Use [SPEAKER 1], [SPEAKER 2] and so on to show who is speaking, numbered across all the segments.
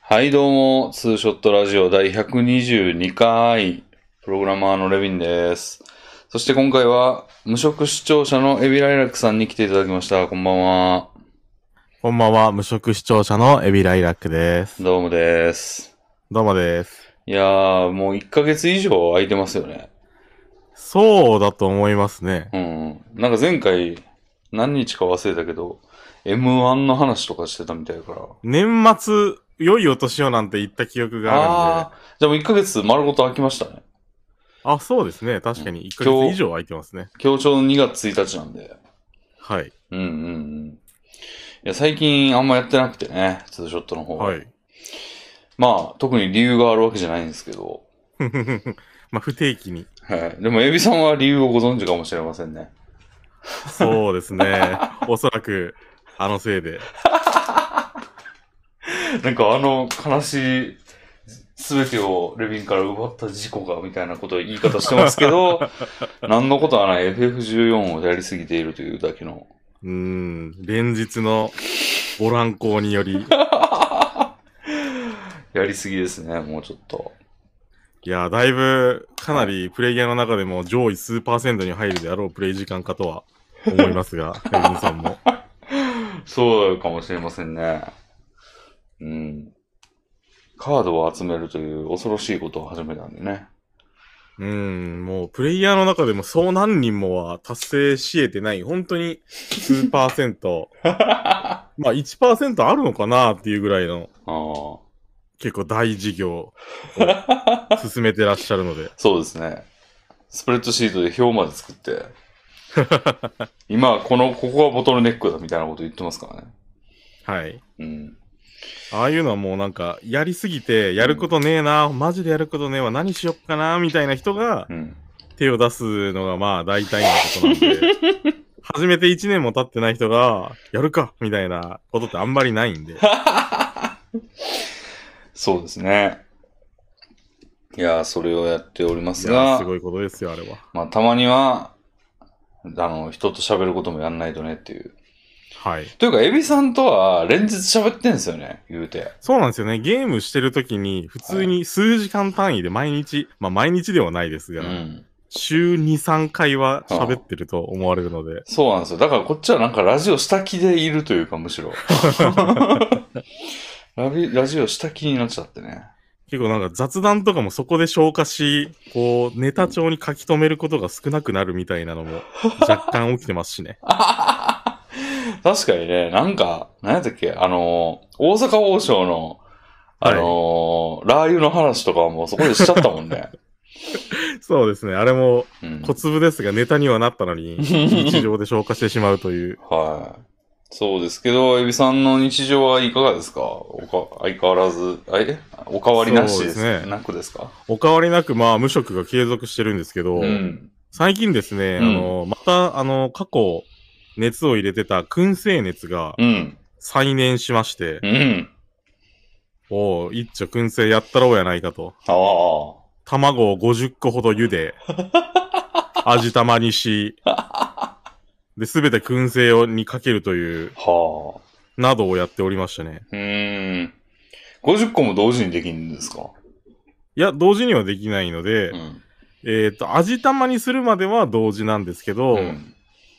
[SPEAKER 1] はい、どうも、ツーショットラジオ第122回、プログラマーのレビンです。そして今回は、無職視聴者のエビライラクさんに来ていただきました。こんばんは。
[SPEAKER 2] こんばんは、無職視聴者のエビライラックです。
[SPEAKER 1] どうもです。
[SPEAKER 2] どうもです。
[SPEAKER 1] いやー、もう1ヶ月以上空いてますよね。
[SPEAKER 2] そうだと思いますね。
[SPEAKER 1] うん。なんか前回、何日か忘れたけど、M1 の話とかしてたみたいだから。
[SPEAKER 2] 年末、良いお年をなんて言った記憶があるん
[SPEAKER 1] あー、じゃあもう1ヶ月丸ごと空きましたね。
[SPEAKER 2] で。あそうですね。確かに1ヶ
[SPEAKER 1] 今日
[SPEAKER 2] 月以上空いてますね。
[SPEAKER 1] 今日ちょうど2月1日なんで。
[SPEAKER 2] はい。
[SPEAKER 1] うんうんうん。いや、最近あんまやってなくてね、ツーショットの方。
[SPEAKER 2] はい。
[SPEAKER 1] まあ、特に理由があるわけじゃないんですけど。
[SPEAKER 2] まあ、不定期に。
[SPEAKER 1] はい。でも、エビさんは理由をご存知かもしれませんね。
[SPEAKER 2] そうです ね。おそらく、あのせいで。
[SPEAKER 1] なんか、あの、悲しい、すべてをレビンから奪った事故が、みたいなことを言い方してますけど、何のことはない FF14 をやりすぎているというだけの。
[SPEAKER 2] うーん、連日のご乱行により。
[SPEAKER 1] やりすぎですね、もうちょっと。
[SPEAKER 2] いや、だいぶ、かなりプレイヤーの中でも上位数パーセントに入るであろうプレイ時間かとは思います が、エビンさんも。
[SPEAKER 1] そうかもしれませんね。うん。カードを集めるという恐ろしいことを始めたんでね。
[SPEAKER 2] うーん、もうプレイヤーの中でもそう何人もは達成し得てない、本当に数パーセ ント、まあ1%あるのかなっていうぐらいの
[SPEAKER 1] ああ。
[SPEAKER 2] 結構大事業を進めてらっしゃるので、
[SPEAKER 1] そうですね。スプレッドシートで表まで作 って、今はこの、ここがボトルネックだみたいなこと言ってますからね。
[SPEAKER 2] はい。
[SPEAKER 1] うん。
[SPEAKER 2] ああいうのはもうなんか、やりすぎて、やることねえな、マジでやることねえわ、何しよっかな、みたいな人が
[SPEAKER 1] うん。
[SPEAKER 2] 手を出すのがまあ大体のことなんで、 初めて1年も経ってない人が、やるか、みたいなことってあんまりないんで、
[SPEAKER 1] そうですね。いやー、それをやっております
[SPEAKER 2] いや
[SPEAKER 1] が、
[SPEAKER 2] すごいことですよ、あれは。
[SPEAKER 1] まあ、たまには、あの、人と喋ることもやんないとねっていう。
[SPEAKER 2] はい。
[SPEAKER 1] というか、エビさんとは連日喋ってんですよね、言うて。
[SPEAKER 2] そうなんですよね。ゲームしてるときに、普通に数時間単位で毎日、まあ毎日ではないです
[SPEAKER 1] う
[SPEAKER 2] が、
[SPEAKER 1] ん。
[SPEAKER 2] 週2、3回は喋ってると思われるので、
[SPEAKER 1] そうなんですよ。だからこっちはなんかラジオ下気でいるというか、むし ろ。ラビラジオ下気になっちゃってね。
[SPEAKER 2] 結構なんか雑談とかもそこで消化し、こう、ネタ帳に書き留めることが少なくなるみたいなのも若干起きてま すしね。
[SPEAKER 1] 確かにね、なんか、何やったっけ、あのー、大阪王将の、あのーラー油の話とかはもうそこでしちゃったもん ね。
[SPEAKER 2] そうですね。あれも
[SPEAKER 1] うん、
[SPEAKER 2] 小粒ですがネタにはなったの に、日常で消化してしまうという。
[SPEAKER 1] はい。そうですけど、エビさんの日常はいかがですかおか相変わらず、あえお変わりなしです
[SPEAKER 2] そうですね
[SPEAKER 1] なくですか
[SPEAKER 2] お変わりなく、まあ無職が継続してるんですけど、
[SPEAKER 1] うん。
[SPEAKER 2] 最近ですね、
[SPEAKER 1] うん
[SPEAKER 2] あの、また、あの、過去、熱を入れてた燻製熱が
[SPEAKER 1] うん。
[SPEAKER 2] 再燃しまして、
[SPEAKER 1] うん。
[SPEAKER 2] おう、一丁燻製やったろうやないかと。
[SPEAKER 1] ああ。
[SPEAKER 2] 卵を50個ほど 茹で、味玉にし、で、すべて燻製をにかけるという、
[SPEAKER 1] はあ。
[SPEAKER 2] などをやっておりましたね。
[SPEAKER 1] うーん。50個も同時にできるんですか
[SPEAKER 2] いや、同時にはできないので、
[SPEAKER 1] ん。
[SPEAKER 2] えっ、と、味玉にするまでは同時なんですけど、
[SPEAKER 1] うん。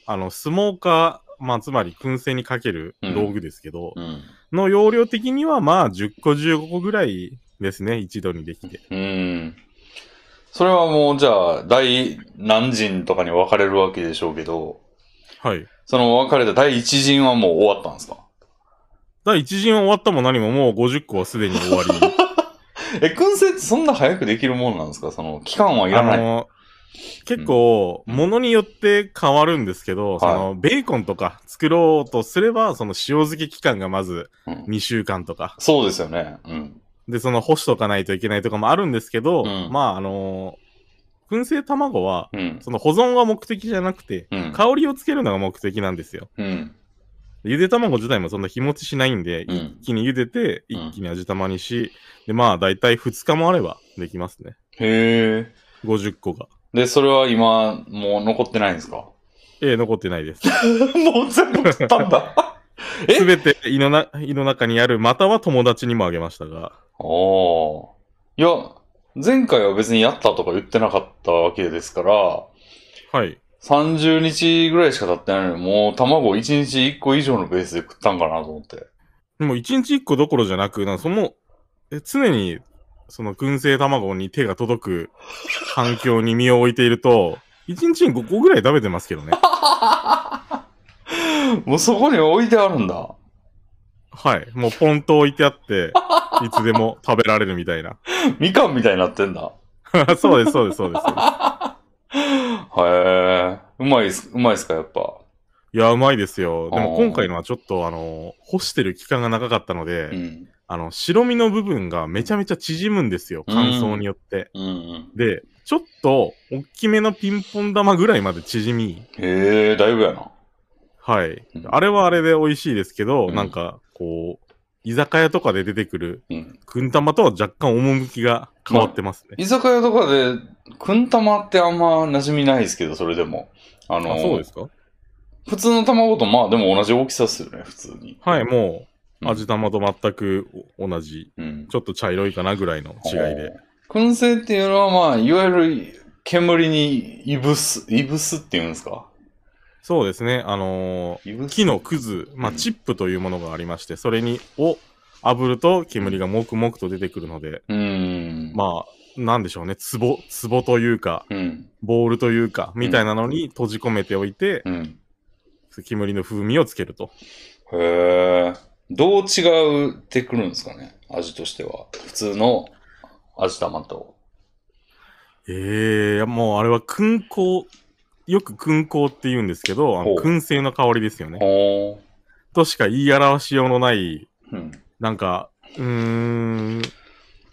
[SPEAKER 2] あの、スモーカー、まあ、つまり燻製にかける道具ですけど、
[SPEAKER 1] うん。
[SPEAKER 2] の容量的にはまあ10個15個ぐらいですね、一度にできて。
[SPEAKER 1] うん。それはもう、じゃあ、第何陣とかに分かれるわけでしょうけど、
[SPEAKER 2] はい。
[SPEAKER 1] その分かれた第一陣はもう終わったんですか
[SPEAKER 2] 第一陣終わったも何ももう50個はすでに終わり。
[SPEAKER 1] え、燻製ってそんな早くできるもんなんですかその、期間はいら
[SPEAKER 2] あ
[SPEAKER 1] ない。
[SPEAKER 2] の、結構、
[SPEAKER 1] うん
[SPEAKER 2] ものによって変わるんですけど、
[SPEAKER 1] い
[SPEAKER 2] その、ベーコンとか作ろうとすれば、その塩漬け期間がまず
[SPEAKER 1] うん
[SPEAKER 2] 2週間とか。
[SPEAKER 1] そうですよね。うん。
[SPEAKER 2] で、その干しとかないといけないとかもあるんですけど、
[SPEAKER 1] うん
[SPEAKER 2] まああの、燻製卵は、
[SPEAKER 1] うん。
[SPEAKER 2] その保存が目的じゃなくて、
[SPEAKER 1] うん。
[SPEAKER 2] 香りをつけるのが目的なんですよ。
[SPEAKER 1] うん。
[SPEAKER 2] ゆで卵自体もそんな日持ちしないんで、
[SPEAKER 1] うん
[SPEAKER 2] 一気に茹でて、
[SPEAKER 1] うん
[SPEAKER 2] 一気に味玉にし、で、まあ、だいたい2日もあればできますね。
[SPEAKER 1] へえ。
[SPEAKER 2] 50個が。
[SPEAKER 1] で、それは 今、もう残ってないんですか
[SPEAKER 2] ええ、残ってないです。
[SPEAKER 1] もう全部食ったんだ。え
[SPEAKER 2] すべて胃のな胃の中にある、または友達にもあげましたが。
[SPEAKER 1] ああ。いや、前回は別にやったとか言ってなかったわけですから、
[SPEAKER 2] はい。
[SPEAKER 1] 30日ぐらいしか経ってないのに、もう卵1日1個以上のベースで食ったんかなと思って。
[SPEAKER 2] でも一日一個どころじゃなく、なんかその、え常に、その燻製卵に手が届く環境に身を置いていると、一日に5個ぐらい食べてますけ どね。
[SPEAKER 1] もうそこに置いてあるんだ。
[SPEAKER 2] はい。もうポンと置いてあって、いつでも食べられるみたいな。
[SPEAKER 1] みかんみたいになってんだ。
[SPEAKER 2] そうです、そうです、そうです。
[SPEAKER 1] へえ。うまいっす、うまいっすか、やっぱ。
[SPEAKER 2] いや、うまいですよ。で
[SPEAKER 1] あ
[SPEAKER 2] も
[SPEAKER 1] ー
[SPEAKER 2] 今回のはちょっと、あの、干してる期間が長かったので、
[SPEAKER 1] うん。
[SPEAKER 2] あの、白身の部分がめちゃめちゃ縮むんですよ。乾燥によって。
[SPEAKER 1] うんうん。
[SPEAKER 2] で、ちょっと、大きめのピンポン玉ぐらいまで縮み、
[SPEAKER 1] へえ、だいぶやな。
[SPEAKER 2] はい
[SPEAKER 1] うん。
[SPEAKER 2] あれはあれで美味しいですけど、
[SPEAKER 1] うん
[SPEAKER 2] なんか、こう、居酒屋とかで出てくる、
[SPEAKER 1] うん。
[SPEAKER 2] くん玉とは若干趣が変わってますね。
[SPEAKER 1] 居酒屋とかで、くん玉ってあんま馴染みないですけど、それでも。あの、
[SPEAKER 2] あ、そうですか
[SPEAKER 1] 普通の卵とまあでも同じ大きさっすよね、普通に。
[SPEAKER 2] はい、も
[SPEAKER 1] うん
[SPEAKER 2] う、味玉と全くお同じ、
[SPEAKER 1] うん。
[SPEAKER 2] ちょっと茶色いかなぐらいの違いで。
[SPEAKER 1] あー。燻製っていうのはまあ、いわゆる煙にいぶす、いぶすっていうんですか
[SPEAKER 2] そうですね、あのー、
[SPEAKER 1] いぶす
[SPEAKER 2] 木のくず、まあ、
[SPEAKER 1] うん
[SPEAKER 2] チップというものがありまして、それに、を炙ると煙がもくもくと出てくるので、
[SPEAKER 1] うーん。
[SPEAKER 2] まあ、なんでしょうね、壺、壺というか、
[SPEAKER 1] うん。
[SPEAKER 2] ボールというか、みたいなのに閉じ込めておいて、
[SPEAKER 1] うん。
[SPEAKER 2] 煙の風味をつけると。
[SPEAKER 1] へえ。どう違うってくるんですかね味としては。普通の味玉と。
[SPEAKER 2] ええもうあれは燻香、よく燻香って言うんですけど、あの
[SPEAKER 1] ほう
[SPEAKER 2] 燻製の香りですよね。
[SPEAKER 1] ほ
[SPEAKER 2] としか言い表しようのない、
[SPEAKER 1] ーうん。
[SPEAKER 2] なんか、うーん、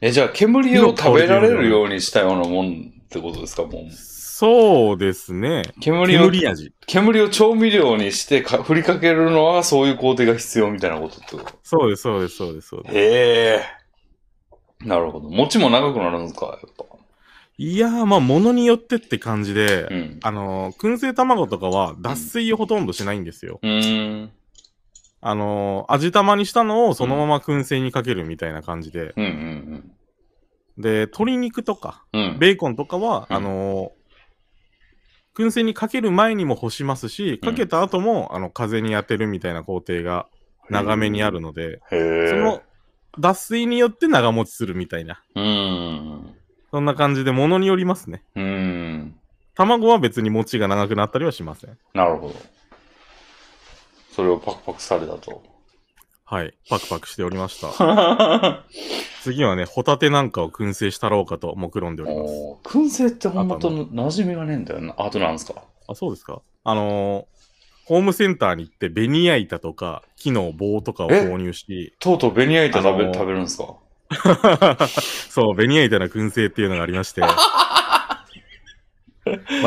[SPEAKER 1] え、じゃあ、煙を食べられるようにしたようなもんってことですかもう。
[SPEAKER 2] そうですね。
[SPEAKER 1] 煙を、
[SPEAKER 2] 煙味。
[SPEAKER 1] 煙を調味料にしてか振りかけるのはそういう工程が必要みたいなことってこと
[SPEAKER 2] そうです、そうです、そうです、そうです。
[SPEAKER 1] へえ。なるほど。餅も長くなるんですかやっぱ。
[SPEAKER 2] いやー、まあ、物によってって感じで、
[SPEAKER 1] うん。
[SPEAKER 2] あのー、燻製卵とかは脱水をほとんどしないんですよ。
[SPEAKER 1] うーん。
[SPEAKER 2] あのー、味玉にしたのをそのまま燻製にかけるみたいな感じで。
[SPEAKER 1] うんうん
[SPEAKER 2] で、鶏肉とか、
[SPEAKER 1] うん。うん。
[SPEAKER 2] ベーコンとかは、
[SPEAKER 1] うん
[SPEAKER 2] あのー、燻製にかける前にも干しますし、
[SPEAKER 1] うん
[SPEAKER 2] かけた後も、あの、風に当てるみたいな工程が長めにあるので、
[SPEAKER 1] へえ。
[SPEAKER 2] その、脱水によって長持ちするみたいな。
[SPEAKER 1] うーん。
[SPEAKER 2] そんな感じで、物によりますね。
[SPEAKER 1] うーん。
[SPEAKER 2] 卵は別に餅が長くなったりはしません。
[SPEAKER 1] なるほど。それをパクパクされた と。
[SPEAKER 2] はい。パクパクしておりました。次はね、ホタテなんかを燻製したろうかと目論んでおります。
[SPEAKER 1] おー燻製ってほんまと馴染みがねえんだよな。あとなんですか
[SPEAKER 2] あ、そうですかあのー、ホームセンターに行ってベニヤ板とか木の棒とかを
[SPEAKER 1] え
[SPEAKER 2] 購入し、
[SPEAKER 1] とうとうベニヤ板食べ,、
[SPEAKER 2] あのー
[SPEAKER 1] 食べるんですか
[SPEAKER 2] そう、ベニヤ板の燻製っていうのがありまして、ま あ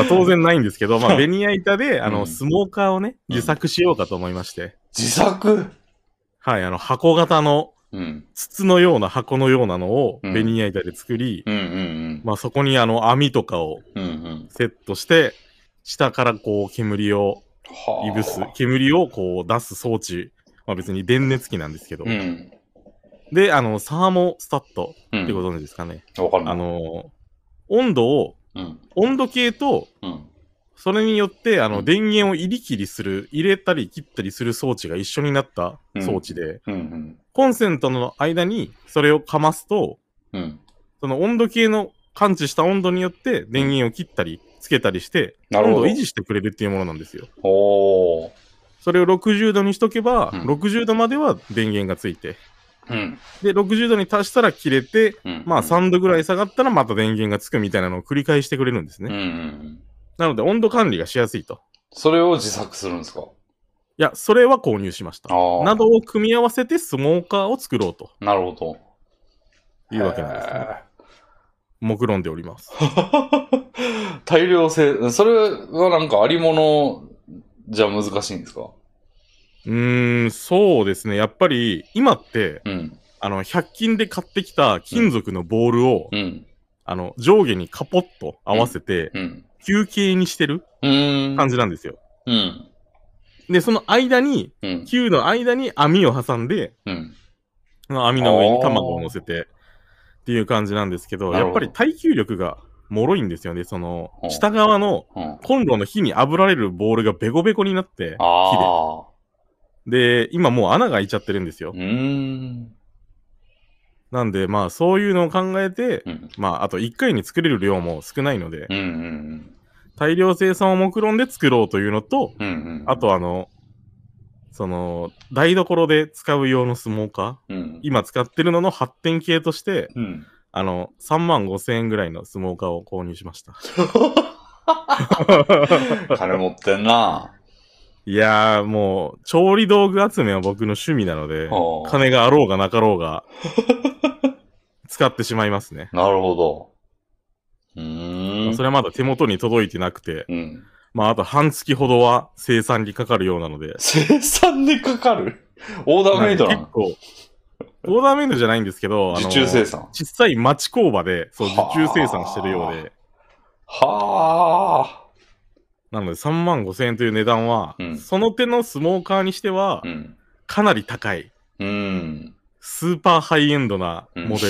[SPEAKER 2] 当然ないんですけど、まあベニヤ板で、あ
[SPEAKER 1] うん
[SPEAKER 2] の、スモーカーをね、
[SPEAKER 1] うん
[SPEAKER 2] 自作しようかと思いまして、
[SPEAKER 1] 自作
[SPEAKER 2] はい、あの、箱型の
[SPEAKER 1] うん。
[SPEAKER 2] 筒のような箱のようなのを
[SPEAKER 1] うん
[SPEAKER 2] ベニヤ板で作り、
[SPEAKER 1] うんうん
[SPEAKER 2] まあそこにあの網とかを
[SPEAKER 1] うん。うんうん。
[SPEAKER 2] セットして、下からこう煙を
[SPEAKER 1] はあ
[SPEAKER 2] いぶす、煙をこう出す装置。まあ別に電熱器なんですけど。
[SPEAKER 1] うん。
[SPEAKER 2] で、あの、サーモスタット
[SPEAKER 1] う
[SPEAKER 2] ってご
[SPEAKER 1] ん。
[SPEAKER 2] 存知ですかね。
[SPEAKER 1] わかんな
[SPEAKER 2] あ
[SPEAKER 1] い。
[SPEAKER 2] の、温度を、
[SPEAKER 1] うん。
[SPEAKER 2] 温度計と、
[SPEAKER 1] うん。
[SPEAKER 2] それによって、あ
[SPEAKER 1] う
[SPEAKER 2] の、
[SPEAKER 1] ん
[SPEAKER 2] 電源を入り切りする、入れたり切ったりする装置が一緒になった装置で、
[SPEAKER 1] うん。
[SPEAKER 2] コンセントの間にそれをかますと、
[SPEAKER 1] うん。うん。
[SPEAKER 2] その温度計の感知した温度によって電源を切ったり、つけたりして、
[SPEAKER 1] なる
[SPEAKER 2] 温
[SPEAKER 1] ほ
[SPEAKER 2] 度
[SPEAKER 1] ど
[SPEAKER 2] を維持してくれるっていうものなんですよ。
[SPEAKER 1] おー。
[SPEAKER 2] それを60度にしとけば、
[SPEAKER 1] うん
[SPEAKER 2] 60度までは電源がついて、
[SPEAKER 1] うん。
[SPEAKER 2] で、60度に達したら切れて、
[SPEAKER 1] うん。
[SPEAKER 2] まあ
[SPEAKER 1] さ
[SPEAKER 2] 3度ぐらい下がったらまた電源がつくみたいなのを繰り返してくれるんです
[SPEAKER 1] うん
[SPEAKER 2] ね。
[SPEAKER 1] うんうん。
[SPEAKER 2] なので温度管理がしやすいと。
[SPEAKER 1] それを自作するんですか
[SPEAKER 2] いや、それは購入しました
[SPEAKER 1] あ。ー
[SPEAKER 2] などを組み合わせてスモーカーを作ろうと
[SPEAKER 1] なるほど。
[SPEAKER 2] いうわけなんですね。目論んでおります。
[SPEAKER 1] へー 大量生、それはなんかありものじゃ難しいんですか
[SPEAKER 2] うーん、そうですね。やっぱり今って、
[SPEAKER 1] うん。
[SPEAKER 2] あの、100均で買ってきた金属のボールを、
[SPEAKER 1] うん。
[SPEAKER 2] あの、上下にカポッと合わせて、
[SPEAKER 1] うん。
[SPEAKER 2] 球形にしてる
[SPEAKER 1] うーん。
[SPEAKER 2] 感じなんですよ。
[SPEAKER 1] うん。
[SPEAKER 2] で、その間に、
[SPEAKER 1] うん。
[SPEAKER 2] 球の間に網を挟んで、
[SPEAKER 1] うん。
[SPEAKER 2] その網の上に卵を乗せてっていう感じなんですけ
[SPEAKER 1] な
[SPEAKER 2] ど、
[SPEAKER 1] る
[SPEAKER 2] や
[SPEAKER 1] ほ
[SPEAKER 2] っ
[SPEAKER 1] ど
[SPEAKER 2] ぱり耐久力が脆いんですよね。その
[SPEAKER 1] ほう、
[SPEAKER 2] 下側の
[SPEAKER 1] うん。
[SPEAKER 2] コンロの火に炙られるボールがベコベコになって、
[SPEAKER 1] ああ。
[SPEAKER 2] 火で。で、今もう穴が開いちゃってるんですよ
[SPEAKER 1] う。ーん。
[SPEAKER 2] なんで、まあそういうのを考えて、
[SPEAKER 1] うん。
[SPEAKER 2] まああと1回に作れる量も少ないので、
[SPEAKER 1] うんうん
[SPEAKER 2] 大量生産を目論んで作ろうというのと、
[SPEAKER 1] うん。うんうん。
[SPEAKER 2] あとあの、その、台所で使う用のスモーカー、
[SPEAKER 1] うん。
[SPEAKER 2] 今使ってるのの発展系として、
[SPEAKER 1] うん。
[SPEAKER 2] あの、3万5千円ぐらいのスモーカーを購入しました。
[SPEAKER 1] 金持ってんな。
[SPEAKER 2] いやー、もう、調理道具集めは僕の趣味なので
[SPEAKER 1] お、ー
[SPEAKER 2] 金があろうがなかろうが、使ってしまいますね。
[SPEAKER 1] なるほど。うーん。
[SPEAKER 2] それはまだ手元に届いてなくて、
[SPEAKER 1] うん。
[SPEAKER 2] まあ、あと半月ほどは生産にかかるようなので。
[SPEAKER 1] 生産にかかるオーダーメイドな
[SPEAKER 2] 結
[SPEAKER 1] の
[SPEAKER 2] 構、オーダーメイドじゃないんですけど、
[SPEAKER 1] 受注生
[SPEAKER 2] 産。
[SPEAKER 1] 産。
[SPEAKER 2] 小さい町工場で、そう、
[SPEAKER 1] はあ
[SPEAKER 2] 受注生産してるようで、
[SPEAKER 1] は
[SPEAKER 2] なので3万5千円という値段は、
[SPEAKER 1] うん
[SPEAKER 2] その手のスモーカーにしては
[SPEAKER 1] あ。う、ん。
[SPEAKER 2] かなり高い。
[SPEAKER 1] うん。
[SPEAKER 2] スーパーハイエンドなモデ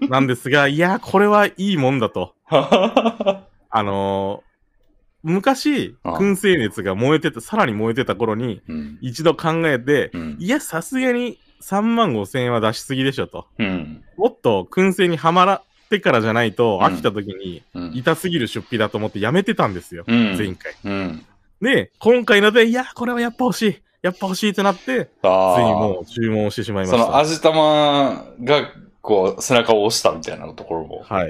[SPEAKER 2] ルなんで すが、いや、これはいいもんだと。あのー昔、
[SPEAKER 1] ああ
[SPEAKER 2] 燻製熱が燃えてた、さらに燃えてた頃に、
[SPEAKER 1] うん。
[SPEAKER 2] 一度考えて、
[SPEAKER 1] うん
[SPEAKER 2] いや、さすがに3万5千円は出しすぎでしょと。
[SPEAKER 1] うん。
[SPEAKER 2] もっと燻製にはまらってからじゃないと、
[SPEAKER 1] うん
[SPEAKER 2] 飽きた時に
[SPEAKER 1] うん。
[SPEAKER 2] 痛すぎる出費だと思ってやめてたんですよ、
[SPEAKER 1] うん
[SPEAKER 2] 前回。
[SPEAKER 1] うん。
[SPEAKER 2] で、今回ので、いや、これはやっぱ欲しい、やっぱ欲しいってなって、
[SPEAKER 1] あ
[SPEAKER 2] つ
[SPEAKER 1] あ。
[SPEAKER 2] いにもう注文してしまいま
[SPEAKER 1] そ
[SPEAKER 2] した。
[SPEAKER 1] の味玉が、こう、背中を押したみたいなところも。
[SPEAKER 2] はい。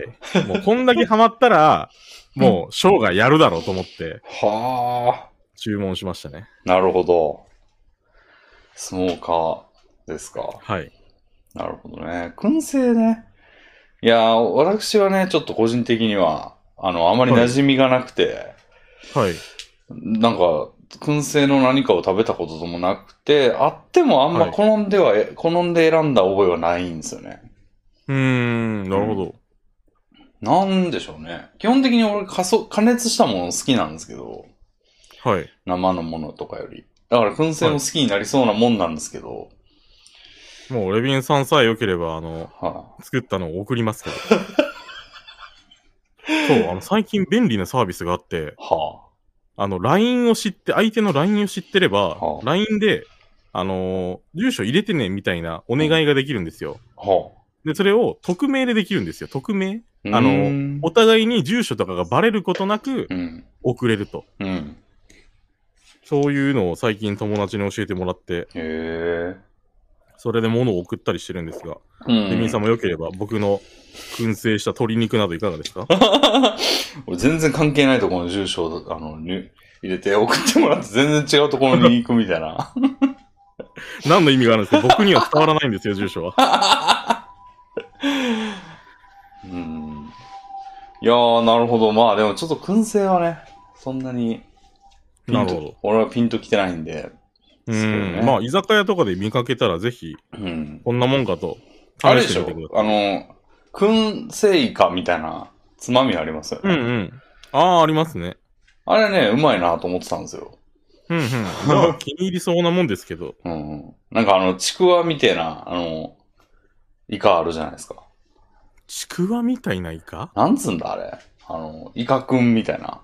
[SPEAKER 2] もうこんだけハマったら、もう生涯やるだろうと思って
[SPEAKER 1] はあ。
[SPEAKER 2] 注文しましたね。
[SPEAKER 1] なるほど。スモーカーですか。
[SPEAKER 2] はい。
[SPEAKER 1] なるほどね。燻製ね。いやー、私はね、ちょっと個人的には、あの、あまり馴染みがなくて、
[SPEAKER 2] はい。
[SPEAKER 1] なんか、燻製の何かを食べたこともなくて、あってもあんま
[SPEAKER 2] はい
[SPEAKER 1] 好んでは、好んで選んだ覚えはないんですよね。
[SPEAKER 2] うーん、なるほど。
[SPEAKER 1] なんでしょうね。基本的に俺加速、加熱したもの好きなんですけど、
[SPEAKER 2] はい。
[SPEAKER 1] 生のものとかより。だから燻製も好きになりそうなもんなんですけど、
[SPEAKER 2] もう、レビンさんさえ良ければ、あの、
[SPEAKER 1] は
[SPEAKER 2] 作ったのを送り ますけど。そう、あの、最近便利なサービスがあって、
[SPEAKER 1] あ、は
[SPEAKER 2] あの、LINE を知って、相手の LINE を知ってれば
[SPEAKER 1] は、あ
[SPEAKER 2] LINE で、あのー住所入れてね、みたいなお願いができるんですよ。
[SPEAKER 1] あ、は
[SPEAKER 2] で、それを匿名でできるんですよ。匿名
[SPEAKER 1] あ。
[SPEAKER 2] あの
[SPEAKER 1] うーん
[SPEAKER 2] お互いに住所とかがバレることなく
[SPEAKER 1] うん、
[SPEAKER 2] 送れると。
[SPEAKER 1] うん。
[SPEAKER 2] そういうのを最近友達に教えてもらっ
[SPEAKER 1] へ
[SPEAKER 2] て、
[SPEAKER 1] え。
[SPEAKER 2] それで物を送ったりしてるんですが、
[SPEAKER 1] う
[SPEAKER 2] レミン
[SPEAKER 1] ん
[SPEAKER 2] さんも良ければ僕の燻製した鶏肉などいかがですか
[SPEAKER 1] 俺全然関係ないところの住所をあの入入れて送ってもらって全然違うところに行くみたいな。
[SPEAKER 2] 何の意味があるんですか僕には伝わらないんですよ、住所 は。
[SPEAKER 1] うん。いやー、なるほど。まあでもちょっと燻製はね、そんなにピ
[SPEAKER 2] な
[SPEAKER 1] ン
[SPEAKER 2] るほ
[SPEAKER 1] と
[SPEAKER 2] ど、。
[SPEAKER 1] 俺はピンときてないんで。そ
[SPEAKER 2] う
[SPEAKER 1] う
[SPEAKER 2] ー
[SPEAKER 1] ね
[SPEAKER 2] ん。まあ、居酒屋とかで見かけたらぜひ、
[SPEAKER 1] うん。
[SPEAKER 2] こんなもんかと
[SPEAKER 1] あれ
[SPEAKER 2] 試
[SPEAKER 1] で
[SPEAKER 2] し
[SPEAKER 1] してょ
[SPEAKER 2] みてくだ
[SPEAKER 1] あ
[SPEAKER 2] さい。
[SPEAKER 1] の、燻製イカみたいなつまみありますよ
[SPEAKER 2] う
[SPEAKER 1] ね。
[SPEAKER 2] んうん。ああ、ありますね。
[SPEAKER 1] あれね、うまいなと思ってたんですよ。
[SPEAKER 2] う んうん。まあ、気に入りそうなもんですけど。
[SPEAKER 1] うんうん。なんかあの、ちくわみたいな、あの、イカあるじゃないですか。
[SPEAKER 2] ちくわみたいなイカ
[SPEAKER 1] なんつうんだあれ。あの、イカくんみたいな。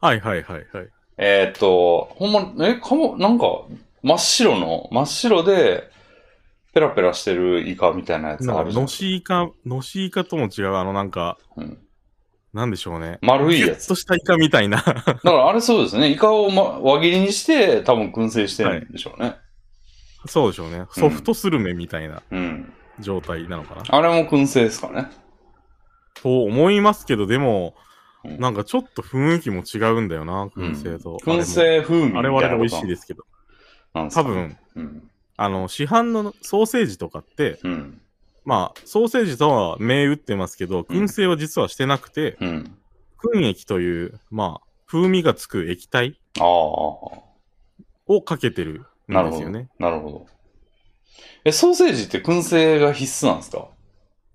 [SPEAKER 2] はいは いはいはい。
[SPEAKER 1] えーっと、ほんま、え、かも、なんか、真っ白の、真っ白で、ペラペラしてるイカみたいなやつ
[SPEAKER 2] な
[SPEAKER 1] ある
[SPEAKER 2] んか、
[SPEAKER 1] じゃん
[SPEAKER 2] の。しイカ、のしイカとも違う、あの、なんか、
[SPEAKER 1] うん、
[SPEAKER 2] なんでしょうね。
[SPEAKER 1] 丸い
[SPEAKER 2] ギュ
[SPEAKER 1] や
[SPEAKER 2] ッ
[SPEAKER 1] つ。
[SPEAKER 2] としたイカみたいな。
[SPEAKER 1] だからあれそうですね。イカを、ま、輪切りにして、多分燻製してるんでしょうね。
[SPEAKER 2] そうでしょうね。ソフトスルメみたいな
[SPEAKER 1] うん。
[SPEAKER 2] 状態なのかな。
[SPEAKER 1] あれも燻製ですかね。
[SPEAKER 2] と思いますけど、でも、
[SPEAKER 1] うん
[SPEAKER 2] なんかちょっと雰囲気も違うんだよな、燻製と。
[SPEAKER 1] 燻製風味みた
[SPEAKER 2] あ
[SPEAKER 1] いなこと
[SPEAKER 2] れも。あれはあれで美味しいですけど。
[SPEAKER 1] なんですか
[SPEAKER 2] 多。分、
[SPEAKER 1] うん。
[SPEAKER 2] あの、市販のソーセージとかって、
[SPEAKER 1] うん。
[SPEAKER 2] まあ、ソーセージとは銘打ってますけど、燻製は実はしてなくて、
[SPEAKER 1] うん。
[SPEAKER 2] 燻液という、まあ、風味がつく液体
[SPEAKER 1] ああ。
[SPEAKER 2] をかけてるん
[SPEAKER 1] なる
[SPEAKER 2] です
[SPEAKER 1] ほど。
[SPEAKER 2] よね。
[SPEAKER 1] なるほど。え、ソーセージって燻製が必須なんですか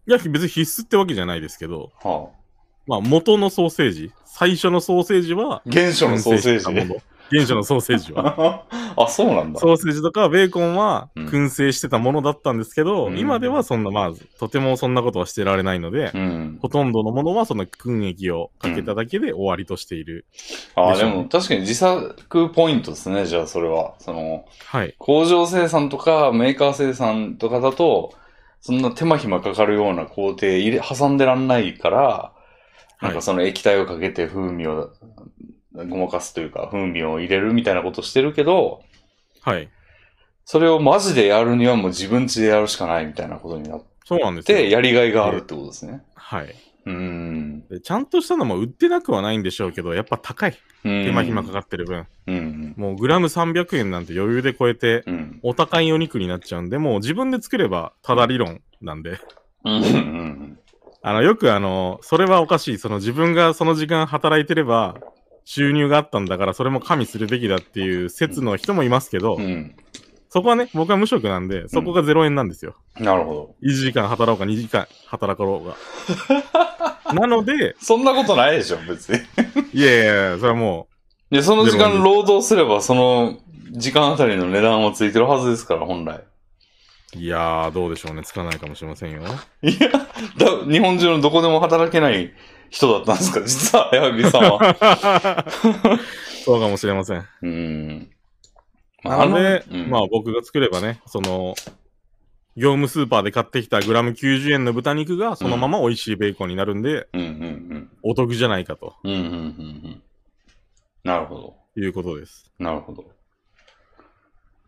[SPEAKER 2] いや、別に必須ってわけじゃないですけど、
[SPEAKER 1] はあ、
[SPEAKER 2] まあ、元のソーセージ、最初のソーセージは、
[SPEAKER 1] 原初のソーセージ。
[SPEAKER 2] 燻製したもの原初のソーセージは。
[SPEAKER 1] あ、そうなんだ。
[SPEAKER 2] ソーセージとかベーコンは
[SPEAKER 1] うん
[SPEAKER 2] 燻製してたものだったんですけど、
[SPEAKER 1] うん
[SPEAKER 2] 今ではそんな、まあ、とてもそんなことはしてられないので、
[SPEAKER 1] うん。
[SPEAKER 2] ほとんどのものはその燻液をかけただけで終わりとしている。
[SPEAKER 1] ああ、
[SPEAKER 2] でし
[SPEAKER 1] で
[SPEAKER 2] ょうね
[SPEAKER 1] も確かに自作ポイントですね、じゃあそれは。その、
[SPEAKER 2] はい。
[SPEAKER 1] 工場生産とかメーカー生産とかだと、そんな手間暇かかるような工程入れ、挟んでらんないから、
[SPEAKER 2] はい
[SPEAKER 1] なんかその液体をかけて風味をごまかすというか、風味を入れるみたいなことしてるけど、
[SPEAKER 2] はい。
[SPEAKER 1] それをマジでやるにはもう自分家でやるしかないみたいなことになっ
[SPEAKER 2] そうなんですよ。
[SPEAKER 1] て、やりがいがあるってことですね。
[SPEAKER 2] はい。
[SPEAKER 1] うーん。
[SPEAKER 2] でちゃんとしたのも売ってなくはないんでしょうけど、やっぱ高い。
[SPEAKER 1] 手
[SPEAKER 2] 手間暇かかってる分。
[SPEAKER 1] うん。
[SPEAKER 2] もうグラム300円なんて余裕で超えて、
[SPEAKER 1] うん。
[SPEAKER 2] お高いお肉になっちゃうんで、もう自分で作ればただ理論なんで。
[SPEAKER 1] うん。うんうん。
[SPEAKER 2] あの、よくあの、それはおかしい。その自分がその時間働いてれば、収入があったんだから、それも加味するべきだっていう説の人もいますけど、
[SPEAKER 1] うん。
[SPEAKER 2] そこはね、僕は無職なんで、そこが0円なんですよ。
[SPEAKER 1] なるほど。
[SPEAKER 2] 1時間働こうか、2時間働こうが。なので、
[SPEAKER 1] そんなことないでしょ、別に。
[SPEAKER 2] いやいやいや、それはも
[SPEAKER 1] で、その時
[SPEAKER 2] で
[SPEAKER 1] 間
[SPEAKER 2] も
[SPEAKER 1] 労働すれば、その時間あたりの値段はついてるはずですから、本来。
[SPEAKER 2] う、いやー、どうでしょうね。つかないかもしれませんよ。
[SPEAKER 1] いや、だ日本中のどこでも働けない人だったんですか、実は、矢作さん は。
[SPEAKER 2] そうかもしれません。
[SPEAKER 1] うーん。
[SPEAKER 2] なので、
[SPEAKER 1] うん
[SPEAKER 2] まあ僕が作ればね、その、業務スーパーで買ってきたグラム90円の豚肉がそのまま美味しいベーコンになるんで、
[SPEAKER 1] うんうん
[SPEAKER 2] お得じゃないかと
[SPEAKER 1] うん。うんうんうんうん。なるほど。
[SPEAKER 2] いうことです。
[SPEAKER 1] なるほど。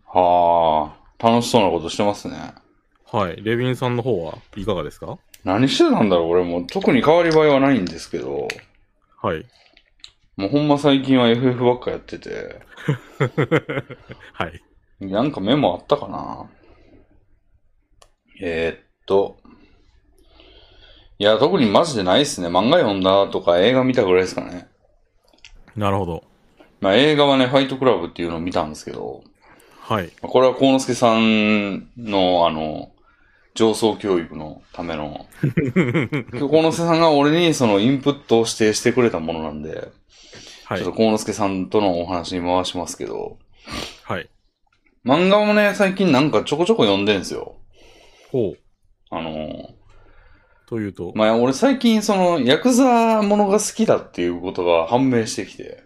[SPEAKER 1] はあ、楽しそうなことしてますね。
[SPEAKER 2] はい。レビンさんの方はいかがですか
[SPEAKER 1] 何してたんだろう、俺も。特に変わり映えはないんですけど、
[SPEAKER 2] はい。
[SPEAKER 1] もうほんま最近は FF ばっかやってて、
[SPEAKER 2] はい。
[SPEAKER 1] なんかメモあったかなえー、っと。いや、特にマジでないっすね。漫画読んだとか映画見たぐらいですかね。
[SPEAKER 2] なるほど。
[SPEAKER 1] まあ映画はね、ファイトクラブっていうのを見たんですけど、
[SPEAKER 2] はい。
[SPEAKER 1] まあこれは幸之助さんの、あの、上層教育のため の、幸之助さんが俺にそのインプットを指定してくれたものなんで、
[SPEAKER 2] は
[SPEAKER 1] ち
[SPEAKER 2] い
[SPEAKER 1] ょっと。幸之助さんとのお話に回しますけど、
[SPEAKER 2] はい。
[SPEAKER 1] 漫画もね、最近なんかちょこちょこ読んでんすよ。
[SPEAKER 2] ほう。
[SPEAKER 1] あの、
[SPEAKER 2] というと。
[SPEAKER 1] まあ、俺最近その、ヤクザものが好きだっていうことが判明してきて、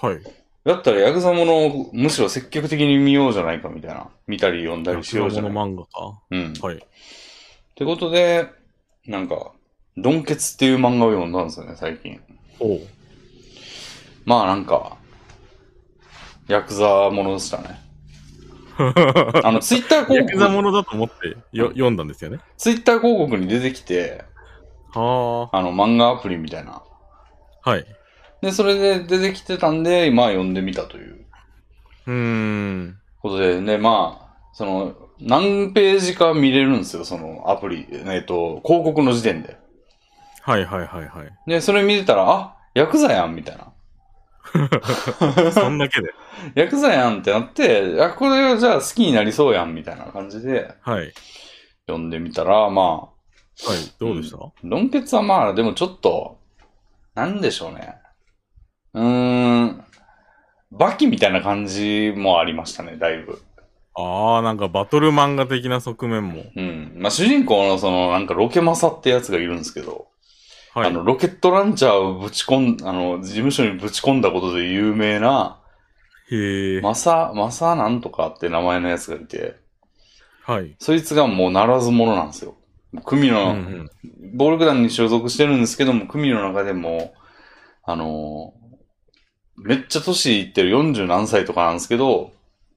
[SPEAKER 2] はい。
[SPEAKER 1] だったらヤクザものをむしろ積極的に見ようじゃないかみたいな。見たり読んだりしようじゃ
[SPEAKER 2] の
[SPEAKER 1] ないか。
[SPEAKER 2] 漫画か。
[SPEAKER 1] うん。っ
[SPEAKER 2] はい。
[SPEAKER 1] てことで、なんか、ドンケツっていう漫画を読んだんですよね、最近。
[SPEAKER 2] ほう。
[SPEAKER 1] まあなんか、ヤクザものでした ね。あの、ツイッター
[SPEAKER 2] ヤ
[SPEAKER 1] 広
[SPEAKER 2] クザ
[SPEAKER 1] 告、
[SPEAKER 2] ものだと思ってよ読んだんですよね。
[SPEAKER 1] ツイッター広告に出てきて、
[SPEAKER 2] は
[SPEAKER 1] あの、漫画アプリみたいな。
[SPEAKER 2] あ。はい。
[SPEAKER 1] で、それで出てきてたんで、まあ読んでみたという。
[SPEAKER 2] うーん。
[SPEAKER 1] ことで、ね、まあ、その、何ページか見れるんですよ、そのアプリ、えっと、広告の時点で。
[SPEAKER 2] はいはいはいはい。
[SPEAKER 1] で、それ見てたら、あ、ヤクザやん、みたいな。
[SPEAKER 2] そんだけで。
[SPEAKER 1] ヤクザやんってなって、あ、これはじゃあ好きになりそうやん、みたいな感じで
[SPEAKER 2] はい。はい。
[SPEAKER 1] 読んでみたら、まあ、
[SPEAKER 2] どうでした、
[SPEAKER 1] ドンケツはまあ、でもちょっと、なんでしょうね。うーん、バキみたいな感じもありましたね、だいぶ。
[SPEAKER 2] ああ、なんかバトル漫画的な側面も。
[SPEAKER 1] うん。まあ、主人公のその、なんかロケマサってやつがいるんですけど、
[SPEAKER 2] はい。
[SPEAKER 1] あの、ロケットランチャーをぶち込ん、あの、事務所にぶち込んだことで有名な、
[SPEAKER 2] へえ。
[SPEAKER 1] マサ、マサなんとかって名前のやつがいて、
[SPEAKER 2] はい。
[SPEAKER 1] そいつがもうならず者なんですよ。組
[SPEAKER 2] うんう
[SPEAKER 1] の、
[SPEAKER 2] ん。
[SPEAKER 1] 暴力団に所属してるんですけども、組の中でも、あのーめっちゃ年いってる40何歳とかなんですけど、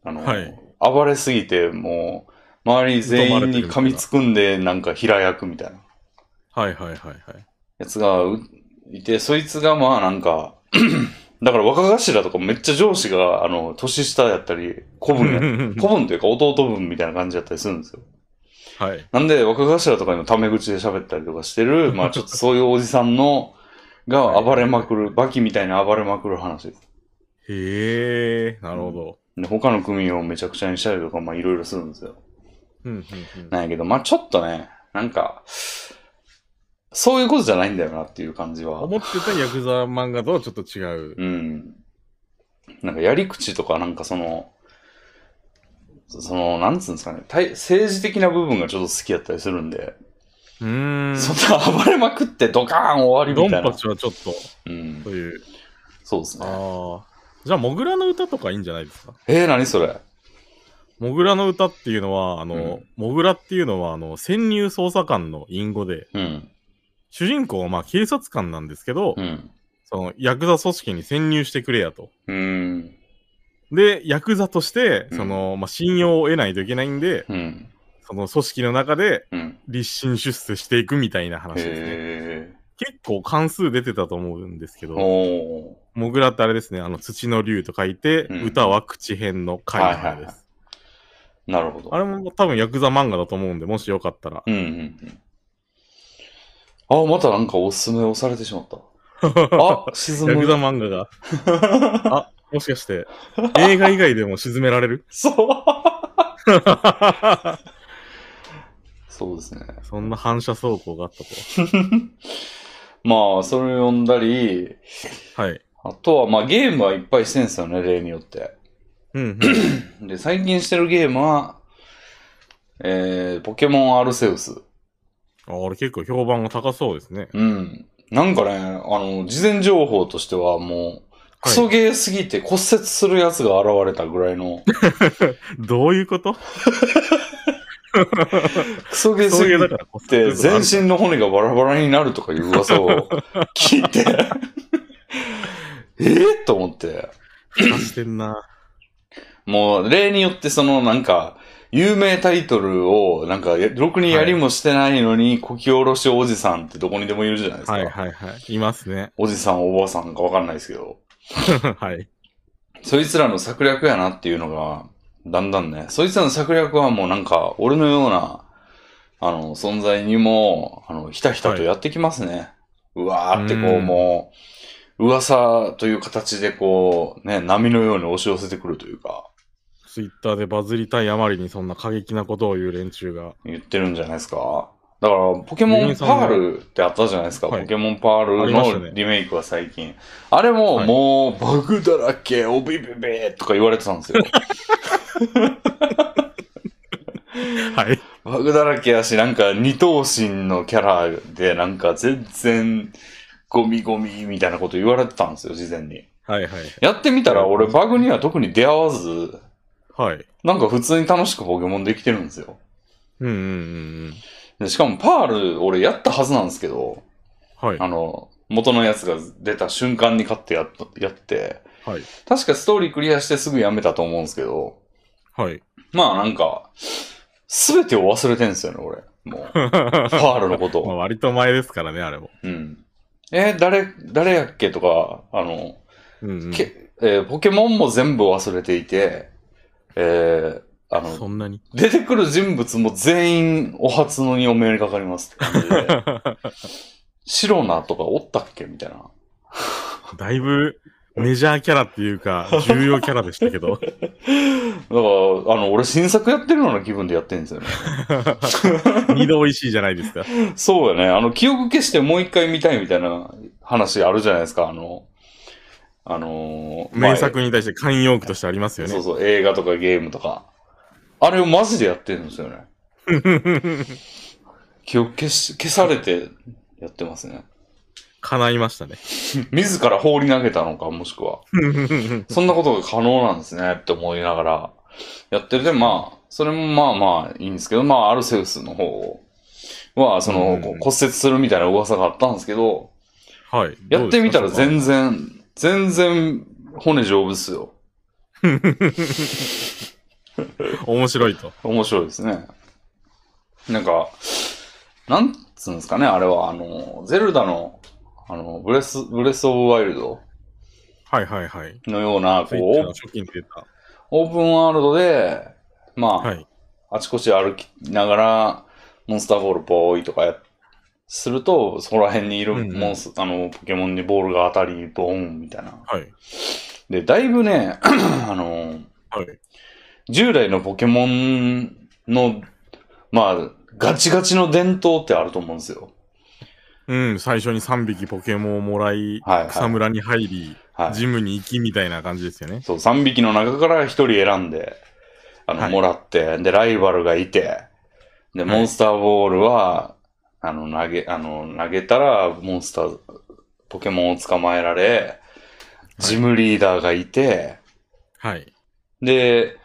[SPEAKER 1] あのー
[SPEAKER 2] はい
[SPEAKER 1] 暴れすぎて、もう、周り全員に噛みつくんで、なんか平役みたいな。
[SPEAKER 2] はいはいはいはい。
[SPEAKER 1] やつがういて、そいつがまあなんか、 だから若頭とかめっちゃ上司が、あの、年下やったり、子分や、子分というか弟分みたいな感じだったりするんですよ。
[SPEAKER 2] はい。
[SPEAKER 1] なんで若頭とかにもタメ口で喋ったりとかしてる、まあちょっとそういうおじさんの、が暴れまくる、バキみたいな暴れまくる話です。
[SPEAKER 2] へえ、なるほど。
[SPEAKER 1] で他の組をめちゃくちゃにしたりとか、まあいろいろするんですよ。
[SPEAKER 2] うんうんうん
[SPEAKER 1] なんやけど、まあちょっとね、なんか、そういうことじゃないんだよなっていう感じは。
[SPEAKER 2] 思ってたヤクザ漫画とはちょっと違う。
[SPEAKER 1] うん。なんかやり口とかなんかその、その、なんつうんですかね、対政治的な部分がちょっと好きやったりするんで、
[SPEAKER 2] うーん。
[SPEAKER 1] そんな暴れまくってドカーン終わり
[SPEAKER 2] ド
[SPEAKER 1] み
[SPEAKER 2] ン
[SPEAKER 1] たい
[SPEAKER 2] パ
[SPEAKER 1] な。
[SPEAKER 2] チはちょっと、
[SPEAKER 1] うん
[SPEAKER 2] と。いう。
[SPEAKER 1] そうですね。
[SPEAKER 2] ああ。じゃあ、モグラの歌とかいいんじゃないですか
[SPEAKER 1] えー、何それ
[SPEAKER 2] モグラの歌っていうのは、あの、
[SPEAKER 1] うん
[SPEAKER 2] モグラっていうのは、あの、潜入捜査官の隠語で、
[SPEAKER 1] うん。
[SPEAKER 2] 主人公はまあ警察官なんですけど、
[SPEAKER 1] うん。
[SPEAKER 2] その、ヤクザ組織に潜入してくれやと。
[SPEAKER 1] うん。
[SPEAKER 2] で、ヤクザとして、
[SPEAKER 1] うん
[SPEAKER 2] その、まあ、信用を得ないといけないんで、
[SPEAKER 1] うん。
[SPEAKER 2] その組織の中で
[SPEAKER 1] うん。
[SPEAKER 2] 立身出世していくみたいな話ですね。
[SPEAKER 1] へ
[SPEAKER 2] 結構関数出てたと思うんですけ
[SPEAKER 1] ー。
[SPEAKER 2] ど、
[SPEAKER 1] おー。
[SPEAKER 2] モグラってあれですね、あの、土の竜と書いて、
[SPEAKER 1] うん
[SPEAKER 2] 歌は口編の回
[SPEAKER 1] はいはいはい
[SPEAKER 2] なんです。
[SPEAKER 1] なるほど。
[SPEAKER 2] あれも多分ヤクザ漫画だと思うんで、もしよかったら。
[SPEAKER 1] うんうんうん。あ、またなんかおすすめ押されてしま った。あ、沈
[SPEAKER 2] ヤクザ
[SPEAKER 1] む。
[SPEAKER 2] 漫 画が。あ、もしかして、映画以外でも沈められる
[SPEAKER 1] そう。そうですね。
[SPEAKER 2] そんな反射走行があったと
[SPEAKER 1] まあ、それ読んだり、
[SPEAKER 2] は。はい。
[SPEAKER 1] あとは、まあ、ゲームはいっぱいしてんすよね、例によって。
[SPEAKER 2] うんうん。
[SPEAKER 1] で、最近してるゲームは、えー、ポケモンアルセウス。
[SPEAKER 2] ああれ結構評判が高そうですね。
[SPEAKER 1] うん。なんかね、あの、事前情報としてはもう、クソゲーすぎて骨折するやつが現れたぐらいの、
[SPEAKER 2] どういうこと
[SPEAKER 1] クソゲー
[SPEAKER 2] そ
[SPEAKER 1] す
[SPEAKER 2] う
[SPEAKER 1] ぎ
[SPEAKER 2] いうだ
[SPEAKER 1] て
[SPEAKER 2] から骨
[SPEAKER 1] で
[SPEAKER 2] 折とかあ
[SPEAKER 1] 全
[SPEAKER 2] る
[SPEAKER 1] 身の骨がバラバラになるとかいう噂 を聞いて、 えー、と思って。
[SPEAKER 2] 怪我してんな。
[SPEAKER 1] もう、例によってそのなんか、有名タイトルを、なんか、ろくにやりもしてないのに、こき下ろしおじさんってどこにでもいるじゃないですか。
[SPEAKER 2] はいはいはい。いますね。
[SPEAKER 1] おじさん、おばあさんかわかんないですけど。
[SPEAKER 2] はい。
[SPEAKER 1] そいつらの策略やなっていうのが、だんだんね、そいつらの策略はもうなんか、俺のような、あの、存在にも、あの、ひたひたとやってきますね。うわーってこう、
[SPEAKER 2] うん
[SPEAKER 1] もう、噂という形でこう、ね、波のように押し寄せてくるというか、
[SPEAKER 2] ツイッターでバズりたいあまりにそんな過激なことを言う連中が。
[SPEAKER 1] 言ってるんじゃないですか。だから、ポケモンパールってあったじゃないですか。
[SPEAKER 2] はい
[SPEAKER 1] ポケモンパー
[SPEAKER 2] あ
[SPEAKER 1] ル
[SPEAKER 2] りました
[SPEAKER 1] の
[SPEAKER 2] ね
[SPEAKER 1] リメイクは最近。あれも、
[SPEAKER 2] はい
[SPEAKER 1] もう、バグだらけ、おびびべとか言われてたんですよ。
[SPEAKER 2] はい。
[SPEAKER 1] バグだらけやし、なんか二頭身のキャラで、なんか全然ゴミゴミみたいなこと言われてたんですよ、事前に。
[SPEAKER 2] はいはい。
[SPEAKER 1] やってみたら俺バグには特に出会わず、
[SPEAKER 2] はい。
[SPEAKER 1] なんか普通に楽しくポケモンできてるんですよ。
[SPEAKER 2] うんうんうん
[SPEAKER 1] でしかもパール、俺やったはずなんですけど、
[SPEAKER 2] うん。はい。
[SPEAKER 1] あの、元のやつが出た瞬間に買ってやっとやって、
[SPEAKER 2] はい。
[SPEAKER 1] 確かストーリークリアしてすぐやめたと思うんですけど、
[SPEAKER 2] はい。
[SPEAKER 1] まあなんか、すべてを忘れてんですよね、俺。も う、パールのことを
[SPEAKER 2] まあ。割と前ですからね、あれも。
[SPEAKER 1] うん。えー誰、誰やっけとか、あの、
[SPEAKER 2] うん、うん。
[SPEAKER 1] けえーポケモンも全部忘れていて、えーあの、
[SPEAKER 2] そんなに。
[SPEAKER 1] 出てくる人物も全員お初のにお目にかかりますって感じ で、シロナとかおったっけみたいな。
[SPEAKER 2] だいぶメジャーキャラっていうか、重要キャラでしたけ
[SPEAKER 1] だ
[SPEAKER 2] ど。
[SPEAKER 1] から、あの、俺新作やってるような気分でやってるんです よね。
[SPEAKER 2] 二度美味しいじゃないですか。
[SPEAKER 1] そうよね。あの、記憶消してもう一回見たいみたいな話あるじゃないですか、あの、あのー、まあ
[SPEAKER 2] 名作に対して慣用句としてありますよ
[SPEAKER 1] そう
[SPEAKER 2] ね。
[SPEAKER 1] そう、映画とかゲームとか。あれをマジでやってるんですよ ね。記憶消し、消されてやってますね。
[SPEAKER 2] 叶いましたね。
[SPEAKER 1] 自ら放り投げたのか、もしく は。そんなことが可能なんですねって思いながらやってる。で、まあ、それもまあまあいいんですけど、まあ、アルセウスの方は、その、
[SPEAKER 2] うん
[SPEAKER 1] こう骨折するみたいな噂があったんですけど、
[SPEAKER 2] はい。
[SPEAKER 1] やってみたら
[SPEAKER 2] どうで
[SPEAKER 1] 全然、全然骨丈夫っすよ。
[SPEAKER 2] すか面白いと。
[SPEAKER 1] 面白いですね。なんか、なんつうんですかね、あれは、あの、ゼルダの、あの、ブレス、ブレスオブワイルド
[SPEAKER 2] はいはいはい。
[SPEAKER 1] のような、
[SPEAKER 2] ツイッターの
[SPEAKER 1] こう、
[SPEAKER 2] 初期に出た。
[SPEAKER 1] オープンワールドで、まあ、
[SPEAKER 2] はい。
[SPEAKER 1] あちこち歩きながら、モンスターボールボーイとかや、すると、そこら辺にいる
[SPEAKER 2] うんうん
[SPEAKER 1] モンス、あの、ポケモンにボールが当たり、ボーンみたいな。
[SPEAKER 2] はい。
[SPEAKER 1] で、だいぶね、 あの、
[SPEAKER 2] はい。
[SPEAKER 1] 従来のポケモンの、まあ、ガチガチの伝統ってあると思うんですよ。
[SPEAKER 2] ううん、最初に3匹ポケモンをもらい、
[SPEAKER 1] はいはい
[SPEAKER 2] 草むらに入り、
[SPEAKER 1] はい。
[SPEAKER 2] ジムに行きみたいな感じですよね。
[SPEAKER 1] そう、3匹の中から1人選んで、あの、
[SPEAKER 2] はい
[SPEAKER 1] もらって、で、ライバルがいて、で、モンスターボールは、あの、投げ、あの、投げたら、モンスター、ポケモンを捕まえられ、ジムリーダーがいて、
[SPEAKER 2] はい。
[SPEAKER 1] で、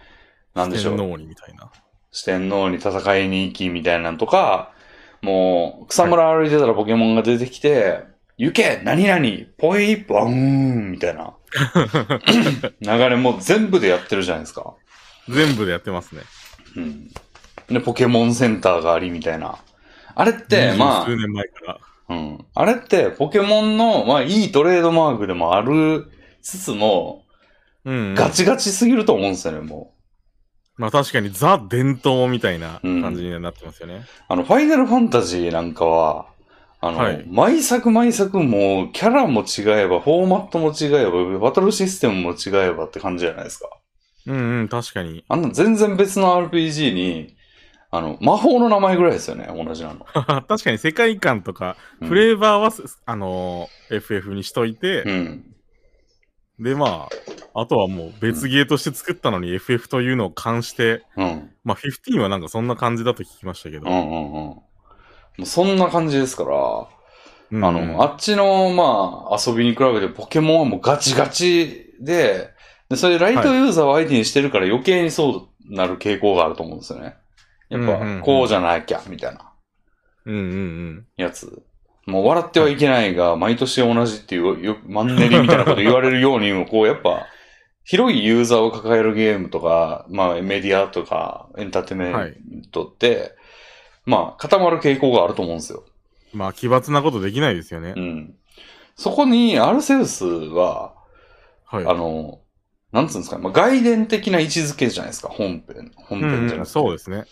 [SPEAKER 1] なんでしょう。
[SPEAKER 2] 天皇にみたいな。
[SPEAKER 1] 四天王に戦いに行きみたいなのとか、もう、草むら歩いてたらポケモンが出てきて、行け何々ポイバーンみたい な。流れもう全部でやってるじゃないですか。
[SPEAKER 2] 全部でやってますね。
[SPEAKER 1] うん。で、ポケモンセンターがありみたいな。あれって、
[SPEAKER 2] 20
[SPEAKER 1] まあ
[SPEAKER 2] 数、年前から。
[SPEAKER 1] うん。あれって、ポケモンの、まあ、いいトレードマークでもあるつつも、
[SPEAKER 2] うん、うん。
[SPEAKER 1] ガチガチすぎると思うんですよね、も
[SPEAKER 2] まあ確かにザ伝統みたいな感じになってますよね。
[SPEAKER 1] う。あの、ファイナルファンタジーなんかは、あの、
[SPEAKER 2] はい
[SPEAKER 1] 毎作毎作もう、キャラも違えば、フォーマットも違えば、バトルシステムも違えばって感じじゃないですか。
[SPEAKER 2] うん、うん、確かに。
[SPEAKER 1] あんな全然別の RPG に、あの、魔法の名前ぐらいですよね、同じなの。
[SPEAKER 2] 確かに世界観とか、
[SPEAKER 1] うん
[SPEAKER 2] フレーバーはす、あのー FF にしといて、
[SPEAKER 1] うん。
[SPEAKER 2] で、まあ、あとはもう別ゲーとして作ったのに FF というのを冠して、
[SPEAKER 1] うん。
[SPEAKER 2] まあ、15はなんかそんな感じだと聞きましたけど。
[SPEAKER 1] うんうんうん。もうそんな感じですから、
[SPEAKER 2] うん
[SPEAKER 1] あの、あっちの、まあ、遊びに比べてポケモンはもうガチガチで、で、それライトユーザーを相手にしてるから余計にそうなる傾向があると思うんですよね。や
[SPEAKER 2] うんうんう
[SPEAKER 1] っぱ、
[SPEAKER 2] ん
[SPEAKER 1] こうじゃなきゃ、みたいな
[SPEAKER 2] うんうんうん。
[SPEAKER 1] やつ。もう笑ってはいけないが、毎年同じっていう、よマンネリみたいなこと言われるようにも、こう、やっ ぱ、広いユーザーを抱えるゲームとか、まあ、メディアとか、エンターテインメントって、まあ、固まる傾向があると思うんですよ。
[SPEAKER 2] まあ、奇抜なことできないですよね
[SPEAKER 1] う。ん。そこに、アルセウスは、
[SPEAKER 2] はい。
[SPEAKER 1] あの、なんつうんですか、まあ、外伝的な位置づけじゃないですか、本編。本
[SPEAKER 2] うん
[SPEAKER 1] 編じゃな
[SPEAKER 2] う、
[SPEAKER 1] んくて。
[SPEAKER 2] そうですね。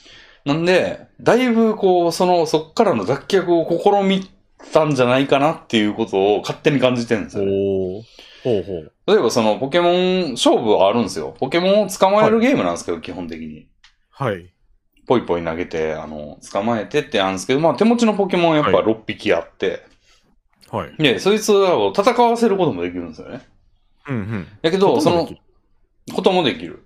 [SPEAKER 1] なんで、だいぶこう、その、そっからの脱却を試みたんじゃないかなっていうことを勝手に感じてるんです
[SPEAKER 2] お
[SPEAKER 1] よね、
[SPEAKER 2] おほうほう。
[SPEAKER 1] 例えばその、ポケモン勝負はあるんですよ。ポケモンを捕まえるゲームなんですけど、基本的に。
[SPEAKER 2] はい。
[SPEAKER 1] ポイポイ投げて、あの、捕まえてってやるんですけど、まあ手持ちのポケモンはやっぱ
[SPEAKER 2] はい
[SPEAKER 1] 6匹あって、
[SPEAKER 2] はい。
[SPEAKER 1] で、そいつらを戦わせることもできるんですよね。
[SPEAKER 2] うんうん。
[SPEAKER 1] だけど、その
[SPEAKER 2] こともできる、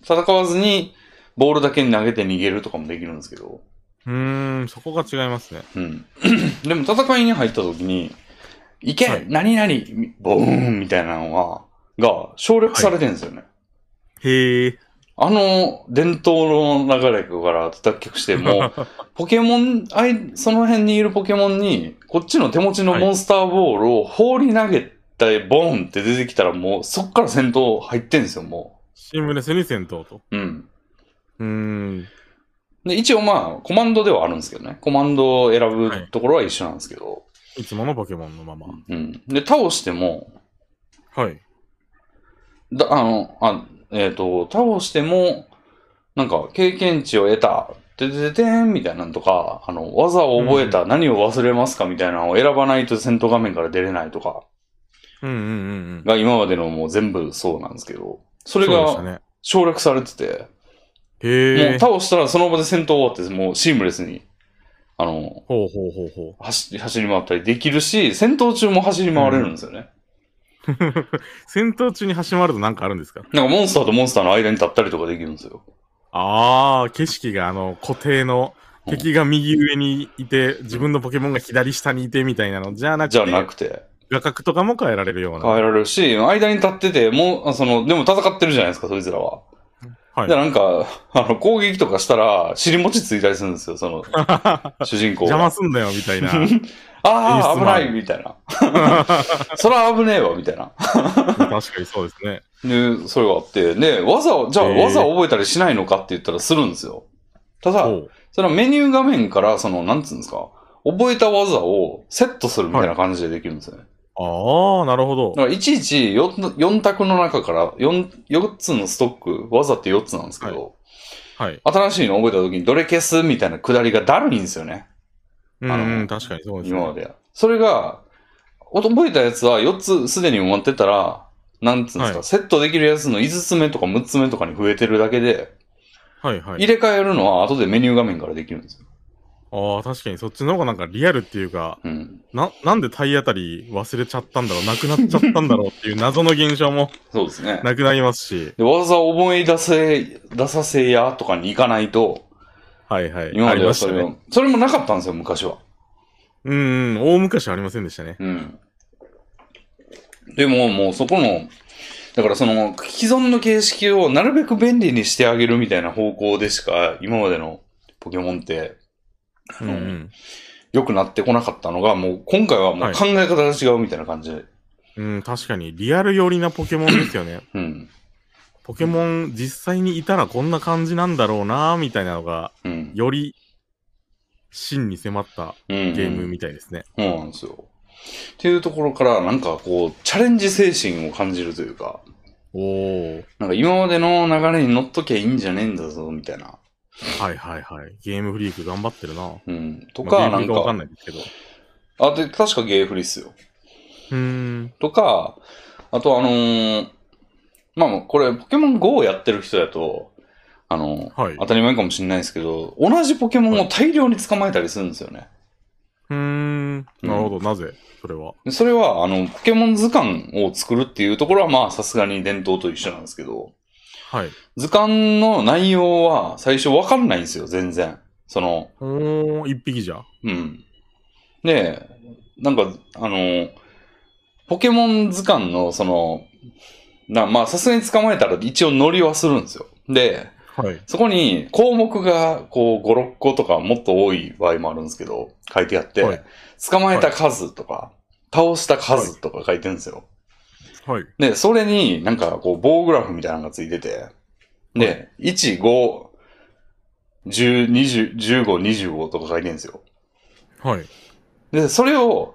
[SPEAKER 1] こともできる。戦わずに、ボールだけに投げて逃げるとかもできるんですけど。
[SPEAKER 2] うーん、そこが違いますね。
[SPEAKER 1] うん。 でも戦いに入った時に、行け、
[SPEAKER 2] はい
[SPEAKER 1] 何々ボーンみたいなのは、が省略されてるんですよね。
[SPEAKER 2] へえ。
[SPEAKER 1] あの、伝統の流れから脱却して、も う、ポケモン、あい、その辺にいるポケモンに、こっちの手持ちの
[SPEAKER 2] はい
[SPEAKER 1] モンスターボールを放り投げて、ボーンって出てきたら、もう、そっから戦闘入ってんですよ、も
[SPEAKER 2] シームレスに戦闘と。
[SPEAKER 1] う。うん。
[SPEAKER 2] うーん。
[SPEAKER 1] で、一応まあ、コマンドではあるんですけどね。コマンドを選ぶところは一緒なんですけど。
[SPEAKER 2] いつものポケモンのまま。
[SPEAKER 1] うん。で、倒しても、
[SPEAKER 2] はい。
[SPEAKER 1] だあの、あ、えっ、と、倒しても、なんか、経験値を得た、ででででーんみたいなのとか、あの、技を覚えた、何を忘れますかみたいなのを選ばないと戦闘画面から出れないとか、
[SPEAKER 2] うんうんうんうん。
[SPEAKER 1] が今までのもう全部そうなんですけど、そ
[SPEAKER 2] そ
[SPEAKER 1] れ
[SPEAKER 2] うでした
[SPEAKER 1] が
[SPEAKER 2] ね。
[SPEAKER 1] 省略されてて、も
[SPEAKER 2] へ
[SPEAKER 1] う
[SPEAKER 2] え。
[SPEAKER 1] 倒したらその場で戦闘終わって、もうシームレスに、あの、
[SPEAKER 2] ほうほうほうほう。
[SPEAKER 1] 走り走り回ったりできるし、戦闘中も走り回れるんですよね。
[SPEAKER 2] 戦闘中に始まるとなんかあるんですか
[SPEAKER 1] なんかモンスターとモンスターの間に立ったりとかできるんですよ。
[SPEAKER 2] ああ、景色があの固定の
[SPEAKER 1] うん
[SPEAKER 2] 敵が右上にいて、自分のポケモンが左下にいてみたいなのじゃなく
[SPEAKER 1] じ
[SPEAKER 2] て、
[SPEAKER 1] ゃなくて。
[SPEAKER 2] 画角とかも変えられるような。
[SPEAKER 1] 変えられるし、間に立ってて、もう、あその、でも戦ってるじゃないですか、そいつらは。
[SPEAKER 2] はい
[SPEAKER 1] で、なんか、 あの、攻撃とかしたら、尻餅ついたりするんですよ、 その、主人公が。
[SPEAKER 2] 邪魔すんだよみた いな。
[SPEAKER 1] ああ、
[SPEAKER 2] 演
[SPEAKER 1] 危
[SPEAKER 2] 出もあ
[SPEAKER 1] な
[SPEAKER 2] る
[SPEAKER 1] いみた いな。そら危ねえわ、みたいな。
[SPEAKER 2] 確かにそうですね。
[SPEAKER 1] で、それがあって、で、技を、じゃあ、
[SPEAKER 2] へえ
[SPEAKER 1] 技を覚えたりしないのかって言ったらするんですよ。ただ、
[SPEAKER 2] ほう
[SPEAKER 1] そのメニュー画面から、その、なんつうんですか、覚えた技をセットするみたいな感じでできるんですよね。
[SPEAKER 2] ああ、なるほど
[SPEAKER 1] だ。から、いちいち 4, 4択の中から4、4つのストック、技って4つなんですけど、
[SPEAKER 2] はい。
[SPEAKER 1] 新しいの覚えた時にどれ消すみたいなくだりがだるいんですよね。
[SPEAKER 2] うん
[SPEAKER 1] あ
[SPEAKER 2] う
[SPEAKER 1] の
[SPEAKER 2] ん、確かにそうです
[SPEAKER 1] 今ま
[SPEAKER 2] ね。
[SPEAKER 1] で。それが、お覚えたやつは4つすでに持ってたら、なんつうんですか、
[SPEAKER 2] は
[SPEAKER 1] セットできるやつの5つ目とか6つ目とかに増えてるだけで、
[SPEAKER 2] はいは
[SPEAKER 1] 入
[SPEAKER 2] い。
[SPEAKER 1] れ替えるのは後でメニュー画面からできるんですよ。
[SPEAKER 2] ああ、確かにそっちの方がなんかリアルっていうか、
[SPEAKER 1] うん。
[SPEAKER 2] な、なんで体当たり忘れちゃったんだろう、なくなっちゃったんだろうっていう謎の現象 も
[SPEAKER 1] そうですね。
[SPEAKER 2] なくなりますし、
[SPEAKER 1] でわざわざ思い出せ、出させやとかに行かないと、
[SPEAKER 2] はいはい。
[SPEAKER 1] 今ま
[SPEAKER 2] あり
[SPEAKER 1] で
[SPEAKER 2] ま
[SPEAKER 1] は
[SPEAKER 2] し
[SPEAKER 1] そ
[SPEAKER 2] た
[SPEAKER 1] れ
[SPEAKER 2] ね。
[SPEAKER 1] を、それもなかったんですよ、昔は。
[SPEAKER 2] うんうん、大昔はありませんでしたね。
[SPEAKER 1] うん。でも、もうそこの、だからその、既存の形式をなるべく便利にしてあげるみたいな方向でしか、今までのポケモンって、あ
[SPEAKER 2] うん
[SPEAKER 1] の
[SPEAKER 2] うん。
[SPEAKER 1] 良くなってこなかったのが、もう今回はも
[SPEAKER 2] は
[SPEAKER 1] う
[SPEAKER 2] い
[SPEAKER 1] 考え方が違うみたいな感じで。
[SPEAKER 2] うん、確かにリアル寄りなポケモンですよね。
[SPEAKER 1] うん。
[SPEAKER 2] ポケモン実際にいたらこんな感じなんだろうなみたいなのが、
[SPEAKER 1] うん。
[SPEAKER 2] より真に迫った
[SPEAKER 1] ゲ
[SPEAKER 2] ゲームみたいですね。
[SPEAKER 1] そうなんですよ。っていうところから、なんかこう、チャレンジ精神を感じるというか、
[SPEAKER 2] おお。
[SPEAKER 1] なんか今までの流れに乗っときゃいいんじゃねえんだぞ、みたいな。
[SPEAKER 2] はいはいはい。ゲームフリーク頑張ってるな。
[SPEAKER 1] うん。と
[SPEAKER 2] ま
[SPEAKER 1] か、
[SPEAKER 2] あゲー
[SPEAKER 1] な
[SPEAKER 2] ムフリー
[SPEAKER 1] ん
[SPEAKER 2] かわかん
[SPEAKER 1] か、
[SPEAKER 2] ないですけど。
[SPEAKER 1] あ、で、確かゲーフリっすよ。
[SPEAKER 2] うーん。
[SPEAKER 1] とか、あとあのーまあもうこれ、ポケモン GO をやってる人だと、あのー
[SPEAKER 2] はい。
[SPEAKER 1] 当たり前かもしれないですけど、同じポケモンを大量に捕まえたりするんですよね。
[SPEAKER 2] うーん。なるほど。なぜそれは。
[SPEAKER 1] でそれは、あの、ポケモン図鑑を作るっていうところは、まあ、さすがに伝統と一緒なんですけど、
[SPEAKER 2] はい。
[SPEAKER 1] 図鑑の内容は最初わかんないんですよ、全然。その、
[SPEAKER 2] おー、一匹じゃ。
[SPEAKER 1] うん。で、なんか、あの、ポケモン図鑑の、その、なまあ、さすがに捕まえたら一応乗りはするんですよ。で、
[SPEAKER 2] はい。
[SPEAKER 1] そこに項目が、こう、5、6個とかもっと多い場合もあるんですけど、書いてあって、
[SPEAKER 2] はい
[SPEAKER 1] 捕まえた数とか、倒した数とか書いてるんですよ。
[SPEAKER 2] はい。
[SPEAKER 1] で、それになんかこう棒グラフみたいなのがついてて、で、1、5、10、20、15、25とか書いてるんですよ。
[SPEAKER 2] はい。
[SPEAKER 1] で、それを、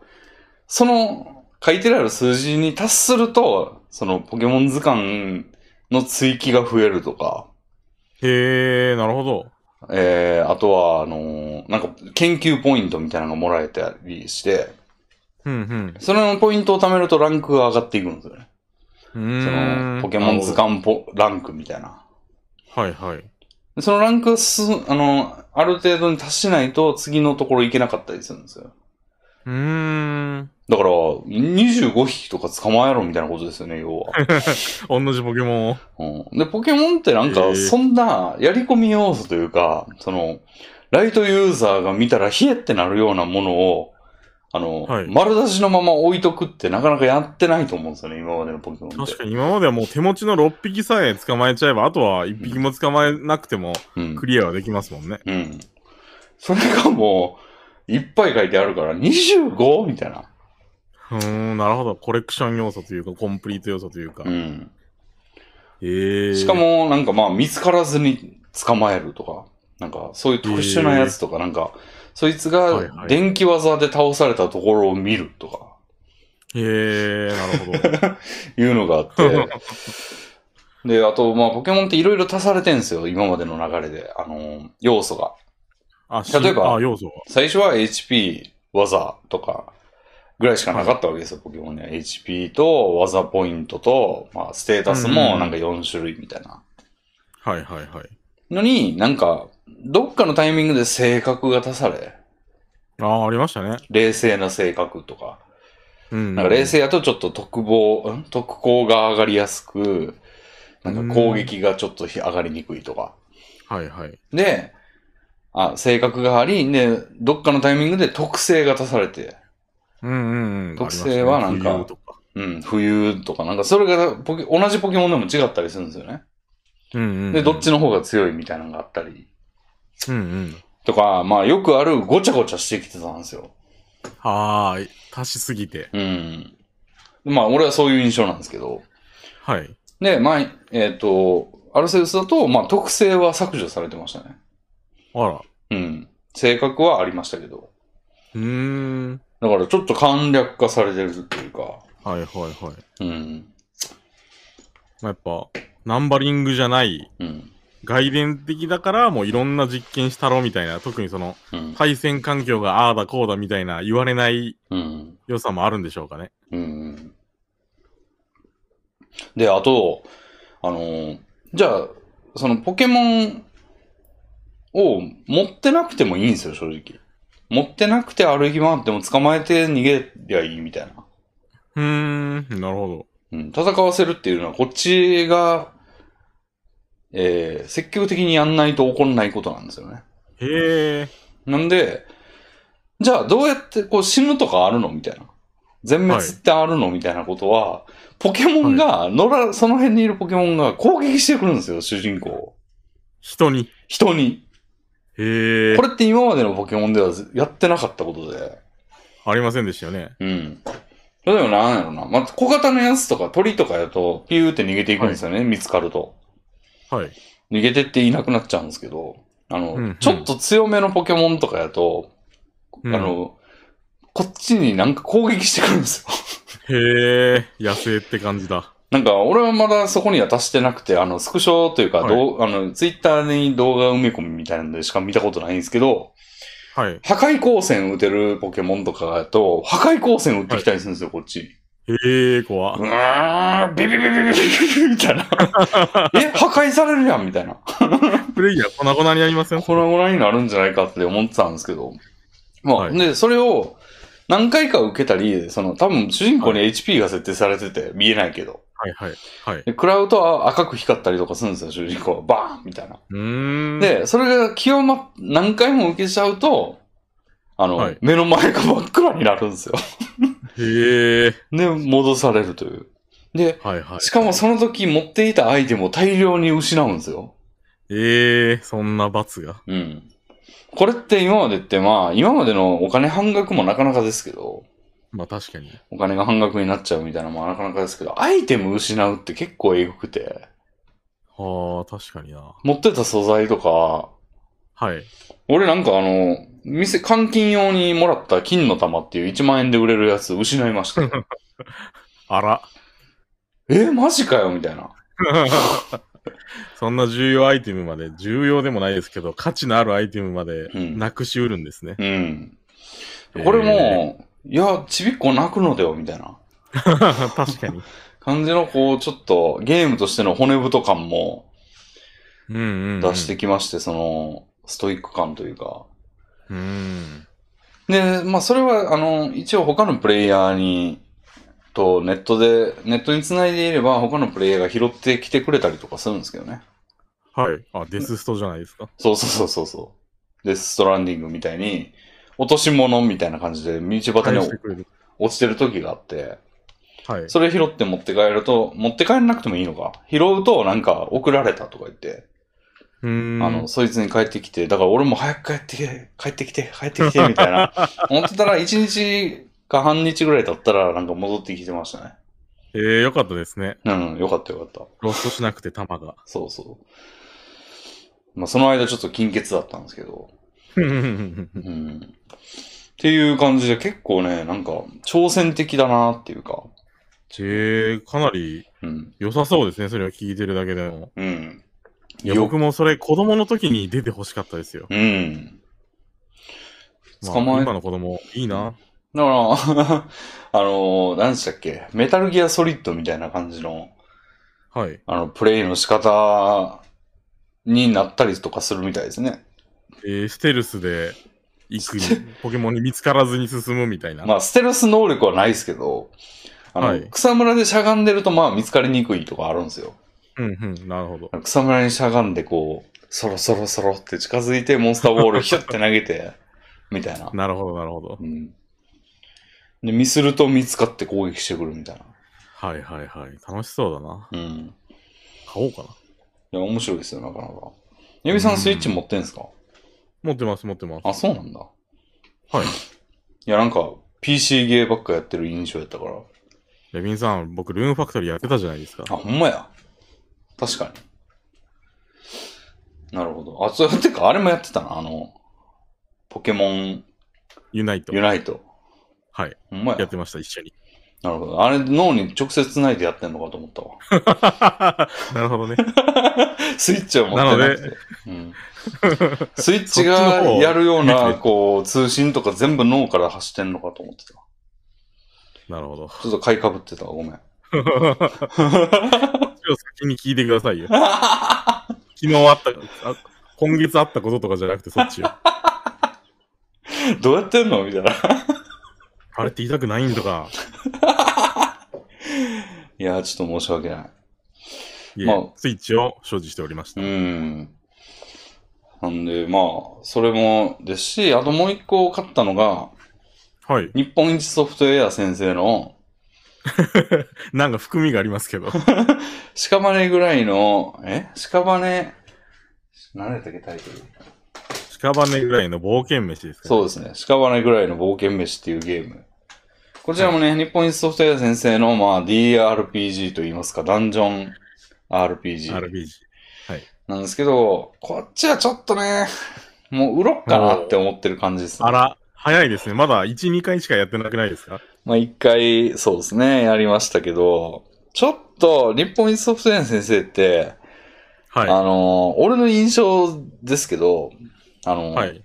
[SPEAKER 1] その書いてある数字に達すると、そのポケモン図鑑の追記が増えるとか、
[SPEAKER 2] へー、なるほど。
[SPEAKER 1] えー、あとは、あのーなんか研究ポイントみたいなのがもらえたりして、
[SPEAKER 2] うんうん。
[SPEAKER 1] それのポイントを貯めるとランクが上がっていくんですよね。
[SPEAKER 2] う
[SPEAKER 1] そ
[SPEAKER 2] ー
[SPEAKER 1] の
[SPEAKER 2] ん。
[SPEAKER 1] ポケモン図鑑ポランクみたいな。
[SPEAKER 2] なるほど。はいはい。
[SPEAKER 1] でそのランクがす、あの、ある程度に達しないと次のところ行けなかったりするんですよ。
[SPEAKER 2] うーん。
[SPEAKER 1] だから、25匹とか捕まえろみたいなことですよね、要は。
[SPEAKER 2] 同じポケモンを。
[SPEAKER 1] うん、で、ポケモンってなん
[SPEAKER 2] へ
[SPEAKER 1] か、
[SPEAKER 2] え
[SPEAKER 1] そんなやり込み要素というか、その、ライトユーザーが見たらヒエってなるようなものを、あの、
[SPEAKER 2] はい
[SPEAKER 1] 丸出しのまま置いとくってなかなかやってないと思うんですよね、今までのポケモンって。
[SPEAKER 2] 確かに今まではもう手持ちの6匹さえ捕まえちゃえば、あとは1匹も捕まえなくても
[SPEAKER 1] うん
[SPEAKER 2] クリアはできますもんね。
[SPEAKER 1] うん。それがもう、いっぱい書いてあるから、25? みたいな。
[SPEAKER 2] うーん、なるほど。コレクション要素というか、コンプリート要素というか。
[SPEAKER 1] う
[SPEAKER 2] へ
[SPEAKER 1] ん。
[SPEAKER 2] ー。
[SPEAKER 1] しか、も、なんかまあ、見つからずに捕まえるとか、なんか、そういう特殊なやつとか、なんか、そいつ
[SPEAKER 2] はいは
[SPEAKER 1] が
[SPEAKER 2] い
[SPEAKER 1] 電気技で倒されたところを見るとか、
[SPEAKER 2] へー、なるほ
[SPEAKER 1] いうのがあ って、で、あと、まあ、ポケモンっていろいろ足されてんすよ、今までの流れで、あのー、要素が。
[SPEAKER 2] ど。 あ、し
[SPEAKER 1] 例えば
[SPEAKER 2] あ、要素が。
[SPEAKER 1] 最初は HP、技とか、ぐらいしかなかったわけですよ、ポケモンには。HP と、技ポイントと、まあ、ステータスもなんか4種類みたいな。
[SPEAKER 2] はいはいはい。
[SPEAKER 1] のに、なんか、どっかのタイミングで性格が足され、
[SPEAKER 2] ああ、ありましたね。
[SPEAKER 1] 冷静な性格とか、
[SPEAKER 2] うん。
[SPEAKER 1] なんか冷静やとちょっと特防、ん特攻が上がりやすく、なんか攻撃がちょっと上がりにくいとか。
[SPEAKER 2] はいはい。
[SPEAKER 1] で、あ、性格があり、で、どっかのタイミングで特性が足されて、
[SPEAKER 2] うんうんうん。
[SPEAKER 1] 特性はなんか
[SPEAKER 2] ありましたね浮遊とか
[SPEAKER 1] うん、冬とかなんか、それがポケ同じポケモンでも違ったりするんですよね。
[SPEAKER 2] うんうんうん。
[SPEAKER 1] で、どっちの方が強いみたいなのがあったり、
[SPEAKER 2] うんうん。
[SPEAKER 1] とか、まあよくあるごちゃごちゃしてきてたんですよ。
[SPEAKER 2] はーい。足しすぎて。
[SPEAKER 1] うん。まあ俺はそういう印象なんですけど。
[SPEAKER 2] はい。
[SPEAKER 1] で、まあ、えっ、と、アルセウスだと、まあ、特性は削除されてましたね。
[SPEAKER 2] あら。
[SPEAKER 1] うん。性格はありましたけど。
[SPEAKER 2] うーん。
[SPEAKER 1] だから、ちょっと簡略化されてるっていうか、
[SPEAKER 2] はいはいは
[SPEAKER 1] う
[SPEAKER 2] い。
[SPEAKER 1] ん。
[SPEAKER 2] まあ、やっぱ、ナンバリングじゃない、
[SPEAKER 1] うん。
[SPEAKER 2] 外伝的だから、もういろんな実験したろみたいな、特にその、
[SPEAKER 1] うん。
[SPEAKER 2] 対戦環境がああだこうだみたいな言われない
[SPEAKER 1] うん。
[SPEAKER 2] 良さもあるんでしょうかね。
[SPEAKER 1] うん。で、あと、あのーじゃあ、そのポケモンを持ってなくてもいいんですよ、正直。持ってなくて歩き回っても捕まえて逃げりゃいいみたいな。
[SPEAKER 2] うーん、なるほ
[SPEAKER 1] うん、戦わせるっていうのはこっちが、えー、積極的にやんないと起こんないことなんですよね。
[SPEAKER 2] ど。へえ。
[SPEAKER 1] なんで、じゃあどうやってこう死ぬとかあるのみたいな。全滅ってあるの、みたいなことは、ポケモンが、野良、その辺にいるポケモンが攻撃してくるんですよ、主人公を。
[SPEAKER 2] 人に。
[SPEAKER 1] 人に。
[SPEAKER 2] へえ
[SPEAKER 1] こ。れって今までのポケモンではやってなかったことで。
[SPEAKER 2] ありませんでしたよね。
[SPEAKER 1] うん。例えばなんやろな。まあ、小型のやつとか鳥とかやと、ピューって逃げていくんですよね、見つかると。
[SPEAKER 2] はい。
[SPEAKER 1] 逃げてっていなくなっちゃうんですけど、あの、
[SPEAKER 2] うんうん
[SPEAKER 1] ちょっと強めのポケモンとかやと、
[SPEAKER 2] うん
[SPEAKER 1] あの、こっちになんか攻撃してくるんですよ。
[SPEAKER 2] へえ、野生って感じだ。
[SPEAKER 1] なんか、俺はまだそこには達してなくて、あの、スクショというか、
[SPEAKER 2] はい
[SPEAKER 1] どうあの、ツイッターに動画埋め込みみたいなのでしか見たことないんですけど、
[SPEAKER 2] はい。
[SPEAKER 1] 破壊光線打てるポケモンとかやと、破壊光線打ってきたりするんですよ、こっちに。
[SPEAKER 2] へえ、怖。
[SPEAKER 1] うーん、ビビビビビビビビみたいな。え、破壊されるやんみたいな。
[SPEAKER 2] プレイヤー粉々になりません
[SPEAKER 1] このぐらいになるんじゃないかって思ってたんですけど。まあ、
[SPEAKER 2] はい
[SPEAKER 1] で、それを何回か受けたり、その、多分主人公に HP が設定されてて、見えないけど。
[SPEAKER 2] はいはい。は
[SPEAKER 1] で、
[SPEAKER 2] い。
[SPEAKER 1] 食らうと赤く光ったりとかするんですよ、主人公は。バーンみたいな。
[SPEAKER 2] うーん。、
[SPEAKER 1] で、それが気をま、何回も受けちゃうと、あの、
[SPEAKER 2] はい
[SPEAKER 1] 目の前が真っ暗になるんですよ。
[SPEAKER 2] へえ。
[SPEAKER 1] で、戻されるという。で、
[SPEAKER 2] はいはい。
[SPEAKER 1] しかもその時持っていたアイテムを大量に失うんですよ。
[SPEAKER 2] ええ、そんな罰が。
[SPEAKER 1] うん。これって今までってまあ、今までのお金半額もなかなかですけど、
[SPEAKER 2] まあ確かに。
[SPEAKER 1] お金が半額になっちゃうみたいなのもなかなかですけど、アイテム失うって結構えぐくて、
[SPEAKER 2] はあ、確かにな。
[SPEAKER 1] 持ってた素材とか、
[SPEAKER 2] はい。
[SPEAKER 1] 俺なんかあの、店、換金用にもらった金の玉っていう1万円で売れるやつ失いました。
[SPEAKER 2] あら。
[SPEAKER 1] え、マジかよみたいな。
[SPEAKER 2] そんな重要アイテムまで、重要でもないですけど、価値のあるアイテムまで
[SPEAKER 1] うん
[SPEAKER 2] なくしうるんですね。
[SPEAKER 1] うん。これも、いや、ちびっこ泣くのではみたいな
[SPEAKER 2] 確かに。
[SPEAKER 1] 感じのこう、ちょっとゲームとしての骨太感も
[SPEAKER 2] うんうん、うん。
[SPEAKER 1] 出してきまして、その、ストイック感というか。
[SPEAKER 2] うん。
[SPEAKER 1] で、まあそれは、あの、一応他のプレイヤーに、とネットで、ネットに繋いでいれば他のプレイヤーが拾ってきてくれたりとかするんですけどね。
[SPEAKER 2] はい。あ、デスストじゃないですか。
[SPEAKER 1] そうそうそうそうそう。で、ストランディングみたいに、落とし物みたいな感じで道端
[SPEAKER 2] 返
[SPEAKER 1] に
[SPEAKER 2] してくれる。
[SPEAKER 1] 落ちてる時があって、
[SPEAKER 2] はい。
[SPEAKER 1] それ拾って持って帰ると、持って帰らなくてもいいのか。拾うとなんか送られたとか言って、
[SPEAKER 2] うーん。
[SPEAKER 1] あの、そいつに帰ってきて、だから俺も早く帰ってきて、帰ってきて、帰ってきて、みたいな。 思ってたら1日か半日ぐらい経ったらなんか戻ってきてましたね。
[SPEAKER 2] えー、よかったですね。
[SPEAKER 1] うん、よかったよかった。
[SPEAKER 2] ロストしなくて弾が。
[SPEAKER 1] そうそう。まあその間ちょっと金欠だったんですけど。うんっていう感じで結構ね、なんか挑戦的だなっていうか、
[SPEAKER 2] えー、かなり
[SPEAKER 1] うん。
[SPEAKER 2] 良さそうですね。それを聞いてるだけでも。
[SPEAKER 1] うん。
[SPEAKER 2] いや、
[SPEAKER 1] よ
[SPEAKER 2] 僕もそれ子供の時に出て欲しかったですよ。
[SPEAKER 1] うん。
[SPEAKER 2] まあ
[SPEAKER 1] 捕まえ、
[SPEAKER 2] 今の子供、いい
[SPEAKER 1] だ
[SPEAKER 2] な。
[SPEAKER 1] から、 あのー、何でしたっけ、メタルギアソリッドみたいな感じの、
[SPEAKER 2] はい。
[SPEAKER 1] あの、プレイの仕方になったりとかするみたいですね。
[SPEAKER 2] えー、ステルスで行くに、 ポケモンに見つからずに進むみたいな。
[SPEAKER 1] まあ、ステルス能力はないですけど、あの、
[SPEAKER 2] はい
[SPEAKER 1] 草むらでしゃがんでると、まあ、見つかりにくいとかあるんですよ。
[SPEAKER 2] うんうん、なるほど。
[SPEAKER 1] 草むらにしゃがんでこう、そろそろそろって近づいて、モンスターボールヒュッて投げて、みたいな。
[SPEAKER 2] なるほど、なるほど
[SPEAKER 1] う。ん。で、ミスると見つかって攻撃してくるみたいな。
[SPEAKER 2] はいはいはい。楽しそうだな。
[SPEAKER 1] うん。
[SPEAKER 2] 買おうかな。
[SPEAKER 1] いや、面白いですよ、なかなか。エビさ
[SPEAKER 2] うん
[SPEAKER 1] んスイッチ持ってんすか
[SPEAKER 2] 持ってます、持ってます。
[SPEAKER 1] あ、そうなんだ。い
[SPEAKER 2] はい。
[SPEAKER 1] や、なんか、PC ゲーばっかやってる印象やったから。
[SPEAKER 2] レビンさん、僕、ルーンファクトリーやってたじゃないですか。
[SPEAKER 1] あ、ほんまや。確かに。なるほど。あ、そう、てか、あれもやってたな。あの、ポケモン
[SPEAKER 2] ユナイト。
[SPEAKER 1] ユナイト。
[SPEAKER 2] はい。
[SPEAKER 1] ほんまや
[SPEAKER 2] やっ。てました、一緒に。
[SPEAKER 1] なるほど。あれ、脳に直接繋いでやってんのかと思ったわ。
[SPEAKER 2] なるほどね。
[SPEAKER 1] スイッチを持ってなくて。うん、スイッチ
[SPEAKER 2] そっ
[SPEAKER 1] が
[SPEAKER 2] ちの方
[SPEAKER 1] やるよう
[SPEAKER 2] 見
[SPEAKER 1] な、
[SPEAKER 2] て
[SPEAKER 1] こう、通信とか全部脳から走ってんのかと思ってた。
[SPEAKER 2] なるほど。
[SPEAKER 1] ちょっと買いかぶってたわ。ごめん。
[SPEAKER 2] 一応先に聞いてくださいよ。昨日あった、あ今月あったこととかじゃなくてそっちよ。
[SPEAKER 1] どうやってんのみたいな。
[SPEAKER 2] あれって痛くないんとか。
[SPEAKER 1] いや、ちょっと申し訳ない。
[SPEAKER 2] いえ
[SPEAKER 1] まあ
[SPEAKER 2] スイッチを所持しておりまし
[SPEAKER 1] う
[SPEAKER 2] た。
[SPEAKER 1] ん。なんで、まあ、それもですし、あともう一個買ったのが、
[SPEAKER 2] はい。
[SPEAKER 1] 日本一ソフトウェア先生の、
[SPEAKER 2] なんか含みがありますけど。
[SPEAKER 1] 屍ぐらいの、え屍、何だったっけタイトル
[SPEAKER 2] 屍ぐらいの冒険飯ですか、ね、
[SPEAKER 1] そうですね。屍ぐらいの冒険飯っていうゲーム。こちらもね、日本一ソフトウェア先生の、まあ、DRPG といいますか、ダンジョン RPG
[SPEAKER 2] RPG。
[SPEAKER 1] なんですけど、こっちはちょっとね、もう売ろっかなって思ってる感じですね
[SPEAKER 2] あ。ら、早いですね。まだ1、2回しかやってなくないですか
[SPEAKER 1] まあ、一回、そうですね、やりましたけど、ちょっと、日本一ソフトウェアの先生って、
[SPEAKER 2] は
[SPEAKER 1] あのー、俺の印象ですけど、あのー、
[SPEAKER 2] い。はい。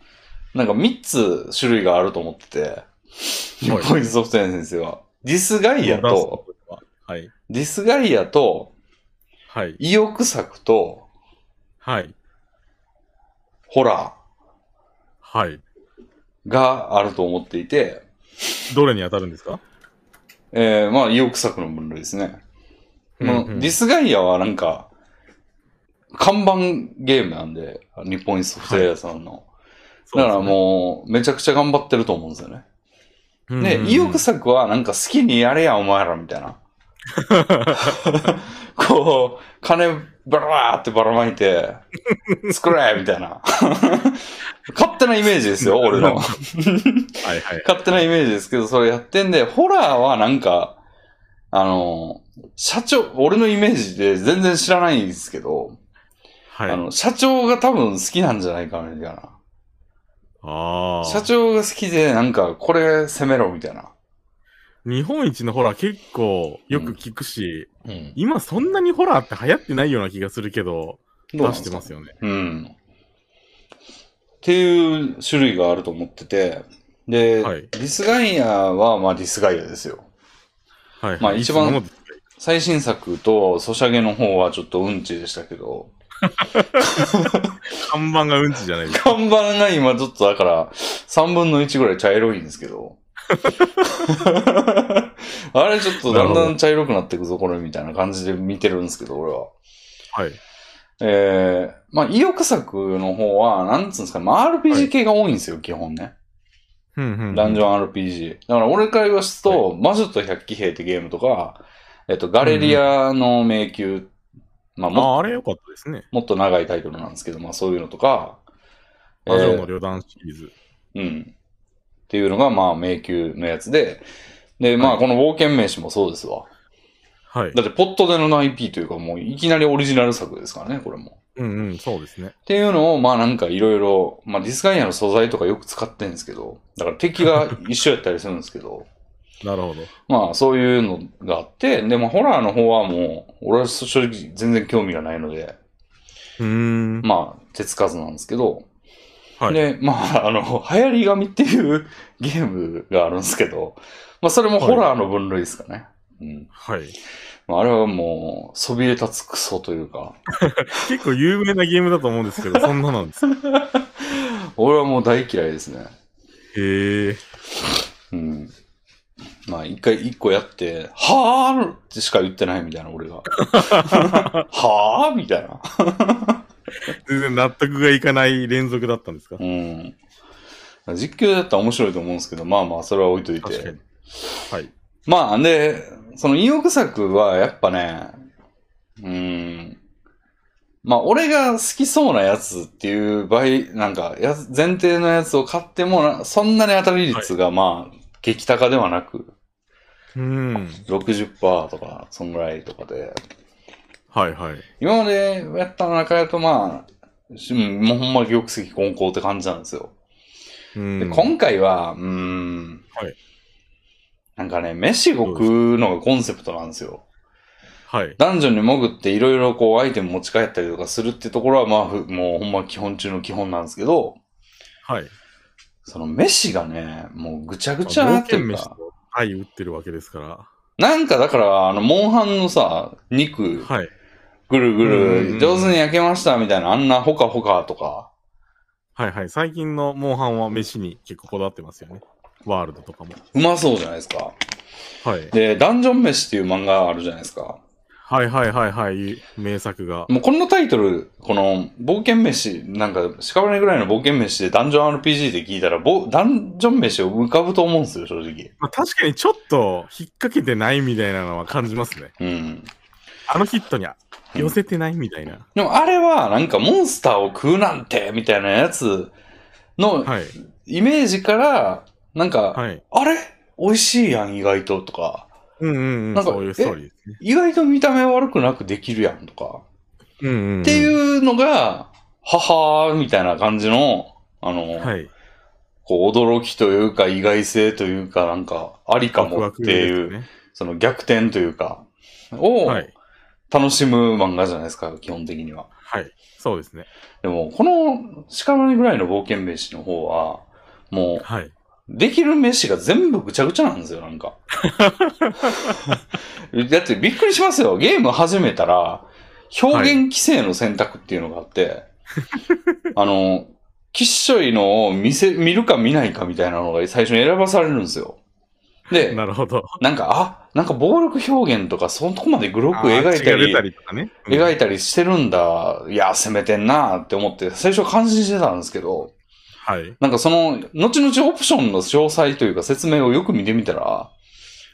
[SPEAKER 1] なんか3つ種類があると思ってて、日本一ソフトウェアの先生は。ディスガイア
[SPEAKER 2] ダンスのこ
[SPEAKER 1] と、
[SPEAKER 2] とははい。
[SPEAKER 1] ディスガイアと、
[SPEAKER 2] はい。
[SPEAKER 1] 意欲作と、
[SPEAKER 2] はい。
[SPEAKER 1] ホラ
[SPEAKER 2] はい。
[SPEAKER 1] ーがあると思っていて、
[SPEAKER 2] どれに当たるんですか
[SPEAKER 1] えー、まあ、意欲作の分類ですね。もう
[SPEAKER 2] うんうん
[SPEAKER 1] ディスガイアはなんか、看板ゲームなんで、日本ソフトウェアさんの。だからもう、めちゃくちゃ頑張ってると思うんですよね。
[SPEAKER 2] う
[SPEAKER 1] で、意欲作はなんか好きにやれや、お前ら、みたい な。こう、金ばらーってばらまいて、作れみたいな。勝手なイメージですよ、俺の。
[SPEAKER 2] はいはい。
[SPEAKER 1] 勝手なイメージですけど、それやってんで、ホラーはなんか、あの、社長、俺のイメージで全然知らないんですけど、
[SPEAKER 2] はい。
[SPEAKER 1] あの、社長が多分好きなんじゃないかな、みたいな。
[SPEAKER 2] ああ。
[SPEAKER 1] 社長が好きで、なんか、これ攻めろ、みたいな。
[SPEAKER 2] 日本一のホラー結構よく聞くし、
[SPEAKER 1] うん。
[SPEAKER 2] 今そんなにホラーって流行ってないような気がするけど、出
[SPEAKER 1] どうなんで
[SPEAKER 2] して
[SPEAKER 1] す
[SPEAKER 2] ま
[SPEAKER 1] か
[SPEAKER 2] すよね。
[SPEAKER 1] うん。っていう種類があると思ってて、で、
[SPEAKER 2] はい
[SPEAKER 1] ディスガイアは、まあ、ディスガイアですよ。
[SPEAKER 2] はいはい。
[SPEAKER 1] まあ一番
[SPEAKER 2] いつもの
[SPEAKER 1] 最新作と、ソシャゲの方はちょっとうんちでしたけど、
[SPEAKER 2] 看板がうんちじゃないですか。
[SPEAKER 1] 看板が今ちょっとだから、3分の1ぐらい茶色いんですけど。 あれちょっとだんだん茶色くなっていくぞ、これ、みたいな感じで見てるんですけど、俺は。
[SPEAKER 2] はい。
[SPEAKER 1] えー、まあ、意欲作の方は、なんつうんですか、まあ、RPG 系が多いんですよ、基本ね。
[SPEAKER 2] うんうんうん
[SPEAKER 1] ダンジョン RPG。だから俺から言わすと、魔女と百鬼兵ってゲームとか、えっと、ガレリアの迷宮、まあ
[SPEAKER 2] あ
[SPEAKER 1] も、
[SPEAKER 2] あ、あれ良かったですね。
[SPEAKER 1] もっと長いタイトルなんですけど、まあそういうのとか、えー
[SPEAKER 2] 魔女の旅団シリーズ。
[SPEAKER 1] うん。っていうのが、まあ迷宮のやつで、で、ま
[SPEAKER 2] は
[SPEAKER 1] あ
[SPEAKER 2] い
[SPEAKER 1] この冒険名詞もそうですわ。
[SPEAKER 2] はい。
[SPEAKER 1] だって、ポットでの IP というか、もういきなりオリジナル作ですからね、これも。
[SPEAKER 2] うんうん、そうですね。
[SPEAKER 1] っていうのを、まあなんかいろいろ、まあディスガイアの素材とかよく使ってるんですけど、だから敵が一緒やったりするんですけど、
[SPEAKER 2] なるほど。
[SPEAKER 1] まあ、そういうのがあって、で、まあ、ホラーの方はもう、俺は正直全然興味がないので、
[SPEAKER 2] うーん。
[SPEAKER 1] まあ、手つかずなんですけど、
[SPEAKER 2] はい
[SPEAKER 1] で、まあ、 あの、流行り神っていう ゲームがあるんですけど、まあ、それもホラーの分類ですかね。うん。
[SPEAKER 2] はい。
[SPEAKER 1] まあ、あれはもう、そびえ立つクソというか、
[SPEAKER 2] 結構有名なゲームだと思うんで すけど、そんななんですか。
[SPEAKER 1] 俺はもう大嫌いですね。
[SPEAKER 2] へえ。
[SPEAKER 1] うん。まあ、一回、一個やって、はぁーってしか言ってないみたいな、 俺が。はぁーみたいな。
[SPEAKER 2] 全然納得がいかない連続だったんですか。
[SPEAKER 1] うん。実況だったら面白いと思うんですけど、まあまあ、それは置いとい
[SPEAKER 2] 確か
[SPEAKER 1] て
[SPEAKER 2] に。。はい。
[SPEAKER 1] まあ、で、その意欲作はやっぱね、うん。まあ、俺が好きそうなやつっていう場合、なんかやつ、前提のやつを買ってもな、そんなに当たり率がまあ、激高ではなく、
[SPEAKER 2] うん。
[SPEAKER 1] 60%とか、そんぐらいとかで、
[SPEAKER 2] はいはい。
[SPEAKER 1] 今までやった中だとまあ、しうんもうほんま玉石混交って感じなんですよ。
[SPEAKER 2] うん
[SPEAKER 1] で今回は、うーん、
[SPEAKER 2] はい
[SPEAKER 1] なんかね、飯を食うのがコンセプトなんですよ。
[SPEAKER 2] はい。
[SPEAKER 1] ダンジョンに潜っていろいろこうアイテム持ち帰ったりとかするってところはまあふ、もうほんま基本中の基本なんですけど、
[SPEAKER 2] はい。
[SPEAKER 1] その飯がね、もうぐちゃぐちゃ
[SPEAKER 2] 冒
[SPEAKER 1] なって
[SPEAKER 2] 険
[SPEAKER 1] いう
[SPEAKER 2] 飯
[SPEAKER 1] か、
[SPEAKER 2] と愛打ってるわけですから。
[SPEAKER 1] なんかだから、あの、モンハンのさ、肉、
[SPEAKER 2] はい。
[SPEAKER 1] ぐるぐ
[SPEAKER 2] うんうんう
[SPEAKER 1] る、
[SPEAKER 2] ん
[SPEAKER 1] 上手に焼けましたみたいな、あんなほかほかとか、
[SPEAKER 2] はいはい。最近のモンハンは飯に結構こだわってますよね。ワールドとかも。
[SPEAKER 1] うまそうじゃないですか。
[SPEAKER 2] はい。
[SPEAKER 1] で、ダンジョン飯っていう漫画あるじゃないですか。
[SPEAKER 2] はいはいはいはい。名作が。
[SPEAKER 1] もうこのタイトル、この、冒険飯、なんか、屍ぐらいの冒険飯でダンジョン RPG で聞いたら、ぼダンジョン飯を浮かぶと思うんですよ、正直。
[SPEAKER 2] まあ、確かにちょっと引っ掛けてないみたいなのは感じますね。
[SPEAKER 1] うん。
[SPEAKER 2] あのヒットには寄せてないみたいな。
[SPEAKER 1] でもあれは、なんかモンスターを食うなんて、みたいなやつの
[SPEAKER 2] はい。
[SPEAKER 1] イメージから、なんか、
[SPEAKER 2] はい。
[SPEAKER 1] あれ美味しいやん、意外と、とか。
[SPEAKER 2] うんうんう
[SPEAKER 1] なんか
[SPEAKER 2] ん。そういうストーリーですね。
[SPEAKER 1] 意外と見た目悪くなくできるやん、とか。
[SPEAKER 2] うんうん、うん。。
[SPEAKER 1] っていううのが、ははー、みたいな感じの、あの、
[SPEAKER 2] はい。
[SPEAKER 1] こう驚きというか意外性というかなんかありかもっていう、
[SPEAKER 2] ワクワクです
[SPEAKER 1] その逆転というか、を
[SPEAKER 2] ね。はい。
[SPEAKER 1] 楽しむ漫画じゃないですか、基本的には。
[SPEAKER 2] はい。そうですね。
[SPEAKER 1] でも、この屍ぐらいの冒険飯の方は、も
[SPEAKER 2] はい。
[SPEAKER 1] う、できる飯が全部ぐちゃぐちゃなんですよ、 なんか。だってびっくりしますよ。ゲーム始めたら、表現規制の選択っていうのがあ って、あの、きっしょいのを見せ、見るか見ないかみたいなのが最初に選ばされるんですよ。で、
[SPEAKER 2] なるほど。
[SPEAKER 1] なんか、あ、なんか暴力表現とか、そのとこまでグロく描い
[SPEAKER 2] あー血
[SPEAKER 1] た
[SPEAKER 2] が出
[SPEAKER 1] り
[SPEAKER 2] た、りとかね。うん
[SPEAKER 1] 描いたりしてるんだ、いや、攻めてんなって思って、最初感心してたんですけど、
[SPEAKER 2] はい。
[SPEAKER 1] なんかその、後々オプションの詳細というか説明をよく見てみたら、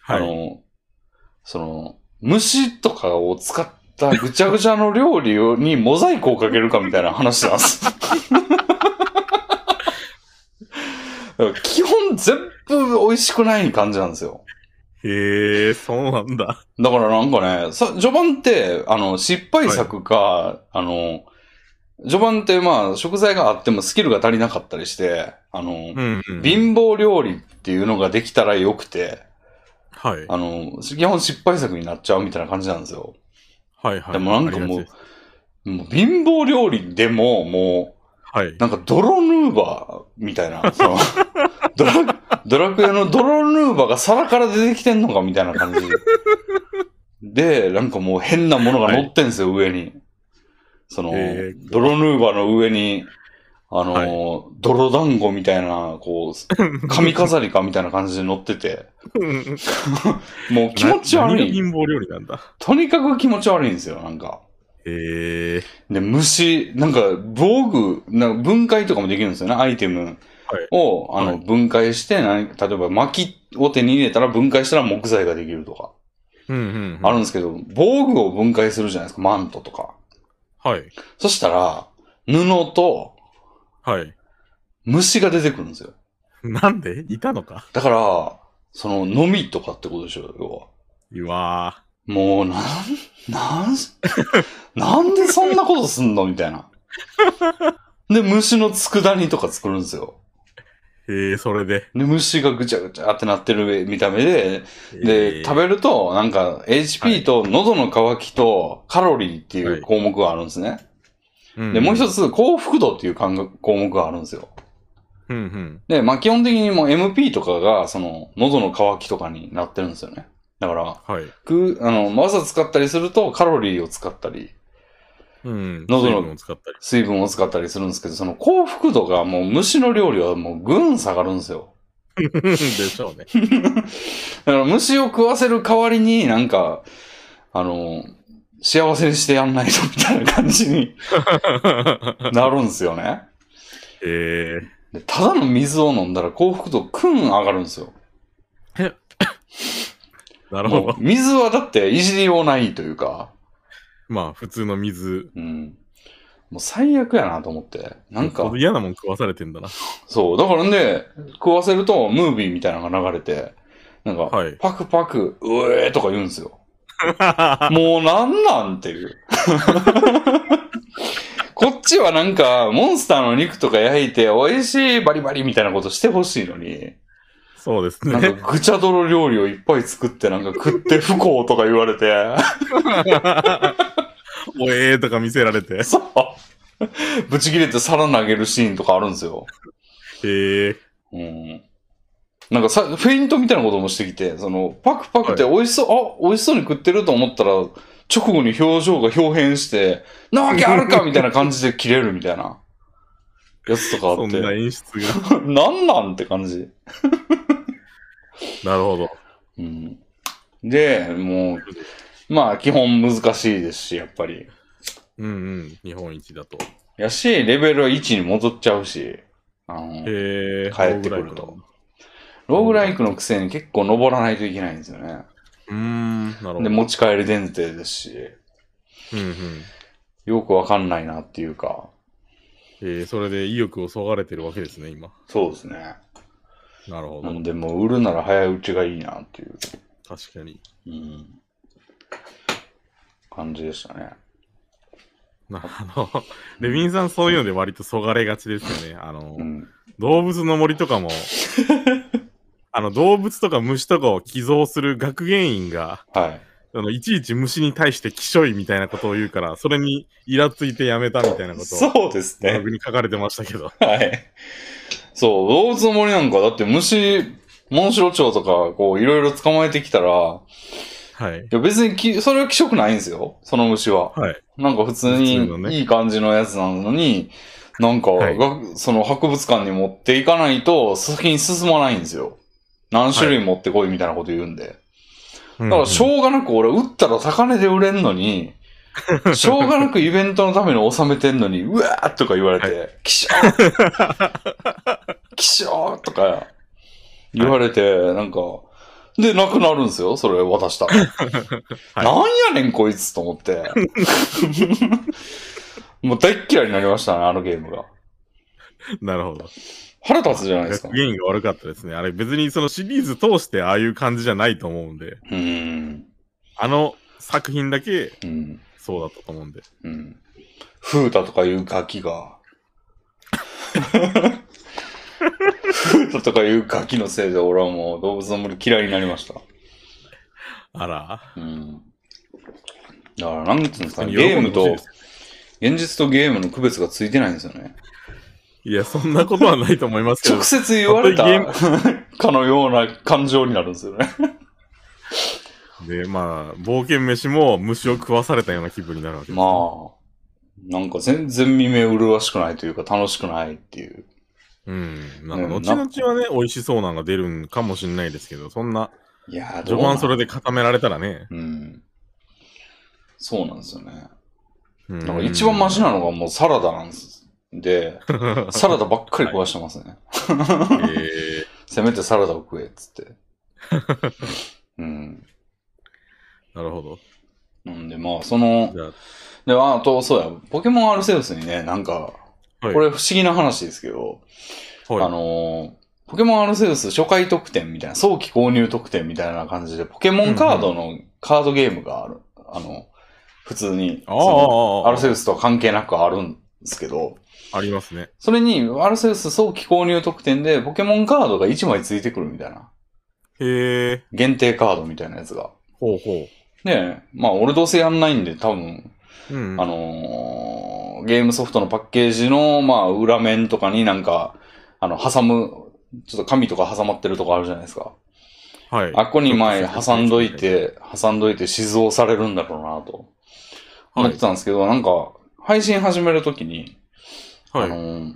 [SPEAKER 1] あ
[SPEAKER 2] はい。
[SPEAKER 1] の、その、虫とかを使ったぐちゃぐちゃの料理をにモザイクをかけるかみたいな話なんです。だ から基本全部美味しくない感じなんですよ。
[SPEAKER 2] へえ、そうなんだ。
[SPEAKER 1] だからなんかね、さ序盤って、あの、失敗作か、あの、序盤ってまあ、食材があってもスキルが足りなかったりして、あの、
[SPEAKER 2] うん、うん。
[SPEAKER 1] 貧乏料理っていうのができたらよくて、
[SPEAKER 2] はい。
[SPEAKER 1] あの、基本失敗作になっちゃうみたいな感じなんですよ。
[SPEAKER 2] はいはい。
[SPEAKER 1] でもなんか
[SPEAKER 2] ありが
[SPEAKER 1] も
[SPEAKER 2] ち
[SPEAKER 1] う
[SPEAKER 2] です、
[SPEAKER 1] もう貧乏料理でも、も
[SPEAKER 2] はい。
[SPEAKER 1] う、なんか泥ヌーバーみたいな、その ドラ、ドラクエの泥ヌーバーが皿から出てきてんのかみたいな感じ。で、なんかもう変なものが乗ってんすよ、上に。その、
[SPEAKER 2] えー
[SPEAKER 1] 泥ヌーバーの上に、あの、
[SPEAKER 2] は
[SPEAKER 1] 泥団子みたいな、こう、髪飾りかみたいな感じで乗ってて、
[SPEAKER 2] うんうん
[SPEAKER 1] もう気持ち悪
[SPEAKER 2] な何が
[SPEAKER 1] い。
[SPEAKER 2] 貧乏料理なんだ。
[SPEAKER 1] とにかく気持ち悪いんですよ、なんか。
[SPEAKER 2] へえ。
[SPEAKER 1] で、虫、なんか、防具、なんか分解とかもできるんですよね、アイテムを、
[SPEAKER 2] はい
[SPEAKER 1] あ
[SPEAKER 2] は
[SPEAKER 1] の、
[SPEAKER 2] い
[SPEAKER 1] 分解して、何例えば薪を手に入れたら分解したら木材ができるとか、
[SPEAKER 2] うんうん、うん。
[SPEAKER 1] あるんですけど、防具を分解するじゃないですか、マントとか。
[SPEAKER 2] はい。
[SPEAKER 1] そしたら、布と
[SPEAKER 2] はい。
[SPEAKER 1] 虫が出てくるんですよ。
[SPEAKER 2] なんでいたのか
[SPEAKER 1] だから、その、飲みとかってことでしょ、要は。
[SPEAKER 2] うわ
[SPEAKER 1] もう、なん、なん、なんでそんなことすんのみたいな。で、虫の佃煮とか作るんですよ。
[SPEAKER 2] ー。へえ、それで。
[SPEAKER 1] で、虫がぐちゃぐちゃってなってる見た目で、で、食
[SPEAKER 2] べ
[SPEAKER 1] べると、なんか、HP と喉の渇きとカロリーってい
[SPEAKER 2] は
[SPEAKER 1] う
[SPEAKER 2] い
[SPEAKER 1] 項目があるんですね。
[SPEAKER 2] うん
[SPEAKER 1] で、もう一。つ、幸福度っていう感覚項目があるんですよ。
[SPEAKER 2] うんうん。
[SPEAKER 1] で、まあ、基本的にもう MP とかが、その、喉の渇きとかになってるんですよね。だから、
[SPEAKER 2] はい。
[SPEAKER 1] く、あの、技使ったりすると、カロリーを使ったり、
[SPEAKER 2] うん。
[SPEAKER 1] 喉の
[SPEAKER 2] 水分を使ったり。
[SPEAKER 1] 水分を使ったりするんですけど、その幸福度がもう虫の料理はもうぐん下がるんですよ。
[SPEAKER 2] でしょ うね。
[SPEAKER 1] だから虫を食わせる代わりになんか、あの、幸せにしてやんないとみたいな感じ になるんですよね。
[SPEAKER 2] へえ。
[SPEAKER 1] でただの水を飲んだら幸福度くん上がるんですよ。
[SPEAKER 2] なるほ
[SPEAKER 1] もう
[SPEAKER 2] ど。
[SPEAKER 1] 水はだっていじりようないというか、
[SPEAKER 2] まあ、普通の水。
[SPEAKER 1] うん。もう最悪やなと思って。なんか、
[SPEAKER 2] 嫌なもん食わされてんだな。
[SPEAKER 1] そう。だからね、食わせるとムービーみたいなのが流れて、なんか、
[SPEAKER 2] はい
[SPEAKER 1] パクパク、うえーとか言うんですよ。もうなんなんていう。 こっちはなんか、モンスターの肉とか焼いて、美味しいバリバリみたいなことしてほしいのに、
[SPEAKER 2] そうです
[SPEAKER 1] なんか
[SPEAKER 2] ね。
[SPEAKER 1] ぐちゃ泥料理をいっぱい作って、なんか食って不幸とか言われて、
[SPEAKER 2] おえーとか見せられて。
[SPEAKER 1] そう。ぶち切れて皿投げるシーンとかあるんですよ。
[SPEAKER 2] へえ。
[SPEAKER 1] うん。なんかさ、フェイントみたいなこともしてきて、その、パクパクって美味しそう、あ、美味しそうに食ってると思ったら、直後 に表情が表変して、なわけあるかみたいな感じで切れるみたいな。やつとかあ
[SPEAKER 2] そ
[SPEAKER 1] っ
[SPEAKER 2] ん
[SPEAKER 1] て、
[SPEAKER 2] な演出が。
[SPEAKER 1] なんなんって感じ。
[SPEAKER 2] なるほど。
[SPEAKER 1] うん。で、もう、まあ基本難しいですし、やっぱり。
[SPEAKER 2] うんうん。日本一だと。
[SPEAKER 1] やし、レベルは1に戻っちゃうし、あの、
[SPEAKER 2] へえ。
[SPEAKER 1] 帰ってくると。ローグライクのくせに結構登らないといけないんですよね。
[SPEAKER 2] うーん。なるほど。
[SPEAKER 1] で、持ち帰り前提ですし、
[SPEAKER 2] うんうん。
[SPEAKER 1] よくわかんないなっていうか、
[SPEAKER 2] えー、それで意欲をそがれてるわけですね、今。
[SPEAKER 1] そうですね。
[SPEAKER 2] なるほど。
[SPEAKER 1] なんで、もう売るなら早いうちがいいなっていう、
[SPEAKER 2] 確かに。
[SPEAKER 1] うん、感じでしたね。
[SPEAKER 2] な あの、レビンさんそういうので割とそがれがちですよね。あの、
[SPEAKER 1] うん。
[SPEAKER 2] 動物の森 とかも、あの、動物とか虫とかを寄贈する学芸員が、
[SPEAKER 1] はい。
[SPEAKER 2] あの、いちいち虫に対してきしょいみたいなことを言うから、それにイラついてやめたみたいなことを、
[SPEAKER 1] そうです
[SPEAKER 2] ブロ
[SPEAKER 1] ね。
[SPEAKER 2] グに書かれてましたけど。
[SPEAKER 1] はい。そう、動物の森なんか、だって虫、モンシロチョウとか、こう、いろいろ捕まえてきたら、
[SPEAKER 2] は
[SPEAKER 1] い
[SPEAKER 2] い。
[SPEAKER 1] や別にき、それは気色ないんですよ、その虫は。
[SPEAKER 2] はい。
[SPEAKER 1] なんか普通
[SPEAKER 2] 普通のね
[SPEAKER 1] にいい感じのやつなのに、なんか、
[SPEAKER 2] はい
[SPEAKER 1] がその博物館に持っていかないと先に進まないんですよ。何種類持ってこいみたいなこと言うんで。
[SPEAKER 2] だ
[SPEAKER 1] だからしょうがなく俺打ったら高値で売れんの に、しょうがなくイベントのために収めてんのに、うわーとか言われて、きしょー きしょーとか言われて、なんか、で、なくなるんですよ、それ渡した ら。
[SPEAKER 2] い
[SPEAKER 1] なんやねん、こいつと思って。 もう大っ嫌いになりましたね、あのゲームが。
[SPEAKER 2] なるほど。
[SPEAKER 1] 腹立つじゃないですか
[SPEAKER 2] 学。芸員が悪かったですね。あれ別にそのシリーズ通してああいう感じじゃないと思うんで、
[SPEAKER 1] うーん。
[SPEAKER 2] あの作品だけ
[SPEAKER 1] うん。
[SPEAKER 2] そうだったと思うんで。
[SPEAKER 1] うん。フータとかいうガキが。フータとかいうガキのせいで俺はもう動物の森嫌いになりました。
[SPEAKER 2] あら。
[SPEAKER 1] うん。だから、なんていうんですかね、
[SPEAKER 2] 喜んで
[SPEAKER 1] ゲーム
[SPEAKER 2] ほし
[SPEAKER 1] と
[SPEAKER 2] いです、
[SPEAKER 1] 現実とゲームの区別がついてないんですよね。
[SPEAKER 2] いや、そんなことはないと思いますけど
[SPEAKER 1] 直、接言われた
[SPEAKER 2] 本 当
[SPEAKER 1] かのような感情になるんですよね。
[SPEAKER 2] で、まあ、冒険飯も虫を食わされたような気分になるわけです。
[SPEAKER 1] まあ、なんか全然未明麗しくないというか楽しくないっていう。
[SPEAKER 2] うん。なんか、後々はね、美味しそうなのが出るんかもしれないですけど、そんな、
[SPEAKER 1] いやー、どう
[SPEAKER 2] 序
[SPEAKER 1] なん
[SPEAKER 2] 盤それで固められたらね。
[SPEAKER 1] うん。そうなんですよね。
[SPEAKER 2] うん
[SPEAKER 1] なんか一番マシなのがもうサラダなんです。 で、サラダばっかり壊してますね。
[SPEAKER 2] えー
[SPEAKER 1] せめてサラダを食え、っつ って。うん。
[SPEAKER 2] なるほど。
[SPEAKER 1] なんでまあ、その
[SPEAKER 2] じ、ゃ
[SPEAKER 1] で、あと、そうや、ポケモンアルセウスにね、なんか、
[SPEAKER 2] あ、はい。
[SPEAKER 1] これ不思議な話ですけど、
[SPEAKER 2] はい
[SPEAKER 1] あのーポケモンアルセウス初回特典みたいな、早期購入特典みたいな感じで、ポケモンカードのカードゲームがある。あの、普通に、
[SPEAKER 2] あ
[SPEAKER 1] そのア
[SPEAKER 2] あ、ああ
[SPEAKER 1] ルセウスとは関係なくあるんですけど、
[SPEAKER 2] ありますね。
[SPEAKER 1] それに、アルセウス早期購入特典で、ポケモンカードが1枚ついてくるみたいな。
[SPEAKER 2] へえ。
[SPEAKER 1] 限定カードみたいなやつが。
[SPEAKER 2] ほうほ
[SPEAKER 1] で、まあ、俺どうせやんないんで、多分、
[SPEAKER 2] う。うん。
[SPEAKER 1] あのーゲームソフトのパッケージの、まあ、裏面とかになんか、あの、挟む、ちょっと紙とか挟まってるとこあるじゃないですか。
[SPEAKER 2] はい。
[SPEAKER 1] あっこに前挟んどいて、挟んどいて静造されるんだろうなと。思ってたんですけど、なんか、配信始めるときに、
[SPEAKER 2] は
[SPEAKER 1] あ
[SPEAKER 2] い。
[SPEAKER 1] の
[SPEAKER 2] はい。
[SPEAKER 1] ー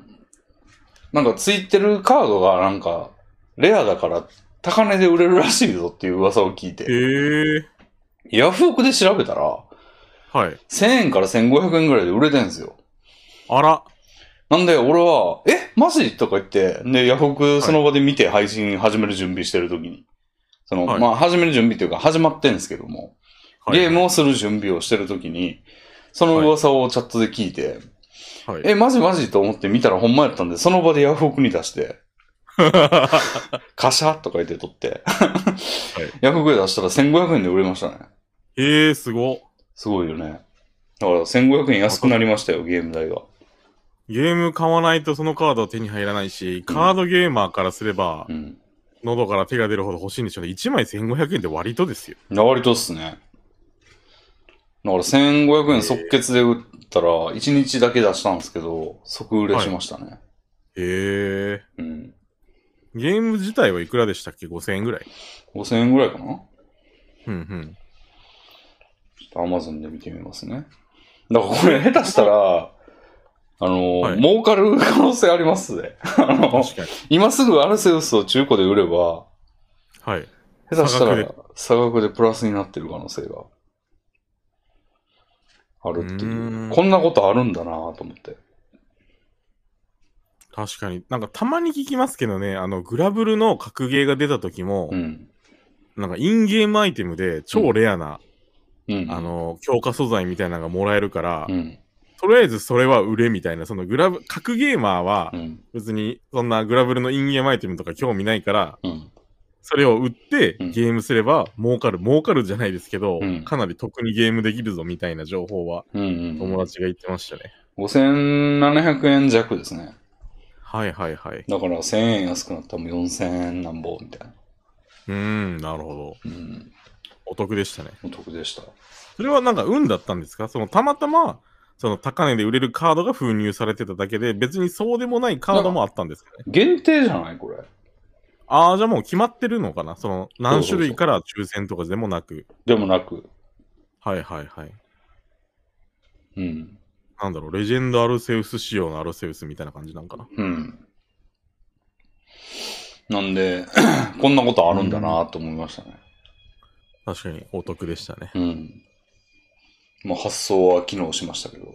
[SPEAKER 1] なんかついてるカードがなんか、レアだから高値で売れるらしいぞっていう噂を聞いて、
[SPEAKER 2] へえ。
[SPEAKER 1] ヤフオクで調べたら、
[SPEAKER 2] はい。
[SPEAKER 1] 1000円から1500円ぐらいで売れてんですよ。
[SPEAKER 2] あら。
[SPEAKER 1] なんで俺は、えマジとか言って、で、ヤフオクその場で見て配信始める準備してるときに、その、
[SPEAKER 2] はい
[SPEAKER 1] まあ始める準備というか始まってんですけども、
[SPEAKER 2] はい
[SPEAKER 1] ゲームをする準備をしてるときに、その噂をチャットで聞いて、
[SPEAKER 2] はい。
[SPEAKER 1] え、マジマジと思って見たらほんまやったんで、その場でヤフオクに出して、カシャとか言って取って、ヤフオクで出したら1500円で売れましたね。
[SPEAKER 2] ええ、すご。
[SPEAKER 1] すごいよね。だから1500円安くなりましたよ、ゲーム代が。
[SPEAKER 2] ゲーム買わないとそのカードは手に入らないし、カードゲーマーからすれば
[SPEAKER 1] う、ん。
[SPEAKER 2] 喉から手が出るほど欲しいんでしょうね。1枚1500円って割とですよ。
[SPEAKER 1] 割とっすね。だから1500円即決で売ったら、1日だけ出したんですけど、即売れしましたね。
[SPEAKER 2] へえ。
[SPEAKER 1] うん。
[SPEAKER 2] ゲーム自体はいくらでしたっけ ?5000 円ぐらい。
[SPEAKER 1] 5000円ぐらいかな
[SPEAKER 2] うんうん。
[SPEAKER 1] アマゾンで見てみますね。だからこれ下手したら、あの、
[SPEAKER 2] はい
[SPEAKER 1] 儲かる可能性ありますね。あの、
[SPEAKER 2] 確かに。
[SPEAKER 1] 今すぐアルセウスを中古で売れば、
[SPEAKER 2] はい。
[SPEAKER 1] 下手した
[SPEAKER 2] 差額
[SPEAKER 1] ら
[SPEAKER 2] で
[SPEAKER 1] 差額でプラスになってる可能性があるって
[SPEAKER 2] う
[SPEAKER 1] い
[SPEAKER 2] ー
[SPEAKER 1] う。
[SPEAKER 2] ん
[SPEAKER 1] こんなことあるんだなぁと思って。
[SPEAKER 2] 確かに。なんかたまに聞きますけどね、あの、グラブルの格ゲーが出た時も、
[SPEAKER 1] うん。
[SPEAKER 2] なんかインゲームアイテムで超レアな、
[SPEAKER 1] うん。
[SPEAKER 2] あ、の、強化素材みたいなのがもらえるから、
[SPEAKER 1] うん。
[SPEAKER 2] とりあえずそれは売れみたいな、そのグラブ、格ゲーマーは
[SPEAKER 1] うん。
[SPEAKER 2] 別にそんなグラブルのインゲームアイテムとか興味ないから、
[SPEAKER 1] うん。
[SPEAKER 2] それを売って
[SPEAKER 1] うん
[SPEAKER 2] ゲームすれば儲かる、儲かるじゃないですけど、
[SPEAKER 1] うん
[SPEAKER 2] かなり得にゲームできるぞみたいな情報は
[SPEAKER 1] うん。うん
[SPEAKER 2] 友達が言ってましたね。
[SPEAKER 1] 5700円弱ですね。
[SPEAKER 2] はいはいはい。
[SPEAKER 1] だから1000円安くなったらもう4000円なんぼみたいな。
[SPEAKER 2] うーん、なるほど。
[SPEAKER 1] うん。
[SPEAKER 2] お得でしたね。
[SPEAKER 1] お得でした。
[SPEAKER 2] それはなんか運だったんですかそのたまたま、その高値で売れるカードが封入されてただけで、別にそうでもないカードもあったんですかね。
[SPEAKER 1] 限定じゃないこれ。
[SPEAKER 2] ああ、じゃあもう決まってるのかなその何種
[SPEAKER 1] そうそう
[SPEAKER 2] 類
[SPEAKER 1] そう
[SPEAKER 2] から抽選とかでもなく。
[SPEAKER 1] でもなく。
[SPEAKER 2] はいはいはい。
[SPEAKER 1] うん。
[SPEAKER 2] なんだろう、レジェンドアルセウス仕様のアルセウスみたいな感じなんかな。
[SPEAKER 1] うん。なんで、 こんなことあるんだなと思いましたね。
[SPEAKER 2] 確かにお得でしたね。
[SPEAKER 1] うん。まあ発想は機能しましたけど。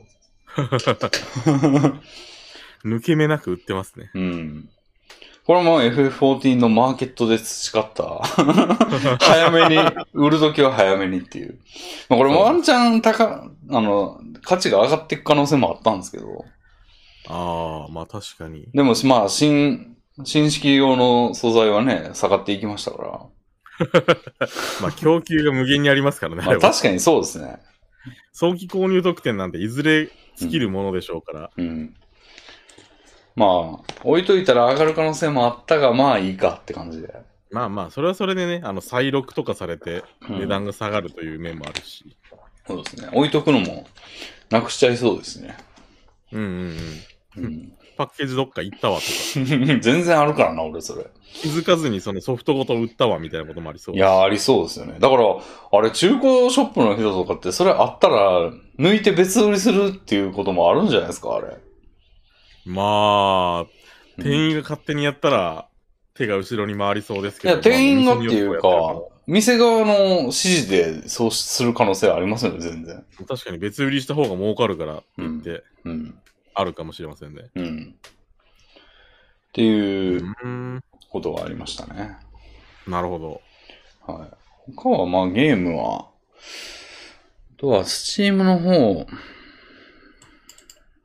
[SPEAKER 2] 抜け目なく売ってますね。
[SPEAKER 1] うん。これも FF14 のマーケットで培った。 早めに、売るときは早めにっていう。まあこれもワンチャン高、あの、価値が上がっていく可能性もあったんですけど。
[SPEAKER 2] ああ、まあ確かに。
[SPEAKER 1] でも、まあ、新、新式用の素材はね、下がっていきましたから。
[SPEAKER 2] まあ供給が無限にありますからね。
[SPEAKER 1] まあ、
[SPEAKER 2] あれは
[SPEAKER 1] 確かにそうですね。
[SPEAKER 2] 早期購入特典なんていずれ尽きるものでしょうから。
[SPEAKER 1] うん。まあ、置いといたら上がる可能性もあったが、まあいいかって感じで。
[SPEAKER 2] まあまあ、それはそれでね、あの、再録とかされて、
[SPEAKER 1] うん
[SPEAKER 2] 値段が下がるという面もあるし。
[SPEAKER 1] そうですね。置いとくのも、なくしちゃいそうですね。
[SPEAKER 2] うんうんうん。
[SPEAKER 1] うん。
[SPEAKER 2] パッケージどっか行ったわとか、
[SPEAKER 1] 全然あるからな、俺、それ。
[SPEAKER 2] 気づかずにそのソフトごと売ったわみたいなこともありそう。
[SPEAKER 1] いやー、ありそうですよね。だから、あれ、中古ショップの人とかって、それあったら、抜いて別売りするっていうこともあるんじゃないですか、あれ。
[SPEAKER 2] まあ、
[SPEAKER 1] うん
[SPEAKER 2] 店員が勝手にやったら、手が後ろに回りそうです
[SPEAKER 1] い
[SPEAKER 2] けど。
[SPEAKER 1] や、店員がっていうか
[SPEAKER 2] まあお店によってはやっ
[SPEAKER 1] 店側
[SPEAKER 2] てる、
[SPEAKER 1] の指示でそうする可能性はありますよね、全然。
[SPEAKER 2] かも確かに別売りした方が儲かるからって言って、
[SPEAKER 1] うん。
[SPEAKER 2] あるかもしれませんね。
[SPEAKER 1] うん。っていうう
[SPEAKER 2] ーん。
[SPEAKER 1] ことがありましたね。
[SPEAKER 2] なるほど。
[SPEAKER 1] はい。他は、まあ、ゲームは、あとは、スチームの方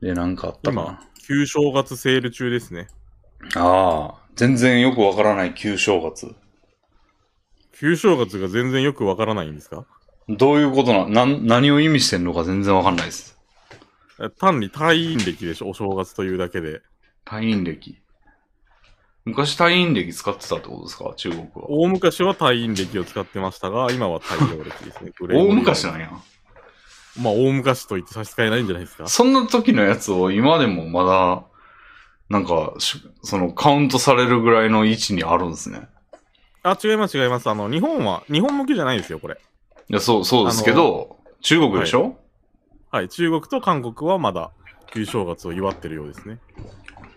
[SPEAKER 1] でなんかあったかな。
[SPEAKER 2] 旧正月セール中ですね。
[SPEAKER 1] ああ、全然よくわからない旧正月。
[SPEAKER 2] 旧正月が全然よくわからないんですか
[SPEAKER 1] どういうことな、なん、何を意味してんのか全然わかんないです。
[SPEAKER 2] え単に退院歴でしょ、お正月というだけで。
[SPEAKER 1] 退院歴。昔退院歴使ってたってことですか中国は。
[SPEAKER 2] 大昔は退院歴を使ってましたが、今は退用歴で すね。
[SPEAKER 1] 大昔
[SPEAKER 2] だ
[SPEAKER 1] なんや。
[SPEAKER 2] まあ、大昔と言って差し支えないんじゃないですか。
[SPEAKER 1] そんな時のやつを今でもまだ、なんかし、そのカウントされるぐらいの位置にあるんですね。
[SPEAKER 2] あ、違います、違います。あの、日本は、日本向けじゃないですよ、これ。
[SPEAKER 1] いや、そう、そうですけど、中国でしょ、
[SPEAKER 2] はい、中国と韓国はまだ旧正月を祝ってるようですね。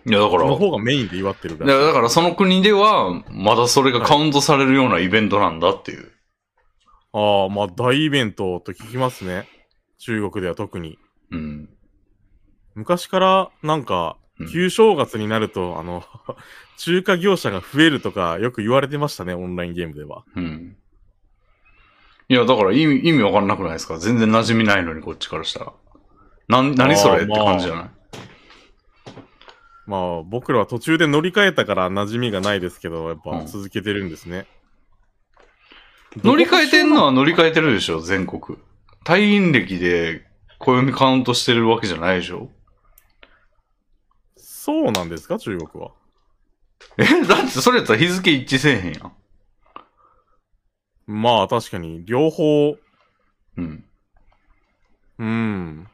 [SPEAKER 1] い、や、だから、
[SPEAKER 2] その
[SPEAKER 1] い
[SPEAKER 2] 方がメインで祝ってるらしい
[SPEAKER 1] やだからその国では、まだそれがカウントされるようなイベントなんだっていう。
[SPEAKER 2] ああ、まあ、大イベントと聞きますね。中国では特に。
[SPEAKER 1] うん。
[SPEAKER 2] 昔から、なんか
[SPEAKER 1] うん、
[SPEAKER 2] 旧正月になると、あの、 中華業者が増えるとか、よく言われてましたね、オンラインゲームでは。
[SPEAKER 1] うん。いや、だから意味、意味わかんなくないですか全然馴染みないのに、こっちからしたら。なん、何それ
[SPEAKER 2] あー
[SPEAKER 1] って
[SPEAKER 2] まあ
[SPEAKER 1] 感じじゃない、
[SPEAKER 2] まあ、僕らは途中で乗り換えたから馴染みがないですけど、やっ
[SPEAKER 1] う
[SPEAKER 2] ぱ
[SPEAKER 1] ん
[SPEAKER 2] 続けてるんですね。
[SPEAKER 1] 乗り換えてんのは乗り換えてるでしょ全国。退院歴で、暦カウントしてるわけじゃないでしょ
[SPEAKER 2] そうなんですか、中国は。
[SPEAKER 1] え、だってそれやったら日付一致せえへんやん。
[SPEAKER 2] まあ、確かに、両方、
[SPEAKER 1] うん。
[SPEAKER 2] うん。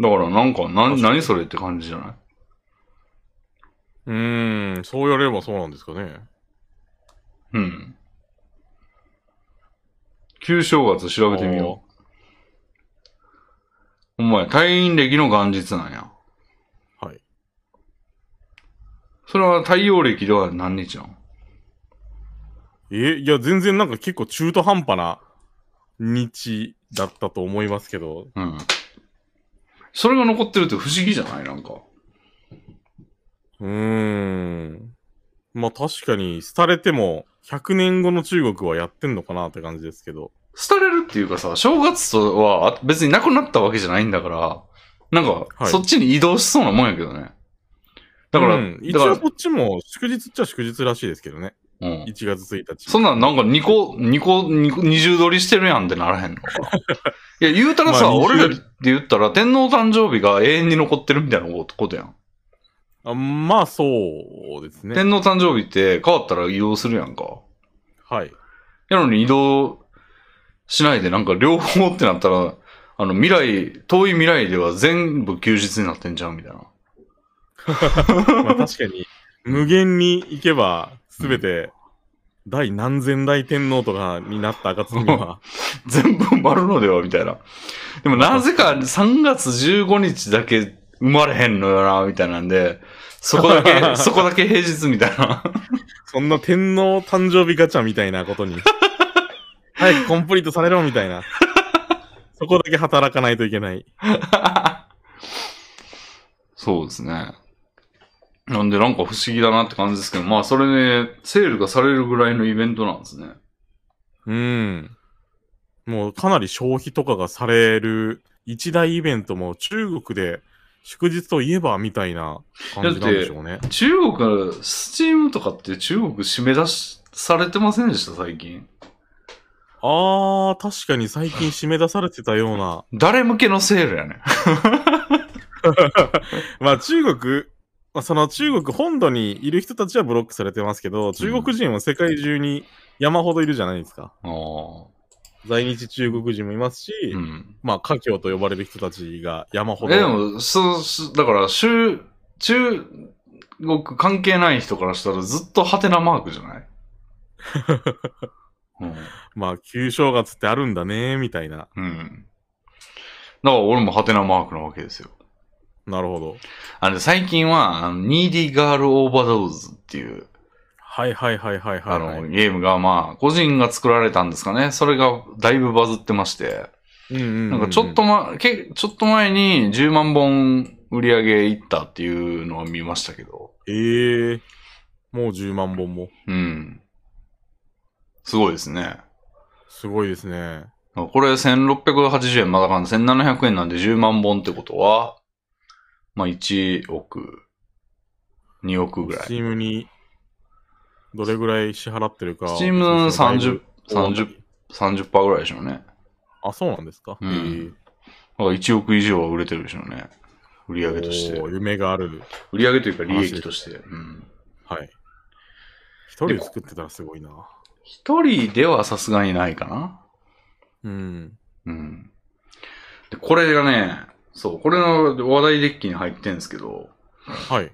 [SPEAKER 1] だからなんか、な
[SPEAKER 2] 確か
[SPEAKER 1] ん、
[SPEAKER 2] に
[SPEAKER 1] 何それって感じじゃないう
[SPEAKER 2] ーん、そう言われればそうなんですかね。
[SPEAKER 1] うん。旧正月調べてみよほんまや、退院歴の元日なんや。
[SPEAKER 2] はい。
[SPEAKER 1] それは太陽暦では何日なん
[SPEAKER 2] え、いや、全然なんか結構中途半端な日だったと思いますけど、
[SPEAKER 1] うん。それが残ってるって不思議じゃないなんか。
[SPEAKER 2] うーん。まあ確かに、廃れても100年後の中国はやってんのかなって感じですけど。
[SPEAKER 1] 廃れるっていうかさ、正月とはあ別になくなったわけじゃないんだから、なんか、
[SPEAKER 2] はい
[SPEAKER 1] そっちに移動しそうなもんやけどね。だから、
[SPEAKER 2] うん、一
[SPEAKER 1] だから
[SPEAKER 2] 応こっちも祝日っちゃ祝日らしいですけどね。
[SPEAKER 1] うん。
[SPEAKER 2] 1月1日。
[SPEAKER 1] そんなんなんか2個、2個、二個二重取りしてるやんってな らへんのか。いや、言うたらさ、
[SPEAKER 2] まあ二重
[SPEAKER 1] 俺らで言ったら天皇誕生日が永遠に残ってるみたいなことことやん。
[SPEAKER 2] あまあそうですね。
[SPEAKER 1] 天皇誕生日って変わったら移動するやんか。
[SPEAKER 2] はい。
[SPEAKER 1] やのに移動しないでなんか両方ってなったら、あの未来、遠い未来では全部休日になってんじゃんみたいな。
[SPEAKER 2] まあ確かに、無限に行けば、すべて、第何千代天皇とかになった暁には、
[SPEAKER 1] 全部埋まるのではみたいな。でもなぜか3月15日だけ生まれへんのよな、みたいなんで、そこだ け、そこだけ平日みたいな。
[SPEAKER 2] そんな天皇誕生日ガチャみたいな ことに、早くコンプリートされろみたいな。そこだけ働かないといけない。
[SPEAKER 1] そうですね。なんでなんか不思議だなって感じですけど、まあそれね、セールがされるぐらいのイベントなんですね。
[SPEAKER 2] うん。もうかなり消費とかがされる一大イベントも中国で祝日といえばみたいな感じなんでしょうね。
[SPEAKER 1] 中国、スチームとかって中国締め出し、されてませんでした、最近。
[SPEAKER 2] あー、確かに最近締め出されてたような。
[SPEAKER 1] 誰向けのセールやね。
[SPEAKER 2] まあ中国、まあ、その中国本土にいる人たちはブロックされてますけど、中国人は世界中に山ほどいるじゃないですか。
[SPEAKER 1] ああ。
[SPEAKER 2] 在日中国人もいますし、
[SPEAKER 1] うん。
[SPEAKER 2] まあ、華僑と呼ばれる人たちが山ほど。
[SPEAKER 1] え、でも、そう、すだから、中、中国関係ない人からしたらずっとハテナマークじゃ ないうん。
[SPEAKER 2] まあ、旧正月ってあるんだね、みたいな。
[SPEAKER 1] うん。だから俺もハテナマークなわけですよ。
[SPEAKER 2] なるほど。
[SPEAKER 1] あの、最近は、あの、ニーディガールオーバードーズっていう、
[SPEAKER 2] はいはいはいはいは
[SPEAKER 1] あ
[SPEAKER 2] いはい、
[SPEAKER 1] の、ゲームがまあ、個人が作られたんですかね。それがだいぶバズってまして。
[SPEAKER 2] うんうんうん
[SPEAKER 1] なんかちょっと。ま、け、ちょっと前に10万本売り上げいったっていうのを見ましたけど。
[SPEAKER 2] ええもう10万本も。
[SPEAKER 1] うん。すごいですね。
[SPEAKER 2] すごいですね。
[SPEAKER 1] これ1680円まだかん1700円なんで10万本ってことは、まあ1億、2億ぐらい。
[SPEAKER 2] スチームに、どれぐらい支払ってるか。
[SPEAKER 1] スチームの30、
[SPEAKER 2] 30
[SPEAKER 1] 30、30%ぐらいでしょうね。
[SPEAKER 2] あ、そうなんですか。
[SPEAKER 1] うん
[SPEAKER 2] え
[SPEAKER 1] だから1億以上は売れてるでしょうね。売り
[SPEAKER 2] え
[SPEAKER 1] 上げとして
[SPEAKER 2] お。ー夢がある。
[SPEAKER 1] 売り上げというか利益として。うん。
[SPEAKER 2] はい。一人で作ってたらすごいな。
[SPEAKER 1] 一人ではさすがにないかな。
[SPEAKER 2] うん。
[SPEAKER 1] うん。で、これがね、そう、これの話題デッキに入ってんですけど、
[SPEAKER 2] はい。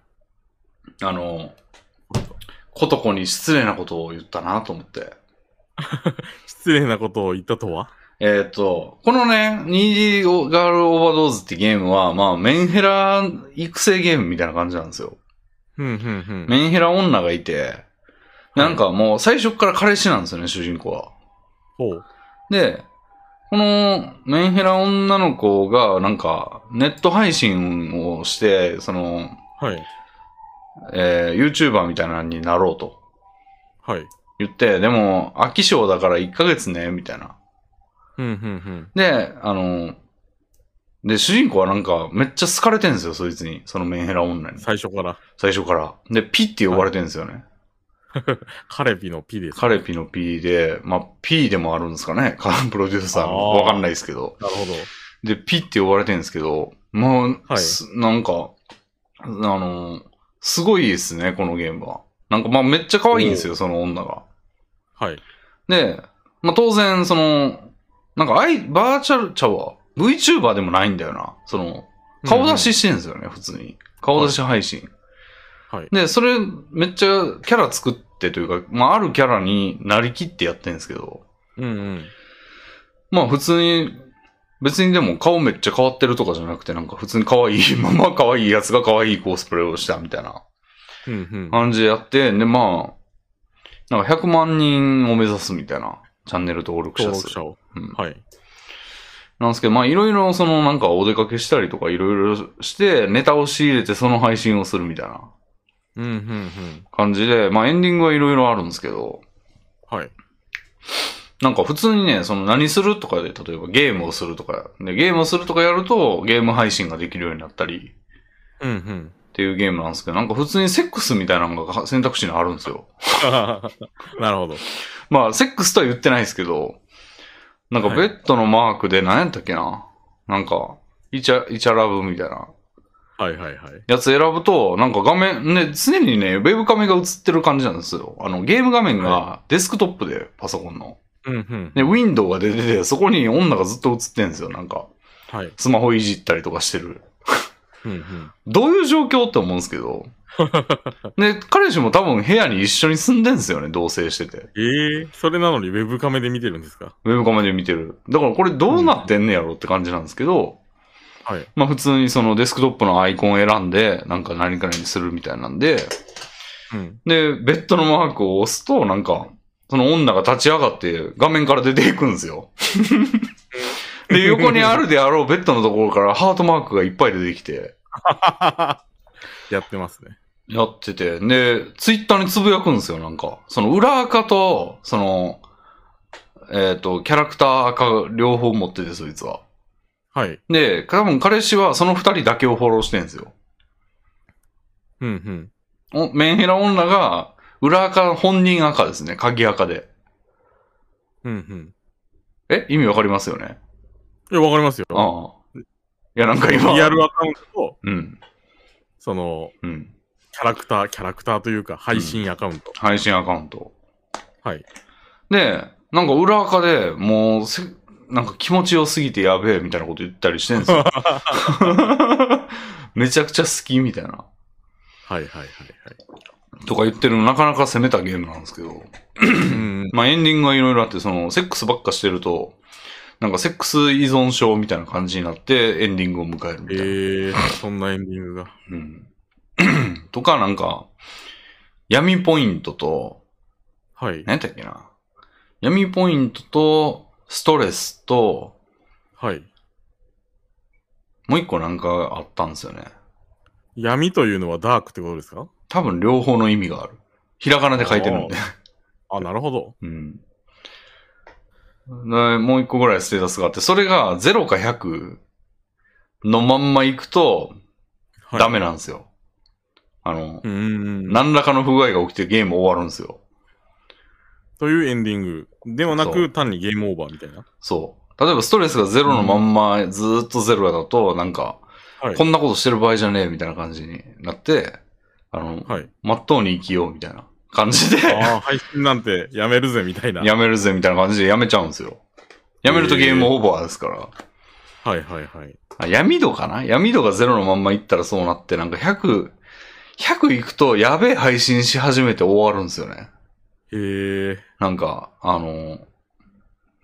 [SPEAKER 1] あの、ことこに失礼なことを言ったなと思って。
[SPEAKER 2] 失礼なことを言ったとは
[SPEAKER 1] えっ、と、このね、ニーディガールオーバードーズってゲームは、まあ、メンヘラ育成ゲームみたいな感じなんですよ。
[SPEAKER 2] うん、うん、うん。
[SPEAKER 1] メンヘラ女がいて、なんかもう最初っから彼氏なんですよね、主人公は。
[SPEAKER 2] ほう。
[SPEAKER 1] で、このメンヘラ女の子が、なんか、ネット配信をして、その、
[SPEAKER 2] はい。
[SPEAKER 1] えー、YouTuber みたいなのになろうと
[SPEAKER 2] はい。
[SPEAKER 1] 言って、でも、飽き性だから1ヶ月ね、みたいな。
[SPEAKER 2] うん、うん、
[SPEAKER 1] で、あの、で、主人公はなんか、めっちゃ好かれてんですよ、そいつに。そのメンヘラ女
[SPEAKER 2] うん。
[SPEAKER 1] に。
[SPEAKER 2] 最初から、
[SPEAKER 1] 最初から。で、ピって呼ばれてんですよね。
[SPEAKER 2] カレピの P です。
[SPEAKER 1] カレピの P で、まあ、P でもあるんですかね。カープロデューサーの。
[SPEAKER 2] あー
[SPEAKER 1] わかんないですけど。
[SPEAKER 2] なるほど。
[SPEAKER 1] で、ピって呼ばれてるんですけど、もう、
[SPEAKER 2] はい
[SPEAKER 1] すなんか、あの、すごいですね、このゲームは。なんか、まあ、めっちゃ可愛いんですよ、その女が。
[SPEAKER 2] はい。
[SPEAKER 1] で、まあ、当然、その、なんか、アイ、バーチャル、ちゃうわ。VTuber でもないんだよな。その、顔出ししてるんですよね、普通に。顔出し配信。
[SPEAKER 2] うん。はい。
[SPEAKER 1] で、それ、めっちゃキャラ作ってというか、まあ、あるキャラになりきってやってるんですけど、
[SPEAKER 2] うんうん。
[SPEAKER 1] まあ普通に別にでも顔めっちゃ変わってるとかじゃなくて、なんか普通に可愛い、まあまあ可愛いやつが可愛いコスプレをしたみたいな
[SPEAKER 2] うんうん。
[SPEAKER 1] 感じでやって、でまあ、なんか100万人を目指すみたいなチャンネル登録者
[SPEAKER 2] 登
[SPEAKER 1] 数
[SPEAKER 2] 録。者を。
[SPEAKER 1] うん
[SPEAKER 2] はい。
[SPEAKER 1] なんですけど、まあいろいろそのなんかお出かけしたりとかいろいろして、ネタを仕入れてその配信をするみたいな
[SPEAKER 2] うんうんうん。
[SPEAKER 1] 感じで、まあエンディングはいろいろあるんですけど、
[SPEAKER 2] はい。
[SPEAKER 1] なんか普通にね、その何するとかで、例えばゲームをするとか、でゲームをするとかやるとゲーム配信ができるようになったり
[SPEAKER 2] うんうん。
[SPEAKER 1] っていうゲームなんですけど、なんか普通にセックスみたいなのが選択肢にあるんですよ。
[SPEAKER 2] なるほど。
[SPEAKER 1] まあセックスとは言ってないですけど、なんかベッドのマークで何やったっけななんか、イチャ、イチャラブみたいな
[SPEAKER 2] はいはいはい。
[SPEAKER 1] やつ選ぶと、なんか画面、ね、常にね、ウェブカメが映ってる感じなんですよ。あの、ゲーム画面がデスクトップで、パソコンの。
[SPEAKER 2] うんうん。
[SPEAKER 1] で、ウィンドウが出てて、そこに女がずっと映ってるんですよ。なんか、
[SPEAKER 2] はい。
[SPEAKER 1] スマホいじったりとかしてる。
[SPEAKER 2] うんうん。
[SPEAKER 1] どういう状況って思うんですけど。で、彼氏も多分部屋に一緒に住んでんですよね、同棲してて。
[SPEAKER 2] ええそれなのにウェブカメで見てるんですか
[SPEAKER 1] ウェブカメで見てる。だからこれどうなってんねやろって感じなんですけど、
[SPEAKER 2] はい。
[SPEAKER 1] まあ普通にそのデスクトップのアイコンを選んで、なんか何かにするみたいなんで、
[SPEAKER 2] うん。
[SPEAKER 1] で、ベッドのマークを押すと、なんか、その女が立ち上がって画面から出ていくんですよ。で、横にあるであろうベッドのところからハートマークがいっぱい出てきて、
[SPEAKER 2] やってますね。
[SPEAKER 1] やってて、で、ツイッターにつぶやくんですよ、なんか。その裏垢と、その、えっ、と、キャラクター赤両方持ってて、そいつは。
[SPEAKER 2] はい。
[SPEAKER 1] で、多分彼氏はその二人だけをフォローしてんですよ。
[SPEAKER 2] うんうん。
[SPEAKER 1] おメンヘラ女が裏垢本人赤ですね、鍵赤で。
[SPEAKER 2] うん
[SPEAKER 1] え意味わかりますよね
[SPEAKER 2] うん。いや、わかりますよ。
[SPEAKER 1] ああ。いや、なんか今。
[SPEAKER 2] リアルアカウントと、
[SPEAKER 1] うん。
[SPEAKER 2] その、
[SPEAKER 1] うん。
[SPEAKER 2] キャラクター、キャラクターというか、配信アカウント。
[SPEAKER 1] 配信アカウント。
[SPEAKER 2] はい。
[SPEAKER 1] で、なんか裏垢でもうせ、なんか気持ちよすぎてやべえみたいなこと言ったりしてんですよ。めちゃくちゃ好きみたいな。
[SPEAKER 2] はいはいはい
[SPEAKER 1] とか言ってるの、なかなか攻めたゲームなんですけど。
[SPEAKER 2] はい。うん。
[SPEAKER 1] まあエンディングがいろいろあって、その、セックスばっかしてると、なんかセックス依存症みたいな感じになってエンディングを迎えるみたいな。
[SPEAKER 2] ええそんなエンディングが。
[SPEAKER 1] うん。 とか、なんか、闇ポイントと、
[SPEAKER 2] はい。
[SPEAKER 1] 何やったっけな。闇ポイントと、ストレスと、
[SPEAKER 2] はい。
[SPEAKER 1] もう一個なんかあったんですよね。
[SPEAKER 2] 闇というのはダークってことですか
[SPEAKER 1] 多分両方の意味がある。ひらがなで書いてるんで。
[SPEAKER 2] あ、なるほど。
[SPEAKER 1] うん。でもう一個ぐらいステータスがあって、それが0か100のまんま行くと、
[SPEAKER 2] はい、
[SPEAKER 1] ダメなんですよ。あの、
[SPEAKER 2] うんうんうん。
[SPEAKER 1] 何らかの不具合が起きてゲーム終わるんですよ。
[SPEAKER 2] というエンディング。ではな
[SPEAKER 1] そ
[SPEAKER 2] く、単にゲームオーバーみたいな。
[SPEAKER 1] そう。例えばストレスがゼロのまんまずーっとゼロだと、なんか、
[SPEAKER 2] はい
[SPEAKER 1] こ。んなことしてる場合じゃねえみたいな感じになって、あの、
[SPEAKER 2] はい。
[SPEAKER 1] まっとうに生きようみたいな感じで、
[SPEAKER 2] ああ、配信なんてやめるぜみたい な。
[SPEAKER 1] やめるぜみたいな感じでやめちゃうんですよ。やめるとゲームオーバーですから。
[SPEAKER 2] はいはいはい。
[SPEAKER 1] あ闇度かな闇度がゼロのまんまいったらそうなって、なんか100、100いくとやべえ配信し始めて終わるんですよね。
[SPEAKER 2] へえ、
[SPEAKER 1] なんか、あの、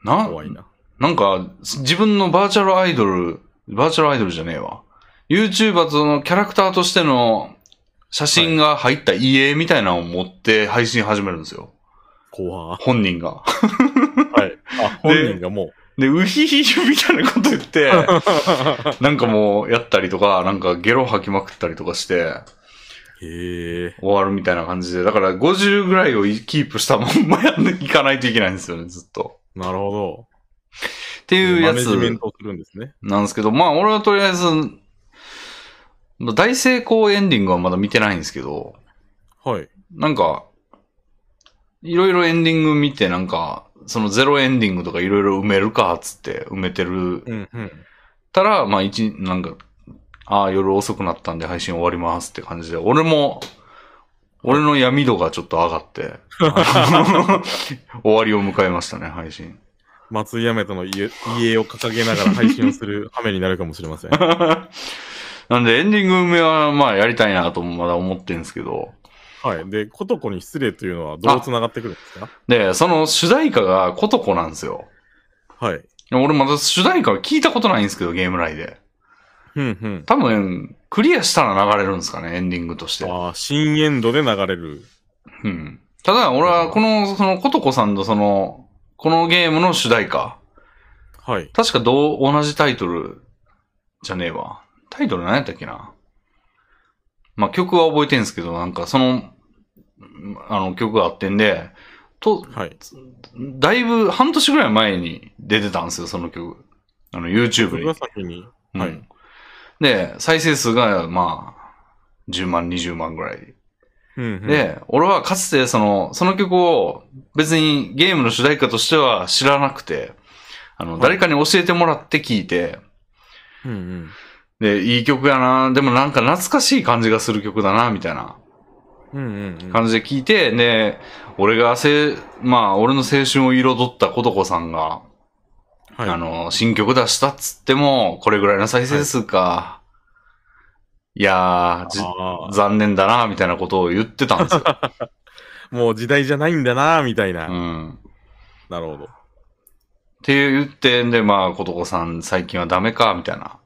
[SPEAKER 1] な、
[SPEAKER 2] 怖いな。
[SPEAKER 1] なんか、自分のバーチャルアイドル、バーチャルアイドルじゃねえわ。YouTuber とのキャラクターとしての写真が入った家みたいなのを持って配信始めるんですよ。
[SPEAKER 2] 怖
[SPEAKER 1] 本人が。
[SPEAKER 2] はい。あ、本人がもう。
[SPEAKER 1] で、ウヒヒヒみたいなこと言 って、なんかもうやったりとか、なんかゲロ吐きまくったりとかして、
[SPEAKER 2] へえ、
[SPEAKER 1] 終わるみたいな感じで、だから50ぐらいをキープしたまんまやんでいかないといけないんですよね、ずっと。
[SPEAKER 2] なるほど。
[SPEAKER 1] っていう
[SPEAKER 2] マ
[SPEAKER 1] や
[SPEAKER 2] ネ
[SPEAKER 1] つ。
[SPEAKER 2] ジメントをするんですね。
[SPEAKER 1] なんですけど、まあ俺はとりあえず、まあ大成功エンディングはまだ見てないんですけど、
[SPEAKER 2] はい。
[SPEAKER 1] なんか、いろいろエンディング見て、なんか、そのゼロエンディングとかいろいろ埋めるか、つって埋めてる
[SPEAKER 2] うんうん。
[SPEAKER 1] たら、まあ一、なんか、ああ、夜遅くなったんで配信終わりますって感じで、俺も、俺の闇度がちょっと上がって、 あの終わりを迎えましたね、配信。
[SPEAKER 2] 松井やめとの家家を掲げながら配信をする羽目になるかもしれ ません。
[SPEAKER 1] なんでエンディング埋めは、まあやりたいなともまだ思ってるんですけど、
[SPEAKER 2] はい。で、ことこに失礼というのはどう繋がってくるんですか
[SPEAKER 1] で、その主題歌がコトコなんですよ。
[SPEAKER 2] はい。
[SPEAKER 1] 俺まだ主題歌は聞いたことないんですけど、ゲーム内で。
[SPEAKER 2] うんうん。
[SPEAKER 1] 多分、クリアしたら流れるんですかね、エンディングとして。
[SPEAKER 2] ああ、新エンドで流れる。
[SPEAKER 1] うん。ただ、俺は、この、その、ことこさんとその、このゲームの主題歌。
[SPEAKER 2] はい。
[SPEAKER 1] 確かどう、同じタイトル、じゃねえわ。タイトル何やったっけな。まあ、曲は覚えてんすけど、なんか、その、あの、曲があってんで、と、
[SPEAKER 2] はい。
[SPEAKER 1] だいぶ、半年ぐらい前に出てたんですよ、その曲。あの、YouTube
[SPEAKER 2] 僕
[SPEAKER 1] に。
[SPEAKER 2] が先に。
[SPEAKER 1] うん
[SPEAKER 2] はい
[SPEAKER 1] で、再生数が、まあ、10万、20万ぐらい。
[SPEAKER 2] うんうん、
[SPEAKER 1] で、俺はかつてその、その曲を別にゲームの主題歌としては知らなくて、あの、
[SPEAKER 2] はい
[SPEAKER 1] 誰かに教えてもらって聞いて、
[SPEAKER 2] うんうん。
[SPEAKER 1] で、いい曲やな、でもなんか懐かしい感じがする曲だな、みたいな
[SPEAKER 2] うんうんうん。
[SPEAKER 1] 感じで聞いて、で、俺がせ、まあ、俺の青春を彩ったことこさんが、
[SPEAKER 2] はい。
[SPEAKER 1] あの、新曲出したっつっても、これぐらいの再生数か。い、やーじ
[SPEAKER 2] あ
[SPEAKER 1] 残念だな、みたいなことを言ってたんですよ。
[SPEAKER 2] ーもう時代じゃないんだな、みたいな。
[SPEAKER 1] うん。
[SPEAKER 2] なるほど。
[SPEAKER 1] って言って、で、まあ、ことこさん最近はダメか、みたいな。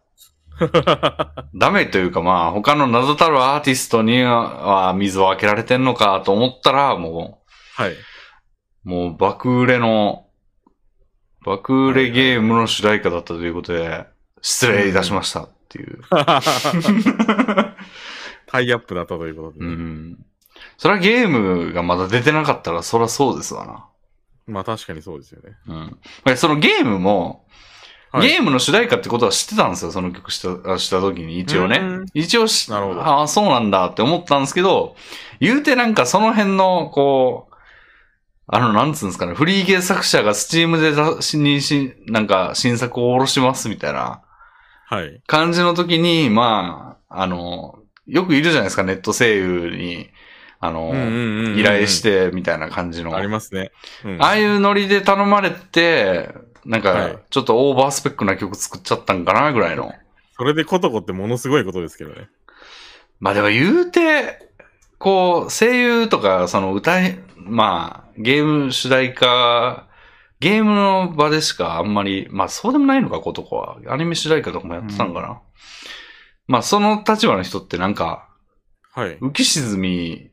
[SPEAKER 1] ダメというか、まあ、他の名だたるアーティストには水を開けられてんのかと思ったら、も
[SPEAKER 2] はい。
[SPEAKER 1] う、もう爆売れの、爆売れゲームの主題歌だったということで、失礼いたしましたっていう。
[SPEAKER 2] タイアップだったということで
[SPEAKER 1] う
[SPEAKER 2] ね、
[SPEAKER 1] ん。そりゃゲームがまだ出てなかったら、そりゃそうですわ
[SPEAKER 2] まあ確かにそうですよね。
[SPEAKER 1] な。うんで。そのゲームも、
[SPEAKER 2] はい
[SPEAKER 1] ゲームの主題歌ってことは知ってたんですよ、その曲した、あした時に、一応ね
[SPEAKER 2] うん。
[SPEAKER 1] 一応し
[SPEAKER 2] なるほど
[SPEAKER 1] ああ、そうなんだって思ったんですけど、言うてなんかその辺の、こう、あの、なんつうんですかね、フリーゲー作者がスチームでだしにし、なんか新作を下ろしますみたいな
[SPEAKER 2] はい。。
[SPEAKER 1] 感じの時に、まあ、あの、よくいるじゃないですか、ネット声優に、あの、依頼してて、みたいな感じの。
[SPEAKER 2] ありますね。うん
[SPEAKER 1] ああいうノリで頼まれて、なん
[SPEAKER 2] は
[SPEAKER 1] か
[SPEAKER 2] い、
[SPEAKER 1] ちょっとオーバースペックな曲作っちゃったんかな、ぐらいの。
[SPEAKER 2] それでコトコってものすごいことですけどね。
[SPEAKER 1] まあでも言うて、こう、声優とか、その歌い、まあ、ゲーム主題歌、ゲームの場でしかあんまり、まあそうでもないのか、ことこは。アニメ主題歌とかもやってたんかな。まあその立場の人ってなんか、
[SPEAKER 2] はい。
[SPEAKER 1] 浮き沈み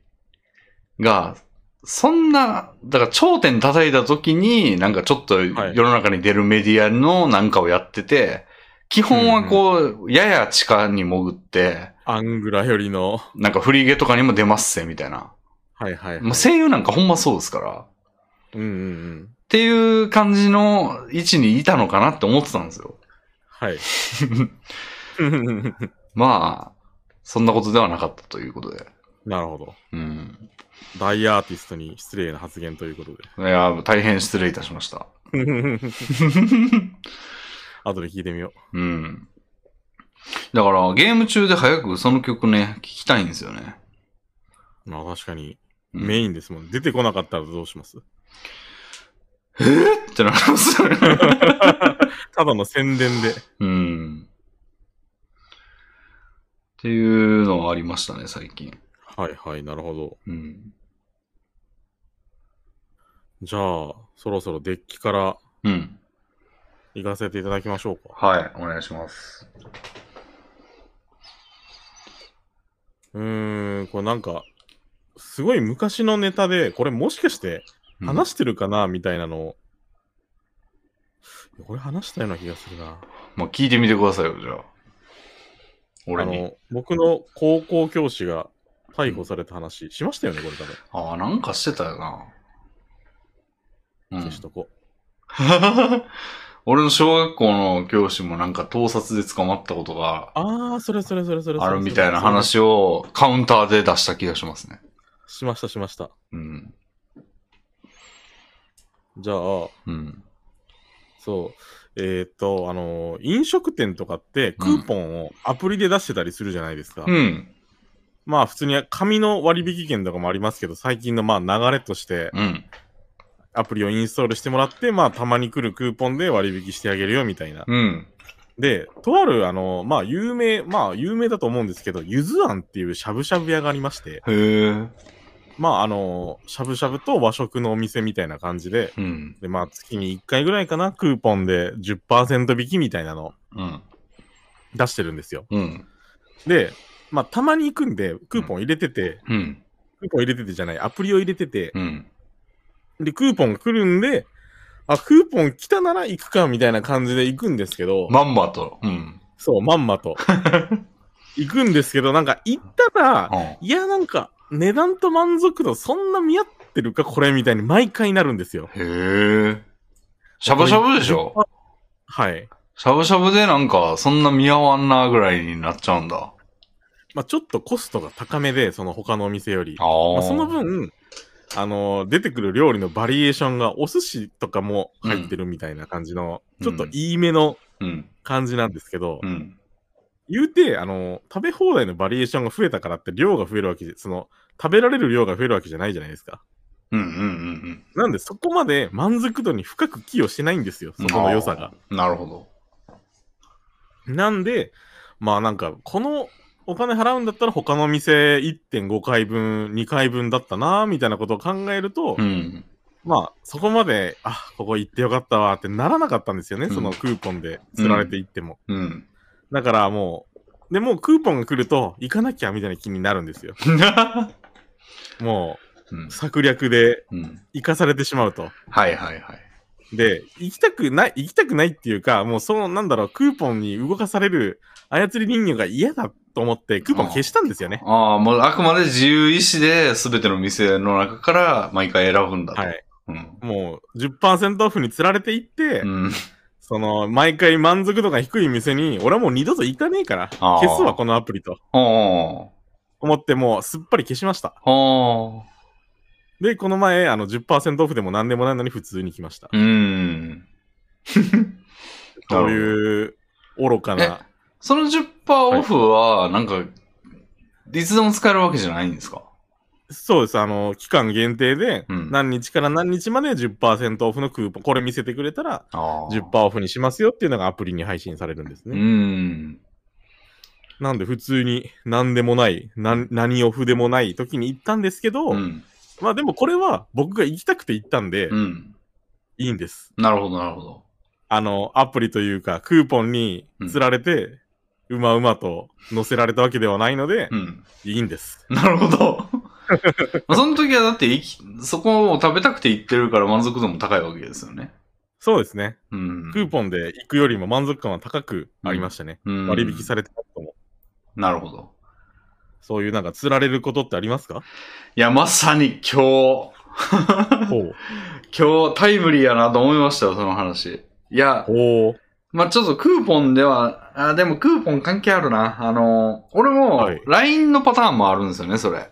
[SPEAKER 1] が、そんな、だから頂点叩いた時に、なんかちょっと世
[SPEAKER 2] はい
[SPEAKER 1] の中に出るメディアのなんかをやってて、基本はこう、やや地下に潜って、
[SPEAKER 2] アングラよりの。
[SPEAKER 1] なんかフリーゲとかにも出ますぜ、みたいな。
[SPEAKER 2] はいはい、はい。
[SPEAKER 1] もう声優なんかほんまそうですから。っ
[SPEAKER 2] うんうんうん。
[SPEAKER 1] ていう感じの位置にいたのかなって思ってたんですよ。
[SPEAKER 2] はい。な
[SPEAKER 1] まあ、そんなことではなかったということで。
[SPEAKER 2] るほど。
[SPEAKER 1] うん。
[SPEAKER 2] 大アーティストに失礼な発言という こと
[SPEAKER 1] いや、大変失礼いたしました。
[SPEAKER 2] で。後で聞いてみよ
[SPEAKER 1] うん。だから、ゲーム中で早くその曲ね、聞きたいんですよね。
[SPEAKER 2] う。まあ確かに、
[SPEAKER 1] うん
[SPEAKER 2] メインですもん。出てこなかったらどうします
[SPEAKER 1] ってなりますよね。
[SPEAKER 2] ただの宣伝で。
[SPEAKER 1] うん。っていうのはありましたね、最近。
[SPEAKER 2] はいはい、なるほど。
[SPEAKER 1] うん。
[SPEAKER 2] じゃあ、そろそろデッキから
[SPEAKER 1] うん。
[SPEAKER 2] 行かせていただきましょうか。
[SPEAKER 1] はい、お願いします。
[SPEAKER 2] うーん、これなんか、すごい昔のネタで、これもしかして
[SPEAKER 1] うん
[SPEAKER 2] 話してるかな、みたいなのを。いやこれ話したような気がするな。
[SPEAKER 1] まあ、聞いてみてくださいよ、じゃあ。俺
[SPEAKER 2] あ
[SPEAKER 1] に。
[SPEAKER 2] の、僕の高校教師が逮捕された話、しましたよね、これ多分。
[SPEAKER 1] ああ、なんかしてたよな。う
[SPEAKER 2] 消
[SPEAKER 1] ん
[SPEAKER 2] し。とこ
[SPEAKER 1] 俺の小学校の教師もなんか盗撮で捕まったことが
[SPEAKER 2] う。あー、それそれそれそれそれ。
[SPEAKER 1] あるみたいな。話をカウンターで出した気がしますね。
[SPEAKER 2] しました、しました。
[SPEAKER 1] うん。
[SPEAKER 2] じゃあ、
[SPEAKER 1] うん。
[SPEAKER 2] そう。えーっと、あのー飲食店とかってクーポンをアプリで出してたりするじゃないですか。
[SPEAKER 1] うん。
[SPEAKER 2] まあ普通に紙の割引券とかもありますけど、最近のまあ流れとして
[SPEAKER 1] うん。
[SPEAKER 2] アプリをインストールしてもらって、まあたまに来るクーポンで割引してあげるよみたいな。
[SPEAKER 1] うん。
[SPEAKER 2] で、とあるあのーまあ有名、まあ有名だと思うんですけど、ゆず庵っていうしゃぶしゃぶ屋がありまして、
[SPEAKER 1] へえ。
[SPEAKER 2] まあ、あの、しゃぶしゃぶと和食のお店みたいな感じで、
[SPEAKER 1] うん。
[SPEAKER 2] で、まあ、月に1回ぐらいかな、クーポンで10%引きみたいなの
[SPEAKER 1] うん。
[SPEAKER 2] 出してるんですよ。
[SPEAKER 1] うん。
[SPEAKER 2] で、まあ、たまに行くんで、クーポン入れてて、
[SPEAKER 1] うん。
[SPEAKER 2] クーポン入れててじゃない、アプリを入れてて、
[SPEAKER 1] うん。
[SPEAKER 2] で、クーポン来るんで、あ、クーポン来たなら行くか、みたいな感じで行くんですけど、
[SPEAKER 1] まんまと。うん。
[SPEAKER 2] そう、まんまと。行くんですけど、なんか行ったら、
[SPEAKER 1] うん
[SPEAKER 2] いや、なんか、値段と満足度、そんな見合ってるか、これみたいに毎回なるんですよ。
[SPEAKER 1] へえ。しゃぶしゃぶでしょ
[SPEAKER 2] はい。
[SPEAKER 1] しゃぶしゃぶでなんか、そんな見合わんなぐらいになっちゃうんだ。あ
[SPEAKER 2] まあ、ちょっとコストが高めで、その他のお店より。
[SPEAKER 1] あー。
[SPEAKER 2] まあ、その分、あのー出てくる料理のバリエーションが、お寿司とかも入ってるみたいな感じの、
[SPEAKER 1] うん
[SPEAKER 2] ちょっといいめの
[SPEAKER 1] うん。
[SPEAKER 2] 感じなんですけど、
[SPEAKER 1] うん。
[SPEAKER 2] 言うて、あのー食べ放題のバリエーションが増えたからって、量が増えるわけで、その、食べられる量が増えるわけじゃないじゃないですか。
[SPEAKER 1] うんうんうん
[SPEAKER 2] なんで、そこまで満足度に深く寄与してないんですよ、
[SPEAKER 1] う
[SPEAKER 2] そ
[SPEAKER 1] ん。
[SPEAKER 2] この良さが。
[SPEAKER 1] あー。なるほど。
[SPEAKER 2] なんで、まあなんか、このお金払うんだったら他の店1.5回分、2回分だったな、みたいなことを考えると、
[SPEAKER 1] うん。
[SPEAKER 2] まあそこまで、あ、ここ行ってよかったわってならなかったんですよね、
[SPEAKER 1] うん
[SPEAKER 2] そのクーポンで釣られていっても。
[SPEAKER 1] うん。
[SPEAKER 2] だからもう、でもうクーポンが来ると、行かなきゃみたいな気になるんですよ。も
[SPEAKER 1] うん
[SPEAKER 2] う、策略で
[SPEAKER 1] うん。
[SPEAKER 2] 行かされてしまうと。
[SPEAKER 1] はいはいはい。
[SPEAKER 2] で、行きたくない、行きたくないっていうか、もうその、なんだろう、クーポンに動かされる操り人形が嫌だと思って、クーポン消したんですよね。
[SPEAKER 1] ああ、もうあくまで自由意志で全ての店の中から毎回選ぶんだと。
[SPEAKER 2] はい。
[SPEAKER 1] うん。
[SPEAKER 2] もう10%オフに釣られていって、
[SPEAKER 1] うん。
[SPEAKER 2] その毎回満足度が低い店に、俺はもう二度と行かねえから、
[SPEAKER 1] あー
[SPEAKER 2] 消すわ、このアプリと
[SPEAKER 1] あ
[SPEAKER 2] 思って、もうすっぱり消しました。
[SPEAKER 1] あ。ああ。
[SPEAKER 2] で、この前、あの10%オフでも何でもないのに普通に来ました。
[SPEAKER 1] うん。
[SPEAKER 2] こういう愚かな。
[SPEAKER 1] その10%オフは、なんか、いつでも使えるわけじゃないんですか
[SPEAKER 2] そうです、あの、期間限定で、
[SPEAKER 1] うん
[SPEAKER 2] 何日から何日まで10%オフのクーポン、これ見せてくれたら、
[SPEAKER 1] あ
[SPEAKER 2] 10%オフにしますよっていうのがアプリに配信されるんです
[SPEAKER 1] う
[SPEAKER 2] ね。
[SPEAKER 1] ん。
[SPEAKER 2] なんで普通に何でもない、なん何オフでもない時に行ったんですけど、
[SPEAKER 1] うん。
[SPEAKER 2] まあでもこれは僕が行きたくて行ったんで、
[SPEAKER 1] うん。
[SPEAKER 2] いいんです。
[SPEAKER 1] なるほど、なるほど。
[SPEAKER 2] あの、アプリというか、クーポンに釣られて、うまうまと乗せられたわけではないので、
[SPEAKER 1] うん。
[SPEAKER 2] いいんです。
[SPEAKER 1] なるほ ど。まあその時はだっていき、そこを食べたくて行ってるから満足度も高いわけですよね。
[SPEAKER 2] そうですね。
[SPEAKER 1] うん。
[SPEAKER 2] クーポンで行くよりも満足感は高くありましたね。
[SPEAKER 1] うん
[SPEAKER 2] 割引されてたとも。
[SPEAKER 1] なるほど。
[SPEAKER 2] そういうなんか釣られることってありますか
[SPEAKER 1] いや、まさに今日、
[SPEAKER 2] ほう。
[SPEAKER 1] 今日タイムリーやなと思いましたよ、その話。いや、
[SPEAKER 2] ほう。
[SPEAKER 1] まあ、ちょっとクーポンでは、あ、でもクーポン関係あるな。あの、俺も
[SPEAKER 2] はい、
[SPEAKER 1] LINE のパターンもあるんですよね、それ。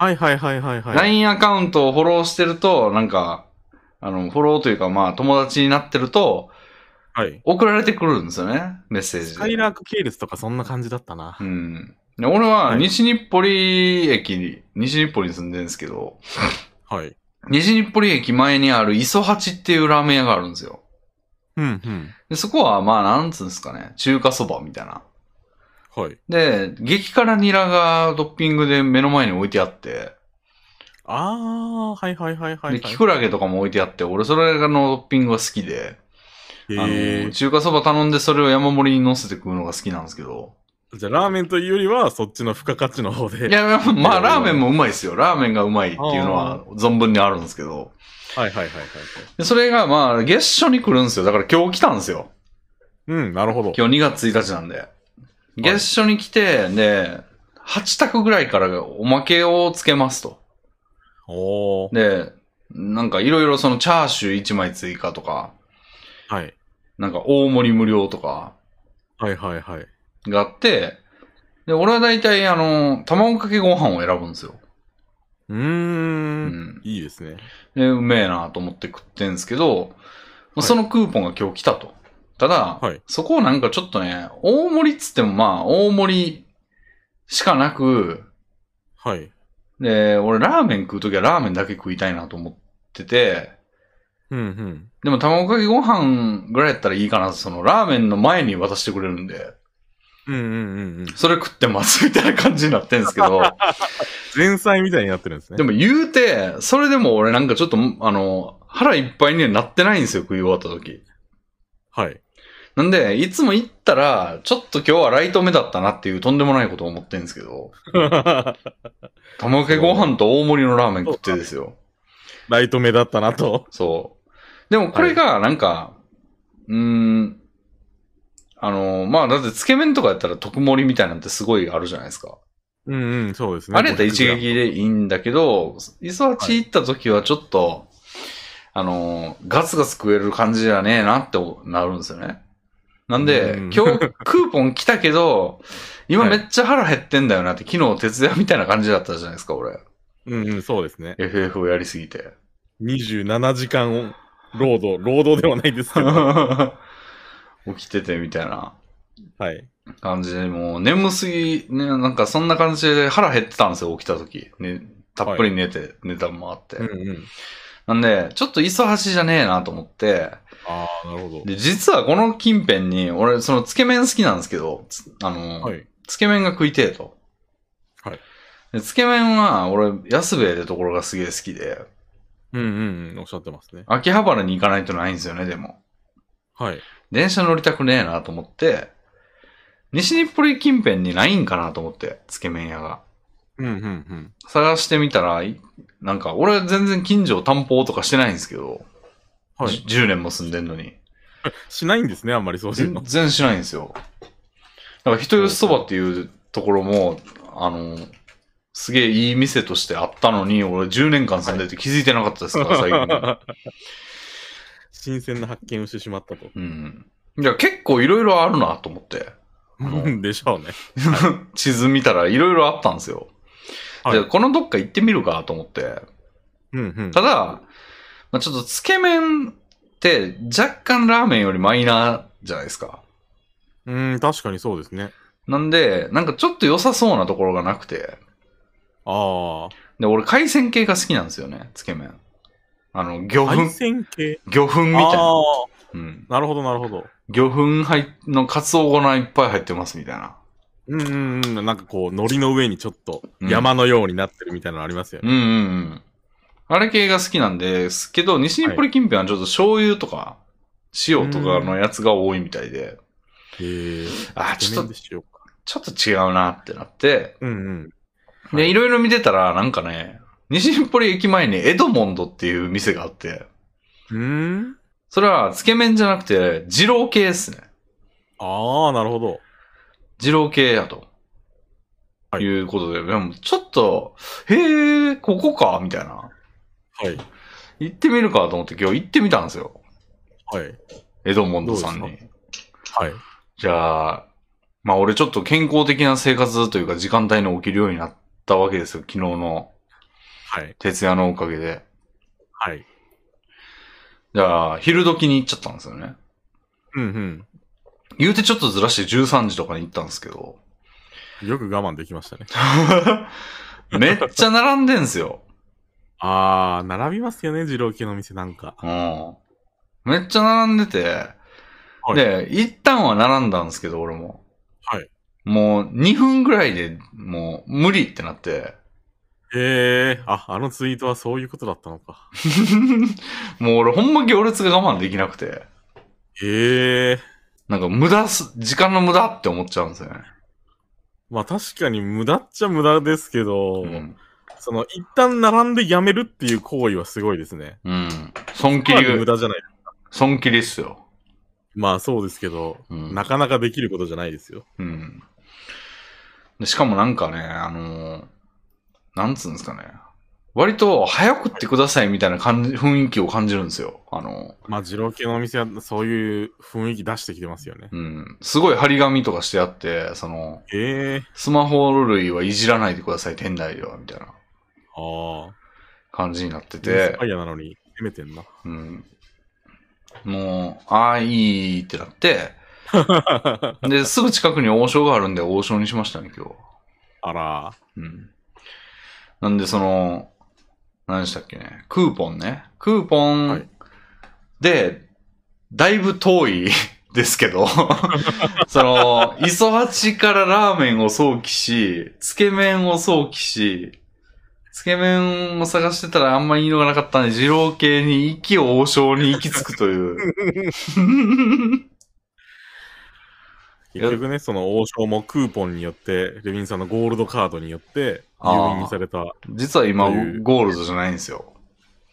[SPEAKER 2] はいはいはいはいはい。
[SPEAKER 1] LINE アカウントをフォローしてると、なんか、あの、フォローというか、まあ、友達になってると、
[SPEAKER 2] はい。
[SPEAKER 1] 送られてくるんですよね、メッセージ
[SPEAKER 2] スカイ
[SPEAKER 1] で。
[SPEAKER 2] ラーク系列とかそんな感じだったな
[SPEAKER 1] う。ん。で俺は、
[SPEAKER 2] はい
[SPEAKER 1] 西日暮里駅に、西日暮里に住んでるんですけど、
[SPEAKER 2] はい。
[SPEAKER 1] 西日暮里駅前にある磯八っていうラーメン屋があるんですよ。
[SPEAKER 2] うんうん。
[SPEAKER 1] で、そこは、まあ、なんつうんですかね、中華そばみたいな。
[SPEAKER 2] はい。
[SPEAKER 1] で、激辛ニラがトッピングで目の前に置いてあって、
[SPEAKER 2] あー、はいはいはいはい、はい。
[SPEAKER 1] で、キクラゲとかも置いてあって、俺それのトッピングが好きで、
[SPEAKER 2] へ
[SPEAKER 1] あ
[SPEAKER 2] ー
[SPEAKER 1] の、中華そば頼んでそれを山盛りに乗せて食うのが好きなんですけど。
[SPEAKER 2] じゃあ、ラーメンというよりは、そっちの付加価値の方で。
[SPEAKER 1] いや、やっぱまあ、ラーメンもうまいですよ。ラーメンがうまいっていうのは存分にあるんですけど。
[SPEAKER 2] はいはいはいはい。
[SPEAKER 1] でそれがまあ、月初に来るんですよ。だから今日来たんですよ。
[SPEAKER 2] うん、なるほど。
[SPEAKER 1] 今日2月1日なんで。月初に来て、で、8択ぐらいからおまけをつけますと。
[SPEAKER 2] おー。
[SPEAKER 1] で、なんかいろいろそのチャーシュー1枚追加とか、
[SPEAKER 2] はい。
[SPEAKER 1] なんか大盛り無料とか
[SPEAKER 2] はいはいはい。
[SPEAKER 1] があって、で、俺は大体あの、卵かけご飯を選ぶんですよ。
[SPEAKER 2] うー。
[SPEAKER 1] うんん。
[SPEAKER 2] いいですね。
[SPEAKER 1] で、うめえなと思って食ってんですけど、まあ
[SPEAKER 2] はい
[SPEAKER 1] そのクーポンが今日来たと。ただ、
[SPEAKER 2] はい
[SPEAKER 1] そこをなんかちょっとね、大盛りっつってもまあ、大盛りしかなく、
[SPEAKER 2] はい。
[SPEAKER 1] で、俺ラーメン食うときはラーメンだけ食いたいなと思ってて、
[SPEAKER 2] うんうん。
[SPEAKER 1] でも卵かけご飯ぐらいやったらいいかな、そのラーメンの前に渡してくれるんで、
[SPEAKER 2] うんうんうんうん。
[SPEAKER 1] それ食ってますみたいな感じになってんですけど、
[SPEAKER 2] 前菜みたいになってるんですね。
[SPEAKER 1] でも言うて、それでも俺なんかちょっと、あの、腹いっぱいにはなってないんですよ、食い終わった時。
[SPEAKER 2] はい。
[SPEAKER 1] なんで、いつも行ったら、ちょっと今日はライト目だったなっていうとんでもないことを思ってるんですけど、玉掛けご飯と大盛りのラーメン食ってですよ。
[SPEAKER 2] ライト目だったなと。
[SPEAKER 1] そう。でもこれが、なんか、うーん、あの、まあ、だってつけ麺とかやったら特盛りみたいなんてすごいあるじゃないですか。
[SPEAKER 2] うんうん、そうですね。
[SPEAKER 1] あれやったら一撃でいいんだけど、磯八行った時はちょっと、あのー、ガツガツ食える感じじゃねえなってなるんですよね。なんで、
[SPEAKER 2] うん
[SPEAKER 1] 今 日クーポン来たけど、今
[SPEAKER 2] はい
[SPEAKER 1] めっちゃ腹減ってんだよなって、昨日徹夜みたいな感じだったじゃないですか、俺。
[SPEAKER 2] うんうん、そうですね。
[SPEAKER 1] FF をやりすぎて。
[SPEAKER 2] 27時間労働、労働ではないですけど。
[SPEAKER 1] 起きててみたいな
[SPEAKER 2] はい。
[SPEAKER 1] 感じで、もう眠すぎ、ね、なんかそんな感じで腹減ってたんですよ、起きた時。ね、たっぷり寝て、寝たのもあって。
[SPEAKER 2] うんうん。
[SPEAKER 1] なんで、ちょっと磯橋じゃねえなと思って、
[SPEAKER 2] ああ、なるほ
[SPEAKER 1] で、実はこの近辺に、俺、その、つけ麺好きなんですけど、つあの、
[SPEAKER 2] ど。はい。
[SPEAKER 1] つけ麺が食いてえと。
[SPEAKER 2] はい
[SPEAKER 1] で。つけ麺は、俺、安兵衛ってところがすげえ好きで、
[SPEAKER 2] うんうんうん、おっしゃってますね。
[SPEAKER 1] 秋葉原に行かないとないんですよね、でも。
[SPEAKER 2] はい。
[SPEAKER 1] 電車乗りたくねえなと思って、西日暮里近辺にないんかなと思って、つけ麺屋が。
[SPEAKER 2] うんうんうん。
[SPEAKER 1] 探してみたら、いなんか、俺全然近所を担保とかしてないんですけど、
[SPEAKER 2] はい。
[SPEAKER 1] じゅ10年も住んでんのに。
[SPEAKER 2] しないんですね、あんまりそういう
[SPEAKER 1] 全
[SPEAKER 2] の。
[SPEAKER 1] 然しないんですよ。だから人吉そばっていうところも、あの、すげえいい店としてあったのに、俺10年間住んでて気づいてなかったですから、 最近。
[SPEAKER 2] 新鮮な発見をしてしまったと。
[SPEAKER 1] うん。いや、結構いろいろあるなと思って。
[SPEAKER 2] うんでしょうね。
[SPEAKER 1] 地図見たらいろいろあったんですよ。
[SPEAKER 2] はい
[SPEAKER 1] じゃあ、このどっか行ってみるかと思って。
[SPEAKER 2] うんうん。
[SPEAKER 1] ただ、まあ、ちょっとつけ麺って若干ラーメンよりマイナーじゃないですか。
[SPEAKER 2] うん、確かにそうですね。
[SPEAKER 1] なんで、なんかちょっと良さそうなところがなくて。
[SPEAKER 2] ああ。
[SPEAKER 1] で、俺、海鮮系が好きなんですよね、つけ麺。あの、魚
[SPEAKER 2] 配
[SPEAKER 1] 粉、
[SPEAKER 2] 線系
[SPEAKER 1] 魚粉みたいな。
[SPEAKER 2] ああ。
[SPEAKER 1] うん。
[SPEAKER 2] なるほど、なるほど。
[SPEAKER 1] 魚粉入っのカツオ粉がいっぱい入ってますみたいな。
[SPEAKER 2] うんうんうん。なんかこう、海苔の上にちょっと
[SPEAKER 1] うん
[SPEAKER 2] 山のようになってるみたいなのありますよ
[SPEAKER 1] う
[SPEAKER 2] ね。
[SPEAKER 1] んうんうん。あれ系が好きなんですけど、西日暮里近辺はちょっと醤油とか、塩とかのやつが多いみたいで、
[SPEAKER 2] へえ。
[SPEAKER 1] あー、ちょっと
[SPEAKER 2] で、しようか。
[SPEAKER 1] ちょっと違うなってなって、
[SPEAKER 2] うんうん。は
[SPEAKER 1] で、
[SPEAKER 2] い
[SPEAKER 1] いろいろ見てたら、なんかね、西日暮里駅前にエドモンドっていう店があって、
[SPEAKER 2] うーん。
[SPEAKER 1] それはつけ麺じゃなくて、二郎系ですね。
[SPEAKER 2] ああ、なるほど。
[SPEAKER 1] 二郎系やと。
[SPEAKER 2] はい
[SPEAKER 1] い、うことで、でもちょっと、へえ、ここか、みたいな。
[SPEAKER 2] はい。
[SPEAKER 1] 行ってみるかと思って今日行ってみたんですよ。
[SPEAKER 2] はい。
[SPEAKER 1] エドモンドさん
[SPEAKER 2] どう
[SPEAKER 1] に
[SPEAKER 2] で。はい。
[SPEAKER 1] じゃあ、まあ俺ちょっと健康的な生活というか時間帯に起きるようになったわけですよ。昨日の
[SPEAKER 2] はい。
[SPEAKER 1] 徹夜のおかげで。
[SPEAKER 2] はい。
[SPEAKER 1] じゃあ、昼時に行っちゃったんですよね。
[SPEAKER 2] うん
[SPEAKER 1] 言うてちょっとずらして13時とかに行ったんですけど。
[SPEAKER 2] うん。よく我慢できましたね。
[SPEAKER 1] めっちゃ並んでんすよ。
[SPEAKER 2] ああ、並びますよね、二郎系の店なんか。
[SPEAKER 1] うん。めっちゃ並んでて、
[SPEAKER 2] はい
[SPEAKER 1] で、一旦は並んだんですけど、俺も。
[SPEAKER 2] はい。
[SPEAKER 1] もう、2分ぐらいで、もう、無理ってなって、
[SPEAKER 2] へえ、あ、あのツイートはそういうことだったのか。
[SPEAKER 1] もう俺ほんま行列が我慢できなくて、
[SPEAKER 2] へえ、
[SPEAKER 1] なんか無駄す、時間の無駄って思っちゃうんですよね。
[SPEAKER 2] まあ確かに無駄っちゃ無駄ですけど、
[SPEAKER 1] うん。
[SPEAKER 2] その一旦並んでやめるっていう行為はすごいですね。
[SPEAKER 1] うん。損切
[SPEAKER 2] かなり無
[SPEAKER 1] り、
[SPEAKER 2] 駄じゃない。
[SPEAKER 1] 損切りっすよ。
[SPEAKER 2] まあそうですけど、
[SPEAKER 1] うん
[SPEAKER 2] なかなかできることじゃないですよ。
[SPEAKER 1] うん。でしかもなんかね、あのーなんつうんですかね。割と早くってくださいみたいな感じ、雰囲気を感じるんですよ。あの
[SPEAKER 2] まあ二郎系のお店はそういう雰囲気出してきてますよね。
[SPEAKER 1] ーうん。すごい張り紙とかしてあって、その、
[SPEAKER 2] へえ、
[SPEAKER 1] スマホ類はいじらないでください、店内では、みたいな
[SPEAKER 2] ああ、
[SPEAKER 1] 感じになって
[SPEAKER 2] インス
[SPEAKER 1] て
[SPEAKER 2] パ、イアなのに攻めてんな。
[SPEAKER 1] うん。もう、ああ、いいってな って、で、すぐ近くに王将があるんで、王将にしましたね、今日は。
[SPEAKER 2] あら、
[SPEAKER 1] うん。なんで、その、何でしたっけね。クーポンね。クーポ
[SPEAKER 2] は
[SPEAKER 1] ン
[SPEAKER 2] い
[SPEAKER 1] で、だいぶ遠い 出ですけど、その、磯八からラーメンを想起し、つけ麺を想起し、つけ麺を探してたらあんまりいいのがなかったんで、二郎系に一気王将に行き着くという。
[SPEAKER 2] 結局ね、その王将もクーポンによって、レビンさんのゴールドカードによって、
[SPEAKER 1] あー
[SPEAKER 2] 入院された。あ
[SPEAKER 1] 実は今
[SPEAKER 2] とい、う
[SPEAKER 1] ゴールドじゃないんですよ。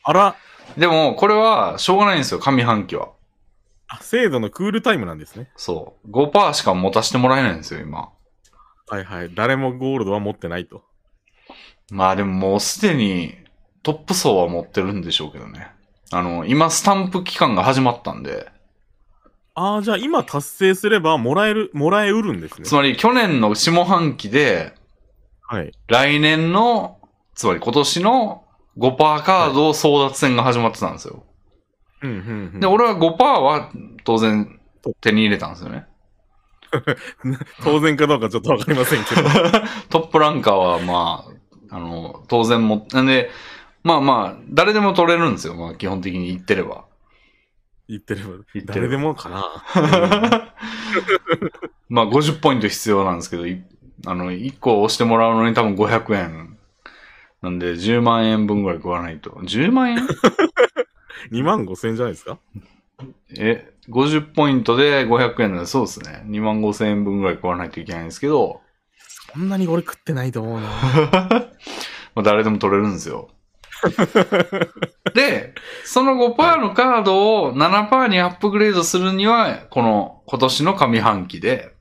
[SPEAKER 2] ら、
[SPEAKER 1] でも、これは、しょうがないんですよ、上半期は。
[SPEAKER 2] あ制度のクールタイムなんですね。
[SPEAKER 1] そう。5%しか持たせてもらえないんですよ、今。
[SPEAKER 2] はいはい。誰もゴールドは持ってないと。
[SPEAKER 1] まあでももうすでにトップ層は持ってるんでしょうけどね。あの、今スタンプ期間が始まったんで、
[SPEAKER 2] ああ、じゃあ今達成すれば、もらえる、もらえうるんですね
[SPEAKER 1] つ。まり去年の下半期で、
[SPEAKER 2] はい。
[SPEAKER 1] 来年の、つまり今年の5%カード争奪戦が始まってたんですよ。
[SPEAKER 2] うんうん、うん。
[SPEAKER 1] で、俺は5%は当然手に入れたんですよね。
[SPEAKER 2] 当然かどうかちょっとわかりません けど。
[SPEAKER 1] トップランカーはまあ、あの、当然も、なんで、まあまあ、誰でも取れるんですよ。まあ基本的に言ってれば。
[SPEAKER 2] 言ってれば。
[SPEAKER 1] 言ってれば
[SPEAKER 2] 誰でもか な。
[SPEAKER 1] まあ50ポイント必要なんですけど、いあの、1個押してもらうのに多分500円。なんで10万円分ぐらい食わないと。10万円
[SPEAKER 2] 2万5千円じゃないですか
[SPEAKER 1] え、50ポイントで500円なんでそうですね。2万5千円分ぐらい食わないといけないんですけど、
[SPEAKER 2] そんなに俺食ってないと思うな。
[SPEAKER 1] まあ誰でも取れるんですよ。で、その5%のカードを7%にアップグレードするには、この今年の上半期で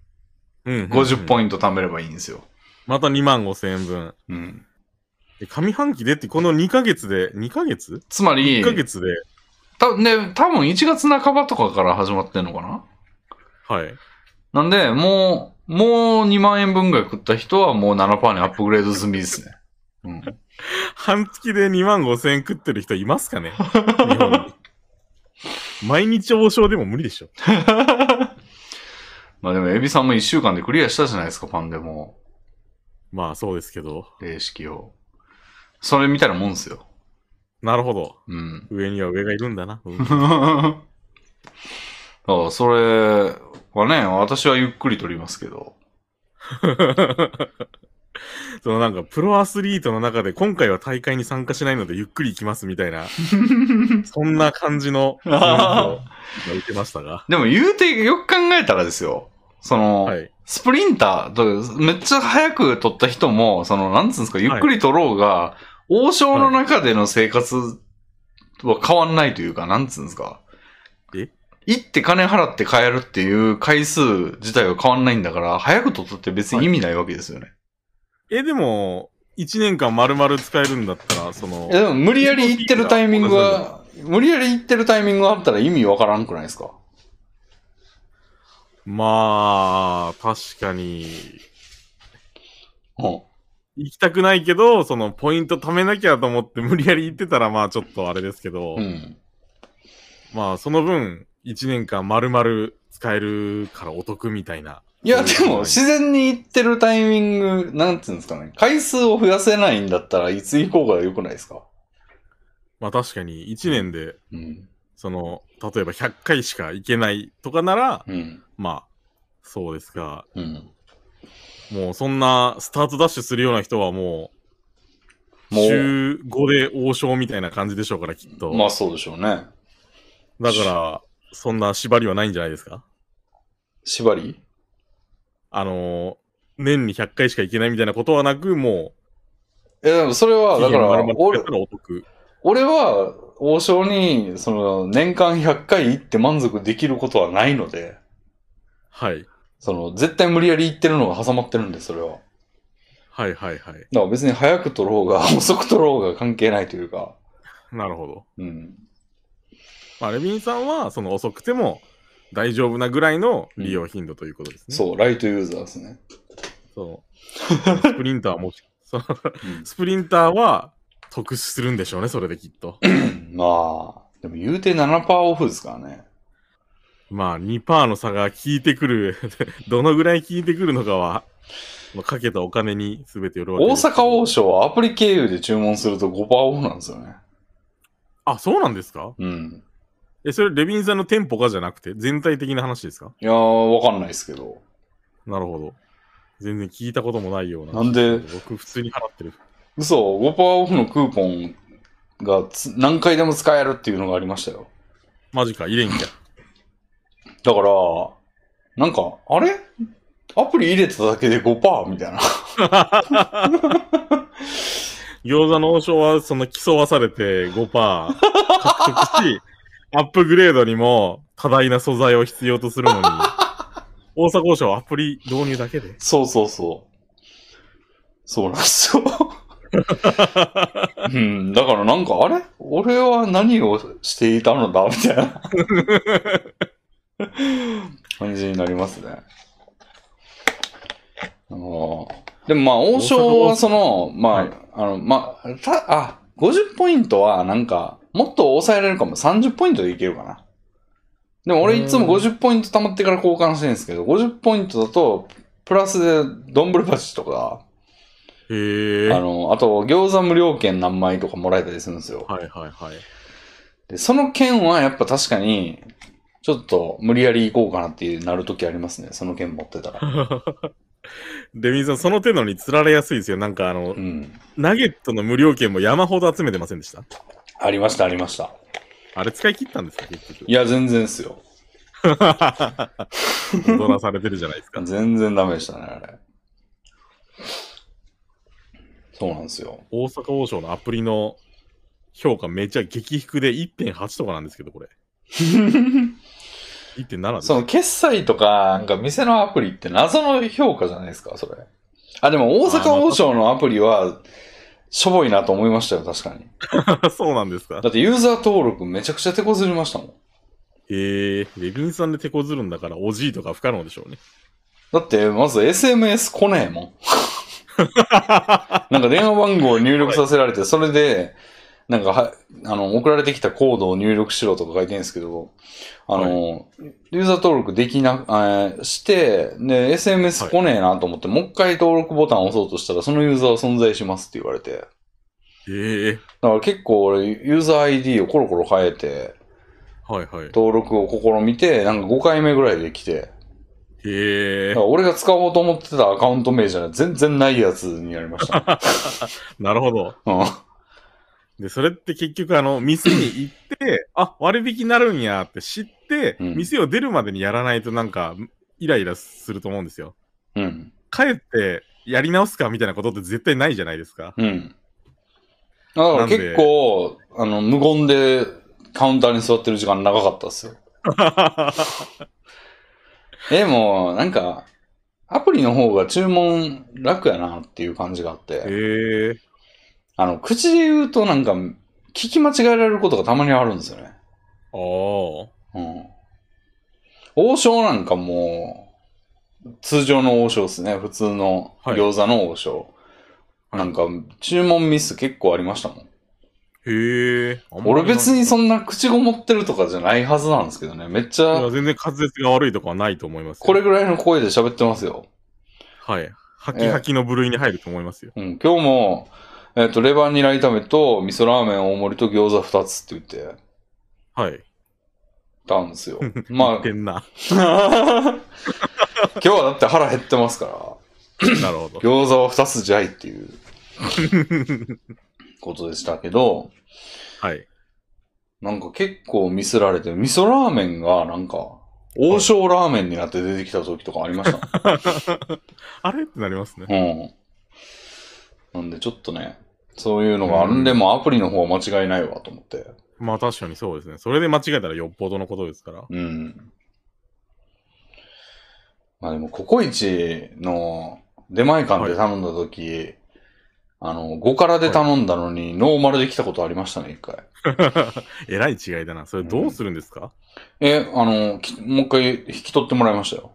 [SPEAKER 2] うんうんうん
[SPEAKER 1] 50ポイント貯めればいいんですよ。
[SPEAKER 2] また2万5千円分。
[SPEAKER 1] うん。
[SPEAKER 2] で上半期でって、この2ヶ月で、2ヶ月
[SPEAKER 1] つまり
[SPEAKER 2] ?1、ヶ月で、
[SPEAKER 1] たね、多分1月半ばとかから始まってんのかな
[SPEAKER 2] はい。
[SPEAKER 1] なんで、もう、もう2万円分ぐらい食った人はもう7%にアップグレード済みですね。うん。
[SPEAKER 2] 半月で2万5千円食ってる人いますかね日本 に。毎日王将でも無理でしょ。
[SPEAKER 1] まあでも、エビさんも1週間でクリアしたじゃないですか、パンデモ
[SPEAKER 2] まあそうですけど。
[SPEAKER 1] 霊式を。それみたいなもんですよ。
[SPEAKER 2] なるほど。
[SPEAKER 1] うん。
[SPEAKER 2] 上には上がいるんだな。うん
[SPEAKER 1] だからそれはね、私はゆっくり取りますけど。
[SPEAKER 2] そのなんか、プロアスリートの中で今回は大会に参加しないのでゆっくり行きますみたい な、そんな感じの雰囲気を今受けましたが。
[SPEAKER 1] でも言うて、よく考えたらですよ。その、
[SPEAKER 2] はい。
[SPEAKER 1] スプリンターと、めっちゃ早く取った人も、その、なんつうんですか、ゆっくり取ろうが、王将の中での生活は変わんないというか、なんつうんですか。
[SPEAKER 2] え
[SPEAKER 1] 行って金払って帰るっていう回数自体は変わんないんだから、早く取ったって別に意味ないわけですよね。
[SPEAKER 2] え、でも、1年間丸々使えるんだったら、その
[SPEAKER 1] い、やでも無理やり行ってるタイミングが、無理やり行ってるタイミングがあったら意味わからんくないですか。
[SPEAKER 2] まあ、確かに、
[SPEAKER 1] うん。
[SPEAKER 2] 行きたくないけど、その、ポイント貯めなきゃと思って無理やり行ってたら、まあちょっとあれですけど、
[SPEAKER 1] うん。
[SPEAKER 2] まあその分、1年間丸々使えるからお得みたいな。
[SPEAKER 1] いや、でも、自然に行ってるタイミング、なんていうんですかね。回数を増やせないんだったらいつ行こうが良くないですか
[SPEAKER 2] まあ確かに、1年で、
[SPEAKER 1] うん。
[SPEAKER 2] その、例えば100回しか行けないとかなら、
[SPEAKER 1] うん。
[SPEAKER 2] まあ、そうですか。
[SPEAKER 1] うん。
[SPEAKER 2] もうそんな、スタートダッシュするような人はもう、
[SPEAKER 1] もう、
[SPEAKER 2] 週5で王将みたいな感じでしょうから、きっと。
[SPEAKER 1] まあそうでしょうね。
[SPEAKER 2] だから、そんな縛りはないんじゃないですか
[SPEAKER 1] 縛り
[SPEAKER 2] あのー年に100回しか行けないみたいなことはなく、も
[SPEAKER 1] え、でもそれは、
[SPEAKER 2] う、
[SPEAKER 1] だから
[SPEAKER 2] 期限丸、々
[SPEAKER 1] 俺
[SPEAKER 2] やったらお得。
[SPEAKER 1] 俺は、王将に、その、年間100回行って満足できることはないので、
[SPEAKER 2] はい。
[SPEAKER 1] その、絶対無理やり行ってるのが挟まってるんで、それは。
[SPEAKER 2] はいはいはい。
[SPEAKER 1] だから別に早く取ろうが、 遅く取ろうが関係ないというか、
[SPEAKER 2] なるほど。
[SPEAKER 1] うん。
[SPEAKER 2] まあ、レビンさんは、その遅くても大丈夫なぐらいの利用頻度ということですね。
[SPEAKER 1] そう、ライトユーザーですね。
[SPEAKER 2] そう。 スプリンターも、そうスプリンターは得するんでしょうね、それできっ と。
[SPEAKER 1] うんまあ、でも言うて7%オフですからね。
[SPEAKER 2] まあ、2%の差が効いてくる、 どのぐらい効いてくるのかは、まあかけたお金に全てよるわけ
[SPEAKER 1] 大
[SPEAKER 2] ですけど
[SPEAKER 1] 阪王将はアプリ経由で注文すると5%オフなんですよね。
[SPEAKER 2] あ、そうなんですか
[SPEAKER 1] うん。
[SPEAKER 2] え、それレビンさんの店舗がじゃなくて、全体的な話ですか
[SPEAKER 1] いやー、わかんないですけど。
[SPEAKER 2] なるほど。全然聞いたこともないような。
[SPEAKER 1] なんで
[SPEAKER 2] 僕普通に払ってる。
[SPEAKER 1] 嘘、5%オフのクーポンがつ何回でも使えるっていうのがありましたよ。
[SPEAKER 2] マジか、入れんきゃ。
[SPEAKER 1] だから、なんか、あれアプリ入れただけで5%みたいな。
[SPEAKER 2] 餃子の王将はその競わされて5%獲 得し、アップグレードにも多大な素材を必要とする のに、大阪王将はアプリ導入だけで。
[SPEAKER 1] そうそうそう。そうなんです よ。うん、だからなんか、あれ俺は何をしていたのだみたいな感じになりますね。あのでもまあ、王将はその、まあ、
[SPEAKER 2] はい
[SPEAKER 1] あの、まあ、た、あ、50ポイントはなんか、もっと抑えられるかも。30ポイントでいけるかな。でも俺いつも50ポイント貯まってから交換してるんですけど、50ポイントだと、プラスで、どんぶり鉢とか、
[SPEAKER 2] へえ。
[SPEAKER 1] あ
[SPEAKER 2] は
[SPEAKER 1] の、あと、餃子無料券何枚とかもらえたりするんですよ。
[SPEAKER 2] いはいはい。
[SPEAKER 1] で、その券はやっぱ確かに、ちょっと無理やり行こうかなってなるときありますね。その券持ってたら。
[SPEAKER 2] レミンさん、その手のに釣られやすいですよ。なんかあの
[SPEAKER 1] う、ん。
[SPEAKER 2] ナゲットの無料券も山ほど集めてませんでした
[SPEAKER 1] ありました、ありました。
[SPEAKER 2] あれ使い切ったんですか結局
[SPEAKER 1] い。や、全然ですよ。
[SPEAKER 2] 大人されてるじゃないですか。
[SPEAKER 1] 全然ダメでしたね、あれ。そうなんですよ。
[SPEAKER 2] 大阪王将のアプリの評価めちゃ激低で1.8とかなんですけど、これ。1.7です
[SPEAKER 1] その決済とか、なんか店のアプリって謎の評価じゃないですか、それ。あ、でも大阪王将のアプリは、しょぼいなと思いましたよ、確かに。
[SPEAKER 2] あ そうなんですか
[SPEAKER 1] だってユーザー登録めちゃくちゃ手こずりましたもん。
[SPEAKER 2] へえ、レビンさんで手こずるんだから、おじいとか不可能でしょうね。
[SPEAKER 1] だって、まず SMS 来ねえ もん。なんか電話番号を入力させられて、それで、なんかは、あの、送られてきたコードを入力しろとか書いてるんですけど、あの、ユーザー登録できな、えーして、で、
[SPEAKER 2] は
[SPEAKER 1] SMS
[SPEAKER 2] い
[SPEAKER 1] 来ねえなと思って、もう一回登録ボタンを押そうとしたら、そのユーザーは存在しますって言われて。
[SPEAKER 2] へえ、
[SPEAKER 1] だから結構俺、ユーザー ID をコロコロ変えて、
[SPEAKER 2] はいはい。
[SPEAKER 1] 登録を試みて、なんか5回目ぐらいで来て、
[SPEAKER 2] へ
[SPEAKER 1] だ
[SPEAKER 2] え
[SPEAKER 1] から、俺が使おうと思ってたアカウント名じゃ全然ないやつになりま した。
[SPEAKER 2] なるほど。
[SPEAKER 1] うん
[SPEAKER 2] で、それって結局、あの、店に行って、 あ、割引になるんやって知って、
[SPEAKER 1] うん
[SPEAKER 2] 店を出るまでにやらないとなんか、イライラすると思うんですよ。
[SPEAKER 1] うん。
[SPEAKER 2] 帰って、やり直すかみたいなことって絶対ないじゃないですか。
[SPEAKER 1] うん。だから
[SPEAKER 2] なんで
[SPEAKER 1] 結構、あの、無言でカウンターに座ってる時間長かったっす よ。でも、なんか、アプリの方が注文楽やなっていう感じがあっ
[SPEAKER 2] へ
[SPEAKER 1] て、
[SPEAKER 2] え、
[SPEAKER 1] あの、口で言うとなんか、聞き間違えられることがたまにあるんですよね。
[SPEAKER 2] ああ。
[SPEAKER 1] うん。王将なんかもう、通常の王将ですね。普通の
[SPEAKER 2] はい
[SPEAKER 1] 餃子の王将。
[SPEAKER 2] はい
[SPEAKER 1] なんか、注文ミス結構ありましたもん。
[SPEAKER 2] へえ。あんまり
[SPEAKER 1] 俺別にそんな口ごもってるとかじゃないはずなんですけどね。めっち
[SPEAKER 2] いや
[SPEAKER 1] ゃ、
[SPEAKER 2] 全然滑舌が悪いとかはないと思いますよ。
[SPEAKER 1] これぐらいの声で喋ってますよ。
[SPEAKER 2] はい。ハキハキの部類に入ると思いますよ。
[SPEAKER 1] うん。今日も、えっ、と、レバーニラ炒めと、味噌ラーメン大盛りと餃子2つって言って
[SPEAKER 2] はい。
[SPEAKER 1] たん ですよ。まあ、
[SPEAKER 2] 変な。
[SPEAKER 1] 今日はだって腹減ってますから。
[SPEAKER 2] なるほど。
[SPEAKER 1] 餃子は二つじゃいっていうことでしたけど、
[SPEAKER 2] はい。
[SPEAKER 1] なんか結構ミスられて、味噌ラーメンがなんか、王将ラーメンになって出てきた時とかありました。
[SPEAKER 2] あれってなりますね。
[SPEAKER 1] うん。なんでちょっとね、そういうのがあるんで、もうアプリの方は間違いないわと思って。
[SPEAKER 2] まあ確かにそうですね。それで間違えたらよっぽどのことですから。
[SPEAKER 1] うん。まあでも、ココイチの出前館で頼んだ時、あの、5からで頼んだのに、ノーマルで来たことありましたね、一回。
[SPEAKER 2] えらい違いだな。それどうするんですか、
[SPEAKER 1] え、あの、きもう一回引き取ってもらいましたよ。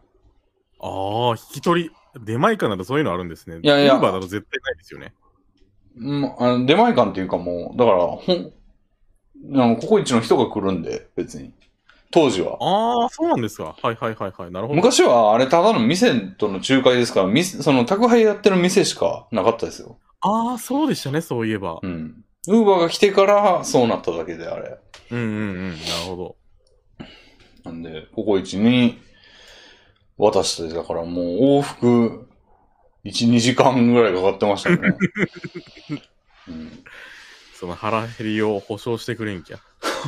[SPEAKER 2] ああ、引き取り。出前館ならそういうのあるんですね。
[SPEAKER 1] いやいや
[SPEAKER 2] ウーバーだと絶対ないですよね。
[SPEAKER 1] うん、あの出前館っていうかもう、だから、ほん、あの、ココイチの人が来るんで、別に。当時は。
[SPEAKER 2] ああ、そうなんですか。はいはいはいはい。なるほど。
[SPEAKER 1] 昔は、あれ、ただの店との仲介ですから、店その、宅配やってる店しかなかったですよ。
[SPEAKER 2] ああ、そうでしたね。そういえば
[SPEAKER 1] う。ん。ウーバーが来てから、そうなっただけで、あれ。
[SPEAKER 2] うんうんうん。なるほ
[SPEAKER 1] な
[SPEAKER 2] ど。
[SPEAKER 1] んで、ココイチに渡して、だからもう往復1、2時間ぐらいかかってましたね。うん、
[SPEAKER 2] その腹減りを保証してくれんきゃ。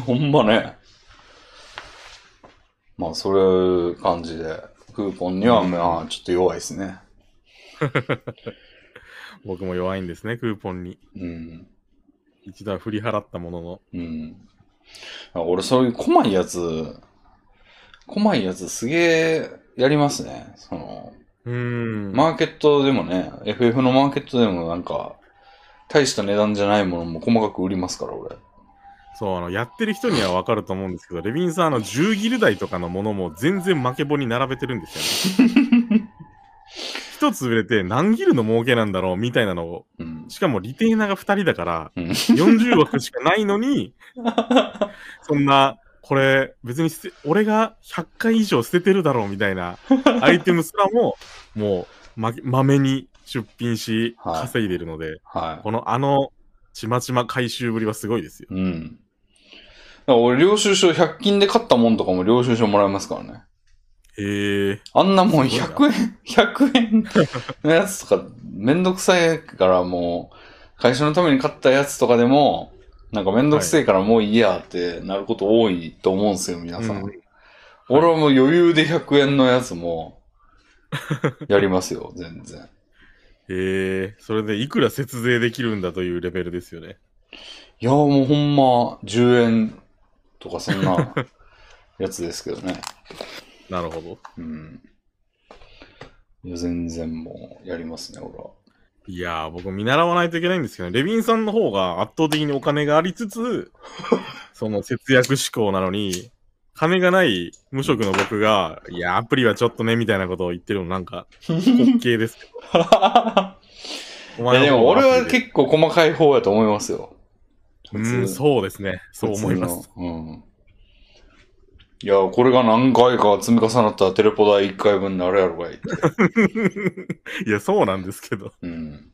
[SPEAKER 1] ほんまね。まあ、そういう感じで、クーポンには、まあ、ちょっと弱いですね。
[SPEAKER 2] 僕も弱いんですね、クーポンに。
[SPEAKER 1] うん。
[SPEAKER 2] 一度は振り払ったものの。
[SPEAKER 1] うん。あ俺、そういう細いやつ、細いやつすげえやりますね。その、
[SPEAKER 2] うーん。
[SPEAKER 1] マーケットでもね、FF のマーケットでもなんか、大した値段じゃないものも細かく売りますから、俺。
[SPEAKER 2] そう、あの、やってる人にはわかると思うんですけど、レビンさん、あの、10ギル台とかのものも全然負け棒に並べてるんですよね。一つ売れて何ギルの儲けなんだろうみたいなのを、
[SPEAKER 1] うん。
[SPEAKER 2] しかもリテイナーが2人だから、
[SPEAKER 1] うん
[SPEAKER 2] 40枠しかないのに、そんな、これ別に捨て俺が100回以上捨ててるだろうみたいなアイテムすらも、もう、ま、まめに出品し、
[SPEAKER 1] はい
[SPEAKER 2] 稼いでるので、
[SPEAKER 1] は
[SPEAKER 2] このあの、ちまちま回収ぶりはすごいですよ。
[SPEAKER 1] い。うん。だから俺、領収書、100均で買ったもんとかも領収書もらえますからね。
[SPEAKER 2] へえ。
[SPEAKER 1] あんなもん
[SPEAKER 2] すごいな
[SPEAKER 1] 100円、100円のやつとか、めんどくさいからもう、会社のために買ったやつとかでも、なんかめんどくせえからもういいやってなること多いと思うんですよ、皆さん。
[SPEAKER 2] うん
[SPEAKER 1] 俺はもう余裕で100円のやつも、やりますよ、全然。
[SPEAKER 2] ええそれでいくら節税できるんだというレベルですよね。
[SPEAKER 1] いや、もうほんま、10円とかそんなやつですけどね。
[SPEAKER 2] なるほど。
[SPEAKER 1] うん。いや、全然もう、やりますね、俺は。
[SPEAKER 2] いやー、僕見習わないといけないんですけど、レビンさんの方が圧倒的にお金がありつ つ、その節約志向なのに、金がない無職の僕が、いや、アプリはちょっとね、みたいなことを言ってるのなんか、滑稽ですけど。お
[SPEAKER 1] いや、
[SPEAKER 2] 前
[SPEAKER 1] で
[SPEAKER 2] の
[SPEAKER 1] も
[SPEAKER 2] 方
[SPEAKER 1] 俺
[SPEAKER 2] が
[SPEAKER 1] は
[SPEAKER 2] アプリで
[SPEAKER 1] 結構細かい方やと思いますよ。
[SPEAKER 2] うん、そうですね。そう思います。
[SPEAKER 1] 普通の。うん。いや、これが何回か積み重なったらテレポ代1回分になるやろがいって。
[SPEAKER 2] いや、そうなんですけど。
[SPEAKER 1] うん。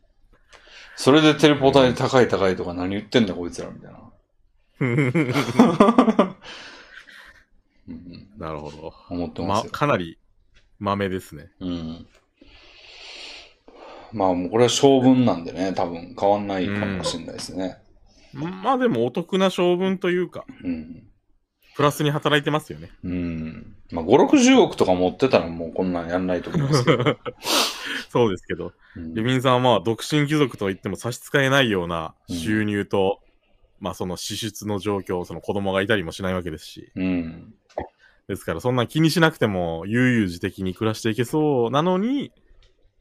[SPEAKER 1] それでテレポ代高い高いとか何言ってんだこいつらみたいな。うん、
[SPEAKER 2] なるほど。
[SPEAKER 1] 思ってま
[SPEAKER 2] ま、
[SPEAKER 1] すよ。
[SPEAKER 2] かなり、豆ですね。
[SPEAKER 1] うん。まあもうこれは性分なんでね、多分変わんないかもしれないですね。
[SPEAKER 2] まあでもお得な性分というか、
[SPEAKER 1] うん。
[SPEAKER 2] プラスに働いてますよね。
[SPEAKER 1] うん。まあ5、60億とか持ってたらもうこんなんやんないと思いますけど。
[SPEAKER 2] そうですけど、
[SPEAKER 1] うん
[SPEAKER 2] レビンさんはまあ独身貴族とは言っても差し支えないような収入と、まあその支出の状況、その子供がいたりもしないわけですし、
[SPEAKER 1] うん。
[SPEAKER 2] ですからそんな気にしなくても悠々自適に暮らしていけそうなのに、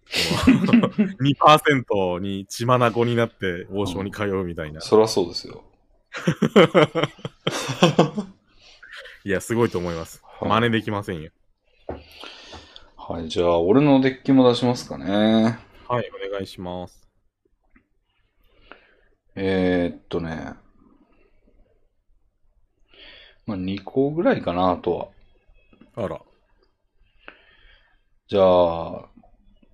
[SPEAKER 2] もう2%に血眼になって王将に通うみたいな。
[SPEAKER 1] そりゃそうですよ。
[SPEAKER 2] いや、すごいと思います。真似できませんよ。
[SPEAKER 1] はい、じゃあ俺のデッキも出しますかね。
[SPEAKER 2] はい、お願いします。
[SPEAKER 1] えー、っとね。まあ2個ぐらいかな、あとは。
[SPEAKER 2] あら。
[SPEAKER 1] じゃあ、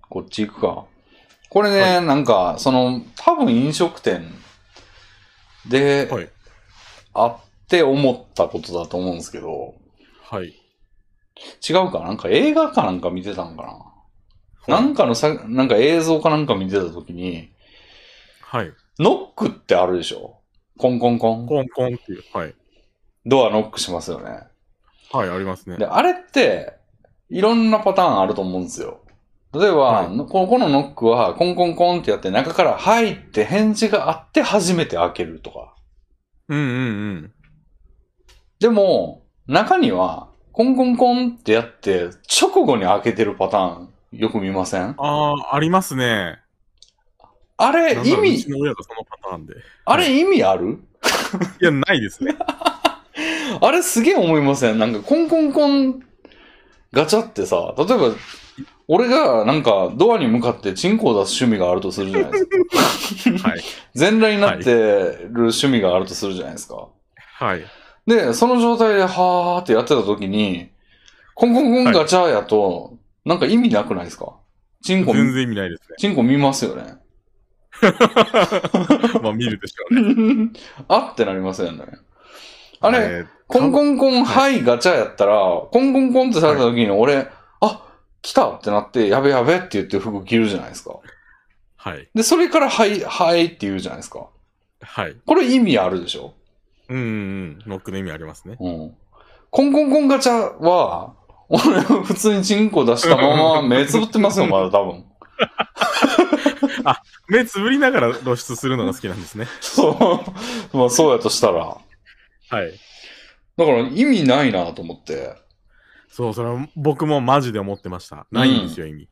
[SPEAKER 1] こっち行くか。これね、なんか、その、多分飲食店で、
[SPEAKER 2] はい。
[SPEAKER 1] あって思ったことだと思うんですけど、
[SPEAKER 2] はい。
[SPEAKER 1] 違うかなんか映画かなんか見てたんかな、なんかのさ、なんか映像かなんか見てたときに、
[SPEAKER 2] はい。
[SPEAKER 1] ノックってあるでしょコンコンコン。
[SPEAKER 2] コンコンっていう。はい。
[SPEAKER 1] ドアノックしますよね。
[SPEAKER 2] はい、ありますね
[SPEAKER 1] で、。あれって、いろんなパターンあると思うんですよ。例えば、
[SPEAKER 2] はい
[SPEAKER 1] のここのノックは、コンコンコンってやって、中から、はいって返事があって初めて開けるとか。
[SPEAKER 2] うんうん
[SPEAKER 1] でも、中には、コンコンコンってやって、直後に開けてるパターン、よく見ません
[SPEAKER 2] うん。ああ、ありますね。
[SPEAKER 1] あれ、
[SPEAKER 2] なんな
[SPEAKER 1] 意
[SPEAKER 2] らうち
[SPEAKER 1] 味、
[SPEAKER 2] の親がそのパターンで。い
[SPEAKER 1] あれ意味ある
[SPEAKER 2] や、ないですね。
[SPEAKER 1] あれすげえ思いませんなんか、コンコンコン、ガチャってさ、例えば、俺がなんかドアに向かってチンコを出す趣味があるとするじゃないですか。
[SPEAKER 2] はい。
[SPEAKER 1] 全裸になってる趣味があるとするじゃないですか。
[SPEAKER 2] はい。
[SPEAKER 1] で、その状態ではーってやってた時に、コンコンコンガチャやと、なんか意味なくないですかチンコ、
[SPEAKER 2] 全然意味ないです
[SPEAKER 1] チンコ見ますよね。
[SPEAKER 2] ね。まあ、見るでしょうね。
[SPEAKER 1] あってなりますよね。あれ、
[SPEAKER 2] えー
[SPEAKER 1] コンコンコン、はい、ガチャやったら、コンコンコンってされた時に俺、あ、来たってなって、やべやべって言って服着るじゃないですか。
[SPEAKER 2] はい。
[SPEAKER 1] で、それから、はい、はいって言うじゃないですか。
[SPEAKER 2] はい。
[SPEAKER 1] これ意味あるでしょ
[SPEAKER 2] うんうん。ノックの意味ありますね。
[SPEAKER 1] うん。コンコンコンガチャは、俺、普通にチンコ出したまま 目つぶってますよ、まだ多分。
[SPEAKER 2] 目つぶりながら露出するのが好きな んですね。
[SPEAKER 1] そう。まあ、そうやとしたら。
[SPEAKER 2] はい。
[SPEAKER 1] だから意味ないなと思って。
[SPEAKER 2] そう、それは僕もマジで思ってました。ないんですよ、意味。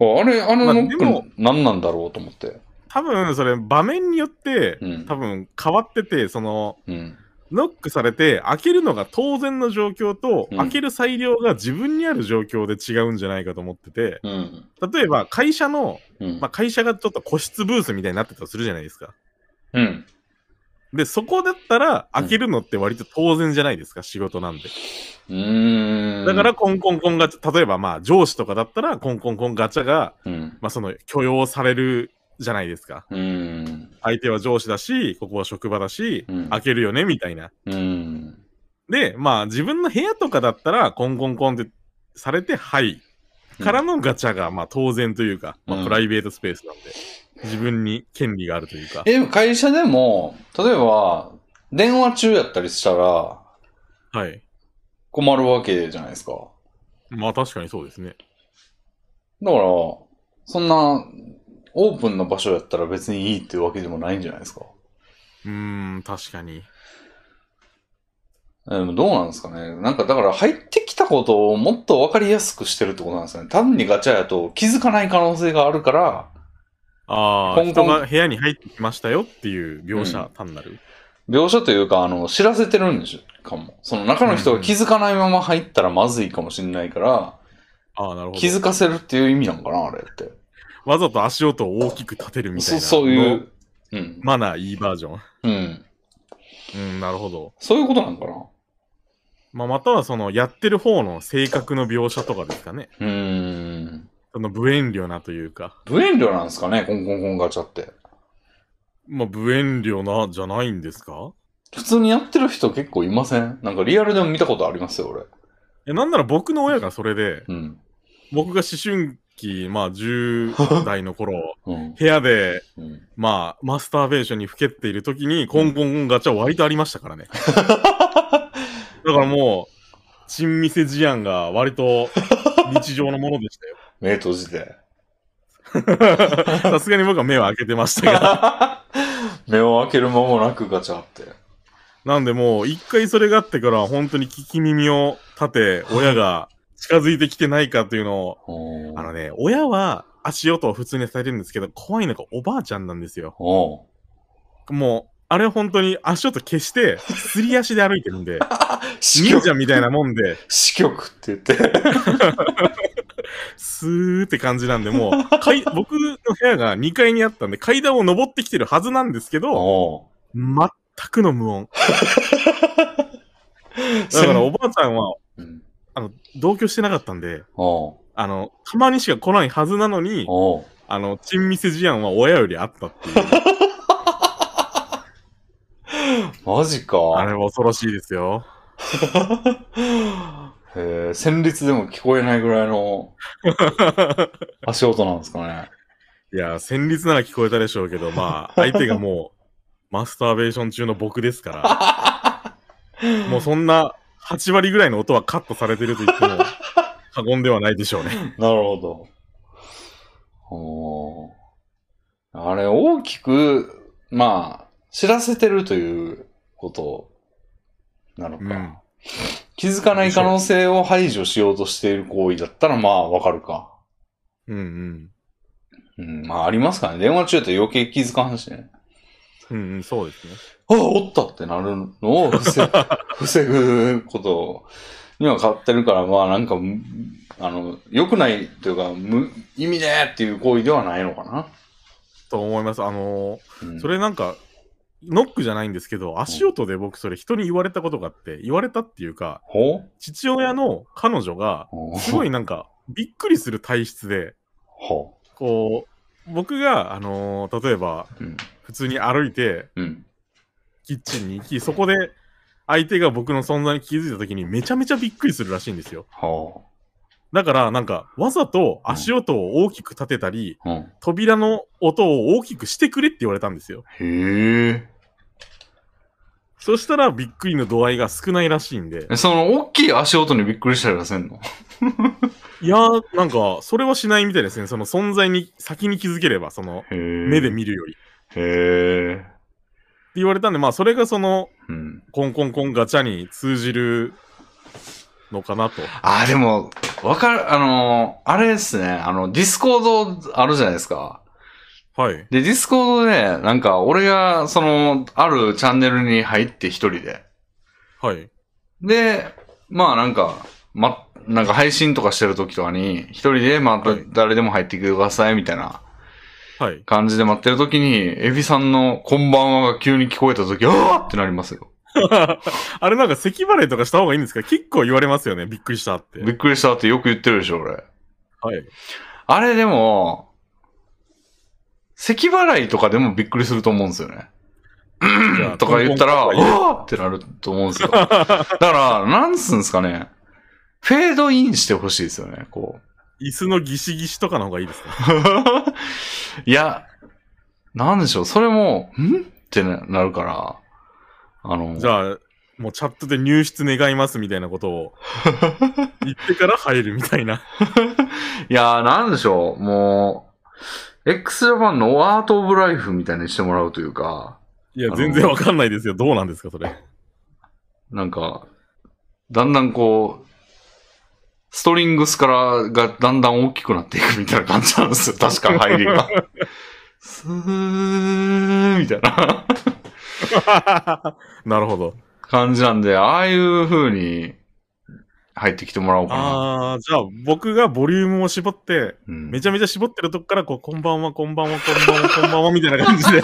[SPEAKER 1] あれ、あ
[SPEAKER 2] ま
[SPEAKER 1] の
[SPEAKER 2] あ
[SPEAKER 1] ノッ
[SPEAKER 2] でも
[SPEAKER 1] ク何なんだろうと思って。
[SPEAKER 2] 多分、それ場面によって
[SPEAKER 1] う、ん。
[SPEAKER 2] 多分変わってて、その、
[SPEAKER 1] うん。
[SPEAKER 2] ノックされて、開けるのが当然の状況と、
[SPEAKER 1] うん
[SPEAKER 2] 開ける裁量が自分にある状況で違うんじゃないかと思ってて、
[SPEAKER 1] うん。
[SPEAKER 2] 例えば会社の、
[SPEAKER 1] うん
[SPEAKER 2] まあ、。会社がちょっと個室ブースみたいになってたとするじゃないですか。
[SPEAKER 1] うん。
[SPEAKER 2] で、そこだったら、開けるのって割と当然じゃないですか、仕事なんで。
[SPEAKER 1] うーん。
[SPEAKER 2] だから、、コンコンコンガチャ、例えばまあ、上司とかだったら、コンコンコンガチャが、
[SPEAKER 1] うん。
[SPEAKER 2] まあ、その、許容されるじゃないですか。
[SPEAKER 1] うん。
[SPEAKER 2] 相手は上司だし、ここは職場だし、
[SPEAKER 1] うん
[SPEAKER 2] 開けるよね、みたいな。
[SPEAKER 1] うん。
[SPEAKER 2] で、まあ自分の部屋とかだったら、コンコンコンってされて、はい。からのガチャが、まあ当然というか、ま
[SPEAKER 1] うん
[SPEAKER 2] あプライベートスペースなんで、自分に権利があるというか。
[SPEAKER 1] え、でも会社でも、例えば、電話中やったりしたら
[SPEAKER 2] はい。
[SPEAKER 1] 困るわけじゃないですか。
[SPEAKER 2] まあ確かにそうですね。
[SPEAKER 1] だから、そんな、オープンの場所やったら別にいいっていうわけでもないんじゃないですか。
[SPEAKER 2] うーん、確かに。
[SPEAKER 1] でもどうなんですかね。なんかだから入ってきたことをもっとわかりやすくしてるってことなんですよね。単にガチャやと気づかない可能性があるから、
[SPEAKER 2] あ
[SPEAKER 1] コ
[SPEAKER 2] あ、
[SPEAKER 1] ンコン
[SPEAKER 2] 人が部屋に入ってきましたよっていう描写、
[SPEAKER 1] うん
[SPEAKER 2] 単なる。
[SPEAKER 1] 描写というか、あの、知らせてるんでしょかも。その中の人が気づかないまま入ったらまずいかもしれないから、
[SPEAKER 2] ああ、なるほ
[SPEAKER 1] 気
[SPEAKER 2] ど。
[SPEAKER 1] づかせるっていう意味なんかな、あれって。
[SPEAKER 2] わざと足音を大きく立てるみたい
[SPEAKER 1] そ
[SPEAKER 2] な。
[SPEAKER 1] うそういう。、うん。
[SPEAKER 2] マナーいいバージョン。
[SPEAKER 1] うん。
[SPEAKER 2] うん、なるほど。
[SPEAKER 1] そういうことなんかな。
[SPEAKER 2] まあ、またはその、やってる方の性格の描写とかですかね。
[SPEAKER 1] うーん。
[SPEAKER 2] その、無遠慮なというか。
[SPEAKER 1] 無遠慮なんですかね、コンコンコンガチャって。
[SPEAKER 2] まあ、無遠慮な、じゃないんですか
[SPEAKER 1] 普通にやってる人結構いませんなんかリアルでも見たことありますよ、俺。
[SPEAKER 2] え、なんなら僕の親がそれで、
[SPEAKER 1] うん。
[SPEAKER 2] 僕が思春期、まあ、10代の頃、
[SPEAKER 1] うん。
[SPEAKER 2] 部屋で、
[SPEAKER 1] うん、
[SPEAKER 2] まあ、マスターベーションにふけっている時に、コンコンコンガチャ割とありましたからね。だからもう、チンミセ事案が割と日常のものでしたよ。
[SPEAKER 1] 目閉じて。
[SPEAKER 2] さすがに僕は目を開けてましたが。
[SPEAKER 1] 目を開ける間もなくガチャって。
[SPEAKER 2] なんでもう、一回それがあってから、本当に聞き耳を立て、親が近づいてきてないかというのを、
[SPEAKER 1] お
[SPEAKER 2] あのね、親は足音を普通に伝えてるんですけど、怖いのがおばあちゃんなんですよ。
[SPEAKER 1] おう
[SPEAKER 2] もう、あれ本当に足音消して、すり足で歩いてるんで、
[SPEAKER 1] 死
[SPEAKER 2] 忍
[SPEAKER 1] 局、
[SPEAKER 2] 者みたいなもんで、
[SPEAKER 1] 死局って言って。
[SPEAKER 2] スーって感じなんで、もう、 階僕の部屋が2階にあったんで、階段を登ってきてるはずなんですけど、
[SPEAKER 1] おう
[SPEAKER 2] 全くの無 音。だからおばあちゃんは、
[SPEAKER 1] うん
[SPEAKER 2] あの、同居してなかったんで、
[SPEAKER 1] おう
[SPEAKER 2] あの、たまにしか来ないはずなのに、
[SPEAKER 1] おう
[SPEAKER 2] あの、チンミセ事案は親よりあったっていう。
[SPEAKER 1] マジ
[SPEAKER 2] あ
[SPEAKER 1] か。
[SPEAKER 2] れは恐ろしいですよ。
[SPEAKER 1] へえ、戦慄でも聞こえないぐらい の足音なんですかね。
[SPEAKER 2] いやー、戦慄なら聞こえたでしょうけど、まあ、相手がも う、マスターベーション中の僕ですから、もうそんな8割ぐらいの音はカットされてると言っても、過言ではないでしょう ね。
[SPEAKER 1] なるほど。おーあれ、大きく、まあ、知らせてるということなのか。
[SPEAKER 2] うん
[SPEAKER 1] 気づかない可能性を排除しようとしている行為だったら、まあ、わかるか。
[SPEAKER 2] うんうん。
[SPEAKER 1] うん、まあ、ありますからね。電話中って余計気づかんしね。
[SPEAKER 2] うんうん、そうですね。
[SPEAKER 1] あ、おったってなるのを 防防ぐことには変わってるから、まあ、なんか、むあの、良くないというか、無意味ねっていう行為ではないのかな。
[SPEAKER 2] と思います。あの
[SPEAKER 1] うん
[SPEAKER 2] ー、それなんか、ノックじゃないんですけど、足音で僕それ人に言われたことがあって、言われたっていうか、
[SPEAKER 1] ほう
[SPEAKER 2] 父親の彼女が、
[SPEAKER 1] ほう
[SPEAKER 2] すごいなんか、びっくりする体質で、
[SPEAKER 1] ほ
[SPEAKER 2] こう、僕が、あのー、例えば、
[SPEAKER 1] う。うん。
[SPEAKER 2] 普通に歩いて、
[SPEAKER 1] うん。
[SPEAKER 2] キッチンに行き、そこで、相手が僕の存在に気づいた時にめちゃめちゃびっくりするらしいんですよ。
[SPEAKER 1] は
[SPEAKER 2] だから、なんか、わざと足音を大きく立てたり、
[SPEAKER 1] あ。うん。
[SPEAKER 2] 扉の音を大きくしてくれって言われたんですよ。
[SPEAKER 1] へえ。
[SPEAKER 2] そしたら、びっくりの度合いが少ないらしいんで。
[SPEAKER 1] えその、大きい足音にびっくりしたりはせんの
[SPEAKER 2] いやー、なんか、それはしないみたいですね。その存在に先に気づければ、その、
[SPEAKER 1] へえ。
[SPEAKER 2] 目で。見るより。って
[SPEAKER 1] へえ。
[SPEAKER 2] 言われたんで、まあ、それがその、
[SPEAKER 1] うん。
[SPEAKER 2] コンコンコンガチャに通じるのかなと。
[SPEAKER 1] あー、でも、わかる、あのーあれですね、あの、ディスコードあるじゃないですか。
[SPEAKER 2] はい。
[SPEAKER 1] で、ディスコードで、なんか、俺が、その、あるチャンネルに入って一人で。
[SPEAKER 2] はい。
[SPEAKER 1] で、まあなんか、ま、なんか配信とかしてる時とかに、一人で、ま
[SPEAKER 2] はい
[SPEAKER 1] 誰でも入ってきてください、みたいな
[SPEAKER 2] はい。
[SPEAKER 1] 感じで待ってる時に、エビさんのこんばんはが急に聞こえた時、あーってなりますよ。
[SPEAKER 2] あれなんか咳払いとかした方がいいんですか結構言われますよね。びっくりしたって。
[SPEAKER 1] びっくりしたってよく言ってるでしょ、俺。
[SPEAKER 2] はい。
[SPEAKER 1] あれでも、咳払いとかでもびっくりすると思うんですよね。
[SPEAKER 2] じゃあ
[SPEAKER 1] とか言ったら、
[SPEAKER 2] コンコンコンがいい
[SPEAKER 1] わーってなると思うんですよ。だから、なんすんですかね。フェードインしてほしいですよね、こう。
[SPEAKER 2] 椅子のギシギシとかの方がいいですね。
[SPEAKER 1] いや、なんでしょう、それも、んってななるから、あの、
[SPEAKER 2] じゃあ、もうチャットで入室願いますみたいなことを言ってから入るみたいな。
[SPEAKER 1] いやー、なんでしょう、もう、x ジャパンのアート・オブ・ライフみたいにしてもらうというか、
[SPEAKER 2] い
[SPEAKER 1] あ
[SPEAKER 2] や、
[SPEAKER 1] の
[SPEAKER 2] 全然わかんないですよ。どうなんですか、それ。
[SPEAKER 1] なんか、だんだんこう、ストリングスからがだんだん大きくなっていくみたいな感じなんですよ。確か入りが。スーみたいな
[SPEAKER 2] なるほど。
[SPEAKER 1] 感じなんで、ああいう風に入ってきてもらおうかな。
[SPEAKER 2] あー、じゃあ僕がボリュームを絞って、
[SPEAKER 1] うん
[SPEAKER 2] めちゃめちゃ絞ってるとこから、こう、こんばんは、こんばんは、こんばんは、こんばんは、みたいな感じ で。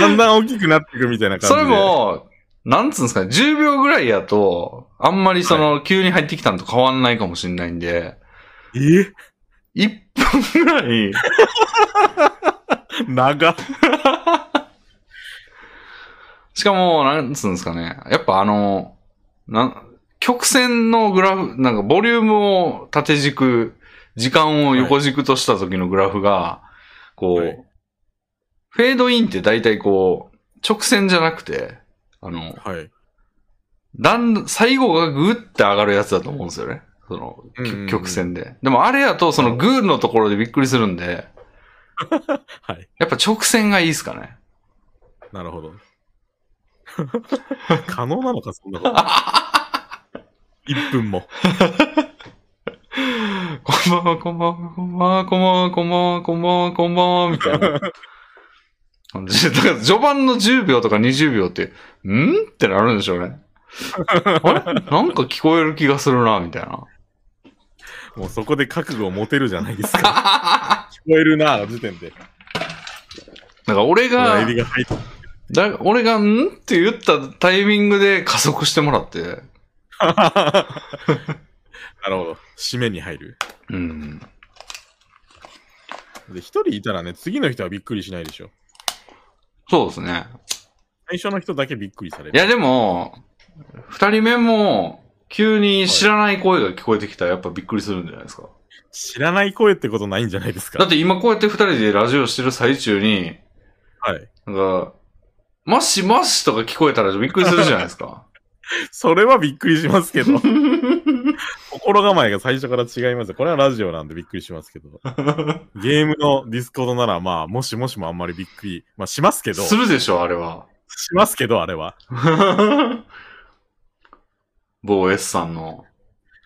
[SPEAKER 2] だんだん大きくなっていくみたいな感じで。
[SPEAKER 1] それ。も、なんつうんですかね、10秒ぐらいやと、あんまりその、急に入ってきたのと変わんないかもしれないんで、
[SPEAKER 2] え
[SPEAKER 1] 1分ぐらい、
[SPEAKER 2] 長っ。
[SPEAKER 1] しかも、なんつうんですかね。やっぱあの、なん、曲線のグラフ、なんかボリュームを縦軸、時間を横軸とした時のグラフが、こう、
[SPEAKER 2] はい
[SPEAKER 1] フェードインって大体こう、直線じゃなくて、あの、
[SPEAKER 2] はい。
[SPEAKER 1] だん、最後がグーって上がるやつだと思うんですよね。その、き
[SPEAKER 2] うんうんうん
[SPEAKER 1] 曲線で。でもあれやと、そのグーのところでびっくりするんで、
[SPEAKER 2] はい。
[SPEAKER 1] やっぱ直線がいいですかね。
[SPEAKER 2] なるほ ど。可能なのか、そんなこと。1分も。
[SPEAKER 1] こんばんは、こんばんは、こんばんは、こんばんは、こんばんは、こんばんは、こんばんは、みたいな。感じでだから序盤の10秒とか20秒って、んってなるんでしょうね。あれなんか聞こえる気がするな、みたいな。
[SPEAKER 2] もうそこで覚悟を持てるじゃないですか。 聞こえるな、時点で。
[SPEAKER 1] だから俺
[SPEAKER 2] 親
[SPEAKER 1] が
[SPEAKER 2] 指、が入って。
[SPEAKER 1] だ俺が、んって言ったタイミングで加速してもらって、
[SPEAKER 2] なるほど。締めに入る。
[SPEAKER 1] うん。
[SPEAKER 2] で、一人いたらね、次の人はびっくりしないでしょ。
[SPEAKER 1] そうですね。
[SPEAKER 2] 最初の人だけびっくりされ
[SPEAKER 1] い
[SPEAKER 2] る。
[SPEAKER 1] や、でも、二人目も、急に知らない声が聞こえてきたらやっぱびっくりするんじゃないですか。
[SPEAKER 2] 知らない声ってことないんじゃないです
[SPEAKER 1] だ
[SPEAKER 2] か
[SPEAKER 1] っ。て今こうやって二人でラジオしてる最中に、
[SPEAKER 2] はい。
[SPEAKER 1] なんか、もしもしとか聞こえたらびっくりするじゃないですか。
[SPEAKER 2] それはびっくりします けど。心構えが最初から違います。これはラジオなんでびっくりしますけど。ゲームのディスコードなら、まあ、もしもしもあんまりびっくり、まあ、しますけど、
[SPEAKER 1] す
[SPEAKER 2] し
[SPEAKER 1] るでしょ、あれは。
[SPEAKER 2] ますけど、あれは。
[SPEAKER 1] 某 S さんの。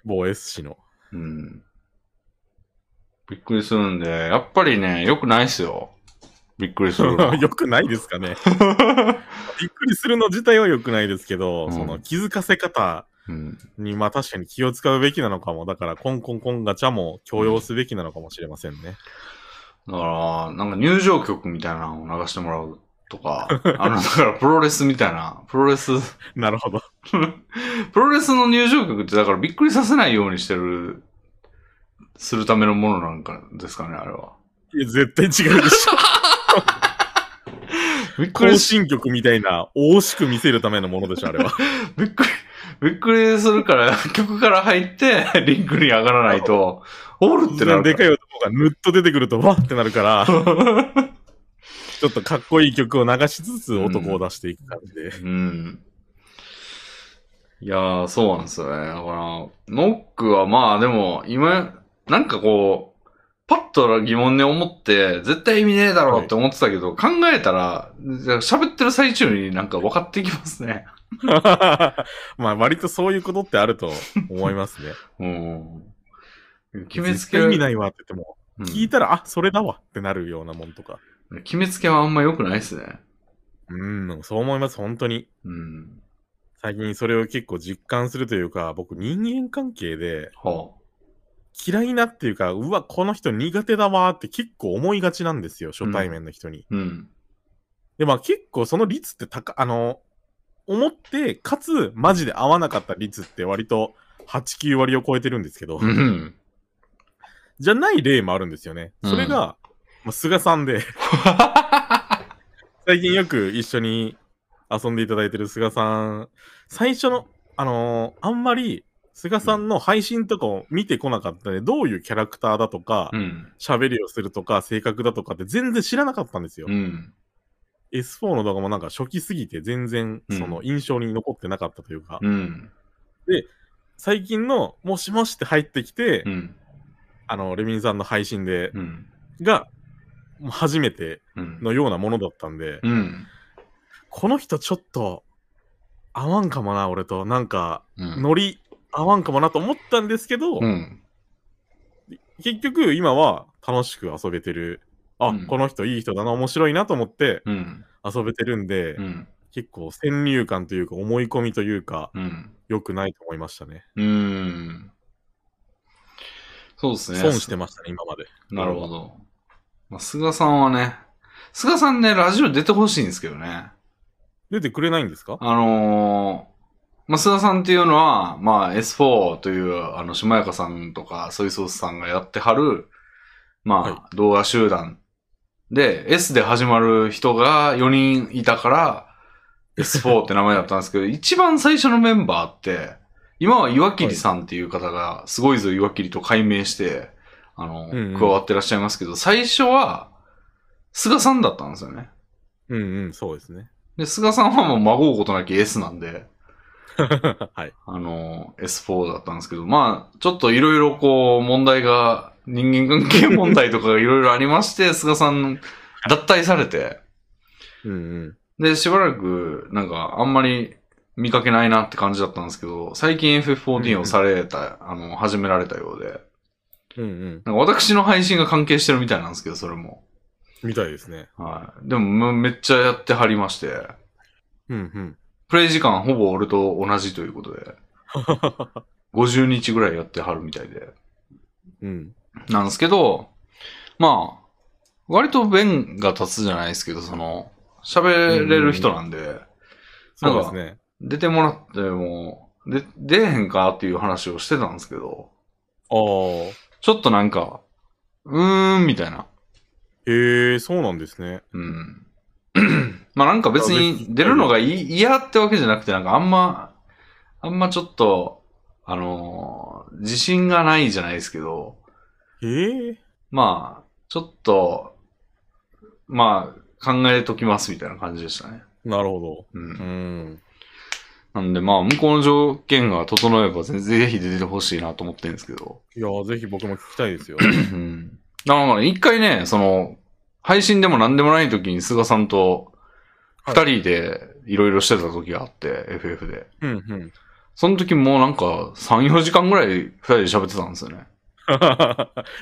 [SPEAKER 2] 某 S 氏の。
[SPEAKER 1] うん。びっくりするんで、やっぱりね、良くないっすよ。びっくりす るのは
[SPEAKER 2] よくないですか ね。びっくりするの自体はよくないですけど、
[SPEAKER 1] うん
[SPEAKER 2] その気づかせ方
[SPEAKER 1] うん。
[SPEAKER 2] に、まあ確かに気を使うべきなのかも。だから、コンコンコンガチャも強要すべきなのかもしれません ね。
[SPEAKER 1] だから、なんか入場曲みたいなのを流してもらうとか、 あの、だからプロレスみたいな、プロレス、
[SPEAKER 2] なるほど。
[SPEAKER 1] プロレスの入場曲ってだからびっくりさせないようにしてる、するためのものなんかですかね、あれは。
[SPEAKER 2] いや、絶対違うでしょ。
[SPEAKER 1] びっくり
[SPEAKER 2] 行
[SPEAKER 1] し、
[SPEAKER 2] 進曲みたいな、惜しく見せるためのものでしょ、あれは。
[SPEAKER 1] びっくり、びっくりするから、 曲から入って、 リンクに上がらないと、おる ってなる
[SPEAKER 2] でかい男がぬっと出てくると、わってな るか
[SPEAKER 1] ら。
[SPEAKER 2] ら、ちょっとかっこいい曲を流しつつ男を出していく感じで。
[SPEAKER 1] うん。いやー、そうなんですよね。だから、ノックはまあでも、今、なんかこう、パッと疑問に思って、絶対意味ねえだろうって思ってたけど、考えたら、じゃあ喋ってる最中になんか分かってきますね。
[SPEAKER 2] まあ割とそういうことってあると思いますね。
[SPEAKER 1] うん。 決めつけ
[SPEAKER 2] 絶対
[SPEAKER 1] は、
[SPEAKER 2] 意味ないわって言っても、
[SPEAKER 1] うん
[SPEAKER 2] 聞いたら、あ、それだわってなるようなもんとか。
[SPEAKER 1] 決めつけはあんま良くないですね。
[SPEAKER 2] うん、そう思います、本当に。
[SPEAKER 1] うん。
[SPEAKER 2] 最近それを結構実感するというか、僕人間関係で
[SPEAKER 1] は
[SPEAKER 2] 嫌いなっていうか、うわ、この人苦手だわーって結構思いがちなんですよ、初対面の人に。
[SPEAKER 1] あ。うん。
[SPEAKER 2] で、まあ結構その率って高、あの、思って、かつマジで合わなかった率って割と8、9割を超えてるんですけど、
[SPEAKER 1] うん。
[SPEAKER 2] じゃない例もあるんですよね。それが、まあ、菅さ んで、最近よく一緒に遊んでいただいてる菅さん、最初の、あのーあんまり菅さんの配信とかを見てこなかったんで、どういうキャラクターだとか
[SPEAKER 1] う、ん。
[SPEAKER 2] 喋、りをするとか、性格だとかって全然知らなかったんですよ。
[SPEAKER 1] うん。
[SPEAKER 2] S4 の動画もなんか初期すぎて全然
[SPEAKER 1] うん
[SPEAKER 2] その印象に残ってなかったというか、
[SPEAKER 1] うん。
[SPEAKER 2] 最近のもしもしって入ってきて、
[SPEAKER 1] うん。
[SPEAKER 2] あの、レミンさんの配信で、
[SPEAKER 1] うん。
[SPEAKER 2] が、もう初めて
[SPEAKER 1] うん。
[SPEAKER 2] のようなものだったんで、
[SPEAKER 1] うん。
[SPEAKER 2] この人ちょっと合わんかもな、俺と。なんか、
[SPEAKER 1] うん。
[SPEAKER 2] ノリ合わんかもなと思ったんですけど、
[SPEAKER 1] うん。
[SPEAKER 2] 結局今は楽しく遊べてる。あ、
[SPEAKER 1] うん
[SPEAKER 2] この人いい人だな、面白いなと思って
[SPEAKER 1] うん。
[SPEAKER 2] 遊べてるんで、
[SPEAKER 1] うん。
[SPEAKER 2] 結構先入観というか思い込みというか、
[SPEAKER 1] うん。
[SPEAKER 2] 良くないと思いましたね。
[SPEAKER 1] うん。そうですね。
[SPEAKER 2] 損してましたね、今まで。
[SPEAKER 1] なるほど。まあ、菅さんはね、菅さんね、ラジオ出てほしいんですけどね。
[SPEAKER 2] 出てくれないんですか
[SPEAKER 1] あのー、まあ、菅さんっていうのは、まあ、S4 という、あの、しまやかさんとか、ソイソースさんがやってはる、まあ、
[SPEAKER 2] は
[SPEAKER 1] 動画集団で、S で始まる人が4人いたから、S4 って名前だったんですけど、一番最初のメンバーって、今は岩切さんっていう方が、すごいぞ岩切と改名して、あの、
[SPEAKER 2] うんうん
[SPEAKER 1] 加わってらっしゃいますけど、最初は、菅さんだったんですよね。
[SPEAKER 2] うんうん、そうですね。
[SPEAKER 1] で、菅さんはもう孫うことなき S なんで、
[SPEAKER 2] はい。
[SPEAKER 1] あの、S4 だったんですけど、まあ、ちょっといろいろこう、問題が、人間関係問題とかがいろいろありまして、菅さん、脱退されて、
[SPEAKER 2] うんうん。
[SPEAKER 1] で、しばらく、なんか、あんまり見かけないなって感じだったんですけど、最近 FF14 をされた、あの、始められたようで、
[SPEAKER 2] うんうん。
[SPEAKER 1] なんか私の配信が関係してるみたいなんですけど、それも。
[SPEAKER 2] みたいですね。
[SPEAKER 1] はい。でも、むめっちゃやってはりまして、
[SPEAKER 2] うんうん。
[SPEAKER 1] プレイ時間ほぼ俺と同じということで、50日ぐらいやってはるみたいで。
[SPEAKER 2] うん。
[SPEAKER 1] なんですけど、まあ、割と弁が立つじゃないですけど、その、喋れる人なんで、
[SPEAKER 2] そうですね。
[SPEAKER 1] 出てもらっても、で、出えへんかっていう話をしてたんですけど、
[SPEAKER 2] ああ。
[SPEAKER 1] ちょっとなんか、うーん、みたいな。
[SPEAKER 2] へえ、そうなんですね。
[SPEAKER 1] うん。 まあなんか別に出るのがいい嫌ってわけじゃなくて、なんかあんま、あんまちょっと、あのー自信がないじゃないですけど、
[SPEAKER 2] へえ。
[SPEAKER 1] まあ、ちょっと、まあ、考えときますみたいな感じでしたね。
[SPEAKER 2] なるほ
[SPEAKER 1] う。
[SPEAKER 2] ど。うんん。
[SPEAKER 1] なんでまあ、向こうの条件が整えば、ぜぜひ出てほしいなと思ってるんですけど。
[SPEAKER 2] いやー、ぜひ僕も聞きたいですよ。
[SPEAKER 1] うん。だからね一回ね、その、配信でも何でもない時に菅さんと
[SPEAKER 2] は
[SPEAKER 1] 二
[SPEAKER 2] い
[SPEAKER 1] 人でいろいろしてた時があって、FF で。
[SPEAKER 2] うん うん。
[SPEAKER 1] その時もうなんか3、4時間ぐらい二人で喋ってたんですよね。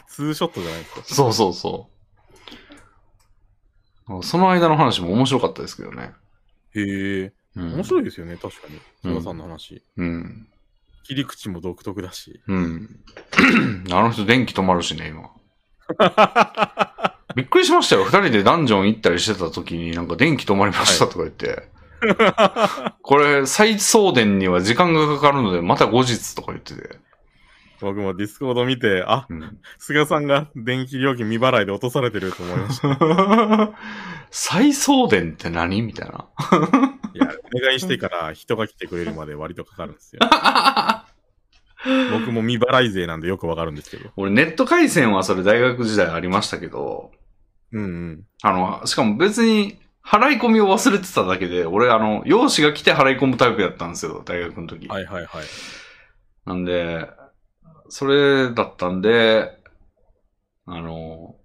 [SPEAKER 2] ツーショットじゃないですか。
[SPEAKER 1] そうそうそう。その間の話も面白かったですけどね。
[SPEAKER 2] へえ。
[SPEAKER 1] うん、
[SPEAKER 2] 面白いですよね、確かに。
[SPEAKER 1] うん
[SPEAKER 2] 菅さんの話。
[SPEAKER 1] うん。
[SPEAKER 2] 切り口も独特だし。
[SPEAKER 1] うん。 あの人電気止まるしね、今。びっくりしましたよ。二人でダンジョン行ったりしてた時になんか電気止まりましたとか言って。 これ、再送電には時間がかかるので、また後日とか言ってて。
[SPEAKER 2] 僕もディスコード見て、あ、
[SPEAKER 1] うん、
[SPEAKER 2] 菅さんが電気料金未払いで落とされてると思い ました。
[SPEAKER 1] 再送電って何みたいな。
[SPEAKER 2] いや、お願いしてから人が来てくれるまで割とかかるんです よ。僕も未払い税なんでよくわかるんですけど。
[SPEAKER 1] 俺、ネット回線はそれ大学時代ありましたけど、
[SPEAKER 2] うんうん。
[SPEAKER 1] あの、しかも別に、払い込みを忘れてただけで、俺、あの、容姿が来て払い込むタイプやったんですよ、大学の時。
[SPEAKER 2] はいはいはい。
[SPEAKER 1] なんで、それだったんで、あの、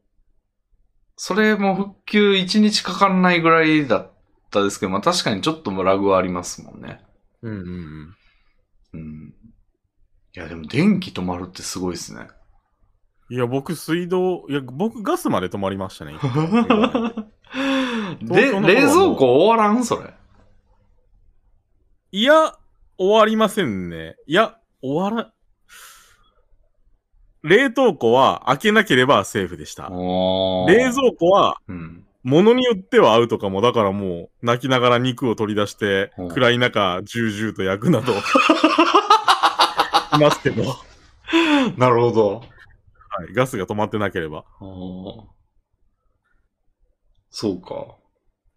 [SPEAKER 1] それも復旧1日かかんないぐらいだったですけど、まあ確かにちょっともラグはありますもんね。
[SPEAKER 2] うんうんうん。
[SPEAKER 1] うん。いや、でも電気止まるってすごいです ね。
[SPEAKER 2] いや、僕水道、いや、僕ガスまで止まりま したね。
[SPEAKER 1] で、
[SPEAKER 2] 東京の方はもう
[SPEAKER 1] 冷蔵庫終わらんそれ。
[SPEAKER 2] いや、終わりませんね。いや、終わら、冷凍庫は開けなければセーフでした。冷蔵庫は
[SPEAKER 1] うん。
[SPEAKER 2] 物によっては合うとかも、だからもう、泣きながら肉を取り出して
[SPEAKER 1] うん、
[SPEAKER 2] 暗い中、ジュージューと焼くな ど、いますけど、は
[SPEAKER 1] なるほど。
[SPEAKER 2] い、ガスが止まってなければ。
[SPEAKER 1] あーそうか。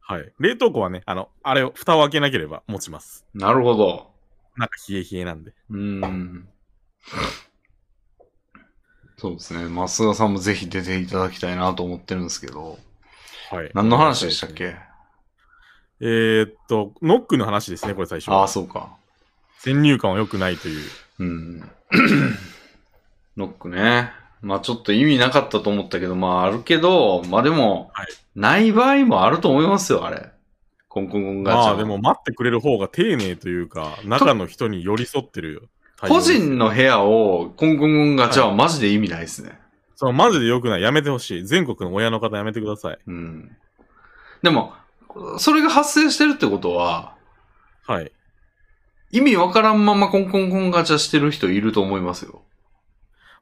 [SPEAKER 2] はい。冷凍庫はね、あの、あれを、蓋を開けなければ持ちます。
[SPEAKER 1] なるほど。
[SPEAKER 2] なんか冷え冷えなんで。
[SPEAKER 1] うん。そうですね。増田さんもぜひ出ていただきたいなと思ってるんですけど。
[SPEAKER 2] はい。
[SPEAKER 1] 何の話でしたっけ
[SPEAKER 2] えーっと、ノックの話ですね、これ最初。
[SPEAKER 1] ああ、そうか。
[SPEAKER 2] 先入観は良くないという。
[SPEAKER 1] うん。ノックね。まあちょっと意味なかったと思ったけど、まああるけど、まあでも、
[SPEAKER 2] はい
[SPEAKER 1] ない場合もあると思いますよ、あれ。コンコンコンガチャ。
[SPEAKER 2] まあでも待ってくれる方が丁寧というか、中の人に寄り添ってる対応
[SPEAKER 1] 個人の部屋をコンコンコンガチャはマジで意味ないですね。
[SPEAKER 2] そのマジで良くない。やめてほしい。全国の親の方やめてください。
[SPEAKER 1] うん。でも、それが発生してるってことは、
[SPEAKER 2] はい。
[SPEAKER 1] 意味わからんままコンコンコンガチャしてる人いると思いますよ。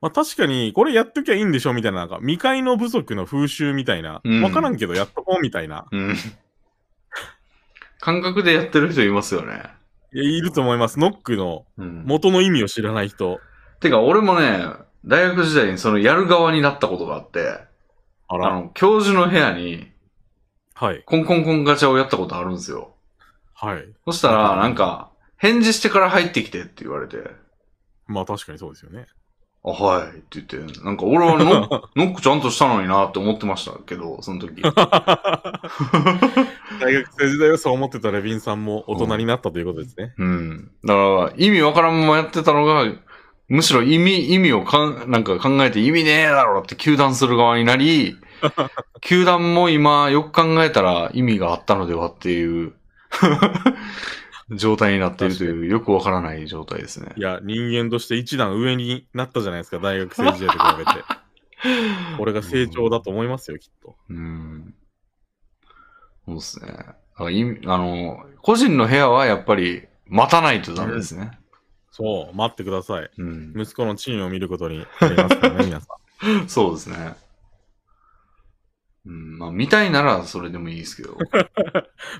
[SPEAKER 2] まあ確かに、これやっときゃいいんでしょみたいな、なんか、未開の部族の風習みたいな
[SPEAKER 1] うん、
[SPEAKER 2] わからんけどやっとこうみたいな、
[SPEAKER 1] うん。感覚でやってる人いますよね。
[SPEAKER 2] いやいると思います。ノックの
[SPEAKER 1] うん。
[SPEAKER 2] 元の意味を知らない人。
[SPEAKER 1] てか、俺もね、大学時代にそのやる側になったことがあって、
[SPEAKER 2] あ
[SPEAKER 1] あ
[SPEAKER 2] ら。
[SPEAKER 1] の、教授の部屋に
[SPEAKER 2] はい。
[SPEAKER 1] コンコンコンガチャをやったことあるんですよ。
[SPEAKER 2] はい。
[SPEAKER 1] そしたら、
[SPEAKER 2] うん
[SPEAKER 1] なんか、返事してから入ってきてって言われて、
[SPEAKER 2] まあ確かにそうですよね。
[SPEAKER 1] あ、はい、って言って、なんか俺は ノノックちゃんとしたのになって思ってましたけど、その時。
[SPEAKER 2] 大学生時代はそう思ってたレビンさんも大人になったということですね。
[SPEAKER 1] うん。だから、意味わからんままやってたのが、むしろ意味、意味をかん、なんか考えて意味ねえだろって球団する側にな り、球団も今よく考えたら意味があったのではっていう 状態になっているというよくわからない状態ですね。
[SPEAKER 2] いや、人間として一段上になったじゃないですか、大学生時代と 比べて。これが成長だと思いますよ、きっと。
[SPEAKER 1] うん。そうですね。だから意味あの、個人の部屋はやっぱり待たないとダメですね。
[SPEAKER 2] そう、待ってください。
[SPEAKER 1] うん。
[SPEAKER 2] 息子のチンを見ることになりますからね、皆さん。
[SPEAKER 1] そうですね。うん、まあ、見たいならそれでもいいですけ ど。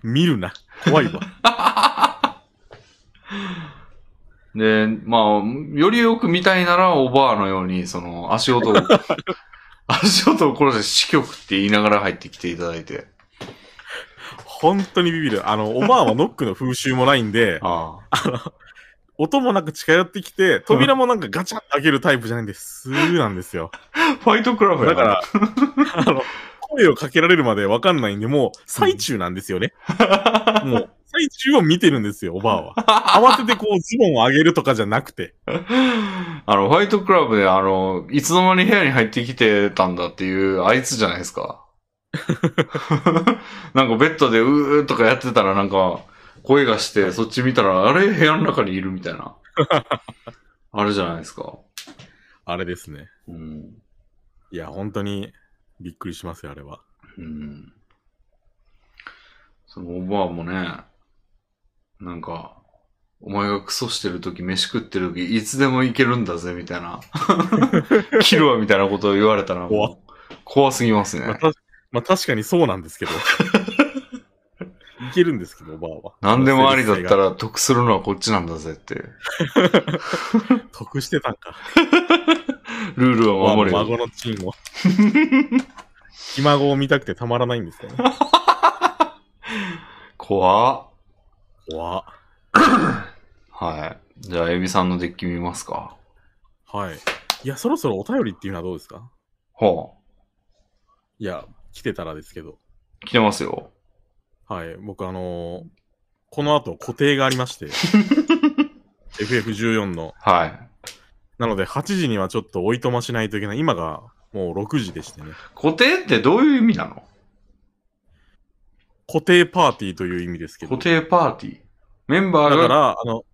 [SPEAKER 2] 見るな。怖いわ。
[SPEAKER 1] で、まあ、よりよく見たいなら、おばあのように、その、足音 を、足音を殺して死局って言いながら入ってきていただいて。
[SPEAKER 2] 本当にビビる。あの、おばあはノックの風習もないん で、
[SPEAKER 1] ああ。
[SPEAKER 2] 音もなく近寄ってきて、扉もなんかガチャッと開けるタイプじゃないんで、すーなんですよ。
[SPEAKER 1] ファイトクラブや
[SPEAKER 2] だ
[SPEAKER 1] な
[SPEAKER 2] か ら、あの、声をかけられるまでわかんないんで、もう最中なんです よね。もう、最中を見てるんですよ、おばあは。慌ててこう、ズボンを上げるとかじゃなくて。
[SPEAKER 1] あの、ホワイトクラブで、あの、いつの間に部屋に入ってきてたんだっていう、あいつじゃないですか。なんかベッドでうーとかやってたら、なんか、声がして、そっち見たら、あれ部屋の中にいるみたいな。あれじゃないですか。
[SPEAKER 2] あれですね。
[SPEAKER 1] うん。
[SPEAKER 2] いや、本当に、びっくりしますよ、あれは。
[SPEAKER 1] うん。そのおばあもね、なんか、お前がクソしてる時、飯食ってる時、いつでも行けるんだぜ、みたい な。切るわ、みたいなことを言われたら、
[SPEAKER 2] 怖
[SPEAKER 1] もう怖すぎます
[SPEAKER 2] まあ、
[SPEAKER 1] ね。
[SPEAKER 2] たまあ確かにそうなんですけど。いけるんですけど、おばあは。
[SPEAKER 1] 何でもありだった
[SPEAKER 2] ら。
[SPEAKER 1] ら得するのはこっちなんだぜって。
[SPEAKER 2] 得してたんか。
[SPEAKER 1] ルールを守れよ。
[SPEAKER 2] 孫のチ ームを。ひ孫を見たくてたまらないんですよね。
[SPEAKER 1] 怖っ
[SPEAKER 2] 怖っ
[SPEAKER 1] はい。じゃあ、エビさんのデッキ見ますか。
[SPEAKER 2] はい。いや、そろそろお便りっていうのはどうですか
[SPEAKER 1] ほ
[SPEAKER 2] いや、来てたらですけど。
[SPEAKER 1] う。来てますよ。
[SPEAKER 2] はい。僕、あのーこの後固定があり まして。FF14 の。
[SPEAKER 1] はい。
[SPEAKER 2] なので、8時にはちょっとおいとましないといけない。今がもう6時でしてね。
[SPEAKER 1] 固定ってどういう意味なの
[SPEAKER 2] 固定パーティーという意味ですけど。
[SPEAKER 1] 固定パーティー。メンバー
[SPEAKER 2] だか
[SPEAKER 1] が、
[SPEAKER 2] ら、あの、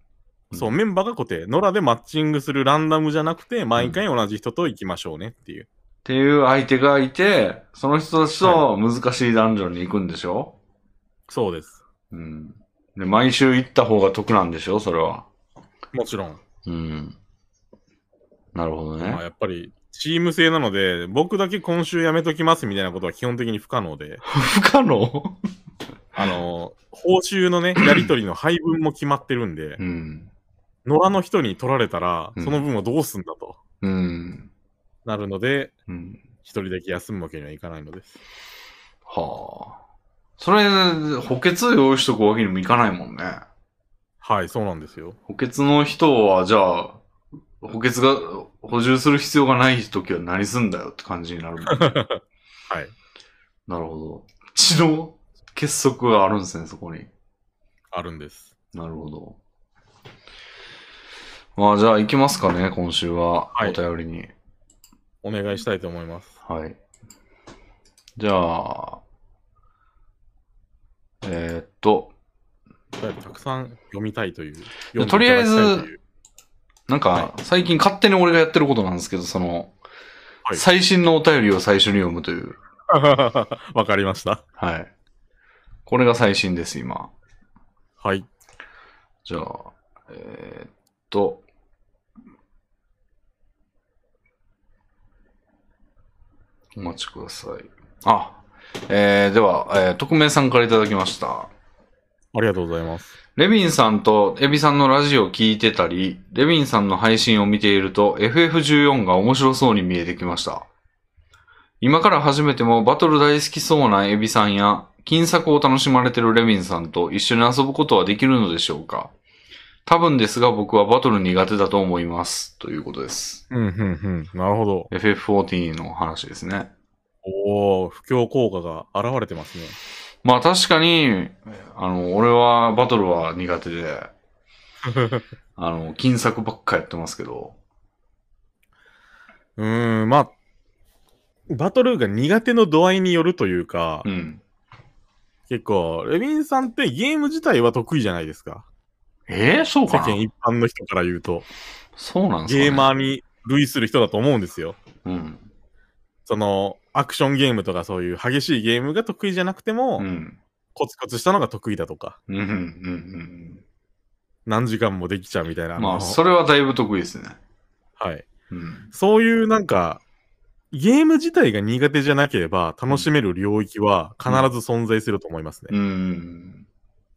[SPEAKER 2] そうう、メンバーが固定。野良でマッチングするランダムじゃなくて、毎回同じ人と行きましょうねっていう。
[SPEAKER 1] っていう相手がいて、その人たちと難しいダンジョンに行くんでしょ、
[SPEAKER 2] そうです。
[SPEAKER 1] うん。で、毎週行った方が得なんでしょそれは。
[SPEAKER 2] もちろん。
[SPEAKER 1] うん。なるほど
[SPEAKER 2] まあ、
[SPEAKER 1] ね。
[SPEAKER 2] やっぱり、チーム制なので、僕だけ今週やめときますみたいなことは基本的に不可能で、
[SPEAKER 1] 不可能
[SPEAKER 2] あの、報酬の ね、やり取りの配分も決まってるんで
[SPEAKER 1] う、ん。
[SPEAKER 2] 野良の人に取られたら
[SPEAKER 1] う、ん
[SPEAKER 2] その分をどうすんだと
[SPEAKER 1] うん。
[SPEAKER 2] なるので、
[SPEAKER 1] うん。
[SPEAKER 2] 一人だけ休むわけにはいかないのです。
[SPEAKER 1] はあ。それ、補欠用意しとくわけにもいかないもんね。
[SPEAKER 2] はい、そうなんですよ。
[SPEAKER 1] 補欠の人は、じゃあ、補欠が補充する必要がない時は何すんだよって感じになるもん、ね。
[SPEAKER 2] はい。
[SPEAKER 1] なるほど。血の結束があるんですね、そこに。
[SPEAKER 2] あるんです。
[SPEAKER 1] なるほど。まあ、じゃあ行きますかね、今週は。
[SPEAKER 2] はい
[SPEAKER 1] お便りに。
[SPEAKER 2] お願いしたいと思います。
[SPEAKER 1] はい。じゃあ、えーっと、
[SPEAKER 2] たくさん読みたいという。読んでい
[SPEAKER 1] とりあえず
[SPEAKER 2] ただきたいという、
[SPEAKER 1] なんか、最近勝手に俺がやってることなんですけど、その、
[SPEAKER 2] はい
[SPEAKER 1] 最新のお便りを最初に読むという。
[SPEAKER 2] わかりました。
[SPEAKER 1] はい。これが最新です、今。
[SPEAKER 2] はい。
[SPEAKER 1] じゃあ、えーっと。お待ちください。あ、えー、では、えー、匿名さんからいただきました。
[SPEAKER 2] ありがとうございます。
[SPEAKER 1] レビンさんとエビさんのラジオを聞いてたり、レビンさんの配信を見ていると FF14 が面白そうに見えてきました。今から始めてもバトル大好きそうなエビさんや、金作を楽しまれてるレビンさんと一緒に遊ぶことはできるのでしょうか多分ですが僕はバトル苦手だと思います。ということです。
[SPEAKER 2] うん、うん、うん。なるほど。
[SPEAKER 1] FF14 の話ですね。
[SPEAKER 2] おお、不況効果が現れてますね。
[SPEAKER 1] まあ確かに、あの、俺はバトルは苦手で、あの、金作ばっかやってますけど、
[SPEAKER 2] うーん、まあ、バトルが苦手の度合いによるというか、
[SPEAKER 1] うん。
[SPEAKER 2] 結構、レビンさんってゲーム自体は得意じゃないですか。
[SPEAKER 1] えー、そう
[SPEAKER 2] 世
[SPEAKER 1] かな
[SPEAKER 2] 間一般の人から言うと、
[SPEAKER 1] そうなんですか、ね、
[SPEAKER 2] ゲーマーに類する人だと思うんですよ。
[SPEAKER 1] うん。
[SPEAKER 2] その、アクションゲームとかそういう激しいゲームが得意じゃなくても、
[SPEAKER 1] うん。
[SPEAKER 2] コツコツしたのが得意だとか、
[SPEAKER 1] うん。うん。うん。
[SPEAKER 2] 何時間もできちゃうみたいな。
[SPEAKER 1] うんま
[SPEAKER 2] の
[SPEAKER 1] あ、それはだいぶ得意ですね。
[SPEAKER 2] はい。
[SPEAKER 1] うん。
[SPEAKER 2] そういうなんか、ゲーム自体が苦手じゃなければ楽しめる領域は必ず存在すると思います
[SPEAKER 1] う
[SPEAKER 2] ね。
[SPEAKER 1] ん。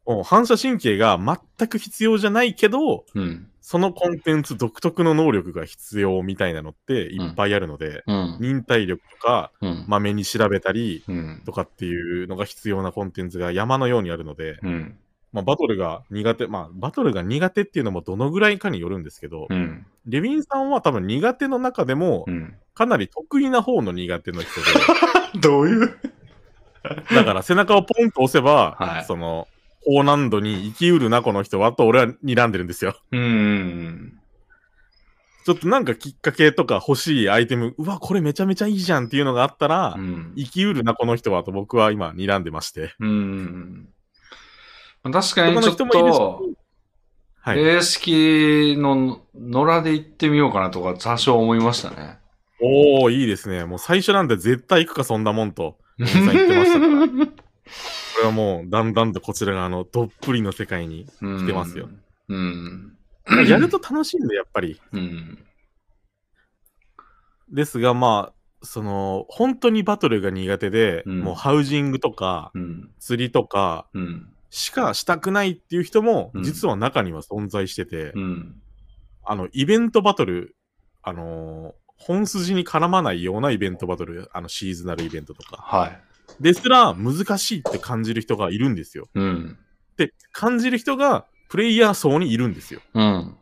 [SPEAKER 2] もう反射神経が全く必要じゃないけど、
[SPEAKER 1] うん。
[SPEAKER 2] そのコンテンツ独特の能力が必要みたいなのっていっぱいあるので、
[SPEAKER 1] うん。
[SPEAKER 2] 忍耐力とか、
[SPEAKER 1] うん。
[SPEAKER 2] まめに調べたり
[SPEAKER 1] うん。
[SPEAKER 2] とかっていうのが必要なコンテンツが山のようにあるので、
[SPEAKER 1] うん。
[SPEAKER 2] まあ、バトルが苦手、まあ、バトルが苦手っていうのもどのぐらいかによるんですけど、
[SPEAKER 1] うん。
[SPEAKER 2] レビンさんは多分苦手の中でも
[SPEAKER 1] う、ん。
[SPEAKER 2] かなり得意な方の苦手の人 で、
[SPEAKER 1] どういう
[SPEAKER 2] だから背中をポンと押せば、
[SPEAKER 1] はい
[SPEAKER 2] その、高難度に生きうるな、この人は、と俺は睨んでるんですよ。
[SPEAKER 1] うん。
[SPEAKER 2] ちょっとなんかきっかけとか欲しいアイテム、うわ、これめちゃめちゃいいじゃんっていうのがあったら、
[SPEAKER 1] うん。
[SPEAKER 2] 生きうるな、この人は、と僕は今睨んでまして。
[SPEAKER 1] うん。まあ確かに
[SPEAKER 2] 他
[SPEAKER 1] ち
[SPEAKER 2] の
[SPEAKER 1] ょっ
[SPEAKER 2] 人もいるし
[SPEAKER 1] と、
[SPEAKER 2] はい。
[SPEAKER 1] 霊式の野良で行ってみようかなとか多少思いましたね。
[SPEAKER 2] おー、いいですね。もう最初なんで絶対行くか、そんなもんと。皆さん言ってましたから。これはもう、だんだんとこちらが、あの、どっぷりの世界に。
[SPEAKER 1] うん
[SPEAKER 2] 来てますよ。
[SPEAKER 1] うん。
[SPEAKER 2] やると楽しいんで、やっぱり。
[SPEAKER 1] うん。
[SPEAKER 2] ですが、まあ、その、本当にバトルが苦手で、
[SPEAKER 1] うん
[SPEAKER 2] もうハウジングとか、
[SPEAKER 1] うん。
[SPEAKER 2] 釣りとか、
[SPEAKER 1] うん。
[SPEAKER 2] しかしたくないっていう人も
[SPEAKER 1] う、ん
[SPEAKER 2] 実は中には存在してて、
[SPEAKER 1] うん。
[SPEAKER 2] あの、イベントバトル、あのー本筋に絡まないようなイベントバトル、あの、シーズナルイベントとか。
[SPEAKER 1] はい。
[SPEAKER 2] ですら、難しいって感じる人がいるんですよ。
[SPEAKER 1] うん。
[SPEAKER 2] で、感じる人が、プレイヤー層にいるんですよ。
[SPEAKER 1] うん。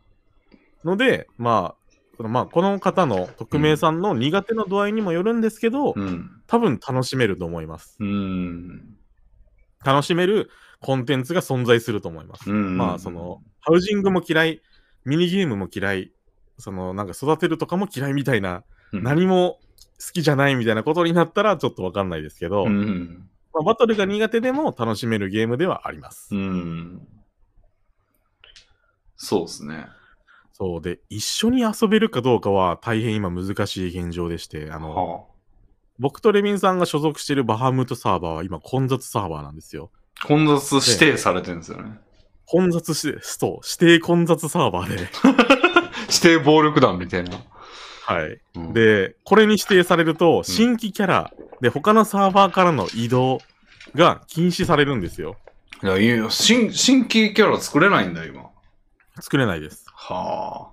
[SPEAKER 2] ので、まあ、そのまあ、この方の匿名さんの苦手の度合いにもよるんですけど、
[SPEAKER 1] うん。
[SPEAKER 2] 多分楽しめると思います。
[SPEAKER 1] うん。
[SPEAKER 2] 楽しめるコンテンツが存在すると思います。
[SPEAKER 1] うん
[SPEAKER 2] まあ、その、ハウジングも嫌い、ミニゲームも嫌い、その、なんか育てるとかも嫌いみたいな、
[SPEAKER 1] うん
[SPEAKER 2] 何も好きじゃないみたいなことになったらちょっとわかんないですけど、
[SPEAKER 1] うん。
[SPEAKER 2] まあ、バトルが苦手でも楽しめるゲームではあります。
[SPEAKER 1] うん。そうですね。
[SPEAKER 2] そうで、一緒に遊べるかどうかは大変今難しい現状でして、あの、
[SPEAKER 1] は
[SPEAKER 2] 僕とレビンさんが所属しているバハムートサーバーは今混雑サーバーなんですよ。
[SPEAKER 1] あ。混雑指定されてるんですよね。
[SPEAKER 2] 混雑して、そう、指定混雑サー バーで。
[SPEAKER 1] 指定暴力団みたいな。
[SPEAKER 2] はい。
[SPEAKER 1] うん、
[SPEAKER 2] で、これに指定されると、新規キャラで他のサーバーからの移動が禁止されるんですよ。
[SPEAKER 1] いや、いやいや新、新規キャラ作れないんだ、今。
[SPEAKER 2] 作れないです。
[SPEAKER 1] はあ。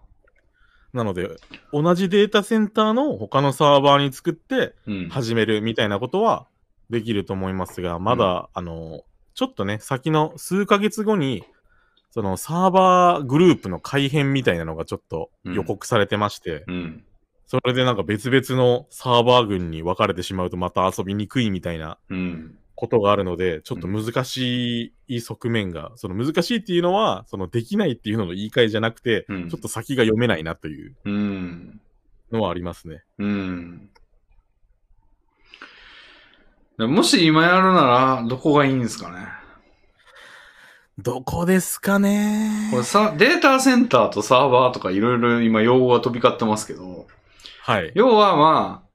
[SPEAKER 2] なので、同じデータセンターの他のサーバーに作って
[SPEAKER 1] うん。
[SPEAKER 2] 始めるみたいなことはできると思いますが、まだ、あの、ちょっとね、先の数ヶ月後に、そのサーバーグループの改変みたいなのがちょっと予告されてまして、
[SPEAKER 1] うん。
[SPEAKER 2] それでなんか別々のサーバー群に分かれてしまうとまた遊びにくいみたいな
[SPEAKER 1] うん。
[SPEAKER 2] ことがあるので、ちょっと難しい側面が、その難しいっていうのは、そのできないっていうのの言い換えじゃなくて、
[SPEAKER 1] うん
[SPEAKER 2] ちょっと先が読めないなという
[SPEAKER 1] うん。
[SPEAKER 2] のはありますね。
[SPEAKER 1] うん。でもし今やるなら、どこがいいんですかね。
[SPEAKER 2] どこですかね
[SPEAKER 1] これさ、データセンターとサーバーとかいろいろ今用語が飛び交ってますけど、
[SPEAKER 2] はい。
[SPEAKER 1] 要はまあ、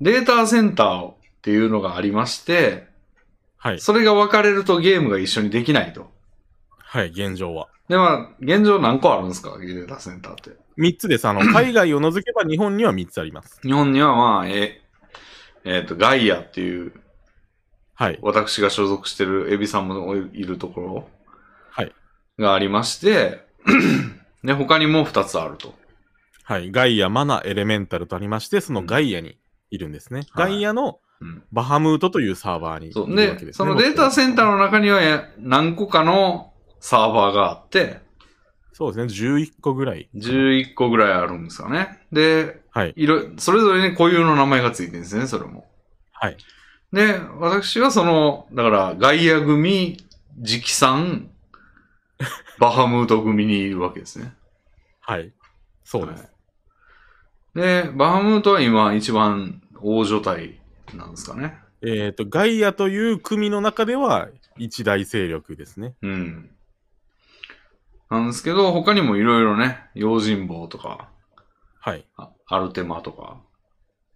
[SPEAKER 1] データセンターっていうのがありまして、
[SPEAKER 2] はい。
[SPEAKER 1] それが分かれるとゲームが一緒にできないと。
[SPEAKER 2] はい、現状は。
[SPEAKER 1] で、まあ、現状何個あるんですかデータセンターって。
[SPEAKER 2] 3つ です。あの、海外を除けば日本には3つあります。
[SPEAKER 1] 日本にはまあ、え、えっ、と、ガイアっていう、
[SPEAKER 2] はい。
[SPEAKER 1] 私が所属してるエビさんもいるところ
[SPEAKER 2] はい。
[SPEAKER 1] がありまして、 で、他にも2つあると。
[SPEAKER 2] はい。ガイア、マナ、エレメンタルとありまして、そのガイアにいるんですね。
[SPEAKER 1] はい
[SPEAKER 2] ガイアの
[SPEAKER 1] うん。
[SPEAKER 2] バハムートというサーバーにいる
[SPEAKER 1] そ
[SPEAKER 2] わ
[SPEAKER 1] う。
[SPEAKER 2] けです、
[SPEAKER 1] で、
[SPEAKER 2] ね。
[SPEAKER 1] そのデータセンターの中にはや何個かのサーバーがあって、
[SPEAKER 2] そうですね、11個ぐらい。
[SPEAKER 1] 11個ぐらいあるんですかね。で、
[SPEAKER 2] はい。
[SPEAKER 1] いろ、それぞれに固有の名前がついてるんですね、それも。
[SPEAKER 2] はい。
[SPEAKER 1] で、私はその、だから、ガイア組、直 参、バハムート組にいるわけですね。
[SPEAKER 2] はい。そうです。
[SPEAKER 1] はいで、バハムートは今一番大所帯なんですかね。
[SPEAKER 2] えっ、と、ガイアという組の中では一大勢力ですね。
[SPEAKER 1] うん。なんですけど、他にもいろいろね、用心棒とか、
[SPEAKER 2] はい。
[SPEAKER 1] あアルテマとか、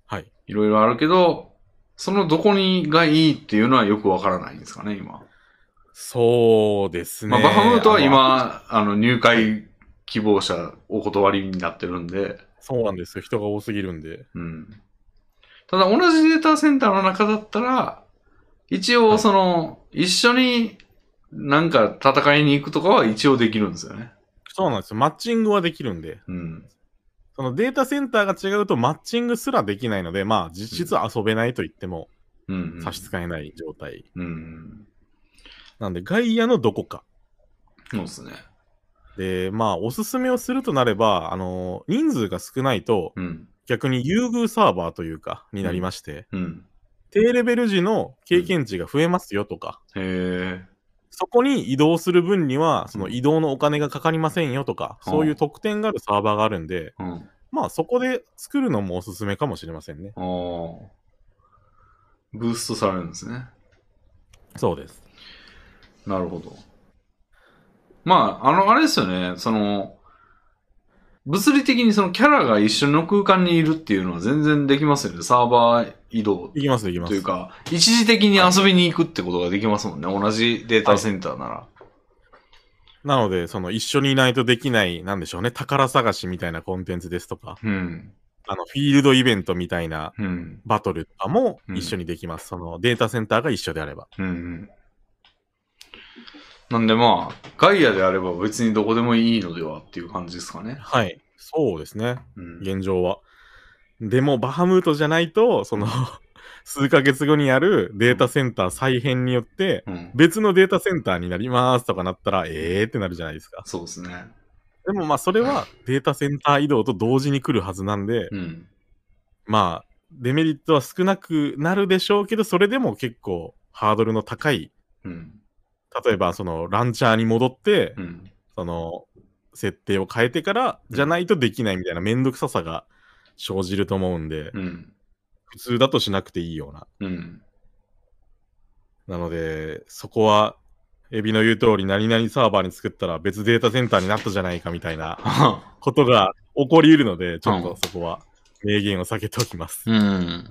[SPEAKER 2] はい。
[SPEAKER 1] いろいろあるけど、そのどこにがいいっていうのはよくわからないんですかね、今。
[SPEAKER 2] そうですね。
[SPEAKER 1] まあ、バハムートは
[SPEAKER 2] あの。
[SPEAKER 1] 今、あの、入会希望者お断りになってるんで、
[SPEAKER 2] そうなんですよ。人が多すぎるんで。
[SPEAKER 1] うん。ただ、同じデータセンターの中だったら、一応、その、一緒になんか戦いに行くとかは一応できるんですよね。
[SPEAKER 2] そうなんですよ。マッチングはできるんで。
[SPEAKER 1] うん。
[SPEAKER 2] そのデータセンターが違うとマッチングすらできないので、まあ実質遊べないと言っても
[SPEAKER 1] うん、うん。
[SPEAKER 2] 差し支えない状態。
[SPEAKER 1] うん。
[SPEAKER 2] なんで、ガイアのどこか。
[SPEAKER 1] そうですね。
[SPEAKER 2] で、まあおすすめをするとなれば、あの人数が少ないと
[SPEAKER 1] うん。
[SPEAKER 2] 逆に優遇サーバーというか、になりまして、
[SPEAKER 1] うん。
[SPEAKER 2] 低レベル時の経験値が増えますよとか、
[SPEAKER 1] へえ。
[SPEAKER 2] そこに移動する分には、その移動のお金がかかりませんよとか、
[SPEAKER 1] うん
[SPEAKER 2] そういう特典があるサーバーがあるんで、
[SPEAKER 1] うん。
[SPEAKER 2] まあそこで作るのもおすすめかもしれませんね。
[SPEAKER 1] ああ。ブーストされるんですね。
[SPEAKER 2] そうです。
[SPEAKER 1] なるほど。まあ、あの、あれですよね、その、物理的にそのキャラが一緒の空間にいるっていうのは全然できますよね。サーバー移動
[SPEAKER 2] いきます、いきます。
[SPEAKER 1] というか、一時的に遊びに行くってことができますもんね。同じデータセンターなら。
[SPEAKER 2] なので、その一緒にいないとできない、なんでしょうね、宝探しみたいなコンテンツですとか、
[SPEAKER 1] うん。
[SPEAKER 2] あの、フィールドイベントみたいな
[SPEAKER 1] うん。
[SPEAKER 2] バトルとかも
[SPEAKER 1] うん
[SPEAKER 2] 一緒にできます。そのデータセンターが一緒であれば。
[SPEAKER 1] うん。なんでまあ、ガイアであれば別にどこでもいいのではっていう感じですかね。
[SPEAKER 2] はい。そうですね。
[SPEAKER 1] うん。
[SPEAKER 2] 現状は。でも、バハムートじゃないと、その、数ヶ月後にやるデータセンター再編によって、
[SPEAKER 1] うん、
[SPEAKER 2] 別のデータセンターになりますとかなったら、えーってなるじゃないですか。
[SPEAKER 1] そうですね。
[SPEAKER 2] でもまあ、それはデータセンター移動と同時に来るはずなんで、
[SPEAKER 1] うん。
[SPEAKER 2] まあ、デメリットは少なくなるでしょうけど、それでも結構ハードルの高い、
[SPEAKER 1] うん。
[SPEAKER 2] 例えばそのランチャーに戻って、
[SPEAKER 1] うん。
[SPEAKER 2] その設定を変えてからじゃないとできないみたいなめんどくささが生じると思うんで、
[SPEAKER 1] うん。
[SPEAKER 2] 普通だとしなくていいような。
[SPEAKER 1] うん。
[SPEAKER 2] なので、そこは、エビの言う通り、何々サーバーに作ったら別データセンターになったじゃないかみたいなことが起こりうるので、ちょっとそこは明言を避けておきます。
[SPEAKER 1] うん。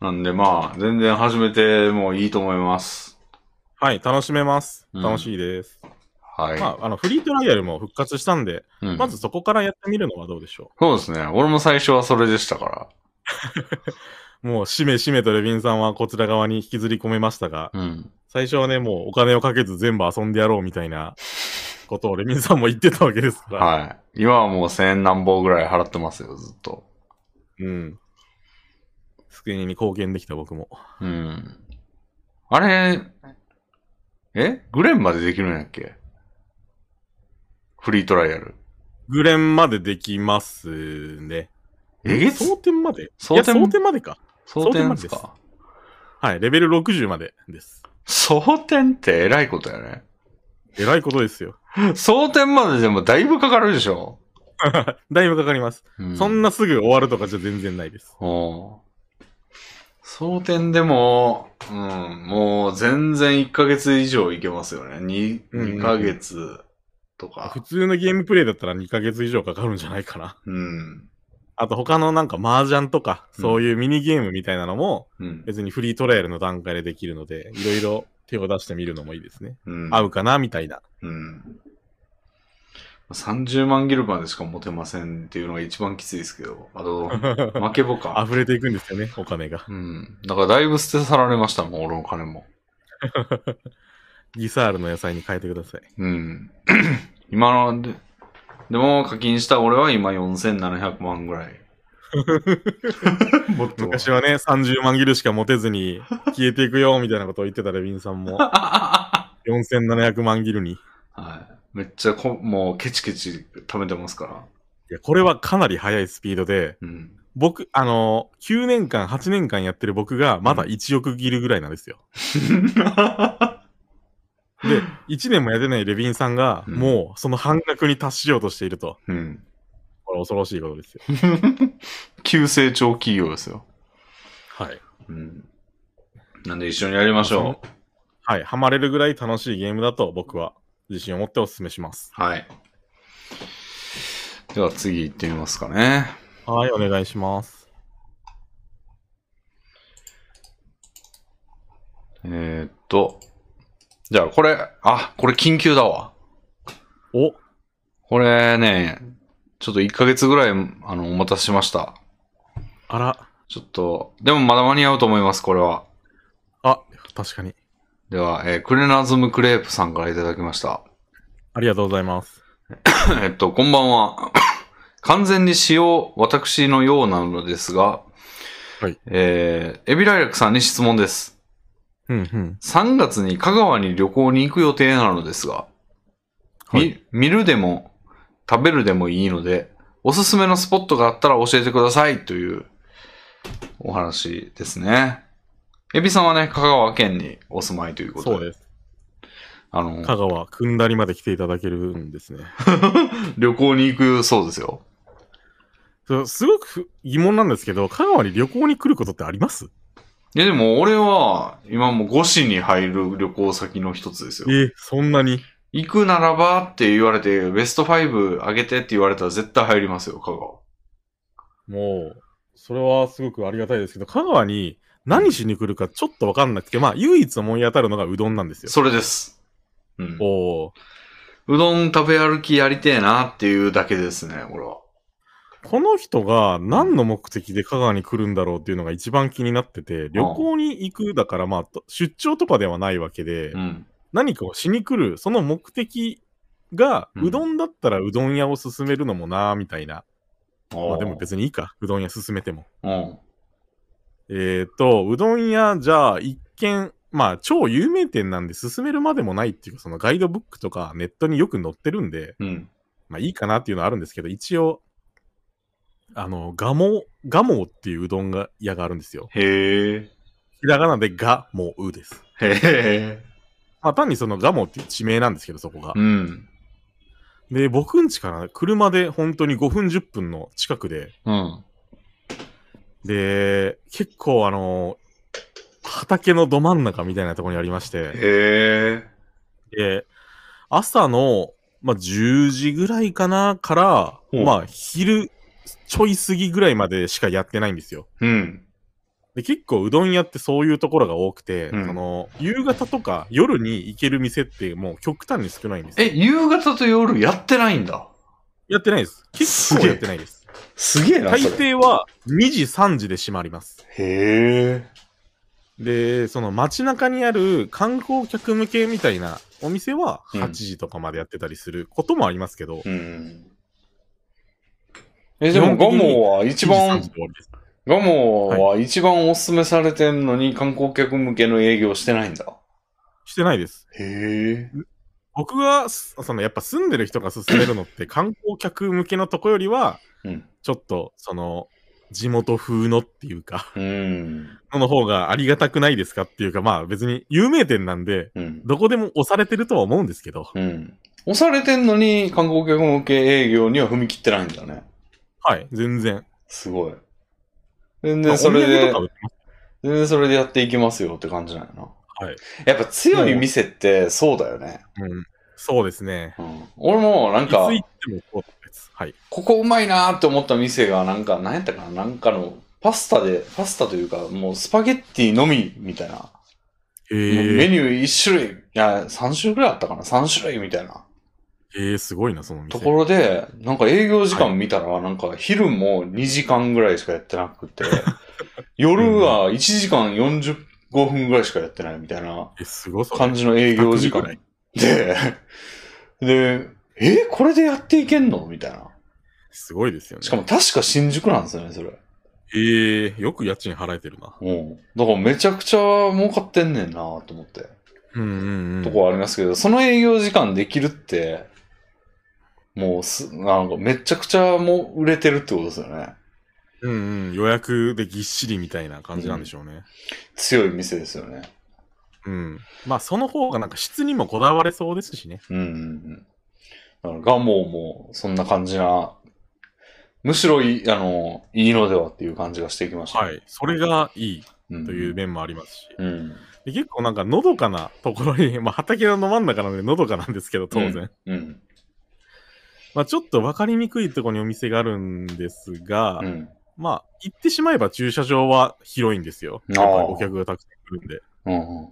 [SPEAKER 1] なんでまあ、全然始めてもいいと思います。
[SPEAKER 2] はい、楽しめます。
[SPEAKER 1] うん
[SPEAKER 2] 楽しいです。
[SPEAKER 1] はい。
[SPEAKER 2] まあ、あの、フリートライアルも復活したんで、
[SPEAKER 1] うん
[SPEAKER 2] まずそこからやってみるのはどうでしょ
[SPEAKER 1] そうですね。俺も最初はそれでしたか
[SPEAKER 2] う。もう、しめしめとレビンさんはこちら側に引きずり込めましたが、
[SPEAKER 1] ら。うん。
[SPEAKER 2] 最初はね、もうお金をかけず全部遊んでやろうみた いなことをレビンさんも言ってたわけですから。
[SPEAKER 1] はい。今はもう千何本ぐらい払ってますよ、ずっと。
[SPEAKER 2] うん。机に貢献できた僕も。
[SPEAKER 1] うん。あれ、えグレンまでできるんやっけフリートライアル。
[SPEAKER 2] グレンまでできますね。
[SPEAKER 1] えげつ
[SPEAKER 2] 蒼天まで
[SPEAKER 1] 蒼
[SPEAKER 2] いや、
[SPEAKER 1] 天
[SPEAKER 2] 蒼天までか。
[SPEAKER 1] 蒼
[SPEAKER 2] 蒼天
[SPEAKER 1] 天
[SPEAKER 2] ま
[SPEAKER 1] で
[SPEAKER 2] ですす
[SPEAKER 1] か
[SPEAKER 2] はい、レベル60までです。
[SPEAKER 1] 蒼天ってえらいことやね。
[SPEAKER 2] えらいことですよ。
[SPEAKER 1] 蒼天まででもだいぶかかるでしょ、
[SPEAKER 2] だいぶかかります。
[SPEAKER 1] うん、
[SPEAKER 2] そんなすぐ終わるとかじゃ全然ないです。
[SPEAKER 1] お蒼天でも、うん、もう全然1ヶ月以上いけますよね。2,
[SPEAKER 2] うんうんうん
[SPEAKER 1] 2ヶ月とか
[SPEAKER 2] 普。通のゲームプレイだったら2ヶ月以上かかるんじゃないかな。
[SPEAKER 1] うん。
[SPEAKER 2] あと他のなんか麻雀とか、
[SPEAKER 1] うん
[SPEAKER 2] そういうミニゲームみたいなのも、
[SPEAKER 1] うん。
[SPEAKER 2] 別にフリートライアルの段階でできるので、いろいろ手を出してみるのもいいですね。
[SPEAKER 1] うん。
[SPEAKER 2] 合うかなみたいな。
[SPEAKER 1] うん。30万ギルまでしか持てませんっていうのが一番きついですけど。あ と、負けぼか。
[SPEAKER 2] 溢れていくんですよね、お金が。
[SPEAKER 1] うん。だからだいぶ捨て去られましたもん、俺の金も。
[SPEAKER 2] ギサールの野菜に変えてください。
[SPEAKER 1] うん。今ので、でも課金した俺は今4700万ぐらい。 もっと。
[SPEAKER 2] 昔はね、30万ギルしか持てずに消えていくよみたいなことを言ってたレビンさん も、
[SPEAKER 1] は
[SPEAKER 2] 4700万ギルに。い
[SPEAKER 1] い。めっちゃこ、もうケチケチ貯めてますから。
[SPEAKER 2] や、これはかなり速いスピードで、
[SPEAKER 1] うん。
[SPEAKER 2] 僕、あのー9年間、8年間やってる僕が、まだ1億ギルぐらいなんです よ。で、1年もやってないレビンさんが、
[SPEAKER 1] うん
[SPEAKER 2] もうその半額に達しようとしていると。
[SPEAKER 1] うん。
[SPEAKER 2] これ恐ろしいことですよ。
[SPEAKER 1] 急成長企業ですよ。
[SPEAKER 2] はい。
[SPEAKER 1] うん。なんで一緒にやりましょう。
[SPEAKER 2] はい、ハマれるぐらい楽しいゲームだと僕は自信を持ってお勧めします。
[SPEAKER 1] はい。では次行ってみますかね。
[SPEAKER 2] はい、お願いします。
[SPEAKER 1] えー、っと。じゃあこれ、あ、これ緊急だわ。
[SPEAKER 2] お、
[SPEAKER 1] これね、ちょっと1ヶ月ぐらい、あの、お待たせしました。
[SPEAKER 2] あら、
[SPEAKER 1] ちょっと、でもまだ間に合うと思います、これは。
[SPEAKER 2] あ、確かに。
[SPEAKER 1] では、えークレナズムクレープさんからいただきました。
[SPEAKER 2] ありがとうございます。
[SPEAKER 1] えっと、こんばんは。 完全に使用、私のようなのですが、
[SPEAKER 2] はい
[SPEAKER 1] えーエビライラクさんに質問です。
[SPEAKER 2] うんうん。
[SPEAKER 1] 3月に香川に旅行に行く予定なのですが、
[SPEAKER 2] はい
[SPEAKER 1] み見るでも、食べるでもいいので、おすすめのスポットがあったら教えてくださいというお話ですね。エビさんはね、香川県にお住まいということで、
[SPEAKER 2] そうです。
[SPEAKER 1] あの、
[SPEAKER 2] 香川、くんだりまで来ていただけるんですね。
[SPEAKER 1] 旅行に行くそうですよ。
[SPEAKER 2] そうすごくふ疑問なんですけど、香川に旅行に来ることってあります
[SPEAKER 1] いやでも俺は今もう5市に入る旅行先の一つですよ。
[SPEAKER 2] え、そんなに
[SPEAKER 1] 行くならばって言われて、ベスト5上げてって言われたら絶対入りますよ、香川。
[SPEAKER 2] もう、それはすごくありがたいですけど、香川に何しに来るかちょっとわかんなくて、まあ、唯一思い当たるのがうどんなんですよ。
[SPEAKER 1] それです。うん。
[SPEAKER 2] おー
[SPEAKER 1] うどん食べ歩きやりてえなっていうだけですね、俺は。
[SPEAKER 2] この人が何の目的で香川に来るんだろうっていうのが一番気になってて、旅行に行くだから、まあ、と出張とかではないわけで、
[SPEAKER 1] うん。
[SPEAKER 2] 何かをしに来る、その目的が、
[SPEAKER 1] うん
[SPEAKER 2] うどんだったらうどん屋を勧めるのもな、みたいな。ま
[SPEAKER 1] あ
[SPEAKER 2] あでも別にいいか、うどん屋勧めても。
[SPEAKER 1] うん。
[SPEAKER 2] えっ、と、うどん屋、じゃあ、一見、まあ、超有名店なんで進めるまでもないっていうか、そのガイドブックとかネットによく載ってるんで、
[SPEAKER 1] うん。
[SPEAKER 2] まあいいかなっていうのはあるんですけど、一応、あの、ガモ、ガモっていううどんが屋があるんですよ。
[SPEAKER 1] へえ。
[SPEAKER 2] ひらがなでガモウです。
[SPEAKER 1] へえ。
[SPEAKER 2] まあ単にそのガモっていう地名なんですけど、そこが
[SPEAKER 1] う。ん。
[SPEAKER 2] で、僕ん家から車で本当に5分10分の近くで、
[SPEAKER 1] うん。
[SPEAKER 2] で、結構あの、畑のど真ん中みたいなところにありまして、
[SPEAKER 1] へえ。
[SPEAKER 2] で、朝の、まあ、10時ぐらいかなから、
[SPEAKER 1] ほう
[SPEAKER 2] まあ、昼ちょい過ぎぐらいまでしかやってないんですよ。
[SPEAKER 1] うん。
[SPEAKER 2] で、結構うどん屋ってそういうところが多くて、
[SPEAKER 1] うん
[SPEAKER 2] その、夕方とか夜に行ける店ってもう極端に少ないんですよ。
[SPEAKER 1] え、夕方と夜やってないんだ。
[SPEAKER 2] やってないです。結
[SPEAKER 1] すげ
[SPEAKER 2] 構
[SPEAKER 1] え
[SPEAKER 2] やってないです。
[SPEAKER 1] すげえな、
[SPEAKER 2] 大
[SPEAKER 1] それ。
[SPEAKER 2] 抵は2時、3時で閉まります。
[SPEAKER 1] へえ。
[SPEAKER 2] で、その街中にある観光客向けみたいなお店は
[SPEAKER 1] うん
[SPEAKER 2] 8時とかまでやってたりすることもありますけど、
[SPEAKER 1] うん。え、でもガモは一
[SPEAKER 2] 1時3時
[SPEAKER 1] 番
[SPEAKER 2] で、終わりです
[SPEAKER 1] ガモは一番おすすめされてんのに観光客向けの営業してないんだ。
[SPEAKER 2] してないです。
[SPEAKER 1] へえ。
[SPEAKER 2] 僕がす、そのやっぱ住んでる人が勧める のって、観光客向けのとこよりは、
[SPEAKER 1] うん。
[SPEAKER 2] ちょっと、その、地元風のっていうか、
[SPEAKER 1] うん。
[SPEAKER 2] のの方がありがたくないですかっていうか、まあ別に有名店なんで、
[SPEAKER 1] うん。
[SPEAKER 2] どこでも押されてるとは思うんですけど、
[SPEAKER 1] うん。押されてんのに観光客向け営業には踏み切ってないんだね。
[SPEAKER 2] はい、全然。
[SPEAKER 1] すごい。全
[SPEAKER 2] まあ
[SPEAKER 1] 然それ
[SPEAKER 2] お土
[SPEAKER 1] で
[SPEAKER 2] 産とか、売ってます
[SPEAKER 1] 全然それでやっていきますよって感じなんやな。
[SPEAKER 2] はい。
[SPEAKER 1] やっぱ強い店ってそうだよね。
[SPEAKER 2] うん、そうですね。
[SPEAKER 1] うん。俺もないん
[SPEAKER 2] つ行
[SPEAKER 1] か
[SPEAKER 2] っ、てもそうです。はい。
[SPEAKER 1] ここうまいなーって思った店が、なんか、なんやったかな、なんかの、パスタで、パスタというか、もうスパゲッティのみ、みたいな。も
[SPEAKER 2] え
[SPEAKER 1] うメ
[SPEAKER 2] ー、
[SPEAKER 1] ニュー1種類、いや、3種類ぐらいあったかな、3種類みたいな。
[SPEAKER 2] えー、すごいな、その店。
[SPEAKER 1] ところで、なんか営業時間見たら、なんか昼も2時間ぐらいしかやってなく て、夜は1時間45分ぐらいしかやってないみたいな
[SPEAKER 2] え、すごそう。
[SPEAKER 1] 感じの営業時間
[SPEAKER 2] 200ぐらい
[SPEAKER 1] で、で、えこれでやっていけんのみたいな。
[SPEAKER 2] すごいですよね。
[SPEAKER 1] しかも確か新宿なんですよね、それ。
[SPEAKER 2] えー、よく家賃払えてるな。
[SPEAKER 1] うん。だからめちゃくちゃ儲かってんねんなと思って。
[SPEAKER 2] うんうんうん。
[SPEAKER 1] とこはありますけど、その営業時間できるって、もうす、なんかめちゃくちゃもう売れてるってことですよね。
[SPEAKER 2] うんうん、予約でぎっしりみたいな感じなんでしょうね。
[SPEAKER 1] 強い店ですよね。
[SPEAKER 2] うん。まあ、その方がなんか質にもこだわれそうですしね。
[SPEAKER 1] うんうんうん。だからガモもそんな感じな、むしろいい、あの、いいのではっていう感じがしてきました。。
[SPEAKER 2] はいい。それがいい
[SPEAKER 1] うん、
[SPEAKER 2] という面もありますし。
[SPEAKER 1] うん。
[SPEAKER 2] で結構なんかのどかなところに、 まあ、畑の真ん中なんでのどかなんですけど、当然。
[SPEAKER 1] うん。
[SPEAKER 2] まあ、ちょっと分かりにくいところにお店があるんですが、
[SPEAKER 1] うん。
[SPEAKER 2] まあ、行ってしまえば駐車場は広いんですよ。やっぱりお客がたくさん来るんで。
[SPEAKER 1] うん。うん。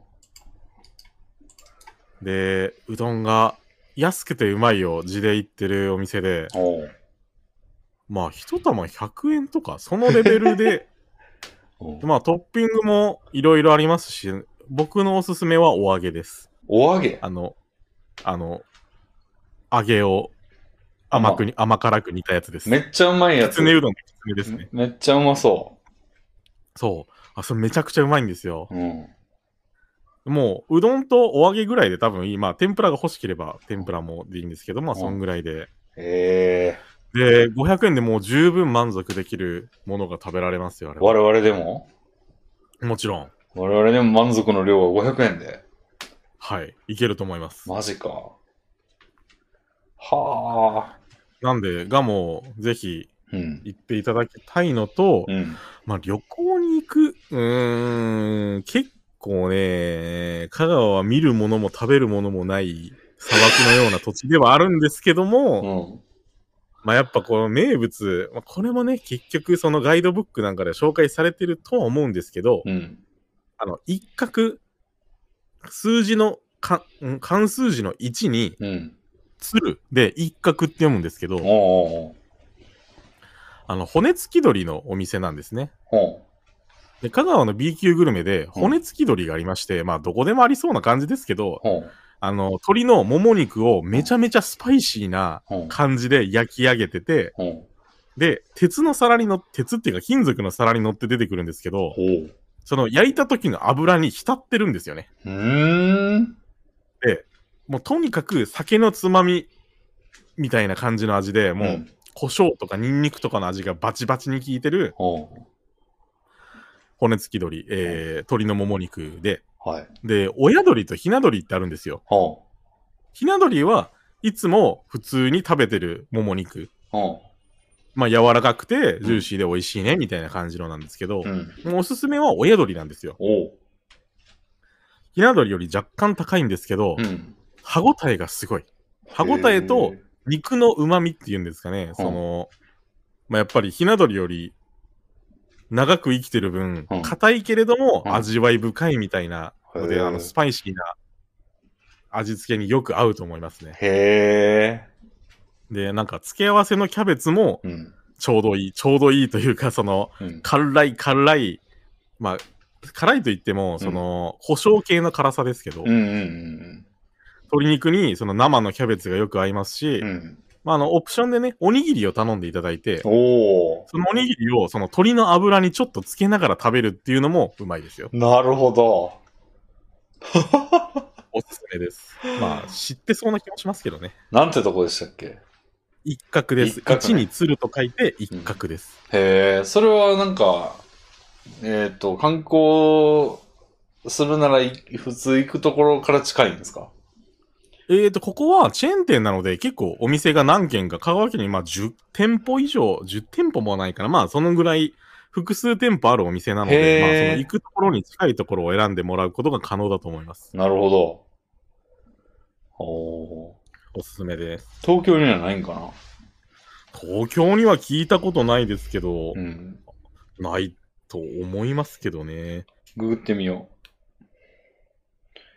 [SPEAKER 2] で、うどんが安くてうまいよ、地で行ってるお店で、
[SPEAKER 1] おう
[SPEAKER 2] まあ、一玉100円とか、そのレベルで、
[SPEAKER 1] おう
[SPEAKER 2] まあトッピングもいろいろありますし、僕のおすすめはお揚げです。
[SPEAKER 1] お揚げ
[SPEAKER 2] あの、あの、揚げを甘くに、甘辛く煮たやつです。
[SPEAKER 1] めっちゃうまいや
[SPEAKER 2] き
[SPEAKER 1] つ。
[SPEAKER 2] つねうどんのきつねですね。
[SPEAKER 1] めっちゃうまそ
[SPEAKER 2] そう。あ、それめちゃくちゃうまいんですよ。
[SPEAKER 1] う。うん。
[SPEAKER 2] もう、うどんとお揚げぐらいで多分いい。まあ、天ぷらが欲しければ天ぷらもでいいんですけど、まあ、
[SPEAKER 1] うん
[SPEAKER 2] そんぐらいで。
[SPEAKER 1] ええ
[SPEAKER 2] で、500円でもう十分満足できるものが食べられますよ、あれは
[SPEAKER 1] 我々でも
[SPEAKER 2] もちろん。
[SPEAKER 1] 我々でも満足の量は500円で。
[SPEAKER 2] はい。いけると思います。
[SPEAKER 1] マジか。はあ。
[SPEAKER 2] なんで、がもう、ぜひ、
[SPEAKER 1] うん。
[SPEAKER 2] 行っていただきたいのと、
[SPEAKER 1] うん。
[SPEAKER 2] まあ旅行に行く、うーん、結構ね、香川は見るものも食べるものもない砂漠のような土地ではあるんですけども、
[SPEAKER 1] うん。
[SPEAKER 2] まあやっぱこの名物、まあ、これもね、結局そのガイドブックなんかで紹介されてるとは思うんですけど、
[SPEAKER 1] うん。
[SPEAKER 2] あの、一角、数字の、かん漢数字の1に、
[SPEAKER 1] うん。
[SPEAKER 2] 鶴で一角って読むんですけど、
[SPEAKER 1] おうおう
[SPEAKER 2] あの、骨付き鳥のお店なんですね。
[SPEAKER 1] おう。おう
[SPEAKER 2] で香川の B 級グルメで
[SPEAKER 1] うん
[SPEAKER 2] 骨付き鳥がありまして、まあどこでもありそうな感じですけど
[SPEAKER 1] ほう
[SPEAKER 2] あの、鶏のもも肉をめちゃめちゃスパイシーな
[SPEAKER 1] うん。
[SPEAKER 2] 感じで焼き上げてて、
[SPEAKER 1] うん。
[SPEAKER 2] で、鉄の皿にの、鉄っていうか金属の皿に乗って出てくるんですけど
[SPEAKER 1] ほ、う。
[SPEAKER 2] その焼いた時の油に浸ってるんですよね。
[SPEAKER 1] うーん。
[SPEAKER 2] もうとにかく酒のつまみみたいな感じの味で、もう胡椒とかニンニクとかの味がバチバチに効いてる
[SPEAKER 1] ほ
[SPEAKER 2] 骨付き鳥、えー、鶏のもも肉で、
[SPEAKER 1] う。はい。
[SPEAKER 2] で、親鳥とひな鳥ってあるんですよ。
[SPEAKER 1] ほう。
[SPEAKER 2] ひな鳥はいつも普通に食べてるもも肉。
[SPEAKER 1] ほ
[SPEAKER 2] まあ柔らかくてジューシーで美味しいねみたいな感じのなんですけ
[SPEAKER 1] う。
[SPEAKER 2] ど
[SPEAKER 1] う、ん。
[SPEAKER 2] もうおすすめは親鳥なんですよ。
[SPEAKER 1] おう。
[SPEAKER 2] ひな鳥より若干高いんですけど、
[SPEAKER 1] うん。
[SPEAKER 2] 歯ごたえがすごい。歯ごたえと
[SPEAKER 1] へー、
[SPEAKER 2] 肉の旨味っていうんですかね、その、まあ、やっぱりひな鳥より長く生きてる分
[SPEAKER 1] うん、
[SPEAKER 2] 硬いけれども
[SPEAKER 1] うん
[SPEAKER 2] 味わい深いみたいなの
[SPEAKER 1] へ
[SPEAKER 2] で、
[SPEAKER 1] ー
[SPEAKER 2] あの、スパイシーな味付けによく合うと思いますね。
[SPEAKER 1] へ
[SPEAKER 2] で、なんか付け合わせのキャベツも
[SPEAKER 1] え。うん。
[SPEAKER 2] ちょうどいい、ちょうどいいというか、その、
[SPEAKER 1] うん。
[SPEAKER 2] 辛い辛い、まあ、辛いと言っても、その、胡椒系の辛さですけど、
[SPEAKER 1] うんうん
[SPEAKER 2] 鶏肉にその生のキャベツがよく合いますし、
[SPEAKER 1] うん。うん。
[SPEAKER 2] まあ、あの、オプションでね、おにぎりを頼んでいただいて、
[SPEAKER 1] おお。
[SPEAKER 2] そのおにぎりをその鶏の油にちょっとつけながら食べるっていうのもうまいですよ。
[SPEAKER 1] なるほど。
[SPEAKER 2] おすす めです。まあ、知ってそうな気もしますけどね。
[SPEAKER 1] なんてとこでしたっけ
[SPEAKER 2] 一角です。
[SPEAKER 1] 一角ね
[SPEAKER 2] 一に鶴と書いて一角です。
[SPEAKER 1] へえ、それはなんか、えっ、と、観光するならい普通行くところから近いんですか
[SPEAKER 2] えーと、ここはチェーン店なので結構お店が何軒か、香川県にまあ10店舗以上、10店舗もないかな。まあ、そのぐらい複数店舗あるお店なの
[SPEAKER 1] へ
[SPEAKER 2] で、
[SPEAKER 1] ー
[SPEAKER 2] まあ、その行くところに近いところを選んでもらうことが可能だと思います。
[SPEAKER 1] なるほど。おー
[SPEAKER 2] おすすめです。
[SPEAKER 1] 東京にはないんかな
[SPEAKER 2] 東京には聞いたことないですけど、
[SPEAKER 1] うん。
[SPEAKER 2] ないと思いますけどね。
[SPEAKER 1] ググってみよう。一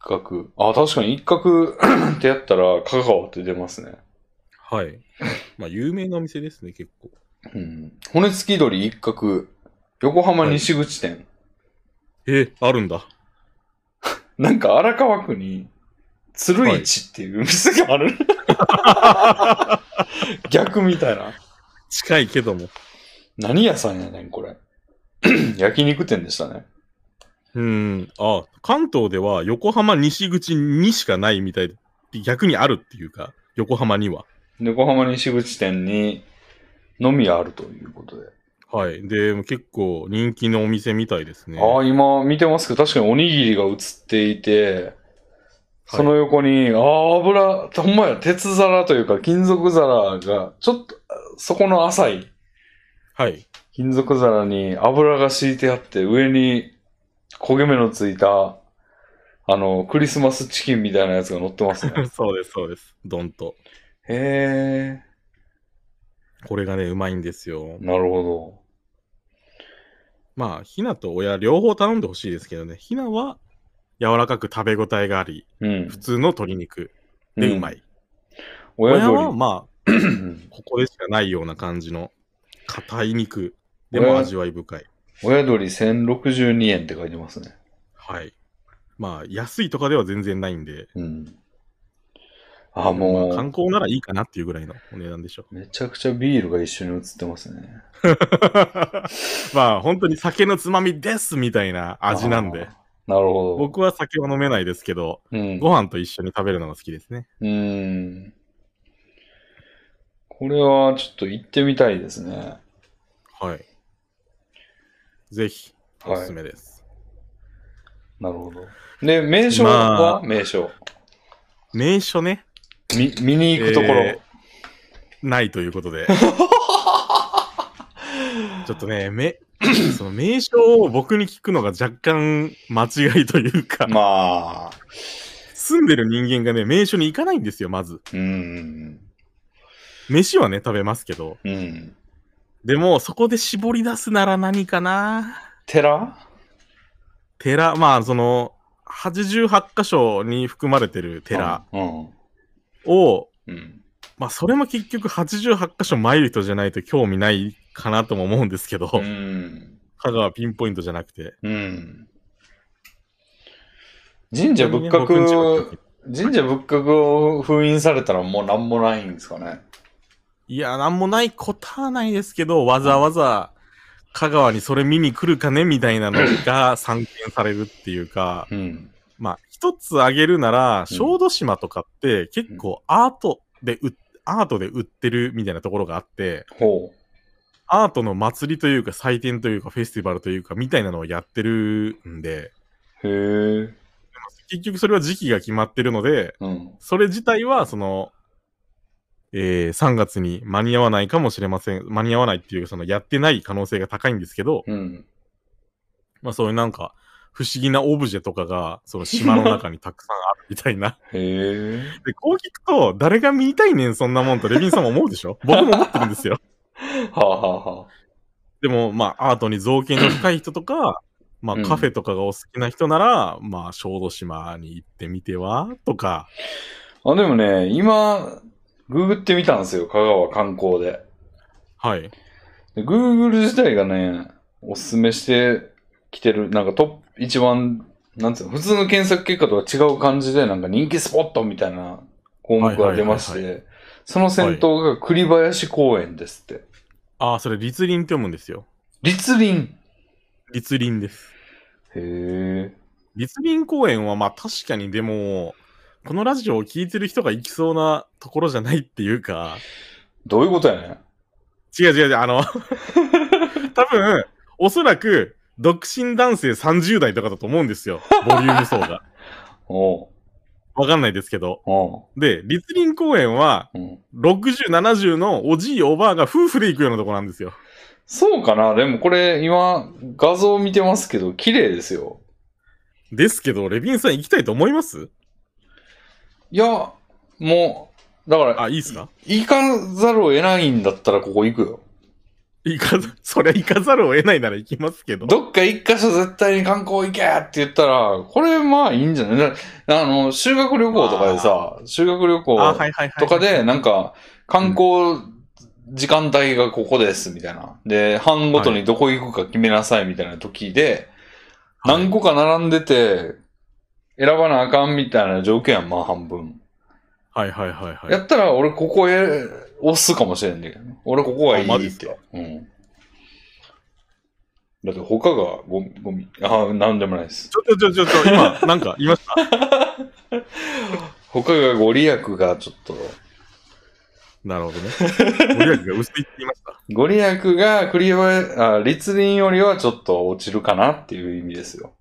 [SPEAKER 1] 角。あ、確かに一角 ってやったら、香川って出ますね。
[SPEAKER 2] はい。まあ、有名なお店ですね、結構。
[SPEAKER 1] うん。骨付き鳥一角。横浜西口店。
[SPEAKER 2] え、あるんだ。
[SPEAKER 1] なんか荒川区に、鶴市っていう店がある、 逆みたいな。
[SPEAKER 2] 近いけども。
[SPEAKER 1] 何屋さんやねん、これ。 焼肉店でしたね。
[SPEAKER 2] うん。あ、関東では横浜西口にしかないみたいで、逆にあるっていうか、横浜には。
[SPEAKER 1] 横浜西口店に、のみあるということで。
[SPEAKER 2] はい。で、結構人気のお店みたいですね。
[SPEAKER 1] ああ、今見てますけど、確かにおにぎりが映っていて、その横に、ああ、油、ほんまや、鉄皿というか、金属皿が、ちょっと、そこの浅い
[SPEAKER 2] はい。
[SPEAKER 1] 金属皿に油が敷いてあって、上に焦げ目のついた、あの、クリスマスチキンみたいなやつが乗ってます ね。
[SPEAKER 2] そうです、そうです。どんと。
[SPEAKER 1] へ
[SPEAKER 2] これがね、うまいんですよ
[SPEAKER 1] ー、。なるほ
[SPEAKER 2] まあ、ひなと親両方頼んでほしいですけどね。ひなは柔らかく食べ応えがあり、
[SPEAKER 1] ど。うん
[SPEAKER 2] 普。通の鶏肉でうま
[SPEAKER 1] い。
[SPEAKER 2] い。
[SPEAKER 1] 親
[SPEAKER 2] 親
[SPEAKER 1] 鳥。
[SPEAKER 2] はまあ、
[SPEAKER 1] うん
[SPEAKER 2] ここでしかないような感じの硬い肉でも味わい深い。
[SPEAKER 1] 親鳥1062円って書いてますね。
[SPEAKER 2] はい。まあ、安いとかでは全然ないんで、
[SPEAKER 1] うん。あ、
[SPEAKER 2] まあ観
[SPEAKER 1] も
[SPEAKER 2] 光ならいいかなっていうぐらいのお値段でしょ
[SPEAKER 1] う、めちゃくちゃビールが一緒に映ってますね。
[SPEAKER 2] まあ、本当に酒のつまみですみたいな味なんで
[SPEAKER 1] あ、ー。なるほど。
[SPEAKER 2] 僕は酒は飲めないですけど、
[SPEAKER 1] うん。
[SPEAKER 2] ご飯と一緒に食べるのが好きですね。
[SPEAKER 1] うん。これはちょっと行ってみたいですね。
[SPEAKER 2] はい。ぜひ、おすすめです。
[SPEAKER 1] なるほど。で、名称
[SPEAKER 2] ま
[SPEAKER 1] は、
[SPEAKER 2] あ
[SPEAKER 1] 名称。
[SPEAKER 2] 名所ね、
[SPEAKER 1] み、見に行くところ。
[SPEAKER 2] えないというこ とで。ちょっとね、め、 その名称を僕に聞くのが若干間違いというか、
[SPEAKER 1] まあ、
[SPEAKER 2] 住んでる人間がね、名所に行かないんですよ、まず。
[SPEAKER 1] うん、
[SPEAKER 2] 飯はね、食べますけど。
[SPEAKER 1] うん。
[SPEAKER 2] でも、そこで絞り出すなら何かな
[SPEAKER 1] 寺
[SPEAKER 2] 寺、まあ、その、88箇所に含まれてる寺。
[SPEAKER 1] うん。
[SPEAKER 2] を、
[SPEAKER 1] うん。
[SPEAKER 2] まあ、それも結局88箇所参る人じゃないと興味ないかなとも思うんですけど、
[SPEAKER 1] うん。
[SPEAKER 2] 香川ピンポイントじゃなくて。
[SPEAKER 1] うん。神社仏
[SPEAKER 2] 僕んちの
[SPEAKER 1] 閣
[SPEAKER 2] 時、
[SPEAKER 1] 神社仏閣を封印されたらもうなんもないんですかね。
[SPEAKER 2] いや、なんもないことはないですけど、わざわざ香川にそれ見に来るかねみたいなのが散見されるっていうか、
[SPEAKER 1] うん。
[SPEAKER 2] まあ、一つ挙げるなら、
[SPEAKER 1] うん
[SPEAKER 2] 小豆島とかって結構アートで売っアートで売ってるみたいなところがあって、
[SPEAKER 1] ほ
[SPEAKER 2] アートの祭りというか祭典というかフェスティバルというかみたいなのをやってるんで、
[SPEAKER 1] う。へえ。
[SPEAKER 2] 結局それは時期が決まってるので、
[SPEAKER 1] うん。
[SPEAKER 2] それ自体は、その、えー3月に間に合わないかもしれません。間に合わないっていう、その、やってない可能性が高いんですけど、
[SPEAKER 1] うん。
[SPEAKER 2] まあそういうなんか、不思議なオブジェとかが、その島の中にたくさんあるみたいな。
[SPEAKER 1] へえ。
[SPEAKER 2] で、こう聞くと、誰が見たいねん、そんなもんと、レビンさんも思うでし ょ僕も思ってるんですよ。
[SPEAKER 1] はあ、はあはあ、
[SPEAKER 2] でも、まあ、アートに造形の深い人とか、まあ、
[SPEAKER 1] うん
[SPEAKER 2] カフェとかがお好きな人なら、まあ、小豆島に行ってみては、とか、
[SPEAKER 1] あ、でもね、今、ググってみたんですよ、香川観光で。
[SPEAKER 2] はい。
[SPEAKER 1] で Google 自体がね、おすすめしてきてる、なんかトップ、一番、なんつうの、普通の検索結果とは違う感じで、なんか人気スポットみたいな項目が出まし
[SPEAKER 2] はい
[SPEAKER 1] て、その先頭が栗林公園ですって。
[SPEAKER 2] ああ、それ、立林って読むんですよ。
[SPEAKER 1] 立林
[SPEAKER 2] 立林です。
[SPEAKER 1] へえ。
[SPEAKER 2] 立林公園はまあ確かにでも、このラジオを聞いてる人が行きそうなところじゃないっていうか、
[SPEAKER 1] どういうことやね
[SPEAKER 2] 違う違う違う、あの、多分、おそらく、独身男性30代とかだと思うんですよ。ボリューム層が。
[SPEAKER 1] おう
[SPEAKER 2] わかんないですけど。
[SPEAKER 1] お
[SPEAKER 2] で、立林公園は、
[SPEAKER 1] う、うん。
[SPEAKER 2] 60、70のおじいおばあが夫婦で行くようなとこなんですよ。
[SPEAKER 1] そうかなでもこれ今画像見てますけど、綺麗ですよ。
[SPEAKER 2] ですけど、レビンさん行きたいと思います
[SPEAKER 1] いや、もう、だから、
[SPEAKER 2] あ、いいっすか
[SPEAKER 1] 行かざるを得ないんだったらここ行くよ。
[SPEAKER 2] 行か ざ、そりゃ行かざるを得ないなら行きますけど。
[SPEAKER 1] どっか一箇所絶対に観光行けって言ったら、これまあいいんじゃないなあの、修学旅行とかでさ、修学旅行
[SPEAKER 2] あ、はいはいはい。
[SPEAKER 1] とかで、なんか、観光時間帯がここです、みたいな。で、班ごとにどこ行くか決めなさい、みたいな時で、
[SPEAKER 2] はい
[SPEAKER 1] 何個か並んでて、選ばなあかんみたいな条件やん、まあ半分。
[SPEAKER 2] はいはいはいはい。
[SPEAKER 1] やったら、俺ここへ押すかもしれんねんけどね。俺ここがい
[SPEAKER 2] あマ
[SPEAKER 1] い
[SPEAKER 2] ジ
[SPEAKER 1] っ。
[SPEAKER 2] ってすか
[SPEAKER 1] うん。だって他がゴミ、ゴミ、ああ、なんでもないです。
[SPEAKER 2] ちょちょちょちょちょ、今、なんか言いました。
[SPEAKER 1] 他がご利益がちょっと、
[SPEAKER 2] なるほどね。ご利益が薄いって言いました。
[SPEAKER 1] ご利益が栗は、あ、立林よりはちょっと落ちるかなっていう意味ですよ。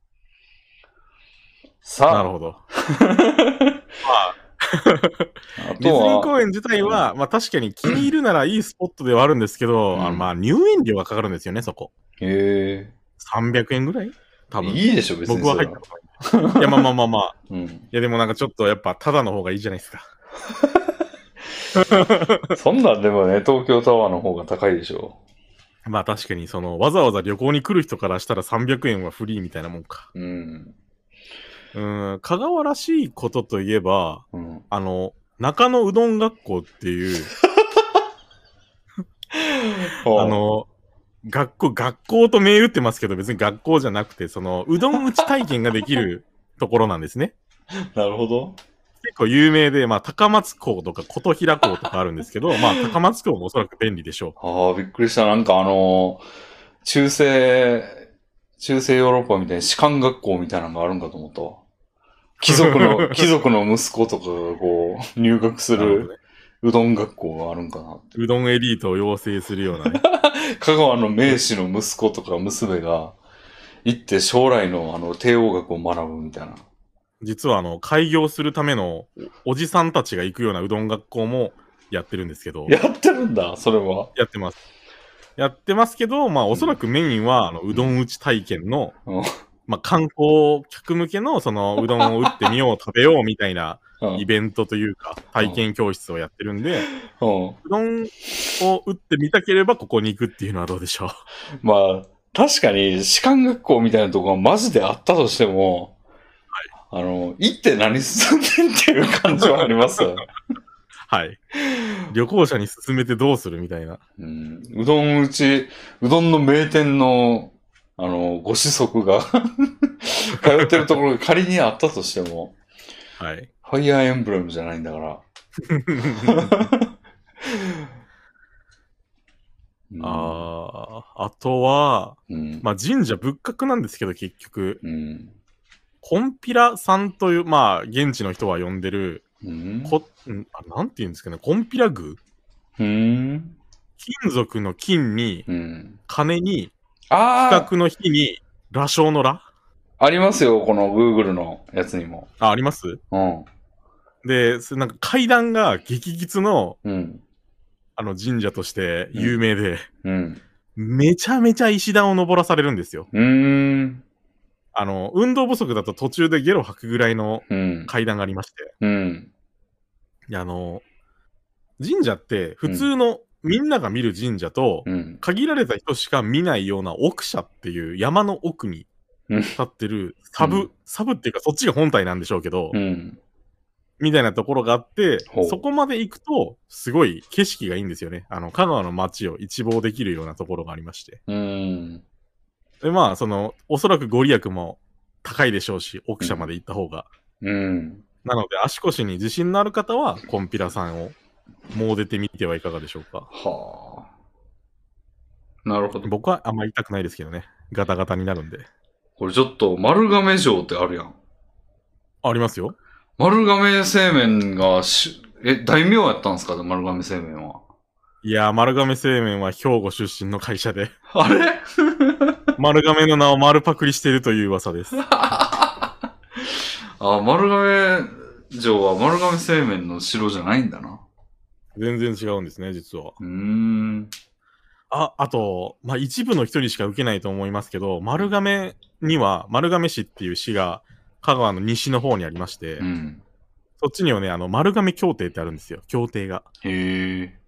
[SPEAKER 1] さあ、
[SPEAKER 2] なるほど。
[SPEAKER 1] あ
[SPEAKER 2] ディズニ
[SPEAKER 1] と
[SPEAKER 2] ー
[SPEAKER 1] は、
[SPEAKER 2] 公園自体は、まあ確かに気に入るならいいスポットではあるんですけど、
[SPEAKER 1] うん
[SPEAKER 2] あのまあ入園料がかかるんですよね、そこ。
[SPEAKER 1] え
[SPEAKER 2] 300円ぐらい多
[SPEAKER 1] え
[SPEAKER 2] 分。
[SPEAKER 1] いいでしょ、別に
[SPEAKER 2] 僕は
[SPEAKER 1] それ
[SPEAKER 2] 入ったことない。いや、まあまあまあまあ。
[SPEAKER 1] うん。
[SPEAKER 2] いや、でもなんかちょっとやっぱただの方がいいじゃないですか。
[SPEAKER 1] そんなんでもね、東京タワーの方が高いでしょ。
[SPEAKER 2] まあ確かに、その、わざわざ旅行に来る人からしたら300円はフリーみたいなもんか。
[SPEAKER 1] うん。
[SPEAKER 2] うん、香川らしいことといえば、
[SPEAKER 1] うん。
[SPEAKER 2] あの、中野うどん学校っていう、あ
[SPEAKER 1] は
[SPEAKER 2] の、学校、学校と銘打ってますけど、別に学校じゃなくて、その、うどん打ち体験ができるところなんですね。
[SPEAKER 1] あ、なるほど。
[SPEAKER 2] 結構有名で、まあ、高松港とか琴平港とかあるんです けど、まあ、高松港もおそらく便利でしょ
[SPEAKER 1] ああ、びっくりした。なんかあのー中世、中世ヨーロッパみたいに士官学校みたいなのがあるんかと思ったわ。貴族 の、貴族の息子とかがこう、入学
[SPEAKER 2] う。
[SPEAKER 1] す
[SPEAKER 2] なるほ
[SPEAKER 1] る
[SPEAKER 2] どね
[SPEAKER 1] うどん学校があるんかなって。
[SPEAKER 2] うどんエリートを養成するようなね。
[SPEAKER 1] 香川の名士の息子とか娘が行って将来のあの帝王学を学ぶみたいな。
[SPEAKER 2] 実は、あの、開業するためのおじさんたちが行くようなうどん学校もやってるんですけど、
[SPEAKER 1] やってるんだ、それは。
[SPEAKER 2] やってます。やってますけど、まあ、おそらくメインは、あの、うどん打ち体験の
[SPEAKER 1] うん、
[SPEAKER 2] まあ、観光客向けの、その、うどんを打ってみよう、食べようみたいな
[SPEAKER 1] うん。う
[SPEAKER 2] イ
[SPEAKER 1] ん。
[SPEAKER 2] ベントというか、体験教室をやってるんで、うどんを打ってみたければ、ここに行くっていうのはどうでしょう。
[SPEAKER 1] まあ、確かに士官学校みたいなとこがマジであったとしても、あの、行って何すんねんっていう感じはあり ますよね。
[SPEAKER 2] はい。旅行者に勧めてどうするみたいな。
[SPEAKER 1] うん、うどんうち、うどんの名店のあの、ご子息が 通ってるところが仮にあったとしても、
[SPEAKER 2] はい。
[SPEAKER 1] ファイアーエンブレムじゃないんだから。うん
[SPEAKER 2] ああ、あとは、
[SPEAKER 1] うん。
[SPEAKER 2] まあ神社仏閣なんですけど結局、
[SPEAKER 1] うん。
[SPEAKER 2] コンピラさんという、まあ現地の人は呼んでる、
[SPEAKER 1] うん。
[SPEAKER 2] こんあなんていうんですかね、コンピラ具
[SPEAKER 1] うん。
[SPEAKER 2] 金属の金に、
[SPEAKER 1] うん。
[SPEAKER 2] 金に、比
[SPEAKER 1] ああ
[SPEAKER 2] 較の日に、羅生の羅
[SPEAKER 1] ありますよ、この Google のやつにも。
[SPEAKER 2] あ、あります
[SPEAKER 1] うん。
[SPEAKER 2] で、それなんか階段が激ギの、
[SPEAKER 1] うん。
[SPEAKER 2] あの神社として有名で、
[SPEAKER 1] うん。
[SPEAKER 2] めちゃめちゃ石段を登らされるんですよ。
[SPEAKER 1] うーん。
[SPEAKER 2] あの、運動不足だと途中でゲロ吐くぐらいの
[SPEAKER 1] うん。
[SPEAKER 2] 階段がありまして。
[SPEAKER 1] うん。
[SPEAKER 2] であの、神社って普通のみんなが見る神社と、
[SPEAKER 1] うん。
[SPEAKER 2] 限られた人しか見ないような奥社っていう山の奥に
[SPEAKER 1] うん
[SPEAKER 2] 立ってるサブ、
[SPEAKER 1] うん
[SPEAKER 2] サブっていうかそっちが本体なんでしょうけど、
[SPEAKER 1] うん。
[SPEAKER 2] みたいなところがあって
[SPEAKER 1] ほう、
[SPEAKER 2] そこまで行くと、すごい景色がいいんですよね。あの、香川の街を一望できるようなところがありまして。
[SPEAKER 1] うん。
[SPEAKER 2] で、まあ、その、おそらくご利益も高いでしょうし、奥社まで行った方が。
[SPEAKER 1] うん。
[SPEAKER 2] なので、足腰に自信のある方は、コンピラさんを、もう出てみてはいかがでしょうか。
[SPEAKER 1] はあ。なるほど。
[SPEAKER 2] 僕はあんまり痛くないですけどね。ガタガタになるんで。
[SPEAKER 1] これちょっと、丸亀城ってあるやん。
[SPEAKER 2] ありますよ。
[SPEAKER 1] 丸亀製麺がし、え、大名やったんですか丸亀製麺は。
[SPEAKER 2] いやー、丸亀製麺は兵庫出身の会 社で、
[SPEAKER 1] あれ
[SPEAKER 2] 丸亀の名を丸パクリしてるという噂です。
[SPEAKER 1] あ、丸亀城は丸亀製麺の城じゃないんだな。
[SPEAKER 2] 全然違うんですね、実は。
[SPEAKER 1] うーん。
[SPEAKER 2] あ、あと、まあ、一部の人にしか受けないと思いますけど、丸亀には、丸亀市っていう市が、香川の西の方にありまして、
[SPEAKER 1] うん。
[SPEAKER 2] そっちにはね、あの、丸亀協定ってあるんですよ、協定が。
[SPEAKER 1] へえ。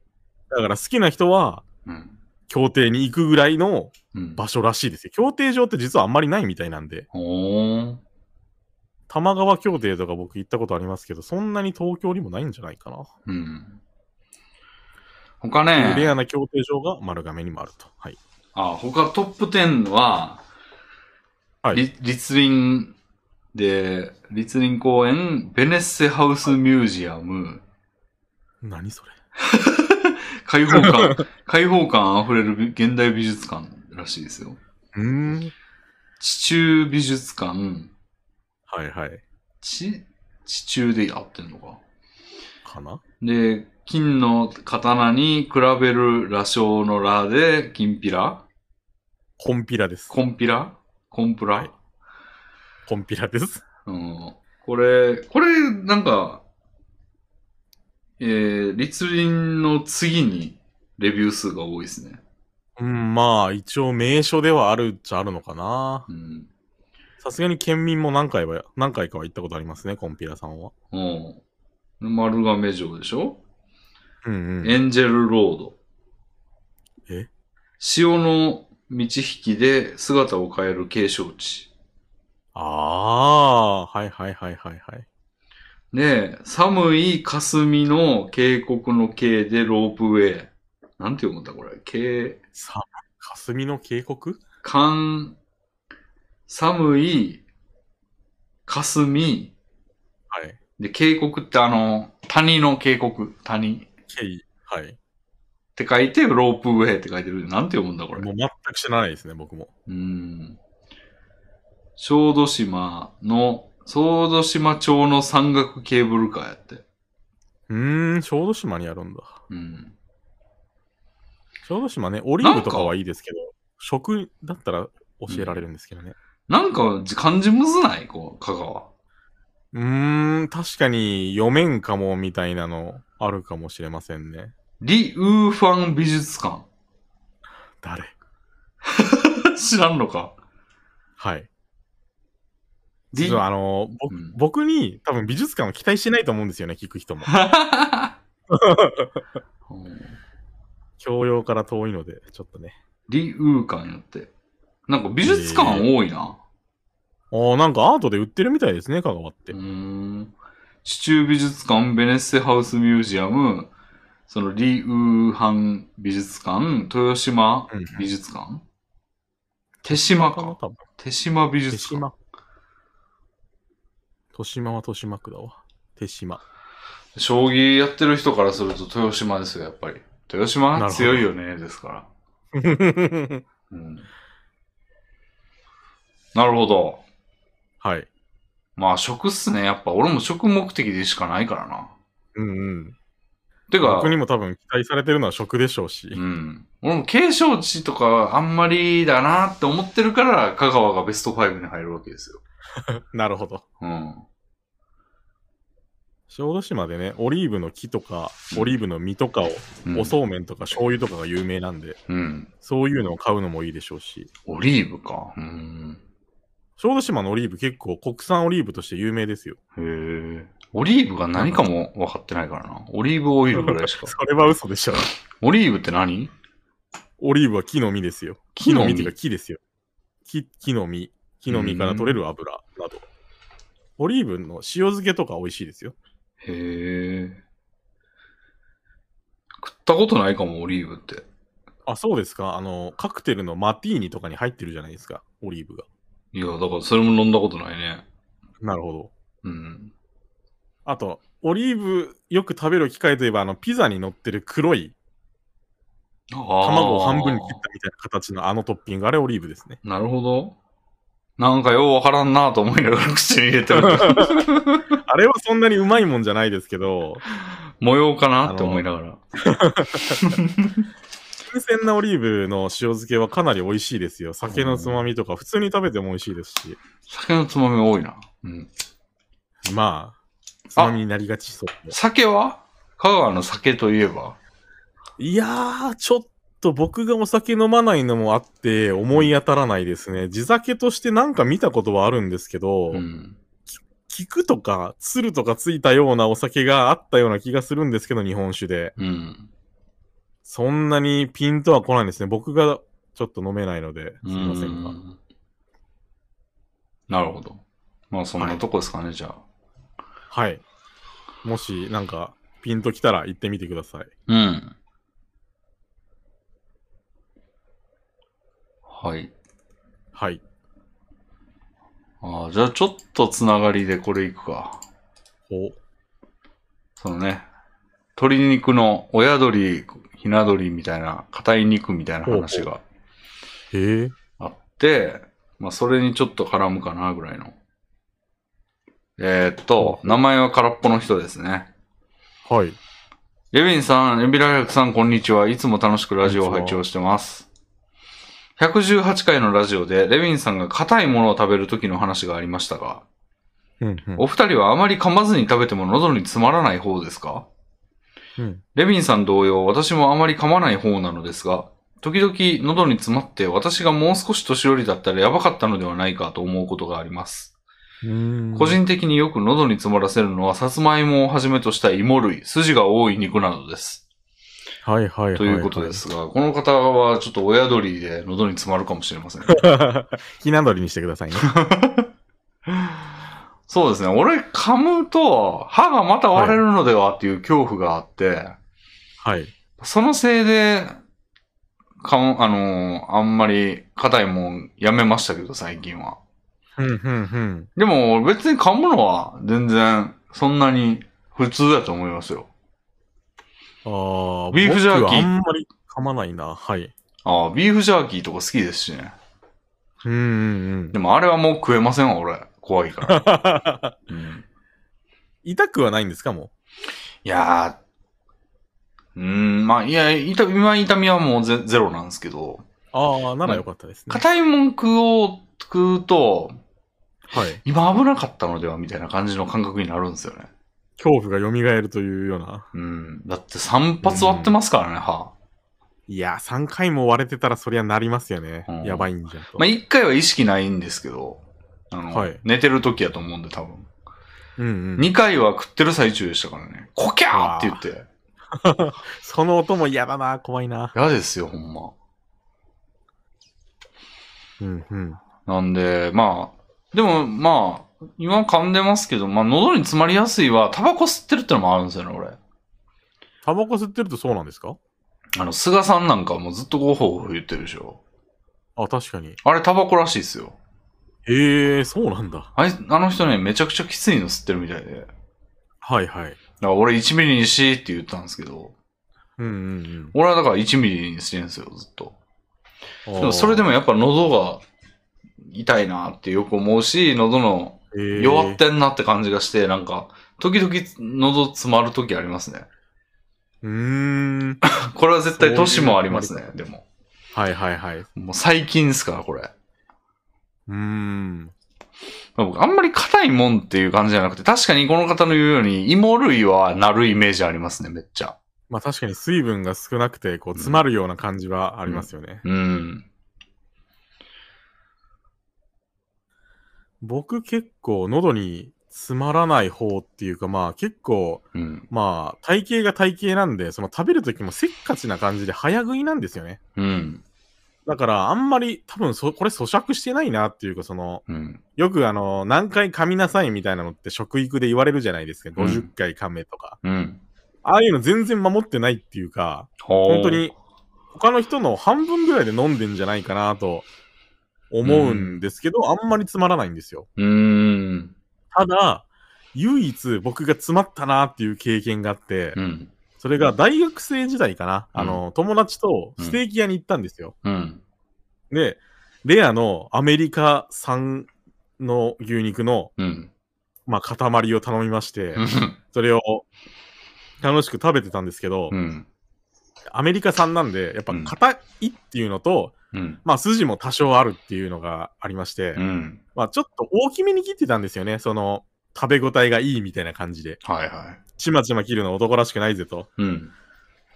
[SPEAKER 2] だから好きな人は、
[SPEAKER 1] うん。
[SPEAKER 2] 協定に行くぐらいの
[SPEAKER 1] うん。
[SPEAKER 2] 場所らしいですよ。協定場って実はあんまりないみたいなんで、
[SPEAKER 1] おー。
[SPEAKER 2] 玉川協定とか僕行ったことありますけど、そんなに東京にもないんじゃないかな。
[SPEAKER 1] うん。他
[SPEAKER 2] レ
[SPEAKER 1] ね、
[SPEAKER 2] アな協定場が丸亀にもあると。はい。
[SPEAKER 1] あ、他トップ10は、
[SPEAKER 2] はい
[SPEAKER 1] り立林で、立林公園、ベネッセハウスミュージアム、
[SPEAKER 2] 何それ
[SPEAKER 1] 開放感、 開放感あふれる美現代美術館らしいですよ。
[SPEAKER 2] うーん。
[SPEAKER 1] 地中美術館、
[SPEAKER 2] はいはい。
[SPEAKER 1] 地、地中で合ってんのか。
[SPEAKER 2] かな
[SPEAKER 1] で、金の刀に比べる羅生の羅で、金ピラ
[SPEAKER 2] コンピラです。
[SPEAKER 1] コンピラコンプラ、
[SPEAKER 2] はいコンピラです。
[SPEAKER 1] うん。これ、これ、なんか、えー、立林の次にレビュー数が多いですね。
[SPEAKER 2] うん、まあ、一応名所ではあるっちゃあるのかな。
[SPEAKER 1] うん。
[SPEAKER 2] さすがに県民も何回は、何回かは行ったことありますね、コンピラさんは。
[SPEAKER 1] うん。丸亀城でしょ
[SPEAKER 2] うんうん。
[SPEAKER 1] エンジェルロード。
[SPEAKER 2] え
[SPEAKER 1] 潮の満ち引きで姿を変える景勝地。
[SPEAKER 2] ああー、はいはいはいはいはい。
[SPEAKER 1] で、寒い霞の渓谷の渓でロープウェイ。なんて読むんだこれ。渓、
[SPEAKER 2] さ、霞の渓谷
[SPEAKER 1] 寒、寒い、霞、
[SPEAKER 2] はい。
[SPEAKER 1] で、渓谷ってあの、谷の渓谷、谷っ
[SPEAKER 2] 渓はい。
[SPEAKER 1] て書いて、ロープウェイって書いてる。なんて読むんだこれ。
[SPEAKER 2] もう全く知らないですね、僕も。
[SPEAKER 1] うん。小豆島の、小豆島町の山岳ケーブルカーやって。
[SPEAKER 2] うーん、小豆島にあるんだ。
[SPEAKER 1] うん。
[SPEAKER 2] 小豆島ね、オリーブとかはいいですけど、食だったら教えられるんですけどね。
[SPEAKER 1] なんか、じ漢字むずないこう、香川。
[SPEAKER 2] うーん、確かに読めんかもみたいなのあるかもしれませんね。
[SPEAKER 1] リ・ウーファン美術館。
[SPEAKER 2] 誰
[SPEAKER 1] 知らんのか。
[SPEAKER 2] はい。
[SPEAKER 1] リ
[SPEAKER 2] 実はあの、僕
[SPEAKER 1] うん
[SPEAKER 2] 僕に多分美術館を期待してないと思うんですよね、聞 く人も。
[SPEAKER 1] うん
[SPEAKER 2] 教養から遠いので、ちょっとね。
[SPEAKER 1] リ・ウー館やって。なんか美術館多いな。
[SPEAKER 2] おーなんかアートで売ってるみたいですね、香川って。
[SPEAKER 1] うーん。地中美術館、ベネッセハウスミュージアム、そのリ・ウーハン美術館、豊島美術館、手島
[SPEAKER 2] かな
[SPEAKER 1] か。
[SPEAKER 2] 多分。
[SPEAKER 1] 手島美
[SPEAKER 2] 手
[SPEAKER 1] 術館。
[SPEAKER 2] 島。豊島は豊島区だわ。手島。
[SPEAKER 1] 将棋やってる人からすると豊島ですよ、やっぱり。豊島
[SPEAKER 2] なる
[SPEAKER 1] は
[SPEAKER 2] ほど
[SPEAKER 1] 強いよね、ですから。うん。なるほど。
[SPEAKER 2] はい。
[SPEAKER 1] まあ、食っすね。やっぱ、俺も食目的でしかないからな。
[SPEAKER 2] うんうん。
[SPEAKER 1] てか、
[SPEAKER 2] 僕にも多分期待されてるのは食でしょうし。
[SPEAKER 1] うん。俺も継承地とかあんまりだなって思ってるから、香川がベスト5に入るわけですよ。
[SPEAKER 2] なるほど。
[SPEAKER 1] うん。
[SPEAKER 2] 小豆島でね、オリーブの木とか、オリーブの実とかを、
[SPEAKER 1] うん
[SPEAKER 2] おそうめんとか醤油とかが有名なんで、
[SPEAKER 1] うん。
[SPEAKER 2] そういうのを買うのもいいでしょうし。
[SPEAKER 1] オリーブか。うん。
[SPEAKER 2] 小豆島のオリーブ結構国産オリーブとして有名ですよ。
[SPEAKER 1] へえ。オリーブが何かも分かってないからな。オリーブ オイルぐらいしか。
[SPEAKER 2] それは嘘でしょ。
[SPEAKER 1] オリーブって何
[SPEAKER 2] オリーブは木の実ですよ。
[SPEAKER 1] 木
[SPEAKER 2] 木
[SPEAKER 1] の
[SPEAKER 2] の
[SPEAKER 1] 実
[SPEAKER 2] 実っていうか木ですよ。木木の実。木の実から取れる油など。オリーブの塩漬けとか美味しいですよ。
[SPEAKER 1] へえ。食ったことないかも、オリーブって。
[SPEAKER 2] あ、そうですか。あの、カクテルのマティーニとかに入ってるじゃないですか。オリーブが。
[SPEAKER 1] いや、だからそれも飲んだことないね。
[SPEAKER 2] なるほど。
[SPEAKER 1] うん。
[SPEAKER 2] あと、オリーブよく食べる機会といえば、あの、ピザに乗ってる黒い
[SPEAKER 1] 卵
[SPEAKER 2] 卵を半分に切ったみたいな形のあのトッピング、あれオリーブですね。
[SPEAKER 1] なるほど。なんかようわからんなと思いながら口に入れ てる。
[SPEAKER 2] あれはそんなにうまいもんじゃないですけど、
[SPEAKER 1] 模様かなって思いながら。
[SPEAKER 2] 新鮮なオリーブの塩漬けはかなり美味しいですよ。酒のつまみとか、普通に食べても美味しいですし、
[SPEAKER 1] 酒のつまみ多いな。うん。
[SPEAKER 2] まあ、つまみになりがちそうで。
[SPEAKER 1] 酒は香川の酒といえば
[SPEAKER 2] いやー、ちょっと僕がお酒飲まないのもあって、思い当たらないですね。地酒としてなんか見たことはあるんですけど、
[SPEAKER 1] うん。
[SPEAKER 2] 菊とか鶴とかついたようなお酒があったような気がするんですけど、日本酒で。
[SPEAKER 1] うん。
[SPEAKER 2] そんなにピンとは来ないですね。僕がちょっと飲めないので、すいません
[SPEAKER 1] う
[SPEAKER 2] が。
[SPEAKER 1] んなるほど。まあそんなとこですかね、じゃあ。
[SPEAKER 2] はい。もし、なんか、ピンと来たら行ってみてください。
[SPEAKER 1] うん。はい。
[SPEAKER 2] はい。
[SPEAKER 1] ああ、じゃあちょっとつながりでこれいくか。
[SPEAKER 2] お、
[SPEAKER 1] そのね、鶏肉の親鳥、ひな鳥みたいな、硬い肉みたいな話が
[SPEAKER 2] へえ。
[SPEAKER 1] あって、まあそれにちょっと絡むかなぐらいの。えーっ
[SPEAKER 2] ほう
[SPEAKER 1] と
[SPEAKER 2] ほ、
[SPEAKER 1] 名前は空っぽの人ですね。
[SPEAKER 2] はい。
[SPEAKER 1] レビンさん、レビライクさん、こんにちは。いつも楽しくラジオを
[SPEAKER 2] こん
[SPEAKER 1] 拝
[SPEAKER 2] にちは
[SPEAKER 1] 聴してます。118回のラジオで、レビンさんが硬いものを食べる時の話がありましたが、
[SPEAKER 2] うん、うん
[SPEAKER 1] お二人はあまり噛まずに食べても喉に詰まらない方ですか
[SPEAKER 2] うん。
[SPEAKER 1] レビンさん同様、私もあまり噛まない方なのですが、時々喉に詰まって私がもう少し年寄りだったらやばかったのではないかと思うことがあります。
[SPEAKER 2] うーん。
[SPEAKER 1] 個人的によく喉に詰まらせるのは、さつまいもをはじめとした芋類、筋が多い肉などです。
[SPEAKER 2] はいはいはい、はい。
[SPEAKER 1] ということで。すが、この方はちょっと親鳥で喉に詰まるかもしれ ません。
[SPEAKER 2] ひな鳥にしてくださいね。
[SPEAKER 1] そうですね。俺噛むと歯がまた割れるのではっていう恐怖があって、
[SPEAKER 2] はい。
[SPEAKER 1] そのせいで、かん、あのーあんまり硬いもんやめましたけど、最近は。
[SPEAKER 2] うん、うん、
[SPEAKER 1] でも別に噛むのは全然そんなに普通だと思いますよ。
[SPEAKER 2] うん。ああ、
[SPEAKER 1] ビーフジャーキー
[SPEAKER 2] 僕はあんまり噛まないな。はい。
[SPEAKER 1] ああ、ビーフジャーキーとか好きですしね。
[SPEAKER 2] うん、うん、う
[SPEAKER 1] で
[SPEAKER 2] ん。
[SPEAKER 1] もあれはもう食えませんわ、俺。怖いから。 うん
[SPEAKER 2] 痛くはないんですかも
[SPEAKER 1] いやー、うーん、まあ、いや、痛み、今痛みはもうゼゼロなんですけど、
[SPEAKER 2] う。ああ、ならよかったですね。
[SPEAKER 1] 硬いもん食おう、食うと、
[SPEAKER 2] はい。
[SPEAKER 1] 今危なかったのではみたいな感じの感覚になるんですよね。
[SPEAKER 2] 恐怖が蘇るというような。
[SPEAKER 1] うん。だって3発割ってますからね、歯。
[SPEAKER 2] いや、3回も割れてたらそりゃなりますよね。
[SPEAKER 1] うん
[SPEAKER 2] やばいんじゃんと。
[SPEAKER 1] まあ、1回は意識ないんですけど、あの、
[SPEAKER 2] はい
[SPEAKER 1] 寝てる時やと思うんで多分。
[SPEAKER 2] うんうん。
[SPEAKER 1] 2回は食ってる最中でしたからね。コキャーって言って。
[SPEAKER 2] その音も嫌だな、怖いな。
[SPEAKER 1] 嫌ですよ、ほんま。
[SPEAKER 2] うんうん。
[SPEAKER 1] なんで、まあ、でもまあ、今噛んでますけど、まあ喉に詰まりやすいは、タバコ吸ってるってのもあるんですよね、俺。
[SPEAKER 2] タバコ吸ってるとそうなんですか
[SPEAKER 1] あの、菅さんなんかはもうずっとゴホゴホ言ってるでしょ。
[SPEAKER 2] ああ、確かに。
[SPEAKER 1] あれタバコらしいですよ。
[SPEAKER 2] ええー、そうなんだ。
[SPEAKER 1] あいあの人ね、めちゃくちゃきついの吸ってるみたいで。だか
[SPEAKER 2] はいはい。
[SPEAKER 1] ら俺1ミリにしって言ったんですけど、
[SPEAKER 2] うんうん
[SPEAKER 1] 俺はだから1ミリにしてるんですよ、ずっと。
[SPEAKER 2] うん。
[SPEAKER 1] でもそれで
[SPEAKER 2] も
[SPEAKER 1] もやっぱ喉が痛いなってよく思うし、喉の弱っ。てんなって感じがして、なんか、時々喉詰まる時ありますね。
[SPEAKER 2] えーうーん。
[SPEAKER 1] これは絶対年もありますね、
[SPEAKER 2] そういう
[SPEAKER 1] でも。
[SPEAKER 2] はいはいはい。う
[SPEAKER 1] もう最近ですから、これ。
[SPEAKER 2] ーん。
[SPEAKER 1] 僕、あんまり硬いもんっていう感じじゃなくて、確かにこの方の言うように、芋類はなるイメージありますね、めっちゃ。
[SPEAKER 2] まあ確かに水分が少なくて、こう、詰まるような感じはありますよね。
[SPEAKER 1] うん。
[SPEAKER 2] 僕結構喉に詰まらない方っていうか、まあ結構、
[SPEAKER 1] うん。
[SPEAKER 2] まあ体型が体型なんで、その食べるときもせっかちな感じで早食いなんですよね。
[SPEAKER 1] うん。
[SPEAKER 2] だからあんまり多分そ、これ咀嚼してないなっていうか、その、
[SPEAKER 1] うん。
[SPEAKER 2] よくあの、何回噛みなさいみたいなのって食育で言われるじゃないですか。
[SPEAKER 1] うん
[SPEAKER 2] 50回噛めとか。
[SPEAKER 1] うん。
[SPEAKER 2] ああいうの全然守ってないっていうか、
[SPEAKER 1] 本
[SPEAKER 2] 本当。に他の人の半分ぐらいで飲んでんじゃないかなと思うんですけど、あんまりつまらないんですよ。
[SPEAKER 1] うーん。
[SPEAKER 2] ただ、唯一僕が詰まったなっていう経験があって、
[SPEAKER 1] うん。
[SPEAKER 2] それが大学生時代かな、
[SPEAKER 1] うん
[SPEAKER 2] あの、友達とステーキ屋に行ったんですよ。
[SPEAKER 1] うん。
[SPEAKER 2] で、レアのアメリカ産の牛肉の、
[SPEAKER 1] うん。
[SPEAKER 2] まあ、塊を頼みまして、それを楽しく食べてたんですけど、
[SPEAKER 1] うん。
[SPEAKER 2] アメリカ産なんで、やっぱ硬いっていうのと、
[SPEAKER 1] うん。
[SPEAKER 2] まあ筋も多少あるっていうのがありまして、
[SPEAKER 1] うん。
[SPEAKER 2] まあちょっと大きめに切ってたんですよね。その食べ応えがいいみたいな感じで。
[SPEAKER 1] はいはい。
[SPEAKER 2] ちまちま切るの男らしくないぜと。
[SPEAKER 1] うん。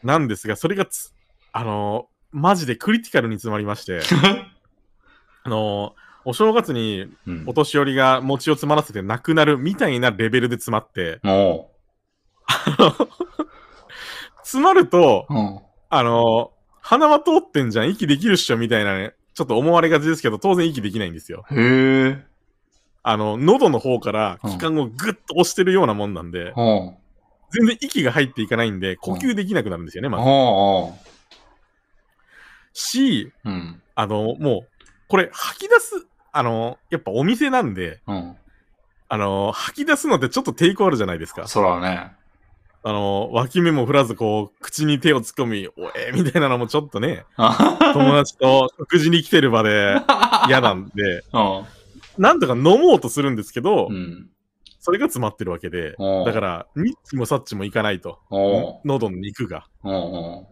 [SPEAKER 2] なんですが、それがつ、あのーマジでクリティカルに詰まりま して、あのーお正月に
[SPEAKER 1] うん
[SPEAKER 2] お。年寄りが餅を詰まらせて亡くなるみたいなレベルで詰まって、
[SPEAKER 1] お
[SPEAKER 2] 詰まると、
[SPEAKER 1] う。うん。
[SPEAKER 2] あのー鼻は通ってんじゃん、息できるっしょみたいなね、ちょっと思われがちですけど、当然息できないんですよ。
[SPEAKER 1] へえ。
[SPEAKER 2] あの、喉の方から気管をグッと押してるようなもんなんで、
[SPEAKER 1] おう。
[SPEAKER 2] 全然息が入っていかないんで、呼吸できなくなるんですよね、まず。
[SPEAKER 1] おう。
[SPEAKER 2] し、
[SPEAKER 1] うん。
[SPEAKER 2] あの、もう、これ吐き出す、あの、やっぱお店なんで、
[SPEAKER 1] うん。
[SPEAKER 2] あの、吐き出すのってちょっと抵抗あるじゃないですか。
[SPEAKER 1] そらね。
[SPEAKER 2] あの、脇目も振らず、こう、口に手を突っ込み、おえーみたいなのもちょっ とね、友達と食事に来てる場で嫌なんで、なんとか飲もうとするんですけど、
[SPEAKER 1] うん。
[SPEAKER 2] それが詰まってるわけで、
[SPEAKER 1] うん
[SPEAKER 2] だから、ニッチもサッチもいかないと。
[SPEAKER 1] おう。
[SPEAKER 2] 喉の肉が。
[SPEAKER 1] おう。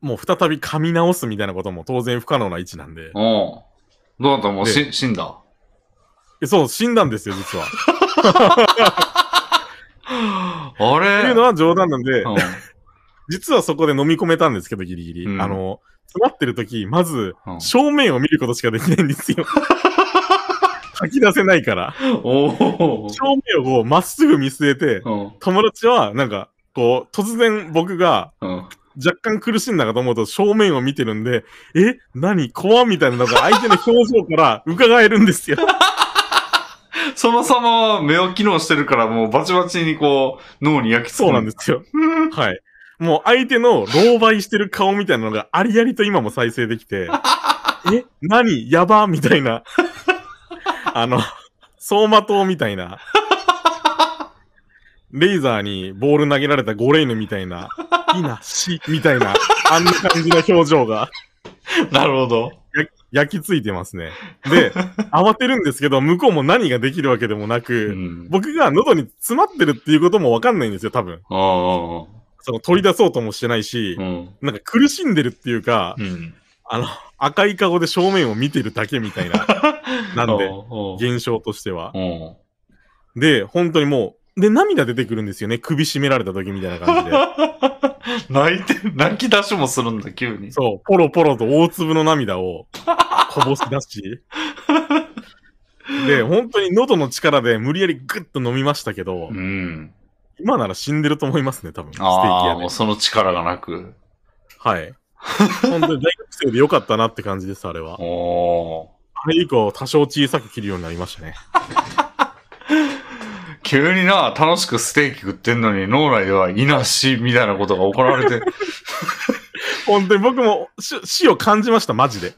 [SPEAKER 2] もう再び噛み直すみたいなことも当然不可能な位置なんで。
[SPEAKER 1] おう。どうだったもうし死んだ。
[SPEAKER 2] えそう、死んだんです よ、実は。っ
[SPEAKER 1] あ
[SPEAKER 2] て
[SPEAKER 1] れ
[SPEAKER 2] いうのは冗談なんで、
[SPEAKER 1] うん
[SPEAKER 2] 実はそこで飲み込めたんですけど、ギリギリ。
[SPEAKER 1] うん
[SPEAKER 2] あの、詰まってる時、まず、
[SPEAKER 1] うん
[SPEAKER 2] 正面を見ることしかできないんで すよ。吐き出せないから。
[SPEAKER 1] お
[SPEAKER 2] 正面をこう、まっすぐ見据えて、
[SPEAKER 1] お。
[SPEAKER 2] 友達は、なんか、こう、突然僕が
[SPEAKER 1] うん。
[SPEAKER 2] 若干苦しんだかと思うと、正面を見てるんで、え何怖みたいなのが相手の表情から伺えるん ですよ。
[SPEAKER 1] その様は目を機能してるからもうバチバチにこう脳に焼き付く。
[SPEAKER 2] そうなんですよ。はい。もう相手の狼狽してる顔みたいなのがありありと今も再生でき て、え何やばみたいな。 あの、走馬灯みたいな。レイザーにボール投げられたゴレイヌみたいな、いな、し、みたいな、あんな感じの表情が
[SPEAKER 1] なるほど。
[SPEAKER 2] 焼き付いてますね。で、慌てるんですけど、向こうも何ができるわけでもな
[SPEAKER 1] う
[SPEAKER 2] く、
[SPEAKER 1] ん。
[SPEAKER 2] 僕が喉に詰まってるっていうこともわかんないんですよ、多分。
[SPEAKER 1] あ
[SPEAKER 2] その取り出そうともしてないし
[SPEAKER 1] あ。う、ん。
[SPEAKER 2] なんか苦しんでるっていうか、
[SPEAKER 1] うん。
[SPEAKER 2] あの、赤い顔で正面を見てるだけみた いななんで
[SPEAKER 1] おうおう
[SPEAKER 2] 現象としては。
[SPEAKER 1] おう
[SPEAKER 2] で、本当にもう、で、涙出てくるんですよね。首絞められた時みたいな感じ で。
[SPEAKER 1] 泣いて、泣き出しもするんだ、急に。
[SPEAKER 2] そう、ポロポロと大粒の涙をこぼし出し。で、本当に喉の力で無理やりグッと飲みましたけど、
[SPEAKER 1] うん。
[SPEAKER 2] 今なら死んでると思いますね、多分。ステーキ
[SPEAKER 1] ああ、
[SPEAKER 2] 屋
[SPEAKER 1] も
[SPEAKER 2] で
[SPEAKER 1] う。その力がなく。
[SPEAKER 2] はい。本当に大学生でよかったなって感じです、あれは。
[SPEAKER 1] おお
[SPEAKER 2] あれ以降、多少小さく切るようになりましたね。
[SPEAKER 1] ー。急にな、楽しくステーキ食ってんのに脳内ではイナシみたいなことが行われて、
[SPEAKER 2] 本当に僕も死死を感じました、マ ジで。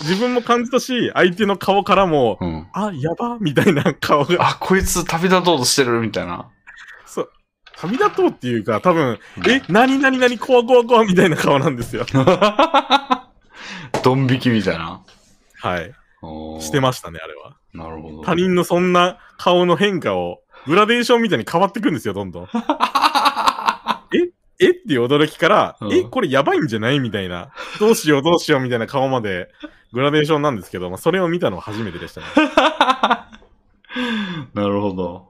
[SPEAKER 2] 自分も感じたし、相手の顔からも、
[SPEAKER 1] うん。
[SPEAKER 2] あ、やばみたいな顔が、
[SPEAKER 1] あ、こいつ旅立とうとしてるみたいな。
[SPEAKER 2] 旅立とうっていうか、多分、
[SPEAKER 1] うん
[SPEAKER 2] え、なになになに、怖怖怖みたいな顔なんですよ。
[SPEAKER 1] ドン引きみたいな。
[SPEAKER 2] はい。して
[SPEAKER 1] ま
[SPEAKER 2] ましたね、あれは。
[SPEAKER 1] す。なるほど。
[SPEAKER 2] 他人のそんな顔の変化を、グラデーションみたいに変わってくんですよ、ど んどん。えっていう驚きから、
[SPEAKER 1] うん
[SPEAKER 2] え、これやばいんじゃないみたいな、どうしようどうしようみたいな顔まで、グラデーションなんですけど、まあ、それを見たのは初めてでしたね。
[SPEAKER 1] なるほど。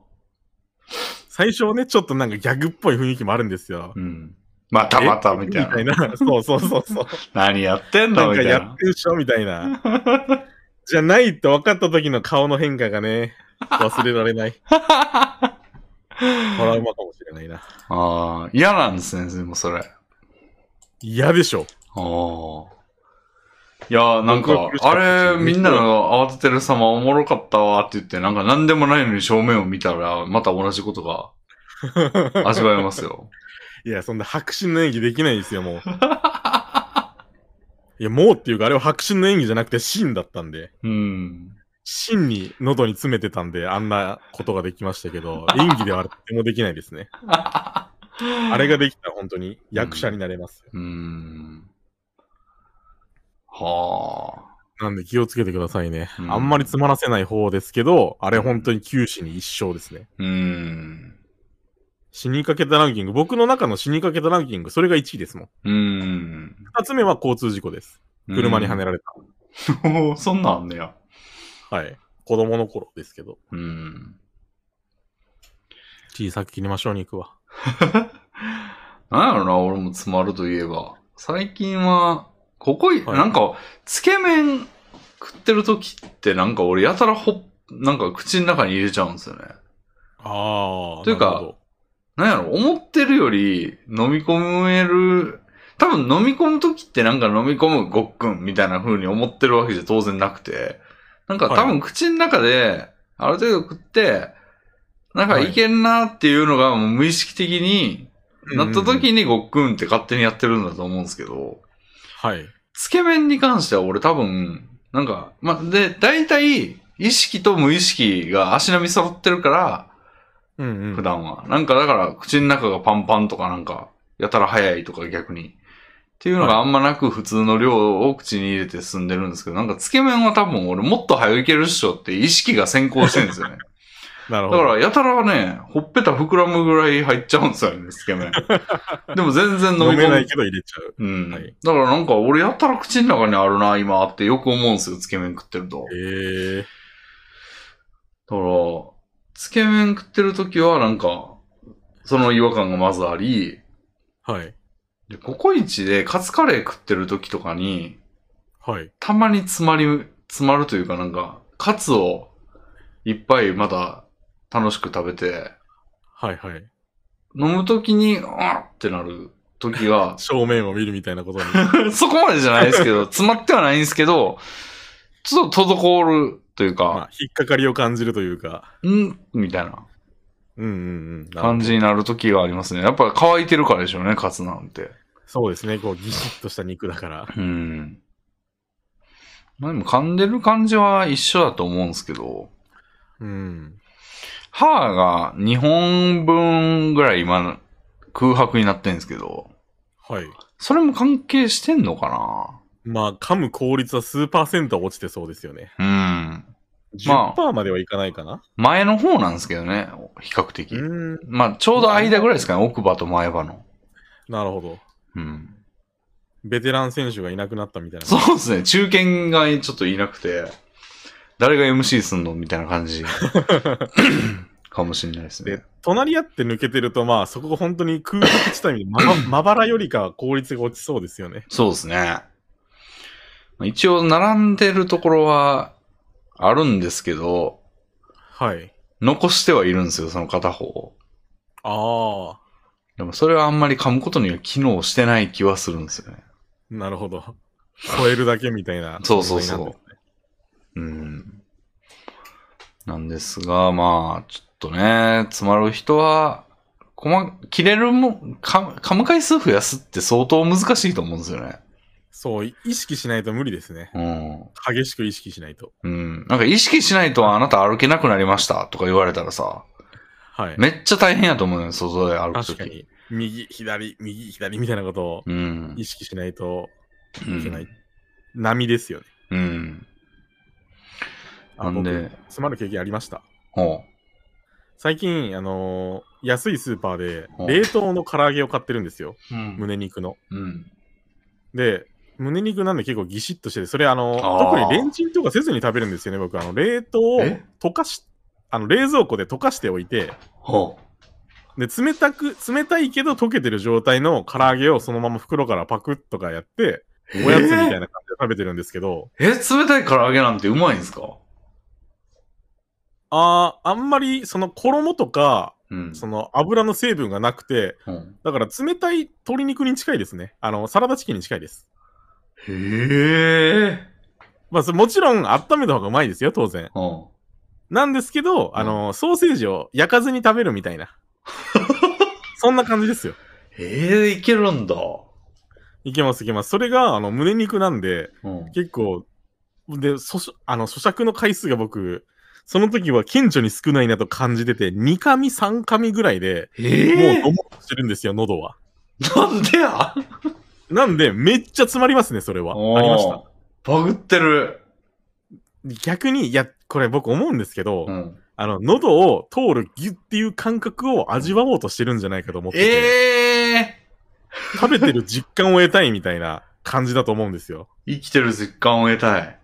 [SPEAKER 2] 最初はね、ちょっとなんかギャグっぽい雰囲気もあるんですよ。
[SPEAKER 1] うん。またまたみたいな。
[SPEAKER 2] みたいな。そうそ うそうそう。
[SPEAKER 1] 何やってんだ
[SPEAKER 2] なん
[SPEAKER 1] み
[SPEAKER 2] か
[SPEAKER 1] たい
[SPEAKER 2] や
[SPEAKER 1] な
[SPEAKER 2] っ。てるっしょみたいな。じゃないって分かった時の顔の変化がね、忘れられない。トラウマかもしれないな。
[SPEAKER 1] ああ、嫌なんですね、でもそれ。あ
[SPEAKER 2] 嫌でしょ。
[SPEAKER 1] あ。いやーなんか、あれ、みんなが慌ててる様おもろかったわって言って、なんか何でもないのに正面を見たら、また同じことが味わえます よ。
[SPEAKER 2] いや、そんな白真の演技できないですよ、もう。いや、もうっていうか、あれは白真の演技じゃなくて、真だったんで。
[SPEAKER 1] うん。
[SPEAKER 2] 真に喉に詰めてたんで、あんなことができましたけど、演技ではとてもできないで すね。あれができたら本当に役者になれますよ。
[SPEAKER 1] うーん。は
[SPEAKER 2] なんで気をつけてくださいね。
[SPEAKER 1] うん
[SPEAKER 2] あんまり詰まらせない方ですけど、あれ本当に九死に一生ですね。
[SPEAKER 1] あ。うーん。
[SPEAKER 2] 死にかけたランキング、僕の中の死にかけたランキング、それが1位ですもん。
[SPEAKER 1] うーん。
[SPEAKER 2] 2つ目は交通事故です。車 にはねられた。
[SPEAKER 1] る。そんなんあんねや。
[SPEAKER 2] はい。子供の頃ですけど。
[SPEAKER 1] うん。
[SPEAKER 2] 小さく切りましょうに行くわ。
[SPEAKER 1] なんやろな、俺も詰まるといえば。最近は、ここい、
[SPEAKER 2] はい
[SPEAKER 1] なんか、つけ麺食ってる時ってなんか俺やたらほ、なんか口の中に入れちゃうんですよね。
[SPEAKER 2] ああ。
[SPEAKER 1] というか
[SPEAKER 2] なるほど
[SPEAKER 1] なんやろ、思ってるより飲み込める、多分飲み込む時ってなんか飲み込むごっくんみたいな風に思ってるわけじゃ当然なくて、なんか
[SPEAKER 2] はい
[SPEAKER 1] 多分口の中である程度食って、なんかいけんなっていうのがもう無意識的になった
[SPEAKER 2] うんうんうん
[SPEAKER 1] 時にごっくんって勝手にやってるんだと思うんですけど、
[SPEAKER 2] はい。
[SPEAKER 1] つけ麺に関しては俺多分、なんか、ま、で、大体意識と無意識が足並み揃ってるから、
[SPEAKER 2] うんうん。
[SPEAKER 1] 普段は。なんかだから、口の中がパンパンとかなんか、やたら早いとか逆に。っていうのがあんまなく普通の量を口に入れて進んでるんですけど、なんかつけ麺は多分俺もっと早いけるっしょって意識が先行してるんですよね。
[SPEAKER 2] なる
[SPEAKER 1] だか
[SPEAKER 2] ほど。
[SPEAKER 1] らやたらね、ほっぺた膨らむぐらい入っちゃうんですよ ね、つけ麺。でも全然飲み込
[SPEAKER 2] 飲めない
[SPEAKER 1] む。
[SPEAKER 2] けど入れちゃう。
[SPEAKER 1] うん。
[SPEAKER 2] はい
[SPEAKER 1] だからなんか俺やたら口の中にあるな、今ってよく思うんですよ、つけ麺食ってると。
[SPEAKER 2] ええ
[SPEAKER 1] だから、つけ麺食ってる時はなんか、その違和感がまずあり、
[SPEAKER 2] はい。
[SPEAKER 1] で、ココイチでカツカレー食ってる時とかに、
[SPEAKER 2] はい。
[SPEAKER 1] たまに詰まり、詰まるというかなんか、カツをいっぱいまだ楽しく食べて、
[SPEAKER 2] はいはい。、
[SPEAKER 1] 飲む時に、あってなる時が
[SPEAKER 2] 正面を見るみたい なことに。
[SPEAKER 1] そこまでじゃないですけど、詰まってはないんですけど、ちょっと滞るという
[SPEAKER 2] ま
[SPEAKER 1] か、
[SPEAKER 2] あ、引っかかりを感じるというか。
[SPEAKER 1] んみたいな
[SPEAKER 2] うんうんうん。
[SPEAKER 1] 感じになる時がありますね。やっぱ乾いてるからでしょうね、カツなんて。
[SPEAKER 2] そうですね。こう、ぎしっとした肉だから。
[SPEAKER 1] うん。まあでも噛んでる感じは一緒だと思うんですけど、
[SPEAKER 2] うん。
[SPEAKER 1] 歯が2本分ぐらい今空白になってんですけど、
[SPEAKER 2] はい。
[SPEAKER 1] それも関係してんのか
[SPEAKER 2] まあ、噛む効率は数パーセントは落ちてそうですよね。
[SPEAKER 1] なうん。まあ
[SPEAKER 2] 10%まではいかないかな。
[SPEAKER 1] 前の方なんですけどね、比較的。
[SPEAKER 2] うん。
[SPEAKER 1] まあちょうど間ぐらいですかね、奥歯と前歯の。
[SPEAKER 2] なるほど。
[SPEAKER 1] うん。
[SPEAKER 2] ベテラン選手がいなくなったみたいな。
[SPEAKER 1] そうですね、中堅がちょっといなくて、誰が MC すんのみたいな感 じかもしれないですね
[SPEAKER 2] で。、隣り合って抜けてると、まあ、そこが本当に空白地帯で、ま ば、まばらよりかは効率が落ちそうですよね。
[SPEAKER 1] そうですね。まあ一応並んでるところはあるんですけど、
[SPEAKER 2] はい。
[SPEAKER 1] 残してはいるんですよ、その片方を。
[SPEAKER 2] ああ、
[SPEAKER 1] でもそれはあんまり噛むことには機能してない気はするんですよね。
[SPEAKER 2] なるほど。超えるだけみたいな。
[SPEAKER 1] そうそうそう
[SPEAKER 2] 存在なんですね
[SPEAKER 1] うん。なんですが、まあ、ちょっとね、詰まる人は、細、切れるもん、か噛む回数増やすって相当難しいと思うんですよね。
[SPEAKER 2] そう、意識しないと無理ですね。
[SPEAKER 1] うん。
[SPEAKER 2] 激しく意識しないと。
[SPEAKER 1] うん。なんか意識しないとあなた歩けなくなりましたとか言われたらさ、
[SPEAKER 2] はい。
[SPEAKER 1] めっちゃ大変やと思うのよ、外で歩くと
[SPEAKER 2] 確か
[SPEAKER 1] き。
[SPEAKER 2] に。右、左、右、左みたいなことを
[SPEAKER 1] うん。
[SPEAKER 2] 意識しないと
[SPEAKER 1] う
[SPEAKER 2] いけない
[SPEAKER 1] ん。。
[SPEAKER 2] 波ですよね。
[SPEAKER 1] うん。
[SPEAKER 2] あ
[SPEAKER 1] なんで、
[SPEAKER 2] 僕詰まる経験ありました。
[SPEAKER 1] ほ
[SPEAKER 2] 最近、あのー安いスーパーで
[SPEAKER 1] ほ、う
[SPEAKER 2] 冷凍の唐揚げを買ってるんですよ。
[SPEAKER 1] う。うん。
[SPEAKER 2] 胸肉の。
[SPEAKER 1] うん。
[SPEAKER 2] で、胸肉なんで結構ギシッとしてて、それあの
[SPEAKER 1] あー
[SPEAKER 2] 特にレンチンとかせずに食べるんですよね、僕。あの冷凍を
[SPEAKER 1] え
[SPEAKER 2] 溶かし、あの冷蔵庫で溶かしておいて、
[SPEAKER 1] ほ
[SPEAKER 2] で、冷たく、冷たいけど溶けてる状態の唐揚げをそのまま袋からパクッとかやって、
[SPEAKER 1] う。
[SPEAKER 2] おやつ
[SPEAKER 1] えー
[SPEAKER 2] みたいな感じで食べてるんですけど、
[SPEAKER 1] え、冷たい唐揚げなんてうまいんですか
[SPEAKER 2] あーあんまりその衣とか、
[SPEAKER 1] うん。
[SPEAKER 2] その油の成分がなくて、
[SPEAKER 1] うん
[SPEAKER 2] だから冷たい鶏肉に近いですね。あの、サラダチキンに近いです。
[SPEAKER 1] へえ。
[SPEAKER 2] まあ、それもちろん温めた方がうまいですよ、当然。
[SPEAKER 1] うん。
[SPEAKER 2] なんですけど、あの、ソーセージを焼かずに食べるみた いな。そんな感じですよ。
[SPEAKER 1] ええ、いけるんだ。
[SPEAKER 2] いけますいけます。それが、あの、胸肉なんで、
[SPEAKER 1] うん。
[SPEAKER 2] 結構、で、そし、あの、咀嚼の回数が僕、その時は顕著に少ないなと感じてて、2噛み、3噛みぐらいで、もう
[SPEAKER 1] ええ
[SPEAKER 2] ドボッとしてるんですよ、喉は。
[SPEAKER 1] なんでや
[SPEAKER 2] なんで、めっちゃ詰まりますね、それは。
[SPEAKER 1] おー
[SPEAKER 2] ありました。
[SPEAKER 1] バグってる。
[SPEAKER 2] 逆に、いや、これ僕思うんですけど、
[SPEAKER 1] うん。
[SPEAKER 2] あの、喉を通るギュッっていう感覚を味わおうとしてるんじゃないかと思ってて。
[SPEAKER 1] ええ
[SPEAKER 2] 食べてる実感を得たいみたいな感じだと思うんですよ。
[SPEAKER 1] 生きてる実感を得たい。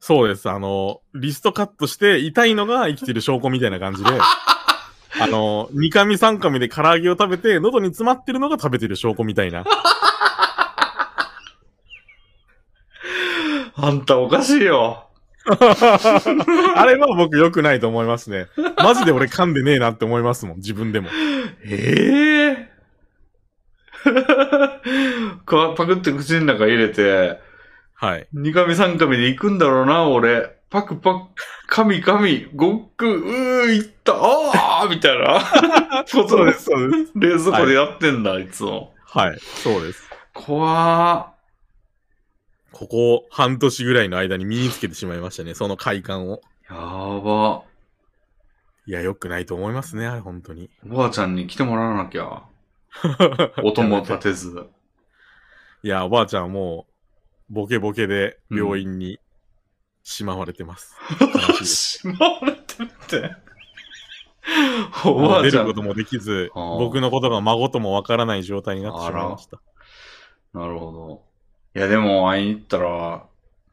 [SPEAKER 2] そうです。あの、リストカットして痛いのが生きてる証拠みたいな感 じで、あの、2噛み3噛みで唐揚げを食べて、喉に詰まってるのが食べてる証拠みた いな。
[SPEAKER 1] あんたおかしいよ。
[SPEAKER 2] あれは僕良くないと思いますね。マジで俺噛んでねえなって思いますもん、自分でも。
[SPEAKER 1] ええ かパクって口の中入れて、
[SPEAKER 2] はい。
[SPEAKER 1] 二カミ三カミで行くんだろうな、俺。パクパク、カミカミ、ごっく、うー、いった、あーみたいな。 ことです。
[SPEAKER 2] す、そうです。
[SPEAKER 1] 冷蔵庫でやってんだ、い、つも。
[SPEAKER 2] はい、そうです。
[SPEAKER 1] 怖
[SPEAKER 2] ここ半年ぐらいの間に身につけてしまいましたね、その快感を。
[SPEAKER 1] ー。やば。
[SPEAKER 2] いや、良くないと思いますね、あれ本当に。
[SPEAKER 1] おばあちゃんに来てもらわなき ゃ。音も立てず。
[SPEAKER 2] いや、おばあちゃんはもう、ボケボケで病院にしまわれて ます。悲しいです
[SPEAKER 1] しまわれてるって。 おば
[SPEAKER 2] もう
[SPEAKER 1] あ
[SPEAKER 2] 出
[SPEAKER 1] ちゃ
[SPEAKER 2] るこ
[SPEAKER 1] ん。
[SPEAKER 2] ともできず、
[SPEAKER 1] あー
[SPEAKER 2] 僕のことが孫ともわからない状態になってしまいました。
[SPEAKER 1] なるほど。いや、でも、会いに行ったら、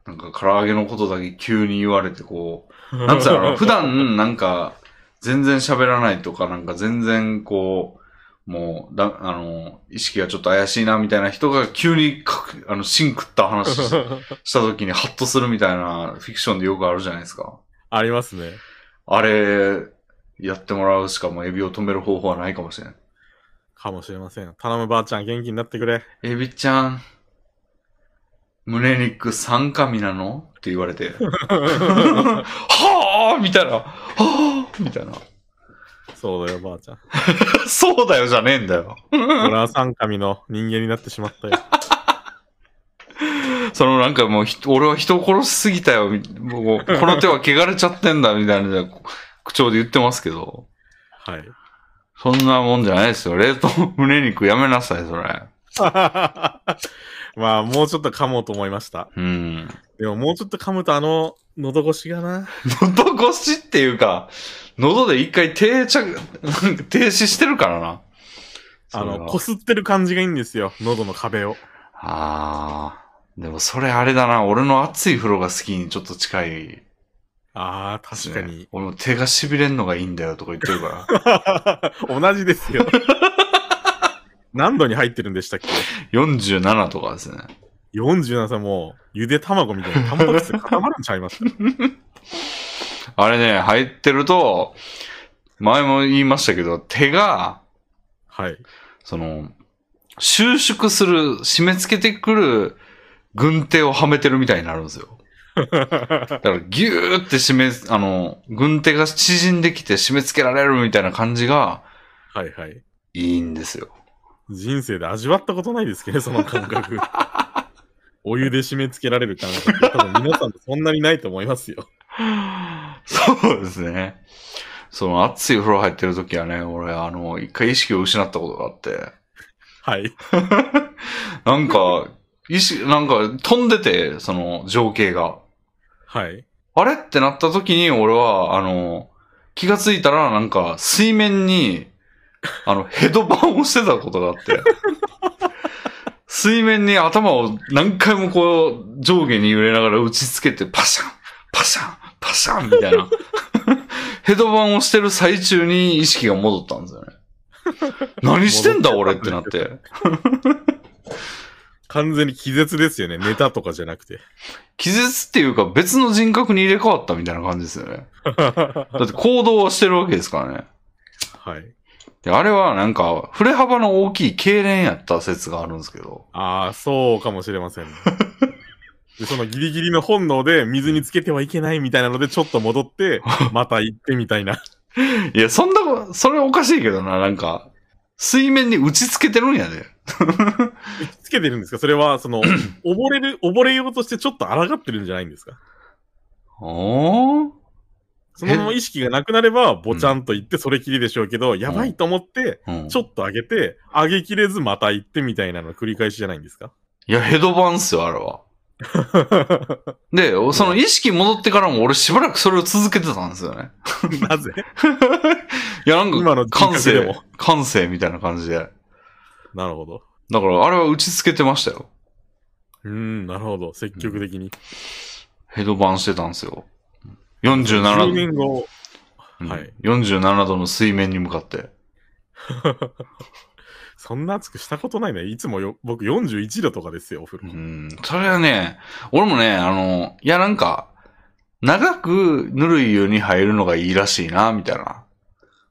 [SPEAKER 1] なんか、唐揚げのことだけ急に言われて、こう、 なんつうの、普段、なんか、全然喋らないとか、なんか、全然、こう、もう、だ、あの、意識がちょっと怪しいな、みたいな人が、急にかく、あの、芯食った話しした時に、ハッとするみたいな、フィクションでよくあるじゃないですか。
[SPEAKER 2] ありますね。
[SPEAKER 1] あれ、やってもらうしか、もう、エビを止める方法はないかもしれない。
[SPEAKER 2] かもしれません。頼むばあちゃん、元気になってくれ。
[SPEAKER 1] エビちゃん、胸肉三神なのって言われて、はぁみたいな、はぁみたいな。
[SPEAKER 2] そうだよ、ばあち ゃん。
[SPEAKER 1] そうだよじゃねえんだよ。
[SPEAKER 2] 俺は三神の人間になってしまったよ。
[SPEAKER 1] そのなんかもうひ、俺は人を殺しすぎたよ。みもう、この手は汚れちゃってんだ、みたいな、こ口調で言ってますけど、
[SPEAKER 2] はい。
[SPEAKER 1] そんなもんじゃないですよ。冷凍胸肉やめなさい、それ。
[SPEAKER 2] まあ、もうちょっと噛もうと思いました。
[SPEAKER 1] うん。
[SPEAKER 2] でも、もうちょっと噛むと、あの、喉越しがな。
[SPEAKER 1] 喉越しっていうか、喉で一回定着、なんか停止してるからな。
[SPEAKER 2] あ
[SPEAKER 1] それ
[SPEAKER 2] の、
[SPEAKER 1] は
[SPEAKER 2] こすってる感じがいいんですよ。喉の壁を。
[SPEAKER 1] あー、でもそれあれだな、俺の熱い風呂が好きにちょっと近い、
[SPEAKER 2] ああ、確かに。。
[SPEAKER 1] 俺も手が痺れんのがいいんだよとか言ってるから。
[SPEAKER 2] 同じですよ。何度に入ってるんでしたっけ
[SPEAKER 1] 47とかですね。
[SPEAKER 2] ?47 歳もう、ゆで卵みたいな、卵質固まるんちゃいました。
[SPEAKER 1] あれね、入ってると、前も言いましたけど、手が、
[SPEAKER 2] はい。
[SPEAKER 1] その、収縮する、締め付けてくる軍手をはめてるみたいになるんですよ。だからギューって締め、あの、軍手が縮んできて締め付けられるみたいな感じが、
[SPEAKER 2] はいはい。
[SPEAKER 1] いいんですよ。
[SPEAKER 2] 人生で味わったことないですけどね、その感覚。 お湯で締め付けられる感覚。多分皆さんもそんなにないと思いますよ。
[SPEAKER 1] そうですね。その熱い風呂入ってる時はね、俺、あの、一回意識を失ったことがあって、
[SPEAKER 2] はい。
[SPEAKER 1] なんか、意識、なんか飛んでて、その情景が。
[SPEAKER 2] はい。
[SPEAKER 1] あれってなった時に俺は、あの、気がついたらなんか水面に、あの、ヘドバンをしてたことがあって。水面に頭を何回もこう上下に揺れながら打ちつけてパシャン、パシャン、パシャンみたいな。 ヘドバンをしてる最中に意識が戻ったんですよね。何してんだ俺ってなって。
[SPEAKER 2] 完全に気絶ですよね。ネタとかじゃなくて。
[SPEAKER 1] 気絶っていうか別の人格に入れ替わったみたいな感じですよ ね。だって行動はしてるわけですからね。
[SPEAKER 2] はい。
[SPEAKER 1] で、あれはなんか、振れ幅の大きい痙攣やった説があるんですけど。
[SPEAKER 2] ああ、そうかもしれませんね。でそのギリギリの本能で水につけてはいけないみたいなので、ちょっと戻って、また行ってみたいな。
[SPEAKER 1] いや、そんなこ、それおかしいけどな、なんか、水面に打ちつけてるんやで。
[SPEAKER 2] つけてるんですかそれは、 その、溺れる、溺れようとしてちょっと抗ってるんじゃないんですか
[SPEAKER 1] おー
[SPEAKER 2] そのまま意識がなくなれば、ぼちゃんと言ってそれきりでしょうけど、やばいと思って、
[SPEAKER 1] うん。
[SPEAKER 2] ちょっと上げて、上げきれずまた行ってみたいなの繰り返しじゃないん ですか
[SPEAKER 1] いや、ヘドバンっすよ、あれ は。で、その意識戻ってからも俺しばらくそれを続けてたんですよね。
[SPEAKER 2] なぜ
[SPEAKER 1] いや、なん
[SPEAKER 2] 今の
[SPEAKER 1] か、
[SPEAKER 2] 人
[SPEAKER 1] 感
[SPEAKER 2] 格で
[SPEAKER 1] 性
[SPEAKER 2] も、
[SPEAKER 1] 感性みたいな感じで。
[SPEAKER 2] なるほど。
[SPEAKER 1] だから、あれは打ちつけてましたよ。
[SPEAKER 2] うーん、なるほど。積極的に。
[SPEAKER 1] ヘドバンしてたんですよ。
[SPEAKER 2] 10
[SPEAKER 1] 47
[SPEAKER 2] 年後、
[SPEAKER 1] 度。
[SPEAKER 2] はい
[SPEAKER 1] うん47度の水面に向かって。
[SPEAKER 2] そんな熱くしたことないね。いつもよ僕41度とかですよ、お風
[SPEAKER 1] う
[SPEAKER 2] 呂。
[SPEAKER 1] ん。それはね、俺もね、あの、いやなんか、長くぬるい湯に入るのがいいらしいな、みたいな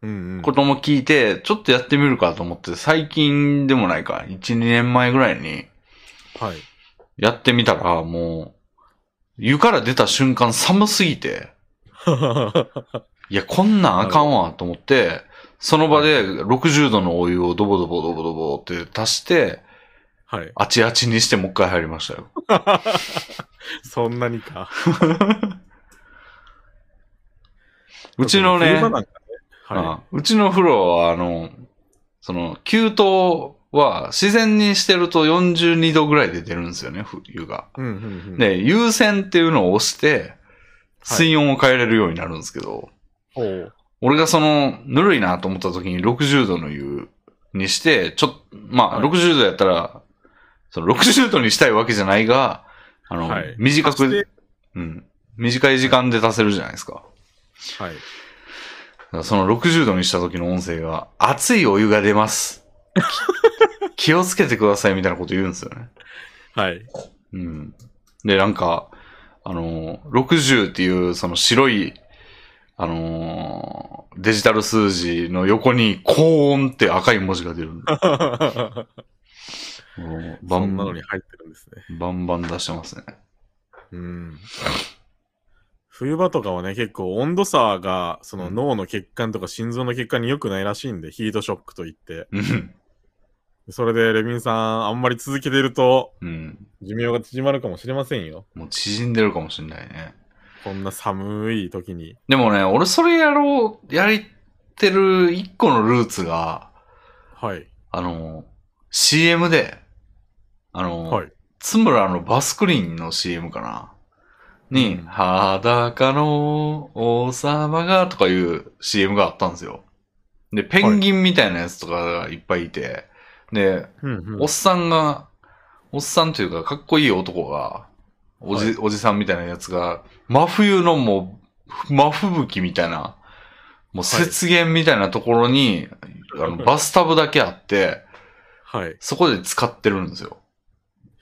[SPEAKER 2] うんうん。
[SPEAKER 1] ことも聞いて、ちょっとやってみるかと思って、最近でもないか、1、2年前ぐらいに
[SPEAKER 2] はい。
[SPEAKER 1] やってみたら、もう、湯から出た瞬間寒すぎて、いや、こんなんあかんわ、と思って、その場で60度のお湯をドボドボドボドボって足して、
[SPEAKER 2] はい。
[SPEAKER 1] あちあちにしてもう一回入りました よ。
[SPEAKER 2] そんなにか。
[SPEAKER 1] うちの
[SPEAKER 2] 冬
[SPEAKER 1] ね
[SPEAKER 2] 場、なんかねは
[SPEAKER 1] うんうちの風呂は、あの、その、給湯は自然にしてると42度ぐらいで出るんですよね、ふ湯が。
[SPEAKER 2] い。うんうんうん。
[SPEAKER 1] で、優先っていうのを押して、水温を変えれるようになるんですけど、
[SPEAKER 2] ほう。
[SPEAKER 1] 俺がその、ぬるいなと思った時に60度の湯にして、ちょっと、まあ、
[SPEAKER 2] はい
[SPEAKER 1] 60度やったら、その60度にしたいわけじゃないが、あの、
[SPEAKER 2] はい
[SPEAKER 1] 短
[SPEAKER 2] そして
[SPEAKER 1] く、うん、短い時間で出せるじゃないですか。
[SPEAKER 2] はい。
[SPEAKER 1] だからその60度にした時の音声が、熱いお湯が出ます。 き気をつけてくださいみたいなこと言うんですよね。
[SPEAKER 2] はい。
[SPEAKER 1] うん。で、なんか、あの、60っていうその白い、あのーデジタル数字の横に高音って赤い文字が出る。 もうバ
[SPEAKER 2] そ
[SPEAKER 1] ン
[SPEAKER 2] んな
[SPEAKER 1] バ
[SPEAKER 2] の
[SPEAKER 1] ン
[SPEAKER 2] に、入ってるんですね。
[SPEAKER 1] バンバン出してますね。
[SPEAKER 2] うん。冬場とかはね、結構温度差が、その脳の血管とか心臓の血管に良くないらしいんで、ヒートショックといって。
[SPEAKER 1] うん。
[SPEAKER 2] それで、レビンさん、あんまり続けてると、
[SPEAKER 1] うん。
[SPEAKER 2] 寿命が縮まるかもしれませんよ。
[SPEAKER 1] もう縮んでるかもしれないね。
[SPEAKER 2] こんな寒い時に。
[SPEAKER 1] でもね、俺それやろう、やりてる一個のルーツが、
[SPEAKER 2] はい。
[SPEAKER 1] あの、CM で、あの、
[SPEAKER 2] はい
[SPEAKER 1] 津村のバスクリーンの CM かなに、
[SPEAKER 2] うん
[SPEAKER 1] 裸の王様がとかいう CM があったんですよ。で、ペンギンみたいなやつとかがいっぱいいて、で、
[SPEAKER 2] うんうん
[SPEAKER 1] おっさんが、おっさんというかかっこいい男が、おじ、
[SPEAKER 2] は
[SPEAKER 1] おじさんみたいなやつが、真冬のもう、真吹雪みたいな、もう雪原みたいなところに、あ の、バスタブだけあって、
[SPEAKER 2] はい。
[SPEAKER 1] そこで使ってるんですよ。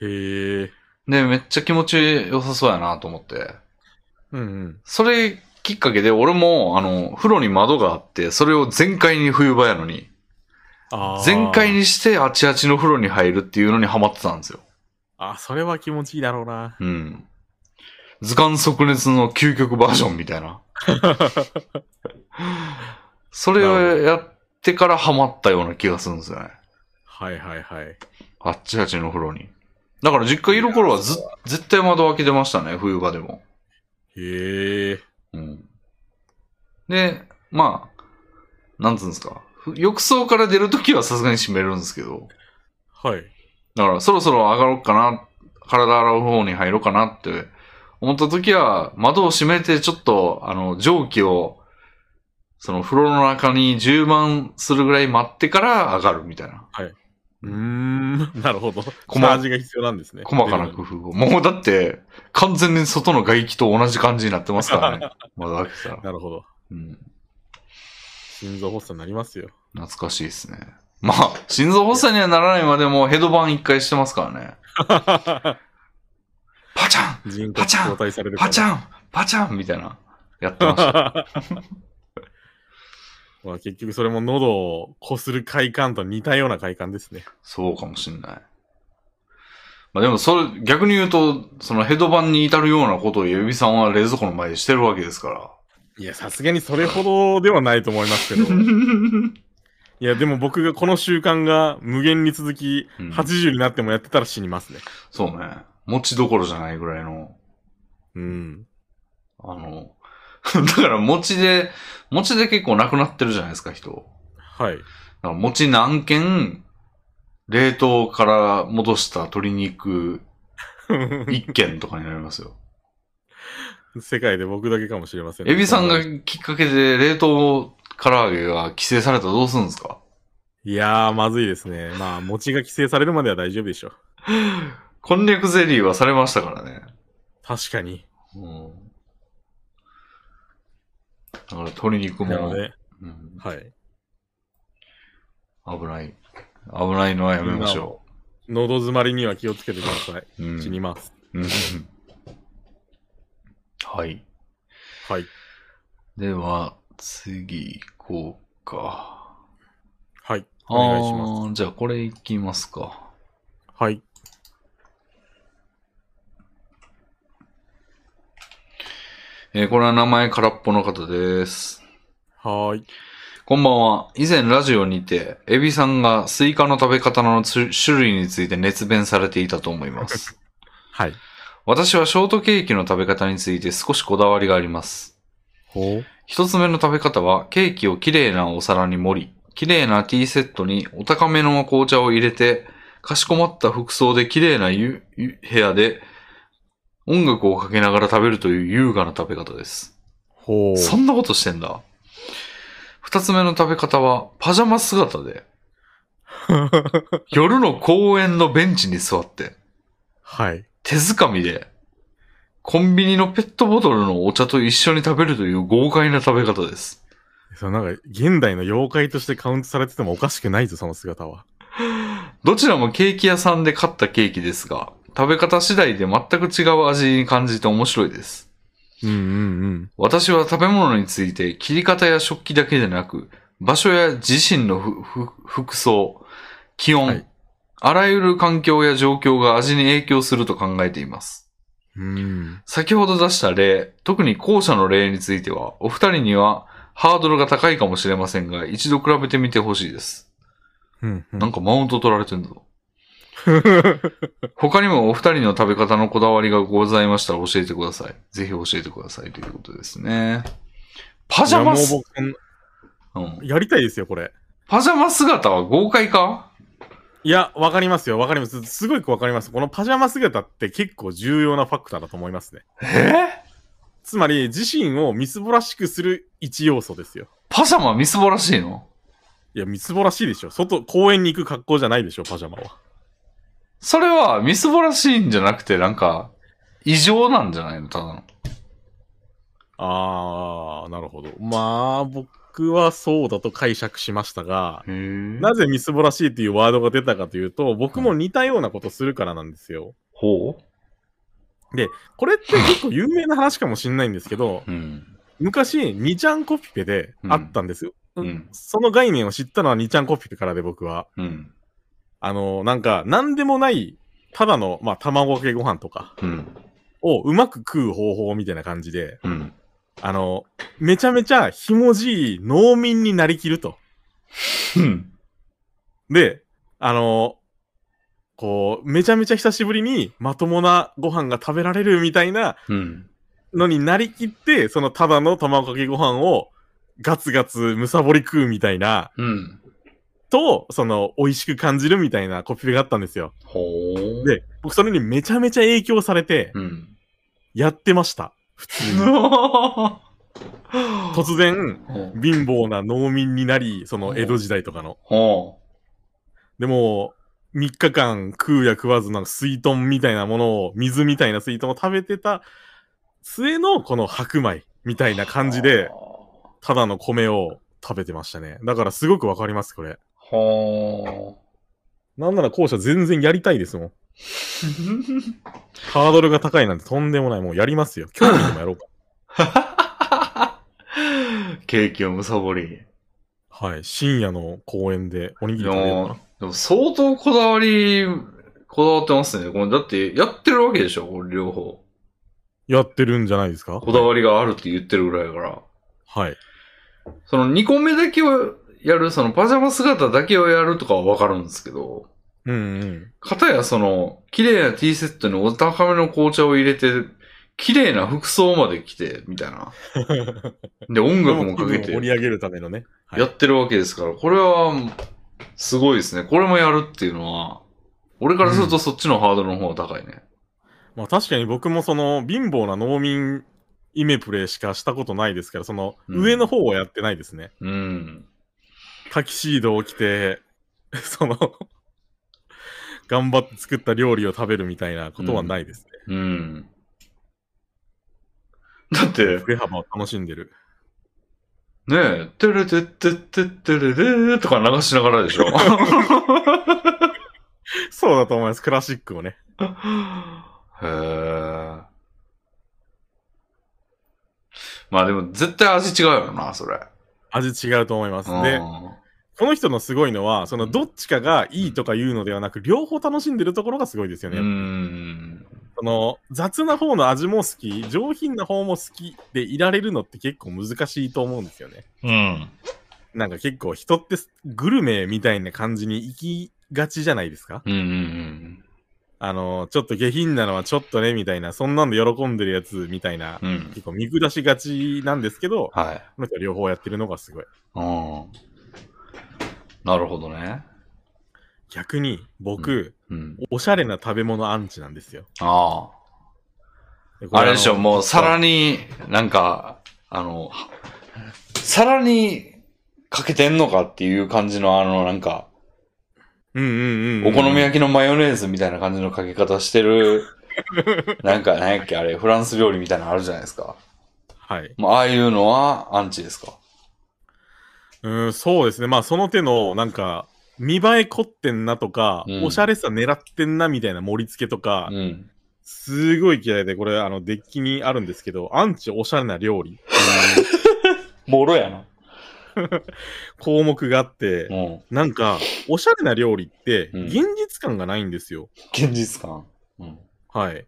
[SPEAKER 2] へえ。
[SPEAKER 1] で、めっちゃ気持ち良さそうやなと思って。
[SPEAKER 2] うんうん。
[SPEAKER 1] それきっかけで、俺も、あの、風呂に窓があって、それを全開に冬場やのに、
[SPEAKER 2] あー
[SPEAKER 1] 全開。にして、あちあちの風呂に入るっていうのにハマってたんですよ。
[SPEAKER 2] あ、それは気持ちいいだろうな。
[SPEAKER 1] うん。図鑑即熱の 究極バージョンみたいな。それをやっってからハマったような気がするんですよね。
[SPEAKER 2] はいはいはい。
[SPEAKER 1] あっちあっちの風呂に。だから実家いる頃はず、絶対窓開けてましたね、冬場でも。
[SPEAKER 2] へえ。
[SPEAKER 1] うん。で、まあ、なんつうんですか。ふ浴槽から出るときはさすがに閉めるんですけど。
[SPEAKER 2] はい。
[SPEAKER 1] だからそろそろ上がろうかな、体洗う方に入ろうかなって思った時は、窓を閉めてちょっと、あの、蒸気を、その風呂の中に充満するぐらい待ってから上がるみたいな。
[SPEAKER 2] うーん、なるほど。
[SPEAKER 1] 細
[SPEAKER 2] 細味が必要なんですね。
[SPEAKER 1] 細かな工夫を。もうだって、完全に外の外気と同じ感じになってますから ね。窓開けたら。
[SPEAKER 2] なるほど。
[SPEAKER 1] うん。
[SPEAKER 2] 心臓発作になりますよ。
[SPEAKER 1] 懐かしいですね。まあ、心臓発作にはならないまでもヘドバン一回してますからね。パチャン
[SPEAKER 2] 人
[SPEAKER 1] パ
[SPEAKER 2] 格
[SPEAKER 1] チャン
[SPEAKER 2] 交代される
[SPEAKER 1] パチ
[SPEAKER 2] ン
[SPEAKER 1] ャンパチャンみたいな。やって ました。
[SPEAKER 2] まあ結局それも喉をこする快感と似たような快感ですね。
[SPEAKER 1] そうかもしんない。まあでもそれ、逆に言うと、そのヘドバンに至るようなことを指さんは冷蔵庫の前でしてるわけですから。
[SPEAKER 2] いや、さすがにそれほどではないと思いますけど。 いや、でも僕がこの習慣が無限に続き、
[SPEAKER 1] うん
[SPEAKER 2] 80になってもやってたら死にますね。
[SPEAKER 1] そうね。持ちどころじゃないぐらいの、
[SPEAKER 2] うん。
[SPEAKER 1] あの、 だから餅で、餅で結構なくなってるじゃないですか、人。だ
[SPEAKER 2] はい。
[SPEAKER 1] から餅何件、冷凍から戻した鶏肉1件とかになります よ。
[SPEAKER 2] 世界で僕だけかもしれませんね、
[SPEAKER 1] エビさんがきっかけで冷凍唐揚げが規制されたらどうするんですか
[SPEAKER 2] いやー、まずいですね。まあ、餅が規制されるまでは大丈夫でしょう。
[SPEAKER 1] こんにゃくゼリーはされましたからね。
[SPEAKER 2] 確かに。
[SPEAKER 1] うん。だから鶏肉
[SPEAKER 2] な
[SPEAKER 1] も、
[SPEAKER 2] ので、
[SPEAKER 1] うん、
[SPEAKER 2] はい。
[SPEAKER 1] 危ない。危ないのはやめましょ
[SPEAKER 2] 喉詰まりには気をつけてください。
[SPEAKER 1] う。うん。
[SPEAKER 2] 死にます。
[SPEAKER 1] うんはい。
[SPEAKER 2] はい。
[SPEAKER 1] では、次行こうか。
[SPEAKER 2] はい。お願いし
[SPEAKER 1] あ
[SPEAKER 2] ます。
[SPEAKER 1] ーじゃあこれ行きますか。
[SPEAKER 2] はい。
[SPEAKER 1] えーこれは名前空っぽの方です。
[SPEAKER 2] はーい。
[SPEAKER 1] こんばんは。以前ラジオにて、エビさんがスイカの食べ方のつ種類について熱弁されていたと思います。
[SPEAKER 2] はい。
[SPEAKER 1] 私はショートケーキの食べ方について少しこだわりがあります。
[SPEAKER 2] ほう。
[SPEAKER 1] 一つ目の食べ方は、ケーキをきれいなお皿に盛り、きれいなティーセットにお高めの紅茶を入れて、かしこまった服装できれいなゆゆ部屋で、音楽をかけながら食べるという優雅な食べ方です。
[SPEAKER 2] ほう。
[SPEAKER 1] そんなことしてんだ。二つ目の食べ方は、パジャマ姿で、夜の公園のベンチに座って、
[SPEAKER 2] はい。
[SPEAKER 1] 手づかみで、コンビニのペットボトルのお茶と一緒に食べるという豪快な食べ方です。
[SPEAKER 2] そのなんか、現代の妖怪としてカウントされててもおかしくないぞ、その姿は。
[SPEAKER 1] どちらもケーキ屋さんで買ったケーキですが、食べ方次第で全く違う味に感じて面白いです。
[SPEAKER 2] うんうんうん。
[SPEAKER 1] 私は食べ物について切り方や食器だけでなく、場所や自身のふふ服装、気温、
[SPEAKER 2] はい
[SPEAKER 1] あらゆる環境や状況が味に影響すると考えています。
[SPEAKER 2] うん。
[SPEAKER 1] 先ほど出した例、特に後者の例については、お二人にはハードルが高いかもしれませんが、一度比べてみてほしいです。
[SPEAKER 2] うん、うん
[SPEAKER 1] なんかマウント取られてんだぞ。他にもお二人の食べ方のこだわりがございましたら教えてください。ぜひ教えてくださいということですね。パジャマ
[SPEAKER 2] いや
[SPEAKER 1] す、
[SPEAKER 2] もう僕そん
[SPEAKER 1] うん、
[SPEAKER 2] やりたいですよ、これ。
[SPEAKER 1] パジャマ姿は豪快か
[SPEAKER 2] いや、わかりますよ、わかります。すごいわかります。このパジャマ姿って結構重要なファクターだと思いますね。
[SPEAKER 1] えー
[SPEAKER 2] つまり、自身をみすぼらしくする一要素ですよ。
[SPEAKER 1] パジャマみすぼらしいの
[SPEAKER 2] いや、みすぼらしいでしょ。外、公園に行く格好じゃないでしょ、パジャマは。
[SPEAKER 1] それはみすぼらしいんじゃなくて、なんか、異常なんじゃないのただの。
[SPEAKER 2] あー、なるほど。まあ、僕はそうだと解釈しましたが、
[SPEAKER 1] へえ
[SPEAKER 2] なぜみすぼらしいというワードが出たかというと、僕も似たようなことするからなんですよ。
[SPEAKER 1] ほ
[SPEAKER 2] これって結構有名な話かもしれないんですけ ど、
[SPEAKER 1] ううん。
[SPEAKER 2] 昔、2ちゃんコピペであったんですよ。
[SPEAKER 1] うん
[SPEAKER 2] うんその概念を知ったのは2ちゃんコピペからで僕は。
[SPEAKER 1] うん。
[SPEAKER 2] あの、なんか、なんでもない、ただの、まあ、卵かけご飯とか
[SPEAKER 1] うん。
[SPEAKER 2] をうまく食う方法みたいな感じで、
[SPEAKER 1] うん。
[SPEAKER 2] あの、めちゃめちゃひもじい農民になりきると。
[SPEAKER 1] うん。
[SPEAKER 2] で、あのこう、めちゃめちゃ久しぶりにまともなご飯が食べられるみたいな
[SPEAKER 1] うん。
[SPEAKER 2] のになりきって、そのただの卵かけご飯をガツガツむさぼり食うみたいな、
[SPEAKER 1] うん。
[SPEAKER 2] と、その、美味しく感じるみたいなコピペがあったんですよ。
[SPEAKER 1] ほー。
[SPEAKER 2] で、僕それにめちゃめちゃ影響されて、
[SPEAKER 1] うん。
[SPEAKER 2] やってました。普通に。突然、
[SPEAKER 1] ほ
[SPEAKER 2] 貧乏な農民になり、その江戸時代とかの。
[SPEAKER 1] ほ
[SPEAKER 2] でも、3日間食うや食わず、なんか水豚みたいなものを、水みたいな水豚を食べてた末のこの白米みたいな感じで、ただの米を食べてましたね。だからすごくわかります、これ。
[SPEAKER 1] ほ
[SPEAKER 2] なんなら後者全然やりたいですもん。
[SPEAKER 1] ー。
[SPEAKER 2] ハードルが高いなんてとんでもない。もうやりますよ。今日にでもや ろうか。
[SPEAKER 1] ケーキをむさぼり。
[SPEAKER 2] はい。深夜の公園でおにぎ
[SPEAKER 1] い
[SPEAKER 2] り
[SPEAKER 1] や
[SPEAKER 2] 食べようか
[SPEAKER 1] ーでも相当こだわり、こだわってますね。これだってやってるわけでしょこれ両方。
[SPEAKER 2] な。やってるんじゃないですか
[SPEAKER 1] こだわりがあるって言ってるぐらいやから。
[SPEAKER 2] はい。
[SPEAKER 1] その2個目だけをやる、そのパジャマ姿だけをやるとかはわかるんですけど、
[SPEAKER 2] うんうん。
[SPEAKER 1] かたやその、綺麗な T セットにお高めの紅茶を入れて、綺麗な服装まで着て、みたい な。で、音楽もかけ
[SPEAKER 2] 気分を盛
[SPEAKER 1] て、
[SPEAKER 2] り上げるためのね。はい
[SPEAKER 1] やってるわけですから、これは、すごいですね。これもやるっていうのは、俺からするとそっちのハードルの方が高いね。
[SPEAKER 2] まあ確かに僕もその貧乏な農民イメプレしかしたことないですから、その
[SPEAKER 1] うん
[SPEAKER 2] 上の方はやってないですね。
[SPEAKER 1] うん。
[SPEAKER 2] タキシードを着て、 その、頑張って作った料理を食べるみたいなことはないですね。
[SPEAKER 1] うん。だって、
[SPEAKER 2] 振れ幅を楽しんでる。
[SPEAKER 1] ねえ、てれてってってってれれーとか流しながらでしょ。
[SPEAKER 2] そうだと思います。クラシックをね。
[SPEAKER 1] へえ。まあでも絶対味違うよな、それ。
[SPEAKER 2] 味違うと思います。で、
[SPEAKER 1] う
[SPEAKER 2] この人のすごいのは、そのどっちかがいいとか言うのではなく、両方楽しんでるところがすごいですよね。
[SPEAKER 1] ん。
[SPEAKER 2] その雑な方の味も好き、上品な方も好きでいられるのって結構難しいと思うんですよね。
[SPEAKER 1] うん。
[SPEAKER 2] なんか結構人ってグルメみたいな感じに行きがちじゃないですか
[SPEAKER 1] うん。うん。
[SPEAKER 2] あの、ちょっと下品なのはちょっとね、みたいな、そんなんで喜んでるやつみたいな、
[SPEAKER 1] うん。
[SPEAKER 2] 結構見下しがちなんですけど、
[SPEAKER 1] はい。
[SPEAKER 2] この人は両方やってるのがすごい。
[SPEAKER 1] うん。なるほどね。
[SPEAKER 2] 逆に僕、
[SPEAKER 1] うん。
[SPEAKER 2] おしゃれな食べ物アンチなんですよ。
[SPEAKER 1] あ
[SPEAKER 2] でこ
[SPEAKER 1] あ。あ
[SPEAKER 2] の
[SPEAKER 1] れでしょ、もう皿に、なんか、あの、皿にかけてんのかっていう感じの、あの、なんか、
[SPEAKER 2] うんうんうん。
[SPEAKER 1] お好み焼きのマヨネーズみたいな感じのかけ方して る、なんか、なんやっけ、あれ、フランス料理みたいなのあるじゃないですか。
[SPEAKER 2] はい。
[SPEAKER 1] まあ、ああいうのはアンチですか。
[SPEAKER 2] うん、そうですね。まあ、その手の、なんか、見栄え凝ってんなとか、
[SPEAKER 1] うん
[SPEAKER 2] おしゃれさ狙ってんなみたいな盛り付けとか、
[SPEAKER 1] うん。
[SPEAKER 2] すごい嫌いで、これ、あの、デッキにあるんですけど、アンチおしゃれな料理、
[SPEAKER 1] もろやな。
[SPEAKER 2] 項目があって、
[SPEAKER 1] うん。
[SPEAKER 2] なんか、おしゃれな料理って、
[SPEAKER 1] うん
[SPEAKER 2] 現実感がないんですよ。
[SPEAKER 1] 現実感。うん。
[SPEAKER 2] はい。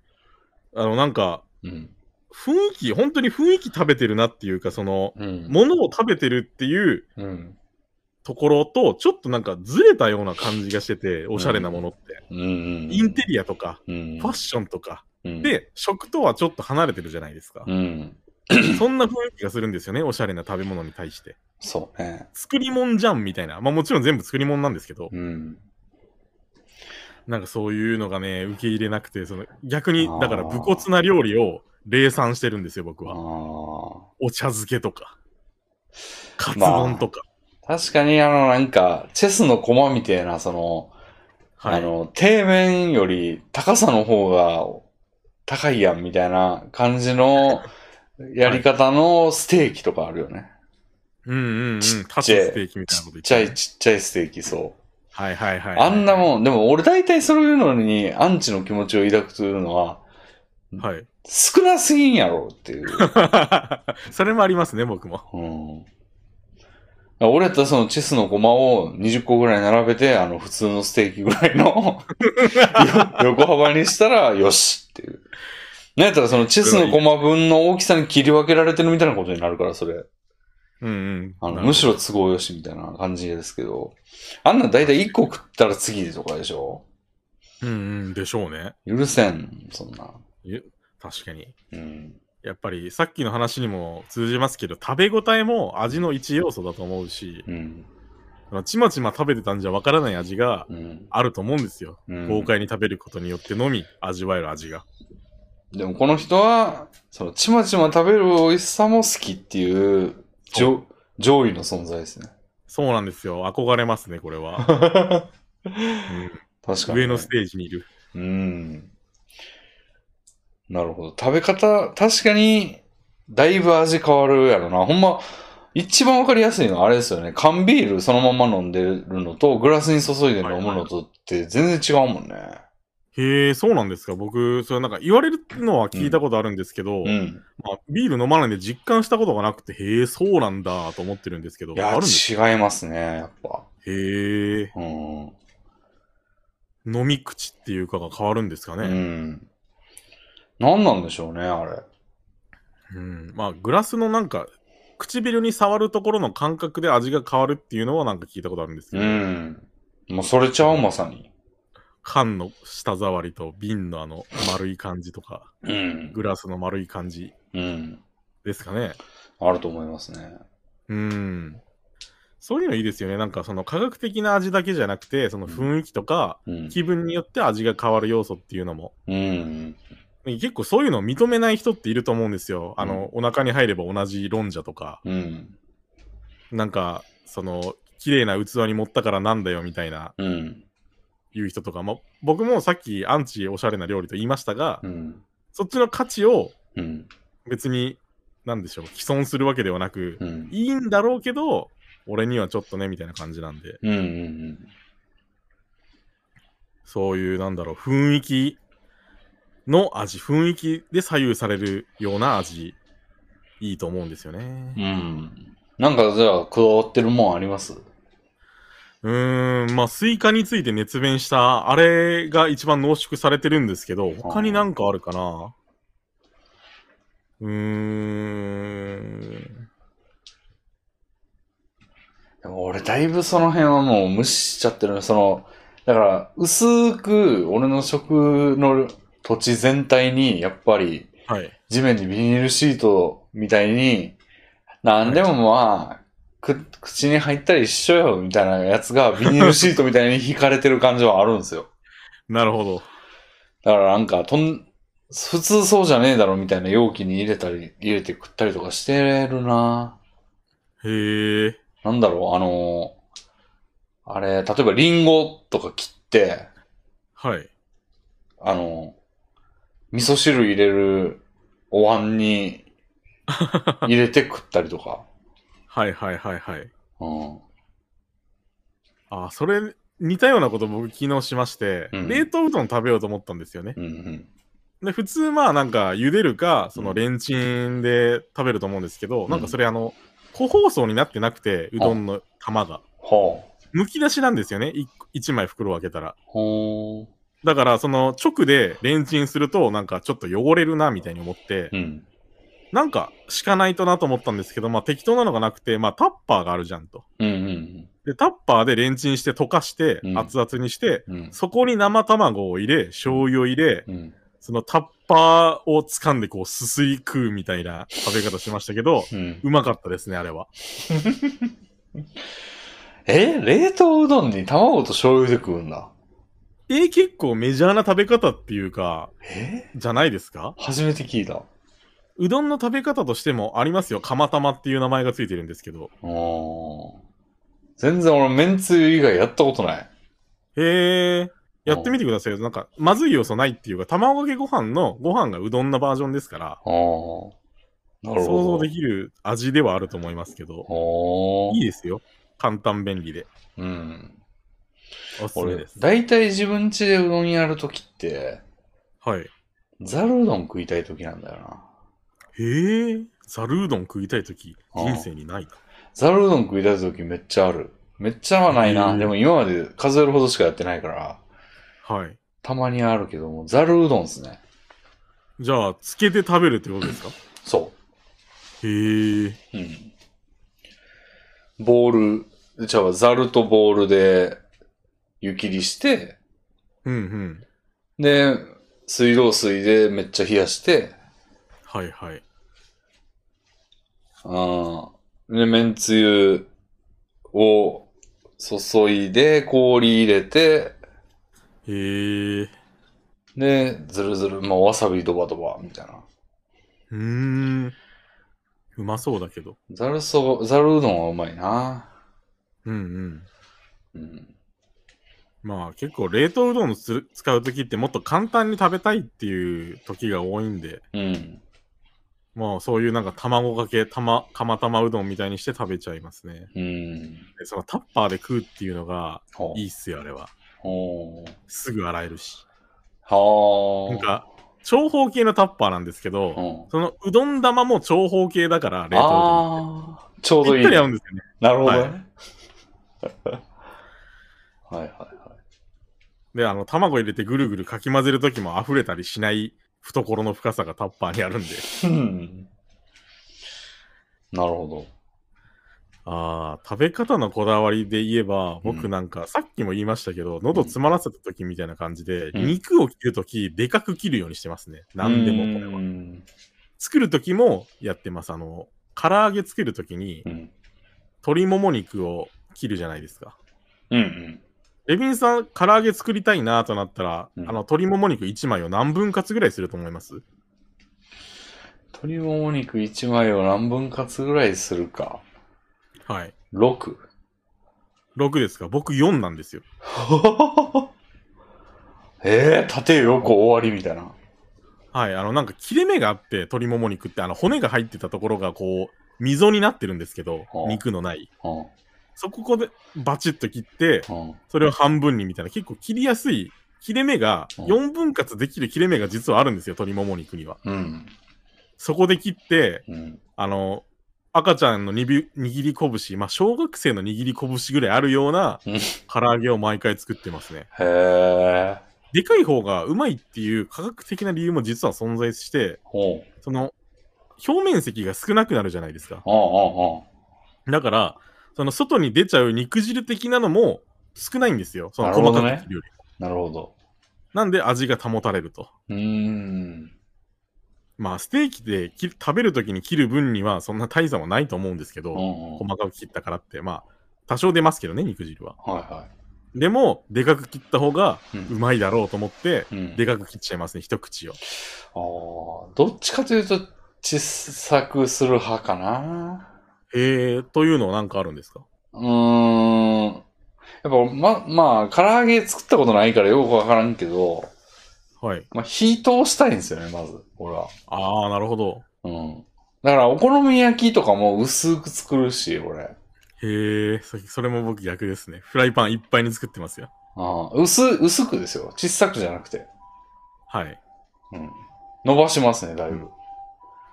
[SPEAKER 2] あの、なんか、
[SPEAKER 1] うん。
[SPEAKER 2] 雰囲気、本当に雰囲気食べてるなっていうか、その、
[SPEAKER 1] うん。
[SPEAKER 2] ものを食べてるっていう
[SPEAKER 1] うん。
[SPEAKER 2] ところと、ちょっとなんかずれたような感じがしてて、おしゃれなものって。
[SPEAKER 1] うん。
[SPEAKER 2] インテリアとか、
[SPEAKER 1] うん。
[SPEAKER 2] ファッションとか、
[SPEAKER 1] うん、
[SPEAKER 2] で、食とはちょっと離れてるじゃないですか
[SPEAKER 1] う。ん。
[SPEAKER 2] そんな雰囲気がするんですよね、おしゃれな食べ物に対して。
[SPEAKER 1] そうね。
[SPEAKER 2] 作り物じゃんみたいな。まあもちろん全部作り物なんですけど、
[SPEAKER 1] うん。
[SPEAKER 2] なんかそういうのがね、受け入れなくて、その逆に
[SPEAKER 1] あー、
[SPEAKER 2] だから武骨な料理を冷賛してるんですよ、僕
[SPEAKER 1] あ
[SPEAKER 2] は。
[SPEAKER 1] あ。
[SPEAKER 2] お茶漬けとか、カツ丼とか。
[SPEAKER 1] 確かに、あの、なんか、チェスの駒みたいな、その、
[SPEAKER 2] は
[SPEAKER 1] あ
[SPEAKER 2] い。
[SPEAKER 1] の、底面より高さの方が高いやんみたいな感じ のやり方のステーキとかあるよね。
[SPEAKER 2] うんうんうん。
[SPEAKER 1] ちっちゃい
[SPEAKER 2] タツステーキみたい
[SPEAKER 1] ち
[SPEAKER 2] なこと言
[SPEAKER 1] っ
[SPEAKER 2] っ
[SPEAKER 1] ちゃ
[SPEAKER 2] て
[SPEAKER 1] い
[SPEAKER 2] ね。
[SPEAKER 1] ちっちゃいステーキ、そう。
[SPEAKER 2] はいはいはい。
[SPEAKER 1] あんなもん、でも俺大体そういうのにアンチの気持ちを抱くというのは
[SPEAKER 2] ん。はい。
[SPEAKER 1] 少なすぎんやろっていう。
[SPEAKER 2] それもありますね、僕も。
[SPEAKER 1] うん俺やったらそのチェスの駒を20個ぐらい並べて、あの普通のステーキぐらいのよ横幅にしたらよしっていう。なんやったらそのチェスの駒分の大きさに切り分けられてるみたいなことになるから、それ。
[SPEAKER 2] ううんう
[SPEAKER 1] あ
[SPEAKER 2] ん。
[SPEAKER 1] のむし
[SPEAKER 2] ろ。
[SPEAKER 1] ろ都合よしみたいな感じですけど、あんなん大体1個食ったら次とかでしょ
[SPEAKER 2] うんうん。でしょうね。
[SPEAKER 1] 許せん、そんな。
[SPEAKER 2] 確かに。
[SPEAKER 1] うん。
[SPEAKER 2] やっぱりさっきの話にも通じますけど、食べ応えも味の一要素だと思うし、
[SPEAKER 1] うん。
[SPEAKER 2] あのちまちま食べてたんじゃわからない味が
[SPEAKER 1] うん。
[SPEAKER 2] あると思うんですよ。
[SPEAKER 1] うん
[SPEAKER 2] 豪快に食べることによってのみ味わえる味が。
[SPEAKER 1] でもこの人は、その、ちまちま食べる美味しさも好きっていう、上、上位の存在ですね。
[SPEAKER 2] そうなんですよ。憧れますね、これ は。うん
[SPEAKER 1] 確かに、
[SPEAKER 2] 上のステージにいる。
[SPEAKER 1] うん。なるほど。食べ方、確かに、だいぶ味変わるやろな。ほんま、一番わかりやすいのはあれですよね。缶ビールそのまま飲んでるのと、グラスに注いで飲むのとって全然違うもんね。
[SPEAKER 2] へえ、そうなんですか。僕、それなんか言われるのは聞いたことあるんですけど、
[SPEAKER 1] うん。
[SPEAKER 2] まあ、ビール飲まないんで実感したことがなくて、へえ、そうなんだと思ってるんですけど、
[SPEAKER 1] い
[SPEAKER 2] あ
[SPEAKER 1] や
[SPEAKER 2] るんです
[SPEAKER 1] 違いますね、やっぱ。
[SPEAKER 2] へえ、
[SPEAKER 1] うん。
[SPEAKER 2] 飲み口っていうかが変わるんですか
[SPEAKER 1] う
[SPEAKER 2] ね。
[SPEAKER 1] ん。何なんでしょうね、あれ。
[SPEAKER 2] うん、まあ、グラスのなんか、唇に触るところの感覚で味が変わるっていうのはなんか聞いたことあるんですけど、
[SPEAKER 1] うん。もうそれちゃう、まさに。
[SPEAKER 2] 缶の舌触りと瓶のあの丸い感じとか、
[SPEAKER 1] うん。
[SPEAKER 2] グラスの丸い感じ
[SPEAKER 1] うん。
[SPEAKER 2] ですかね。
[SPEAKER 1] あると思いますね。
[SPEAKER 2] うん。そういうのいいですよね。なんかその科学的な味だけじゃなくて、その雰囲気とか
[SPEAKER 1] うん。
[SPEAKER 2] 気分によって味が変わる要素っていうのも。
[SPEAKER 1] うん。
[SPEAKER 2] 結構そういうのを認めない人っていると思うんですよ。あの、お腹に入れば同じ論者とか、
[SPEAKER 1] うん。
[SPEAKER 2] なんか、その、綺麗な器に盛ったからなんだよみたいな
[SPEAKER 1] うん。
[SPEAKER 2] 言う人とか、まあ、僕もさっきアンチおしゃれな料理と言いましたが、
[SPEAKER 1] うん。
[SPEAKER 2] そっちの価値を
[SPEAKER 1] うん。
[SPEAKER 2] 別に、なんでしょう、既存するわけではなく、
[SPEAKER 1] うん。
[SPEAKER 2] いいんだろうけど、俺にはちょっとね、みたいな感じなんで、
[SPEAKER 1] うん。うん。
[SPEAKER 2] そういう、なんだろう、雰囲気の味、雰囲気で左右されるような味、いいと思うんですよ
[SPEAKER 1] う
[SPEAKER 2] ね。
[SPEAKER 1] ん。なんか、じゃあ、こだわってるもんあります
[SPEAKER 2] うーん、まあ、スイカについて熱弁した、あれが一番濃縮されてるんですけど、他になんかあるかなうーん。
[SPEAKER 1] でも俺、だいぶその辺はもう無視しちゃってるねその、だから、薄く、俺の食の土地全体に、やっぱり、
[SPEAKER 2] はい。
[SPEAKER 1] 地面にビニールシートみたいに、なんでもまあ、く、口に入ったら一緒よ、みたいなやつが、ビニールシートみたいに引かれてる感じはあるんですよ。
[SPEAKER 2] なるほど。
[SPEAKER 1] だからなんか、とん、普通そうじゃねえだろみたいな容器に入れたり、入れて食ったりとかしてるな
[SPEAKER 2] へえ。
[SPEAKER 1] なんだろう、あのーあれ、例えばリンゴとか切って、
[SPEAKER 2] はい。
[SPEAKER 1] あのー味噌汁入れるお椀に入れて食ったりとか。
[SPEAKER 2] はいはいはいはい。
[SPEAKER 1] うん。
[SPEAKER 2] あ、それ、似たようなこと僕昨日しまして、
[SPEAKER 1] うん
[SPEAKER 2] 冷凍うどん食べようと思ったんですよね。
[SPEAKER 1] うんうん。
[SPEAKER 2] で、普通まあなんか茹でるか、そ
[SPEAKER 1] うん
[SPEAKER 2] のレンチンで食べると思うんですけど、
[SPEAKER 1] ん
[SPEAKER 2] なんかそれあの、個包装になってなくて、うどんの玉が。
[SPEAKER 1] はあ。
[SPEAKER 2] むき出しなんですよね。一個一枚袋を開けたら。
[SPEAKER 1] ほー。
[SPEAKER 2] だからその直でレンチンするとなんかちょっと汚れるなみたいに思って、
[SPEAKER 1] うん。
[SPEAKER 2] なんか敷かないとなと思ったんですけど、まあ適当なのがなくて、まあタッパーがあるじゃんと。
[SPEAKER 1] うんうん
[SPEAKER 2] で、タッパーでレンチンして溶かして
[SPEAKER 1] う、ん
[SPEAKER 2] 熱々にして、
[SPEAKER 1] うん。うん。
[SPEAKER 2] そこに生卵を入れ、醤油を入れ、
[SPEAKER 1] うん。
[SPEAKER 2] そのタッパーを掴んでこうすすい食うみたいな食べ方しましたけど、
[SPEAKER 1] うん。
[SPEAKER 2] うまかったですね、あれは。
[SPEAKER 1] え冷凍うどんに卵と醤油で食うんだ。
[SPEAKER 2] えー結構メジャーな食べ方っていうか、
[SPEAKER 1] え
[SPEAKER 2] じゃないですか
[SPEAKER 1] 初めて聞いた。
[SPEAKER 2] うどんの食べ方としてもありますよ。釜玉っていう名前がついてるんですけど。
[SPEAKER 1] おー全然俺、めんつゆ以外やったことない。
[SPEAKER 2] へえ。やってみてくださいよ。なんか、まずい要素ないっていうか、卵かけご飯のご飯がうどんなバージョンですから、
[SPEAKER 1] あーなる
[SPEAKER 2] 想
[SPEAKER 1] ほ
[SPEAKER 2] 像
[SPEAKER 1] ど。
[SPEAKER 2] できる味ではあると思いますけど、
[SPEAKER 1] おー
[SPEAKER 2] いいですよ。簡単便利で。
[SPEAKER 1] うん。
[SPEAKER 2] おすすめ
[SPEAKER 1] 俺
[SPEAKER 2] で、す。
[SPEAKER 1] 大体自分家でうどんやるときって、
[SPEAKER 2] はい。
[SPEAKER 1] ざるうどん食いたいときなんだよな。
[SPEAKER 2] へえ、ザルうどん食いたいとき、
[SPEAKER 1] ああ
[SPEAKER 2] 人生にないな。
[SPEAKER 1] ざるうどん食いたいときめっちゃある。めっちゃはないうな。
[SPEAKER 2] ん
[SPEAKER 1] でも今まで数えるほどしかやってないから、
[SPEAKER 2] はい。
[SPEAKER 1] たまにあるけども、ざるうどんっすね。
[SPEAKER 2] じゃあ、つけて食べるってことですか
[SPEAKER 1] そ
[SPEAKER 2] へえ。
[SPEAKER 1] う。うん。ボール、じゃあザルとボールで湯切りして、
[SPEAKER 2] うんうん。
[SPEAKER 1] で、水道水でめっちゃ冷やして、
[SPEAKER 2] はいはい。
[SPEAKER 1] ああ。で、めんつゆを注いで、氷入れて、
[SPEAKER 2] へえ。う
[SPEAKER 1] で、ずるずる、まあ、わさびドバドバ、みたいな。
[SPEAKER 2] ーん。うまそうだけど。
[SPEAKER 1] ざるそ、ざるうどんはうまいな。
[SPEAKER 2] うんうん。
[SPEAKER 1] うん。
[SPEAKER 2] まあ結構冷凍うどんをする使うときってもっと簡単に食べたいっていう時が多いんで、
[SPEAKER 1] うん。
[SPEAKER 2] まあそういうなんか卵かけ、たま、釜玉うどんみたいにして食べちゃいますね。
[SPEAKER 1] うん。
[SPEAKER 2] でそのタッパーで食うっていうのが
[SPEAKER 1] ほう
[SPEAKER 2] いいっすよ、あれは。
[SPEAKER 1] ほう。
[SPEAKER 2] すぐ洗えるし。
[SPEAKER 1] はあ。
[SPEAKER 2] なんか、長方形のタッパーなんですけ
[SPEAKER 1] う
[SPEAKER 2] ど、
[SPEAKER 1] ん。
[SPEAKER 2] そのうどん玉も長方形だから、冷凍うどんって。
[SPEAKER 1] ああー、ちょうど
[SPEAKER 2] ぴ
[SPEAKER 1] い
[SPEAKER 2] っ
[SPEAKER 1] い
[SPEAKER 2] た。り合うんですよね。
[SPEAKER 1] なるほどね。
[SPEAKER 2] は
[SPEAKER 1] はいい、はい、は
[SPEAKER 2] で、あの、卵入れてぐるぐるかき混ぜるときも溢れたりしない懐の深さがタッパーにあるんで、
[SPEAKER 1] い。うん。なるほ
[SPEAKER 2] ああ、食べ方のこだわりで言えば、
[SPEAKER 1] う
[SPEAKER 2] 僕
[SPEAKER 1] ん
[SPEAKER 2] なんか、さっきも言いましたけど、喉詰まらせた時みたいな感じで、
[SPEAKER 1] うん
[SPEAKER 2] 肉を切る時でかく切るようにしてますね。
[SPEAKER 1] ど。
[SPEAKER 2] 何でもこれは。
[SPEAKER 1] も。
[SPEAKER 2] 作る時もやってます。あの、唐揚げ作る時に、
[SPEAKER 1] うん。
[SPEAKER 2] 鶏もも肉を切るじゃないですか。
[SPEAKER 1] うん、うん。
[SPEAKER 2] レビンさん、唐揚げ作りたいなとなったら、
[SPEAKER 1] うん
[SPEAKER 2] あの、鶏もも肉1枚を何分割ぐらいすると思います
[SPEAKER 1] 鶏もも肉1枚を何分割ぐらいするか。
[SPEAKER 2] はい。
[SPEAKER 1] 6。
[SPEAKER 2] 6ですか僕4なんですよ。
[SPEAKER 1] えー、縦横終わりみたいな。
[SPEAKER 2] はい、あのなんか切れ目があって鶏もも肉ってあの骨が入ってたところがこう溝になってるんですけど
[SPEAKER 1] はあ
[SPEAKER 2] 肉のない
[SPEAKER 1] うん、
[SPEAKER 2] そここでバチッと切って
[SPEAKER 1] うん。
[SPEAKER 2] それを半分にみたいな結構切りやすい切れ目が
[SPEAKER 1] うん
[SPEAKER 2] 4分割できる切れ目が実はあるんですよ鶏もも肉には
[SPEAKER 1] うん。
[SPEAKER 2] そこで切って
[SPEAKER 1] うん。
[SPEAKER 2] あの赤ちゃんのにび握り拳まあ小学生の握り拳ぐらいあるような
[SPEAKER 1] うん
[SPEAKER 2] 唐揚げを毎回作ってますね
[SPEAKER 1] へえ。
[SPEAKER 2] でかい方がうまいっていう科学的な理由も実は存在して
[SPEAKER 1] ほう。
[SPEAKER 2] その表面積が少なくなるじゃないですか。
[SPEAKER 1] ああ、ああ、
[SPEAKER 2] だから、その外に出ちゃう肉汁的なのも少ないんですよ。その
[SPEAKER 1] なるほ
[SPEAKER 2] 細
[SPEAKER 1] どね
[SPEAKER 2] かく切るより。
[SPEAKER 1] なるほど。
[SPEAKER 2] なんで味が保たれると。
[SPEAKER 1] うーん。
[SPEAKER 2] まあ、ステーキで切食べるときに切る分にはそんな大差はないと思うんですけど、
[SPEAKER 1] うん、うん。はい
[SPEAKER 2] 細かく切ったからって、まあ、多少出ますけどね、肉汁は。
[SPEAKER 1] は
[SPEAKER 2] でも、でかく切った方が
[SPEAKER 1] い。う。
[SPEAKER 2] うんまいだろうと思って、
[SPEAKER 1] うん、
[SPEAKER 2] でかく切っちゃいますね、一口を。
[SPEAKER 1] ああ、どっちかというと、小さくする派かな。
[SPEAKER 2] へえ、というのはなんかあるんですか
[SPEAKER 1] うーん。やっぱ、ま、まあ、唐揚げ作ったことないからよくわからんけど、
[SPEAKER 2] はい。
[SPEAKER 1] まあ、火通したいんですよね、まず、俺は。
[SPEAKER 2] ああ、なるほど。
[SPEAKER 1] うん。だから、お好み焼きとかも薄く作るし、俺。
[SPEAKER 2] へえ、そそれも僕逆ですね。フライパンいっぱいに作ってますよ。
[SPEAKER 1] ああ、薄、薄くですよ。小さくじゃなくて。
[SPEAKER 2] はい。
[SPEAKER 1] うん。伸ばしますね、だいぶ。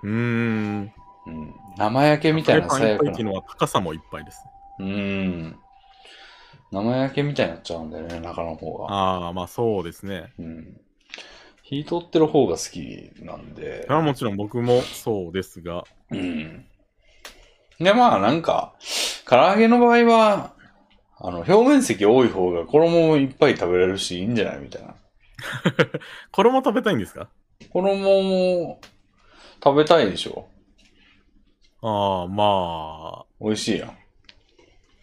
[SPEAKER 2] うーん。
[SPEAKER 1] うん。生焼けみたいな
[SPEAKER 2] フライパンいっぱ
[SPEAKER 1] 最
[SPEAKER 2] いっ
[SPEAKER 1] 悪
[SPEAKER 2] ていう
[SPEAKER 1] な。
[SPEAKER 2] のは高さもいっぱいですね。
[SPEAKER 1] うん。生焼けみたいになっちゃうんだよね、中の方が。
[SPEAKER 2] ああ、まあそうですね。
[SPEAKER 1] うん。火通ってる方が好きなんで
[SPEAKER 2] それ。はもちろん僕もそうですが。
[SPEAKER 1] うん。で、まあなんか、唐揚げの場合は、あの、表面積多い方が衣をいっぱい食べれるし、いいんじゃないみたいな。
[SPEAKER 2] 衣食べたいんですか
[SPEAKER 1] 衣も食べたいでしょ。
[SPEAKER 2] ああ、ま
[SPEAKER 1] 美味しいやん。
[SPEAKER 2] あ、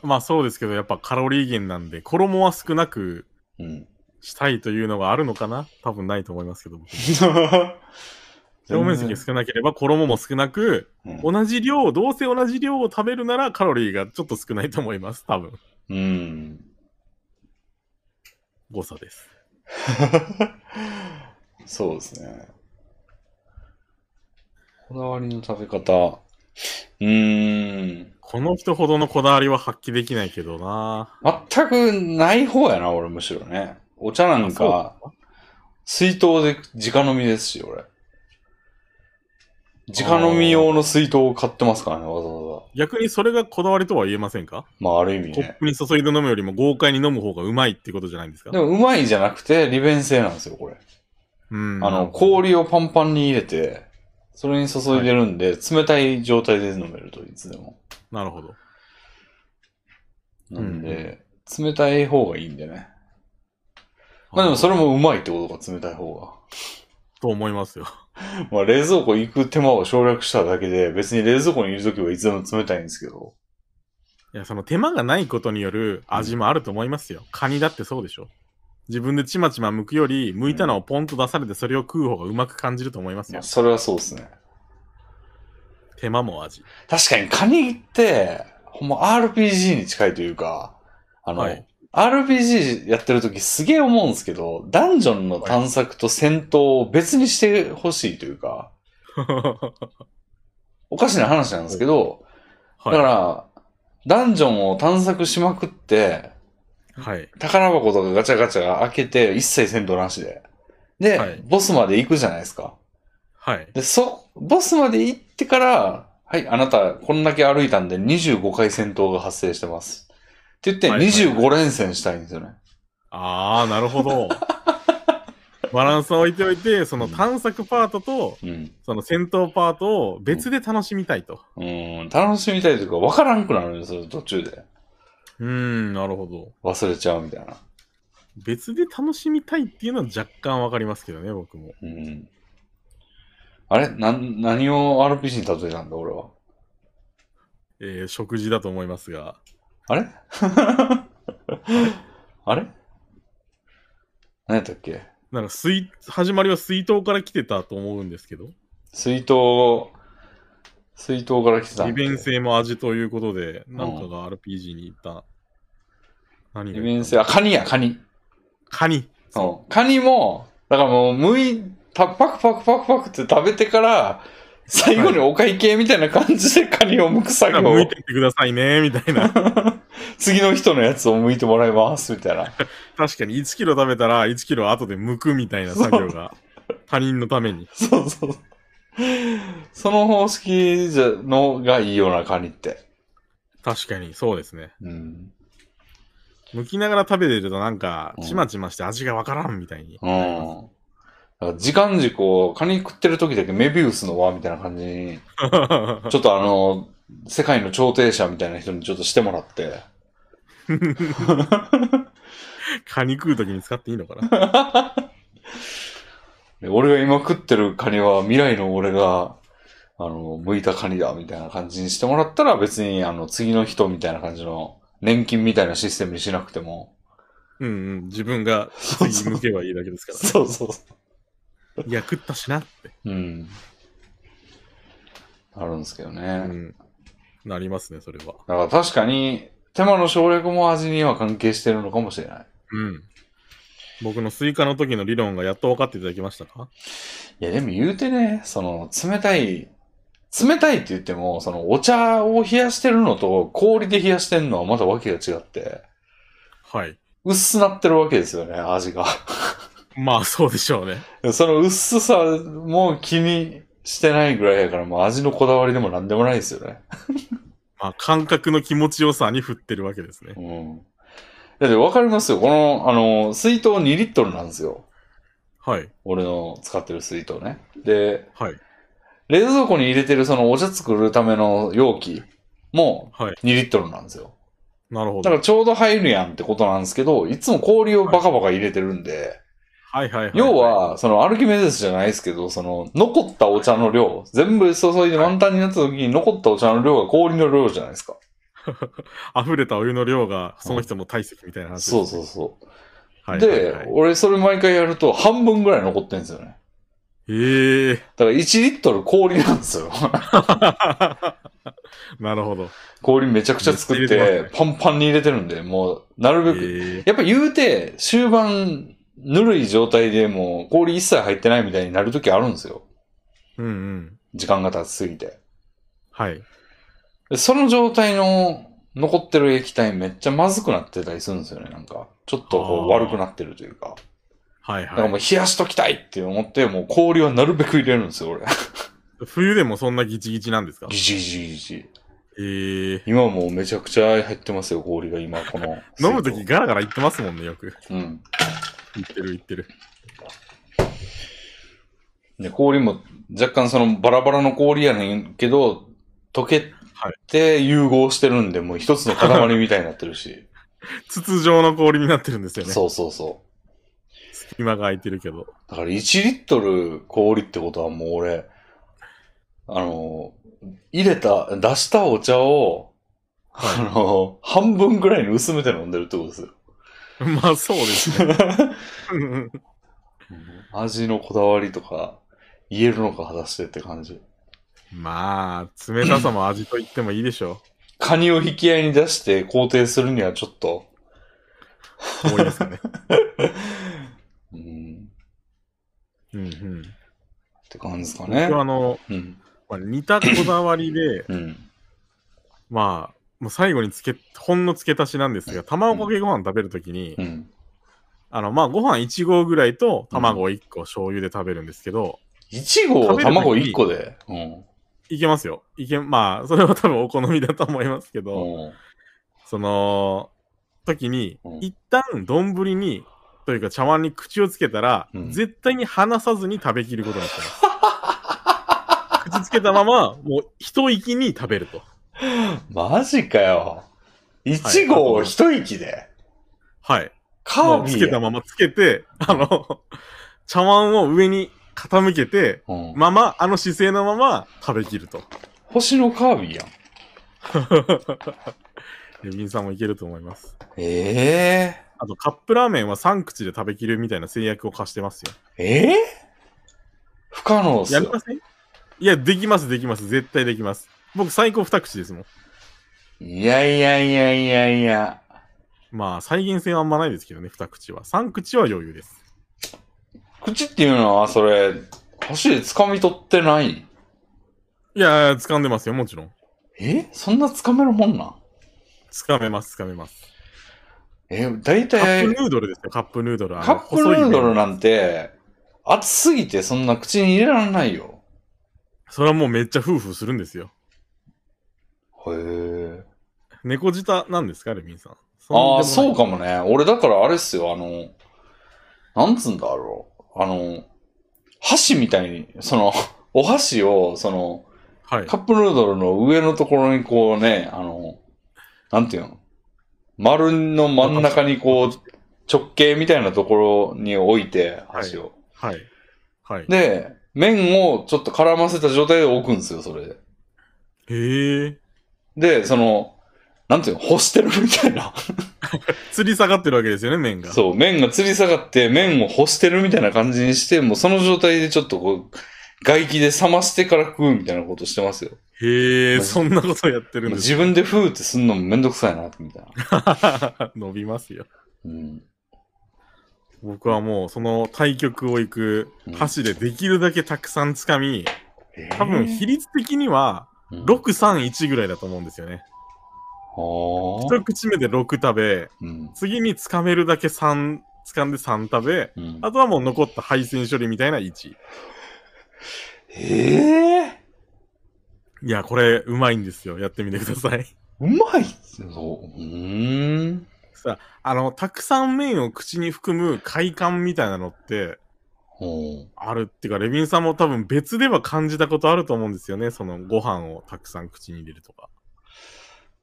[SPEAKER 2] まあそうですけど、やっぱカロリー源なんで、衣は少なく
[SPEAKER 1] うん。
[SPEAKER 2] したいというのがあるのかな多分ないと思いますけど、僕 表面積が少なければ衣も少なく、
[SPEAKER 1] うん
[SPEAKER 2] 同じ量、どうせ同じ量を食べるならカロリーがちょっと少ないと思います。多分
[SPEAKER 1] うん。
[SPEAKER 2] 誤差です。
[SPEAKER 1] そうですね。こだわりの食べ方。うーん。
[SPEAKER 2] この人ほどのこだわりは発揮できないけどな。
[SPEAKER 1] 全くない方やな、俺むしろね。お茶なんか、水筒で直飲みですし、俺。直飲み用の水筒を買ってますからね、わざわざ。
[SPEAKER 2] 逆にそれがこだわりとは言えませんか
[SPEAKER 1] まあ、ある意味
[SPEAKER 2] コッ
[SPEAKER 1] ね。
[SPEAKER 2] プに注いで飲むよりも豪快に飲む方がうまいってことじゃないんですか
[SPEAKER 1] でも、うまいじゃなくて、利便性なんですよ、これ。
[SPEAKER 2] うん。
[SPEAKER 1] あの、氷をパンパンに入れて、それに注いでるんで、冷たい状態で飲めると、いつでも。
[SPEAKER 2] なるほど。
[SPEAKER 1] なんで、冷たい方がいいんでね。まあでもそれもうまいってことか、冷たい方が。
[SPEAKER 2] と思いますよ。
[SPEAKER 1] まあ冷蔵庫行く手間を省略しただけで、別に冷蔵庫にいるときはいつでも冷たいんですけど。
[SPEAKER 2] いや、その手間がないことによる味もあると思いますよ。カニだってそうでしょ。自分でちまちま剥くより、剥いたのをポンと出されてそれを食う方がうまく感じると思います
[SPEAKER 1] ま
[SPEAKER 2] よ
[SPEAKER 1] あ。それはそうですね。
[SPEAKER 2] 手間も味。
[SPEAKER 1] 確かにカニって、ほんま RPG に近いというか、あの、
[SPEAKER 2] はい
[SPEAKER 1] RPG やってるときすげえ思うんですけど、ダンジョンの探索と戦闘を別にしてほしいというか、
[SPEAKER 2] は
[SPEAKER 1] おかしな話なんですけど、だ
[SPEAKER 2] い。
[SPEAKER 1] から、ダンジョンを探索しまくって、
[SPEAKER 2] はい。
[SPEAKER 1] 宝箱とかガチャガチャ開けて、一切戦闘なしで。で、
[SPEAKER 2] はい
[SPEAKER 1] ボスまで行くじゃないですか。
[SPEAKER 2] はい。
[SPEAKER 1] で、そ、ボスまで行ってから、はい、あなた、こんだけ歩いたんで25回戦闘が発生してます。って言って、
[SPEAKER 2] はいはいはい
[SPEAKER 1] 25連戦したいんですよね。
[SPEAKER 2] あー、なるほど。バランスを置いておいて、その探索パートと、
[SPEAKER 1] うん。
[SPEAKER 2] その戦闘パートを別で楽しみたいと。
[SPEAKER 1] うん、楽しみたいというか、わからんくなるんですよ、途中で。
[SPEAKER 2] うーん、なるほど。
[SPEAKER 1] 忘れちゃうみたいな。
[SPEAKER 2] 別で楽しみたいっていうのは若干わかりますけどね、僕も。
[SPEAKER 1] うん。あれなん、何を RPG に例えたんだ、俺は。
[SPEAKER 2] えー、食事だと思いますが。
[SPEAKER 1] あれ あれ何やったっけ
[SPEAKER 2] なんか水、始まりは水筒から来てたと思うんですけど、
[SPEAKER 1] 水筒、水筒から来てたんだ
[SPEAKER 2] 利
[SPEAKER 1] っけ
[SPEAKER 2] 便性も味ということで、なんかが RPG に行った。何
[SPEAKER 1] 利
[SPEAKER 2] が
[SPEAKER 1] 便性、あ、カニや、カニ。
[SPEAKER 2] カニ。
[SPEAKER 1] うんカニも、だからもう、むい、たパクパクパクパクって食べてから、最後にお会計みたいな感じでカニを剥く作業を、
[SPEAKER 2] 向いてってくださいね、みたいな。
[SPEAKER 1] 次の人のやつを剥いてもらいます、みたいな。
[SPEAKER 2] 確かに1キロ食べたら1キロ後で剥くみたいな作業が、他人のために。
[SPEAKER 1] そうそう。その方式じゃのがいいようなカニって。
[SPEAKER 2] 確かに、そうですね。
[SPEAKER 1] うん。
[SPEAKER 2] 剥きながら食べてるとなんか
[SPEAKER 1] う、ん
[SPEAKER 2] ちまちまして味がわからんみたいに。
[SPEAKER 1] うん。だから時間軸を、カニ食ってる時だけメビウスの輪みたいな感じに、ちょっとあの、世界の調停者みたいな人にちょっとしてもらって。
[SPEAKER 2] カニ食うときに使っていいのか な
[SPEAKER 1] で俺が今食ってるカニは未来の俺が、あの、剥いたカニだみたいな感じにしてもらったら別にあの、次の人みたいな感じの年金みたいなシステムにしなくても。
[SPEAKER 2] うんうん。自分が次剥けばいいだけですから。
[SPEAKER 1] そうそうそ
[SPEAKER 2] いや、食ったしなって。
[SPEAKER 1] う。うん。あるんですけどね。
[SPEAKER 2] うん。なりますね、それは。
[SPEAKER 1] だから確かに、手間の省略も味には関係してるのかもしれない。
[SPEAKER 2] うん。僕のスイカの時の理論がやっと分かっていただきましたか
[SPEAKER 1] いや、でも言うてね、その、冷たい、冷たいって言っても、その、お茶を冷やしてるのと氷で冷やしてるのはまた訳が違って。
[SPEAKER 2] はい。
[SPEAKER 1] 薄なってるわけですよね、味が。
[SPEAKER 2] まあ、そうでしょうね。
[SPEAKER 1] その薄さも気にしてないぐらいやから、もう味のこだわりでもなんでもないですよね。
[SPEAKER 2] まあ、感覚の気持ちよさに振ってるわけですね。
[SPEAKER 1] うん。だってわかりますよ。この、あの、水筒2リットルなんですよ。
[SPEAKER 2] はい。
[SPEAKER 1] 俺の使ってる水筒ね。で、
[SPEAKER 2] はい。
[SPEAKER 1] 冷蔵庫に入れてるそのお茶作るための容器も
[SPEAKER 2] はい。
[SPEAKER 1] 2リットルなんですよ。
[SPEAKER 2] なるほ
[SPEAKER 1] だか
[SPEAKER 2] ど。は
[SPEAKER 1] らちょうど入るやんってことなんですけど、いつも氷をバカバカ入れてるんで、
[SPEAKER 2] いはいはい。
[SPEAKER 1] 要、は、その、アルキメデスじゃないですけど、その、残ったお茶の量、全部注いで満タンになった時に残ったお茶の量が氷の量じゃないですか。
[SPEAKER 2] 溢れたお湯の量が、その人の体積みたいな話です
[SPEAKER 1] そうそうそう。
[SPEAKER 2] はいはい
[SPEAKER 1] で
[SPEAKER 2] はい。、
[SPEAKER 1] 俺それ毎回やると半分ぐらい残ってんですよね。
[SPEAKER 2] ええ
[SPEAKER 1] だから1リットル氷なんです よ。
[SPEAKER 2] なるほど。
[SPEAKER 1] 氷めちゃくちゃ作っ
[SPEAKER 2] めっちゃ入れて
[SPEAKER 1] て、パンパンに入れてるんで、もう、なる
[SPEAKER 2] え
[SPEAKER 1] べく、
[SPEAKER 2] え
[SPEAKER 1] やっぱ言うて、終盤、ぬるい状態でもう氷一切入ってないみたいになる時あるんですよ。
[SPEAKER 2] うんうん。
[SPEAKER 1] 時間が経ちすぎて。
[SPEAKER 2] はい。
[SPEAKER 1] でその状態の残ってる液体めっちゃまずくなってたりするんですよね。なんか、ちょっとこう
[SPEAKER 2] あー
[SPEAKER 1] 悪くなってるというか。
[SPEAKER 2] はい
[SPEAKER 1] だから
[SPEAKER 2] は
[SPEAKER 1] もう冷やしときたいって思って、もう氷はなるべく入れるんです よ、俺。
[SPEAKER 2] い。冬でもそんなギチギチなんですか
[SPEAKER 1] ギチギチギチ。
[SPEAKER 2] ええ
[SPEAKER 1] 今もうめちゃくちゃ入ってますよ、氷が今、この。
[SPEAKER 2] 飲むときガラガラ言ってますもんね、よく。
[SPEAKER 1] うん。
[SPEAKER 2] 言ってる言ってる。
[SPEAKER 1] で、氷も若干そのバラバラの氷やねんけど、溶けって融合してるんで、もう一つの塊みたいになってるし。
[SPEAKER 2] 筒状の氷になってるん ですよね。
[SPEAKER 1] そうそうそう。
[SPEAKER 2] 隙間が空いてるけど。
[SPEAKER 1] だから1リットル氷ってことはもう俺、あの、入れた、出したお茶を、
[SPEAKER 2] はい
[SPEAKER 1] あの、半分ぐらいに薄めて飲んでるってことですよ。
[SPEAKER 2] まあそうで すね。うんうん
[SPEAKER 1] 味のこだわりとか、言えるのか果たしてって感じ。
[SPEAKER 2] まあ、冷たさも味と言ってもいいでしょ
[SPEAKER 1] カニを引き合いに出して肯定するにはちょっと、
[SPEAKER 2] う。多いですかね。
[SPEAKER 1] うん、
[SPEAKER 2] うんうん。
[SPEAKER 1] って感じですか
[SPEAKER 2] 僕
[SPEAKER 1] ね。
[SPEAKER 2] はあの、
[SPEAKER 1] うん。
[SPEAKER 2] まあ、似たこだわりで、
[SPEAKER 1] うん。
[SPEAKER 2] まあ、もう最後につけ、ほんの付け足しなんですが、卵かけご飯食べるときに、
[SPEAKER 1] うん。
[SPEAKER 2] あの、まあ、ご飯1合ぐらいと卵1個醤油で食べるんですけど、
[SPEAKER 1] いちごを卵1個で。うん。
[SPEAKER 2] いけますよ。いけ、まあ、それは多分お好みだと思いますけど、
[SPEAKER 1] うん。
[SPEAKER 2] その、時に
[SPEAKER 1] うん、
[SPEAKER 2] 一旦丼に、というか茶碗に口をつけたら、
[SPEAKER 1] うん
[SPEAKER 2] 絶対に離さずに食べきることにして ます。口つけたまま、もう一息に食べると。
[SPEAKER 1] マジかよ。いちごを一息で。
[SPEAKER 2] はい。
[SPEAKER 1] カー
[SPEAKER 2] もう
[SPEAKER 1] ビィ
[SPEAKER 2] つ
[SPEAKER 1] や。
[SPEAKER 2] けたままつ けて、あの、茶碗を上に傾けて、
[SPEAKER 1] うん
[SPEAKER 2] まま、あの姿勢のまま食べきると。
[SPEAKER 1] 星のカービィやん。
[SPEAKER 2] レビンさんもいけると思います。
[SPEAKER 1] え
[SPEAKER 2] あと、カップラーメンは3口で食べきるみたいな制約を課してますよ。
[SPEAKER 1] えええ不可能っす
[SPEAKER 2] やり
[SPEAKER 1] よ
[SPEAKER 2] ま。せんいや、できます、できます。絶対できます。僕、最高2口ですもん。
[SPEAKER 1] いやいやいやいやいや。
[SPEAKER 2] まあ、再現性はあんまないですけどね、2口は。3口は余裕です。
[SPEAKER 1] 口っていうのは、それ、箸で掴み取ってない
[SPEAKER 2] いやー、掴んでますよ、もちろん。
[SPEAKER 1] えそんな掴めるもんなん
[SPEAKER 2] 掴めます、掴めます。
[SPEAKER 1] え、大
[SPEAKER 2] カッ
[SPEAKER 1] 体
[SPEAKER 2] プ、ヌードルですよ、カップヌードル。あの
[SPEAKER 1] カップヌードル。
[SPEAKER 2] 細い麺
[SPEAKER 1] なんて、熱すぎてそんな口に入れられないよ。
[SPEAKER 2] それはもうめっちゃフーフーするんですよ。
[SPEAKER 1] へえ。
[SPEAKER 2] 猫舌なんですか、レミンさん。
[SPEAKER 1] ああ、そう
[SPEAKER 2] か。
[SPEAKER 1] かもね。俺だからあれっすよ、あの、なんつうんだろう。あの、箸みたいに、その、 お箸を、その、
[SPEAKER 2] はい。
[SPEAKER 1] カップヌードルの上のところにこうね、あの、なんていうの丸の真ん中にこう、直径みたいなところに置いて、
[SPEAKER 2] はい
[SPEAKER 1] 箸を。
[SPEAKER 2] はい。はい。
[SPEAKER 1] で、麺をちょっと絡ませた状態で置くんですよ、それで。
[SPEAKER 2] へえ。
[SPEAKER 1] で、その、なんていうの干してるみたいな。
[SPEAKER 2] 吊り下がってるわけですよね、麺が。
[SPEAKER 1] そう、麺が吊り下がって、麺を干してるみたいな感じにして、もうその状態でちょっとこう、外気で冷ましてから食うみたいなことしてますよ。
[SPEAKER 2] へえ、
[SPEAKER 1] マジ
[SPEAKER 2] そんなことやってるんです
[SPEAKER 1] 自分でフーってすんのもめんどくさいな、みたいな。
[SPEAKER 2] か伸びますよ。
[SPEAKER 1] うん。
[SPEAKER 2] 僕はもう、その対局を行く
[SPEAKER 1] うん
[SPEAKER 2] 箸でできるだけたくさん掴み、
[SPEAKER 1] えー
[SPEAKER 2] 多分比率的には、
[SPEAKER 1] うん
[SPEAKER 2] 6、3、1ぐらいだと思うんですよね。
[SPEAKER 1] はあ
[SPEAKER 2] 一口目で6食べ、
[SPEAKER 1] うん。
[SPEAKER 2] 次に掴めるだけ3、掴んで3食べ、
[SPEAKER 1] うん
[SPEAKER 2] あとはもう残った配線処理みたいな1。い
[SPEAKER 1] ええ
[SPEAKER 2] や、これ、うまいんですよ。やってみてください。
[SPEAKER 1] うまいっすようーん。
[SPEAKER 2] さあ、あの、たくさん麺を口に含む快感みたいなのって、
[SPEAKER 1] ほう
[SPEAKER 2] あるっていうか、レビンさんも多分別では感じたことあると思うんですよね。そのご飯をたくさん口に入れるとか。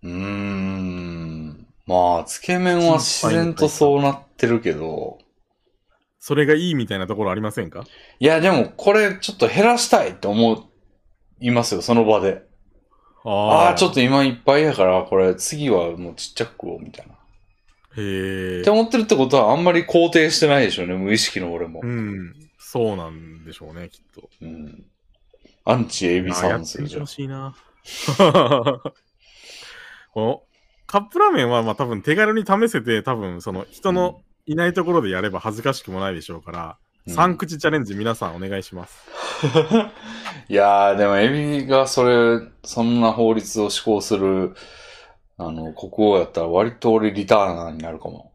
[SPEAKER 1] うーん。まあ、つけ麺は自然とそうなってるけど、
[SPEAKER 2] それがいいみたいなところありませんか
[SPEAKER 1] いや、でもこれちょっと減らしたいって思いますよ、その場で。ああー、ちょっ
[SPEAKER 2] と。
[SPEAKER 1] と今いっぱいやから、これ次はもうちっちゃく食おう、みたいな。っ
[SPEAKER 2] へえ
[SPEAKER 1] て。思ってるってことはあんまり肯定してないでしょうね、無意識の俺も
[SPEAKER 2] う。ん。そうなんでしょうね、きっと。
[SPEAKER 1] うん。アンチエビ
[SPEAKER 2] あー
[SPEAKER 1] さ
[SPEAKER 2] や
[SPEAKER 1] ん
[SPEAKER 2] っ
[SPEAKER 1] す
[SPEAKER 2] て
[SPEAKER 1] る
[SPEAKER 2] み
[SPEAKER 1] じ
[SPEAKER 2] て
[SPEAKER 1] ゃん
[SPEAKER 2] ほ。しいな。 このカップラーメンはまあ多分手軽に試せて、多分その人のいないところでやれば恥ずかしくもないでしょうから、
[SPEAKER 1] うん
[SPEAKER 2] 三口チャレンジ皆さんお願いします。
[SPEAKER 1] いやー、でもエビがそれ、そんな法律を施行する、あの、国王やったら割と俺リターナーになるか も。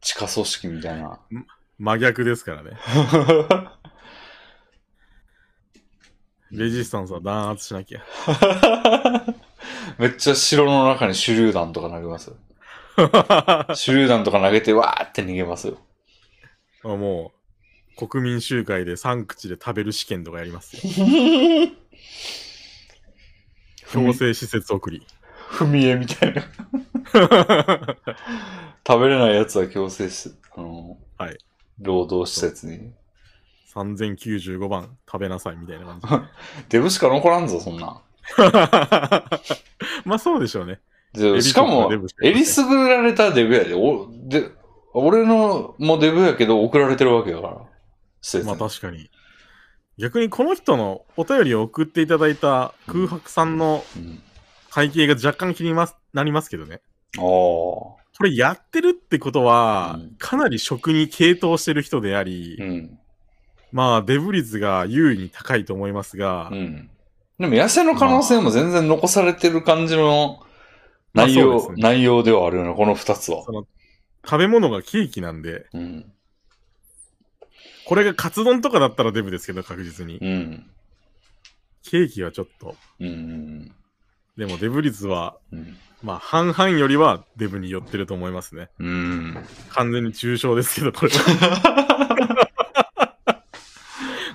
[SPEAKER 1] 地下組織みたいな。
[SPEAKER 2] 真逆ですからね。レジスタンスは弾圧しなきゃ。
[SPEAKER 1] めっちゃ城の中に手榴弾とか投げ ますよ。手榴弾とか投げてわーって逃げますよ。
[SPEAKER 2] あもう、国民集会で3口で食べる試験とかやりますよ。強制施設送り。
[SPEAKER 1] 踏み絵みたい な。
[SPEAKER 2] は
[SPEAKER 1] 食べれないやつは強制し、あの、
[SPEAKER 2] はい。
[SPEAKER 1] 労働施設に。
[SPEAKER 2] い3095番、食べなさいみたいな感 じ。
[SPEAKER 1] デブしか残らんぞ、そんなん。
[SPEAKER 2] まあそうでしょうね。
[SPEAKER 1] で
[SPEAKER 2] ビ
[SPEAKER 1] しかも
[SPEAKER 2] デブし、かいませ
[SPEAKER 1] え
[SPEAKER 2] ん
[SPEAKER 1] りすぐられたデブやで。おで俺のもデブやけど送られてるわけやから。施設
[SPEAKER 2] まあ
[SPEAKER 1] に
[SPEAKER 2] 確かに。逆にこの人のお便りを送っていただいた空白さんの
[SPEAKER 1] うん、
[SPEAKER 2] 会計が若干気にますなりますけどね。
[SPEAKER 1] ああ。
[SPEAKER 2] これやってるってことは
[SPEAKER 1] うん、
[SPEAKER 2] かなり職に傾倒してる人であり、
[SPEAKER 1] うん。
[SPEAKER 2] まあデブ率が優位に高いと思いますが、
[SPEAKER 1] うん。でも、痩せの可能性も全然残されてる感じの
[SPEAKER 2] まあ
[SPEAKER 1] 内
[SPEAKER 2] そ
[SPEAKER 1] 容、
[SPEAKER 2] うですね
[SPEAKER 1] 内容ではあるよね、この二つは
[SPEAKER 2] そ。の食べ物がケーキなんで、
[SPEAKER 1] うん。
[SPEAKER 2] これがカツ丼とかだったらデブですけど、確実に。
[SPEAKER 1] うん。
[SPEAKER 2] ケーキはちょっと。
[SPEAKER 1] うん。
[SPEAKER 2] でもデブ率は、
[SPEAKER 1] うん。
[SPEAKER 2] まあ半々よりはデブに寄ってると思いますね。
[SPEAKER 1] うん。
[SPEAKER 2] 完全に抽象ですけど、これは。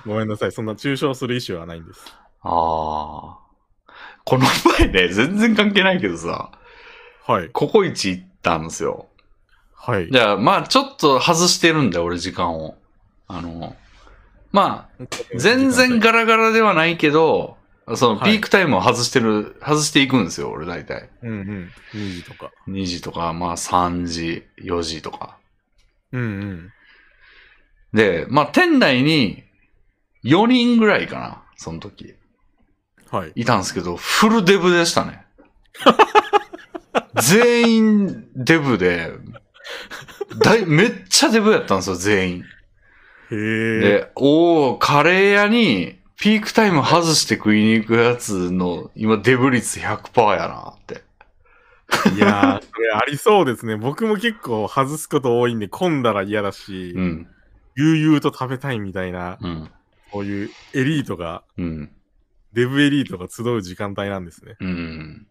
[SPEAKER 2] ごめんなさい。そんな抽象する意思はないんです。
[SPEAKER 1] ああ。この前ね、全然関係ないけどさ、
[SPEAKER 2] はい。
[SPEAKER 1] ココイチ行ったんですよ。
[SPEAKER 2] はい。
[SPEAKER 1] じゃあ、まあ、ちょっと外してるんだよ、俺、時間を。あの、まあ、全然ガラガラではないけど、その、
[SPEAKER 2] は
[SPEAKER 1] ピ
[SPEAKER 2] い
[SPEAKER 1] ークタイムを外してる、外していくんですよ、俺、大体。
[SPEAKER 2] うんうん。2時とか。
[SPEAKER 1] 2時とか、まあ、3時、4時とか。
[SPEAKER 2] うんうん。
[SPEAKER 1] で、まあ、店内に、4人ぐらいかな、その時。
[SPEAKER 2] はい。
[SPEAKER 1] いたんですけど、フルデブでしたね。 全員デブで、だいめっちゃデブやったんですよ、全員。
[SPEAKER 2] へえ。
[SPEAKER 1] で、おー、カレー屋にピークタイム外して食いに行くやつの今デブ率100%やなって。
[SPEAKER 2] いやー、それありそうですね。僕も結構外すこと多いんで、混んだら嫌だし、
[SPEAKER 1] うん、
[SPEAKER 2] 悠々と食べたいみたいな、
[SPEAKER 1] うん、
[SPEAKER 2] こういうエリートが、
[SPEAKER 1] うん、
[SPEAKER 2] デブエリートが集う時間帯なんですね。
[SPEAKER 1] うん。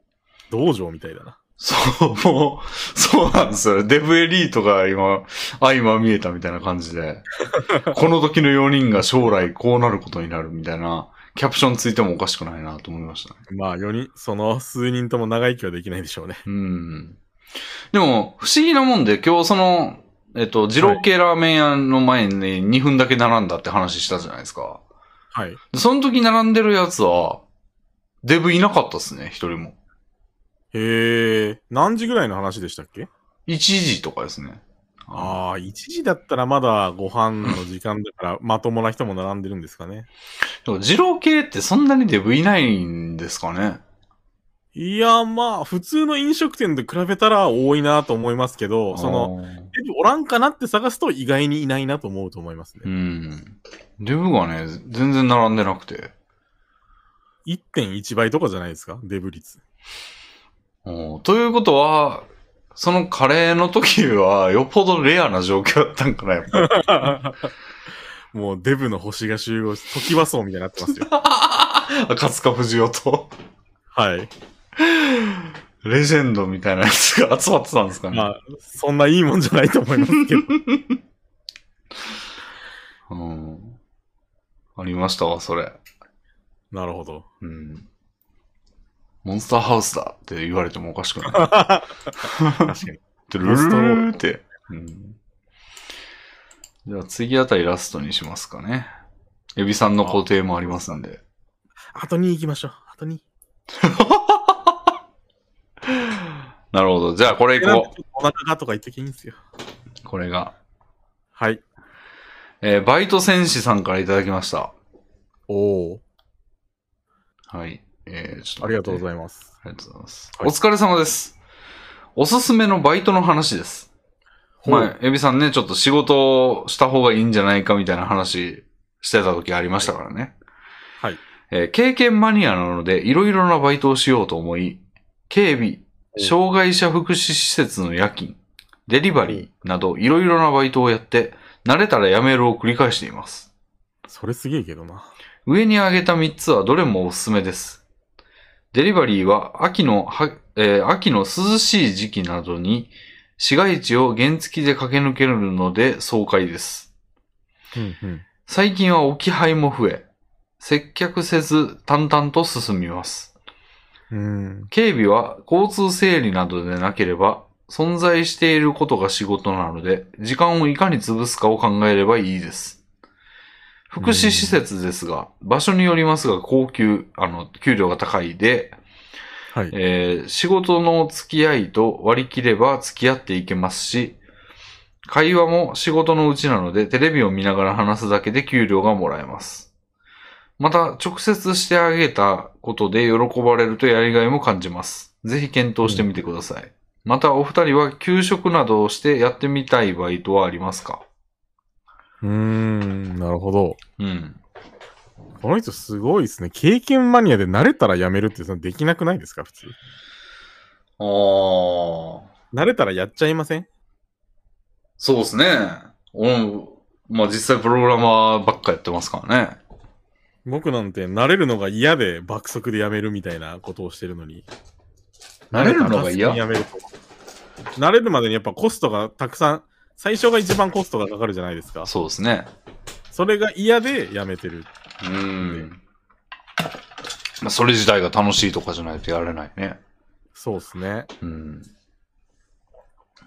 [SPEAKER 2] 道場みたいだな。
[SPEAKER 1] そう、もう、そうなんですよ。デブエリートが今、相ま見えたみたいな感じで、この時の4人が将来こうなることになるみたいな、キャプションついてもおかしくないなと思いましたね。
[SPEAKER 2] まあ、4人、その数人とも長生きはできないでしょうね。
[SPEAKER 1] うん。でも、不思議なもんで、今日その、えっと、二郎系ラーメン屋の前に2分だけ並んだって話したじゃないですか。
[SPEAKER 2] はい。
[SPEAKER 1] でその時並んでるやつは、デブいなかったっすね、一人も。
[SPEAKER 2] へえ。何時ぐらいの話でしたっけ
[SPEAKER 1] 1時とかですね。
[SPEAKER 2] ああ、1時だったらまだご飯の時間だから、 まともな人も並んでるんですかね。
[SPEAKER 1] でも二郎系ってそんなにデブいないんですかね。
[SPEAKER 2] いや、まあ、普通の飲食店と比べたら多いなと思いますけど、その、
[SPEAKER 1] あー、
[SPEAKER 2] デブおらんかなって探すと意外にいないなと思うと思います
[SPEAKER 1] う
[SPEAKER 2] ね。
[SPEAKER 1] ん。デブがね、全然並んでなくて。
[SPEAKER 2] 1.1倍とかじゃないですか、デブ率。
[SPEAKER 1] うんということは、そのカレーの時は、よっぽどレアな状況だったんかな、やっぱり
[SPEAKER 2] もうデブの星が集合し、時はそうみたいになってますよ。
[SPEAKER 1] 赤塚不二夫と、
[SPEAKER 2] はい。
[SPEAKER 1] レジェンドみたいなやつが集まってたんですかね。
[SPEAKER 2] まあ、そんないいもんじゃないと思います けど。
[SPEAKER 1] うん。ありましたわ、それ。
[SPEAKER 2] なるほど。
[SPEAKER 1] うん。モンスターハウスだって言われてもおかしくない。
[SPEAKER 2] 確かに。
[SPEAKER 1] てるるるるるって。うん。じゃあ次あたりラストにしますかね。エビさんの固定もありますんで。
[SPEAKER 2] あと2行きましょう。あと2。
[SPEAKER 1] なるほど。じゃあこれいこ
[SPEAKER 2] お腹がとか言ってきゃいいんですよ。
[SPEAKER 1] う。これが。
[SPEAKER 2] はい。
[SPEAKER 1] えーバイト戦士さんからいただきました。
[SPEAKER 2] おお。
[SPEAKER 1] はい。えー、ちょっと待って
[SPEAKER 2] ありがとうございます。
[SPEAKER 1] ありがとうございます。
[SPEAKER 2] はい
[SPEAKER 1] お疲れ様です。おすすめのバイトの話です。
[SPEAKER 2] ほ
[SPEAKER 1] 前
[SPEAKER 2] う、
[SPEAKER 1] エビさんね、ちょっと仕事をした方がいいんじゃないかみたいな話してた時ありましたからね。
[SPEAKER 2] はい。
[SPEAKER 1] えー経験マニアなので、いろいろなバイトをしようと思い、警備、
[SPEAKER 2] お
[SPEAKER 1] 障害者福祉施設の夜勤、デリバリーなど、いろいろなバイトをやって、慣れたら辞めるを繰り返しています。
[SPEAKER 2] それすげえけどな。
[SPEAKER 1] 上に挙げた3つはどれもおすすめです。デリバリーは秋のは、えー秋の涼しい時期などに市街地を原付で駆け抜けるので爽快です。
[SPEAKER 2] うんうん。
[SPEAKER 1] 最近は置き配も増え、接客せず淡々と進みます。
[SPEAKER 2] うん。
[SPEAKER 1] 警備は交通整理などでなければ存在していることが仕事なので、時間をいかに潰すかを考えればいいです。福祉施設ですが、場所によりますが高級、あの、給料が高いで、
[SPEAKER 2] はい。
[SPEAKER 1] えー仕事の付き合いと割り切れば付き合っていけますし、会話も仕事のうちなのでテレビを見ながら話すだけで給料がもらえます。また、直接してあげたことで喜ばれるとやりがいも感じます。ぜひ検討してみてください。また、お二人は給食などをしてやってみたいバイトはありますか
[SPEAKER 2] うーん、なるほど。
[SPEAKER 1] うん。
[SPEAKER 2] この人すごいですね。経験マニアで慣れたら辞めるってそのできなくないですか普通。
[SPEAKER 1] ああ。
[SPEAKER 2] 慣れたらやっちゃいません
[SPEAKER 1] そうですね。うん。まあ実際プログラマーばっかやってますからね。
[SPEAKER 2] 僕なんて慣れるのが嫌で爆速で辞めるみたいなことをしてるのに。
[SPEAKER 1] 慣れるのが嫌
[SPEAKER 2] 慣れたら助けに辞めると慣れるまでにやっぱコストがたくさん、最初が一番コストがかかるじゃないですか。
[SPEAKER 1] そうですね。
[SPEAKER 2] それが嫌で辞めてる。
[SPEAKER 1] うん。まあ、それ自体が楽しいとかじゃないとやれないね。
[SPEAKER 2] そうですね。
[SPEAKER 1] うん。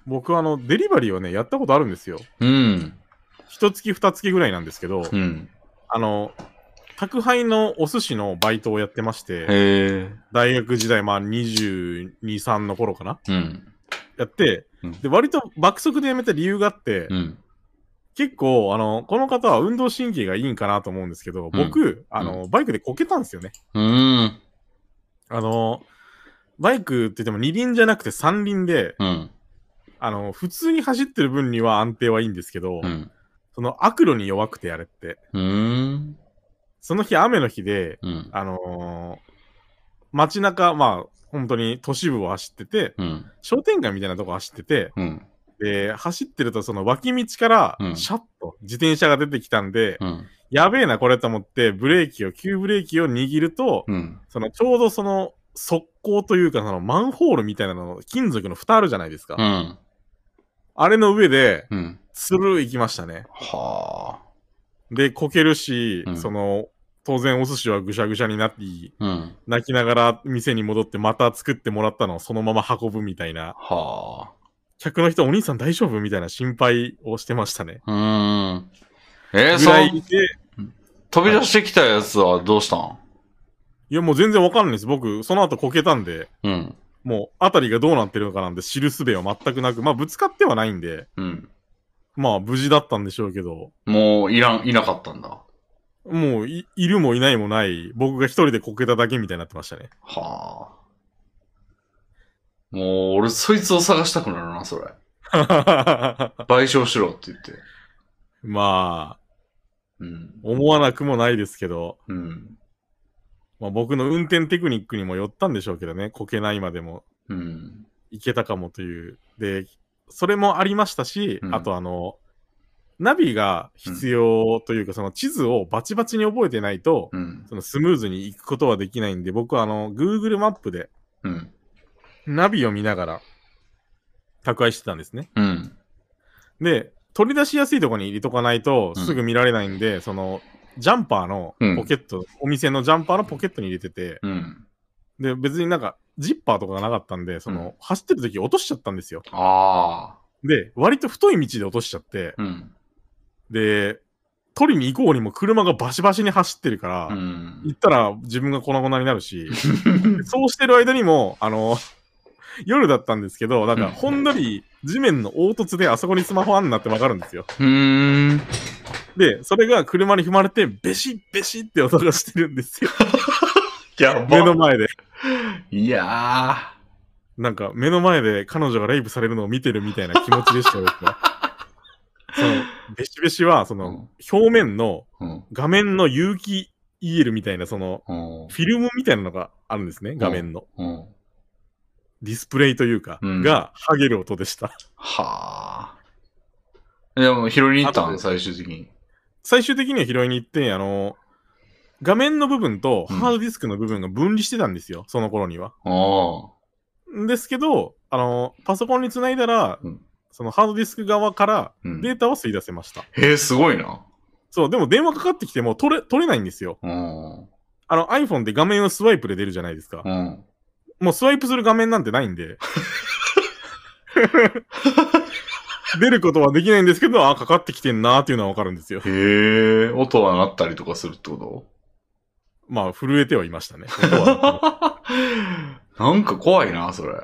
[SPEAKER 2] 僕はあの、デリバリーをね、やったことあるんですよ。
[SPEAKER 1] うん。
[SPEAKER 2] 一月二月ぐらいなんですけど、
[SPEAKER 1] うん。
[SPEAKER 2] あの、宅配のお寿司のバイトをやってまして、
[SPEAKER 1] へえ。
[SPEAKER 2] 大学時代、まあ22、3の頃かな
[SPEAKER 1] うん。
[SPEAKER 2] やって
[SPEAKER 1] うん、
[SPEAKER 2] で、割と爆速で辞めた理由があって、
[SPEAKER 1] うん。
[SPEAKER 2] 結構、あの、この方は運動神経がいいんかなと思うんですけど、僕、あの、バイクでこけたんですよね。
[SPEAKER 1] うん。
[SPEAKER 2] あの、バイクって言っても二輪じゃなくて三輪で、
[SPEAKER 1] うん。
[SPEAKER 2] あの、普通に走ってる分には安定はいいんですけど、
[SPEAKER 1] うん。
[SPEAKER 2] その悪路に弱くてやれって。
[SPEAKER 1] うん。
[SPEAKER 2] その日、雨の日で、
[SPEAKER 1] うん。
[SPEAKER 2] あのー街中、まあ、本当に都市部を走ってて、
[SPEAKER 1] うん。
[SPEAKER 2] 商店街みたいなとこ走ってて、
[SPEAKER 1] うん。
[SPEAKER 2] で、走ってるとその脇道から
[SPEAKER 1] う、ん
[SPEAKER 2] シャッと自転車が出てきたんで、
[SPEAKER 1] うん。
[SPEAKER 2] やべえな、これと思って、ブレーキを、急ブレーキを握ると、
[SPEAKER 1] うん。
[SPEAKER 2] その、ちょうどその、速攻というか、その、マンホールみたいなの、金属の蓋あるじゃないですか。
[SPEAKER 1] うん。
[SPEAKER 2] あれの上で、
[SPEAKER 1] うん。
[SPEAKER 2] スルー行きましたね。
[SPEAKER 1] はあ。
[SPEAKER 2] で、こけるし、
[SPEAKER 1] うん
[SPEAKER 2] その、当然お寿司はぐしゃぐしゃになり、
[SPEAKER 1] うん。
[SPEAKER 2] 泣きながら店に戻ってまた作ってもらったのをそのまま運ぶみたいな、
[SPEAKER 1] は
[SPEAKER 2] 客の人お兄さん大丈夫みたいな心配をしてましたね。
[SPEAKER 1] あ。うん。えー、
[SPEAKER 2] ぐ
[SPEAKER 1] そ
[SPEAKER 2] ら
[SPEAKER 1] の
[SPEAKER 2] いで、い
[SPEAKER 1] 飛び出してきたやつはどうしたん
[SPEAKER 2] やもう全然わかんないです。僕、その後こけたんで、
[SPEAKER 1] うん。
[SPEAKER 2] もう、あたりがどうなってるのかなんで、知る術は全くなく、まあ、ぶつかってはないんで、
[SPEAKER 1] うん。
[SPEAKER 2] まあ、無事だったんでしょうけど、
[SPEAKER 1] もういらん、いなかったんだ。
[SPEAKER 2] もうい、いるもいないもない、僕が一人でこけただけみたいになってましたね。
[SPEAKER 1] はあ。もう、俺、そいつを探したくなるな、それ。賠償しろって言って。
[SPEAKER 2] まあ、
[SPEAKER 1] うん。
[SPEAKER 2] 思わなくもないですけど、
[SPEAKER 1] うん。
[SPEAKER 2] まあ、僕の運転テクニックにもよったんでしょうけどね、こけないまでも
[SPEAKER 1] うん。
[SPEAKER 2] いけたかもという。で、それもありましたし、
[SPEAKER 1] うん
[SPEAKER 2] あとあの、ナビが必要というか、その地図をバチバチに覚えてないと、
[SPEAKER 1] うん。
[SPEAKER 2] そのスムーズに行くことはできないんで、僕はあの、Google マップで
[SPEAKER 1] うん。
[SPEAKER 2] ナビを見ながら宅配してたんですね。
[SPEAKER 1] うん。
[SPEAKER 2] で、取り出しやすいところに入れとかないと
[SPEAKER 1] うん
[SPEAKER 2] すぐ見られないんで、その、ジャンパーの
[SPEAKER 1] うん
[SPEAKER 2] ポケット、お店のジャンパーのポケットに入れてて、
[SPEAKER 1] うん。
[SPEAKER 2] で、別になんか、ジッパーとかがなかったんで、その、
[SPEAKER 1] う
[SPEAKER 2] 走ってる時落としちゃったんですよ。
[SPEAKER 1] ああ。
[SPEAKER 2] で、割と太い道で落としちゃって、
[SPEAKER 1] うん。
[SPEAKER 2] で、取りに行こうにも車がバシバシに走ってるから、
[SPEAKER 1] うん。
[SPEAKER 2] 行ったら自分が粉々にな るし、そうしてる間にも、あの、夜だったんですけど、なん
[SPEAKER 1] う
[SPEAKER 2] か、
[SPEAKER 1] ん
[SPEAKER 2] ほんのり地面の凹凸であそこにスマホあんなってわかるんですよ。
[SPEAKER 1] うーん。
[SPEAKER 2] で、それが車に踏まれて、ベシッベシッって音がしてるん ですよ。
[SPEAKER 1] や
[SPEAKER 2] 目の前で。
[SPEAKER 1] いや
[SPEAKER 2] なんか、目の前で彼女がレイプされるのを見てるみたいな気持ちでしたよ、僕は。その、ベシベシは、その、表面の
[SPEAKER 1] ー。うん。
[SPEAKER 2] 画面の有機 EL みたいな、その、
[SPEAKER 1] うん。
[SPEAKER 2] フィルムみたいなのがあるんですね、画面の。
[SPEAKER 1] うん。
[SPEAKER 2] ディスプレイというか、
[SPEAKER 1] うん
[SPEAKER 2] が、剥げる音でした。
[SPEAKER 1] はあ。でも、拾いに行った
[SPEAKER 2] あと
[SPEAKER 1] ん
[SPEAKER 2] で
[SPEAKER 1] 最終的に。
[SPEAKER 2] 最終的には拾いに行って、あの、画面の部分と
[SPEAKER 1] うん
[SPEAKER 2] ハードディスクの部分が分離してたんですよ、その頃には。
[SPEAKER 1] ああ。
[SPEAKER 2] んですけど、あの、パソコンにつないだら、
[SPEAKER 1] うん
[SPEAKER 2] そのハードディスク側から
[SPEAKER 1] うん。
[SPEAKER 2] デ
[SPEAKER 1] へ
[SPEAKER 2] ータを吸い出せました。
[SPEAKER 1] え、すごいな。
[SPEAKER 2] そう、でも電話かかってきても取れ、取れないんですよ。
[SPEAKER 1] うん。
[SPEAKER 2] あの iPhone で画面をスワイプで出るじゃないですか
[SPEAKER 1] う。ん。
[SPEAKER 2] もうスワイプする画面なんてないんで。 出ることはできないんですけど、あ、かかってきてんなーっていうのはわかるんですよ。
[SPEAKER 1] へえ、音は鳴ったりとかするってこ
[SPEAKER 2] まあ、震えてはいましたね。音は
[SPEAKER 1] と なんか怖いな、それ。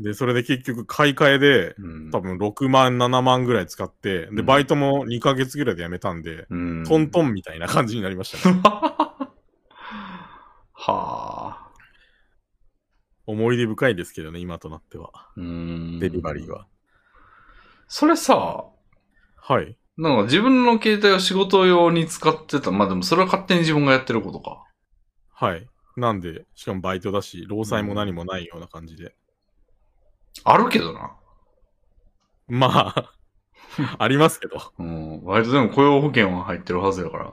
[SPEAKER 2] で、それで結局買い替えで、
[SPEAKER 1] うん
[SPEAKER 2] 多分6万、7万ぐらい使って、
[SPEAKER 1] う
[SPEAKER 2] で、
[SPEAKER 1] ん
[SPEAKER 2] バイトも2ヶ月ぐらいで辞めたんで、
[SPEAKER 1] うん。
[SPEAKER 2] トントンみたいな感じになりましたね。
[SPEAKER 1] はあ。
[SPEAKER 2] 思い出深いですけどね、今となっては。
[SPEAKER 1] うん。
[SPEAKER 2] デリバリー。は。
[SPEAKER 1] それさ、
[SPEAKER 2] はい。
[SPEAKER 1] なんか自分の携帯を仕事用に使ってた。まあでもそれは勝手に自分がやってることか。
[SPEAKER 2] はい。なんで、しかもバイトだし、労災も何もないような感じで。
[SPEAKER 1] あるけどな。
[SPEAKER 2] ま あ、ありますけど。
[SPEAKER 1] うん。割とでも雇用保険は入ってるはずやから。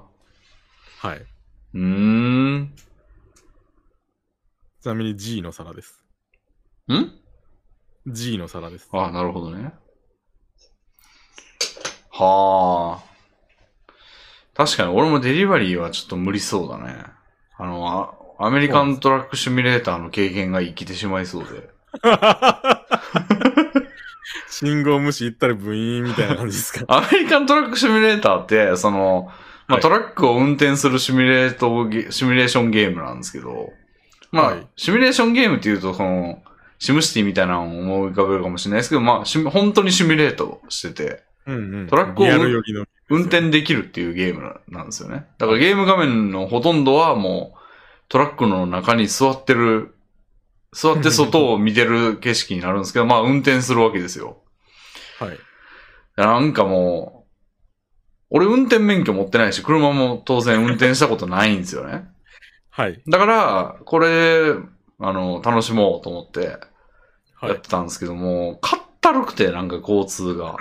[SPEAKER 2] はい。
[SPEAKER 1] うーん。ん
[SPEAKER 2] ちなみに G の皿です。G の皿です。
[SPEAKER 1] あ、なるほどね。はあ。確かに俺もデリバリーはちょっと無理そうだね。あの、あアメリカントラックシミュレーターの経験が生きてしまいそうで。。
[SPEAKER 2] 信号無視行ったらブイーンみたいな感じですか
[SPEAKER 1] アメリカントラックシミュレーターって、その、まあ
[SPEAKER 2] はい
[SPEAKER 1] トラックを運転するシミュレートゲ、シミュレーションゲームなんですけど、まあ、
[SPEAKER 2] はい
[SPEAKER 1] シミュレーションゲームっていうと、この、シムシティみたいなのを思い浮かべるかもしれないですけど、まあ、シミュ本当にシミュレートしてて、
[SPEAKER 2] うんうん。
[SPEAKER 1] トラックを
[SPEAKER 2] リアル寄りの。
[SPEAKER 1] 運転できるっていうゲームななんですよね。だからゲーム画面のほとんどはもう、トラックの中に座ってる、座って外を見てる景色になるんですけど、まあ運転するわけですよ。
[SPEAKER 2] はい。
[SPEAKER 1] なんかもう、俺運転免許持ってないし、車も当然運転したことないんですよね。
[SPEAKER 2] はい。
[SPEAKER 1] だから、これ、あの、楽しもうと思って
[SPEAKER 2] は
[SPEAKER 1] やっ
[SPEAKER 2] い。
[SPEAKER 1] てたんですけども、かったるくて、なんか交通 が。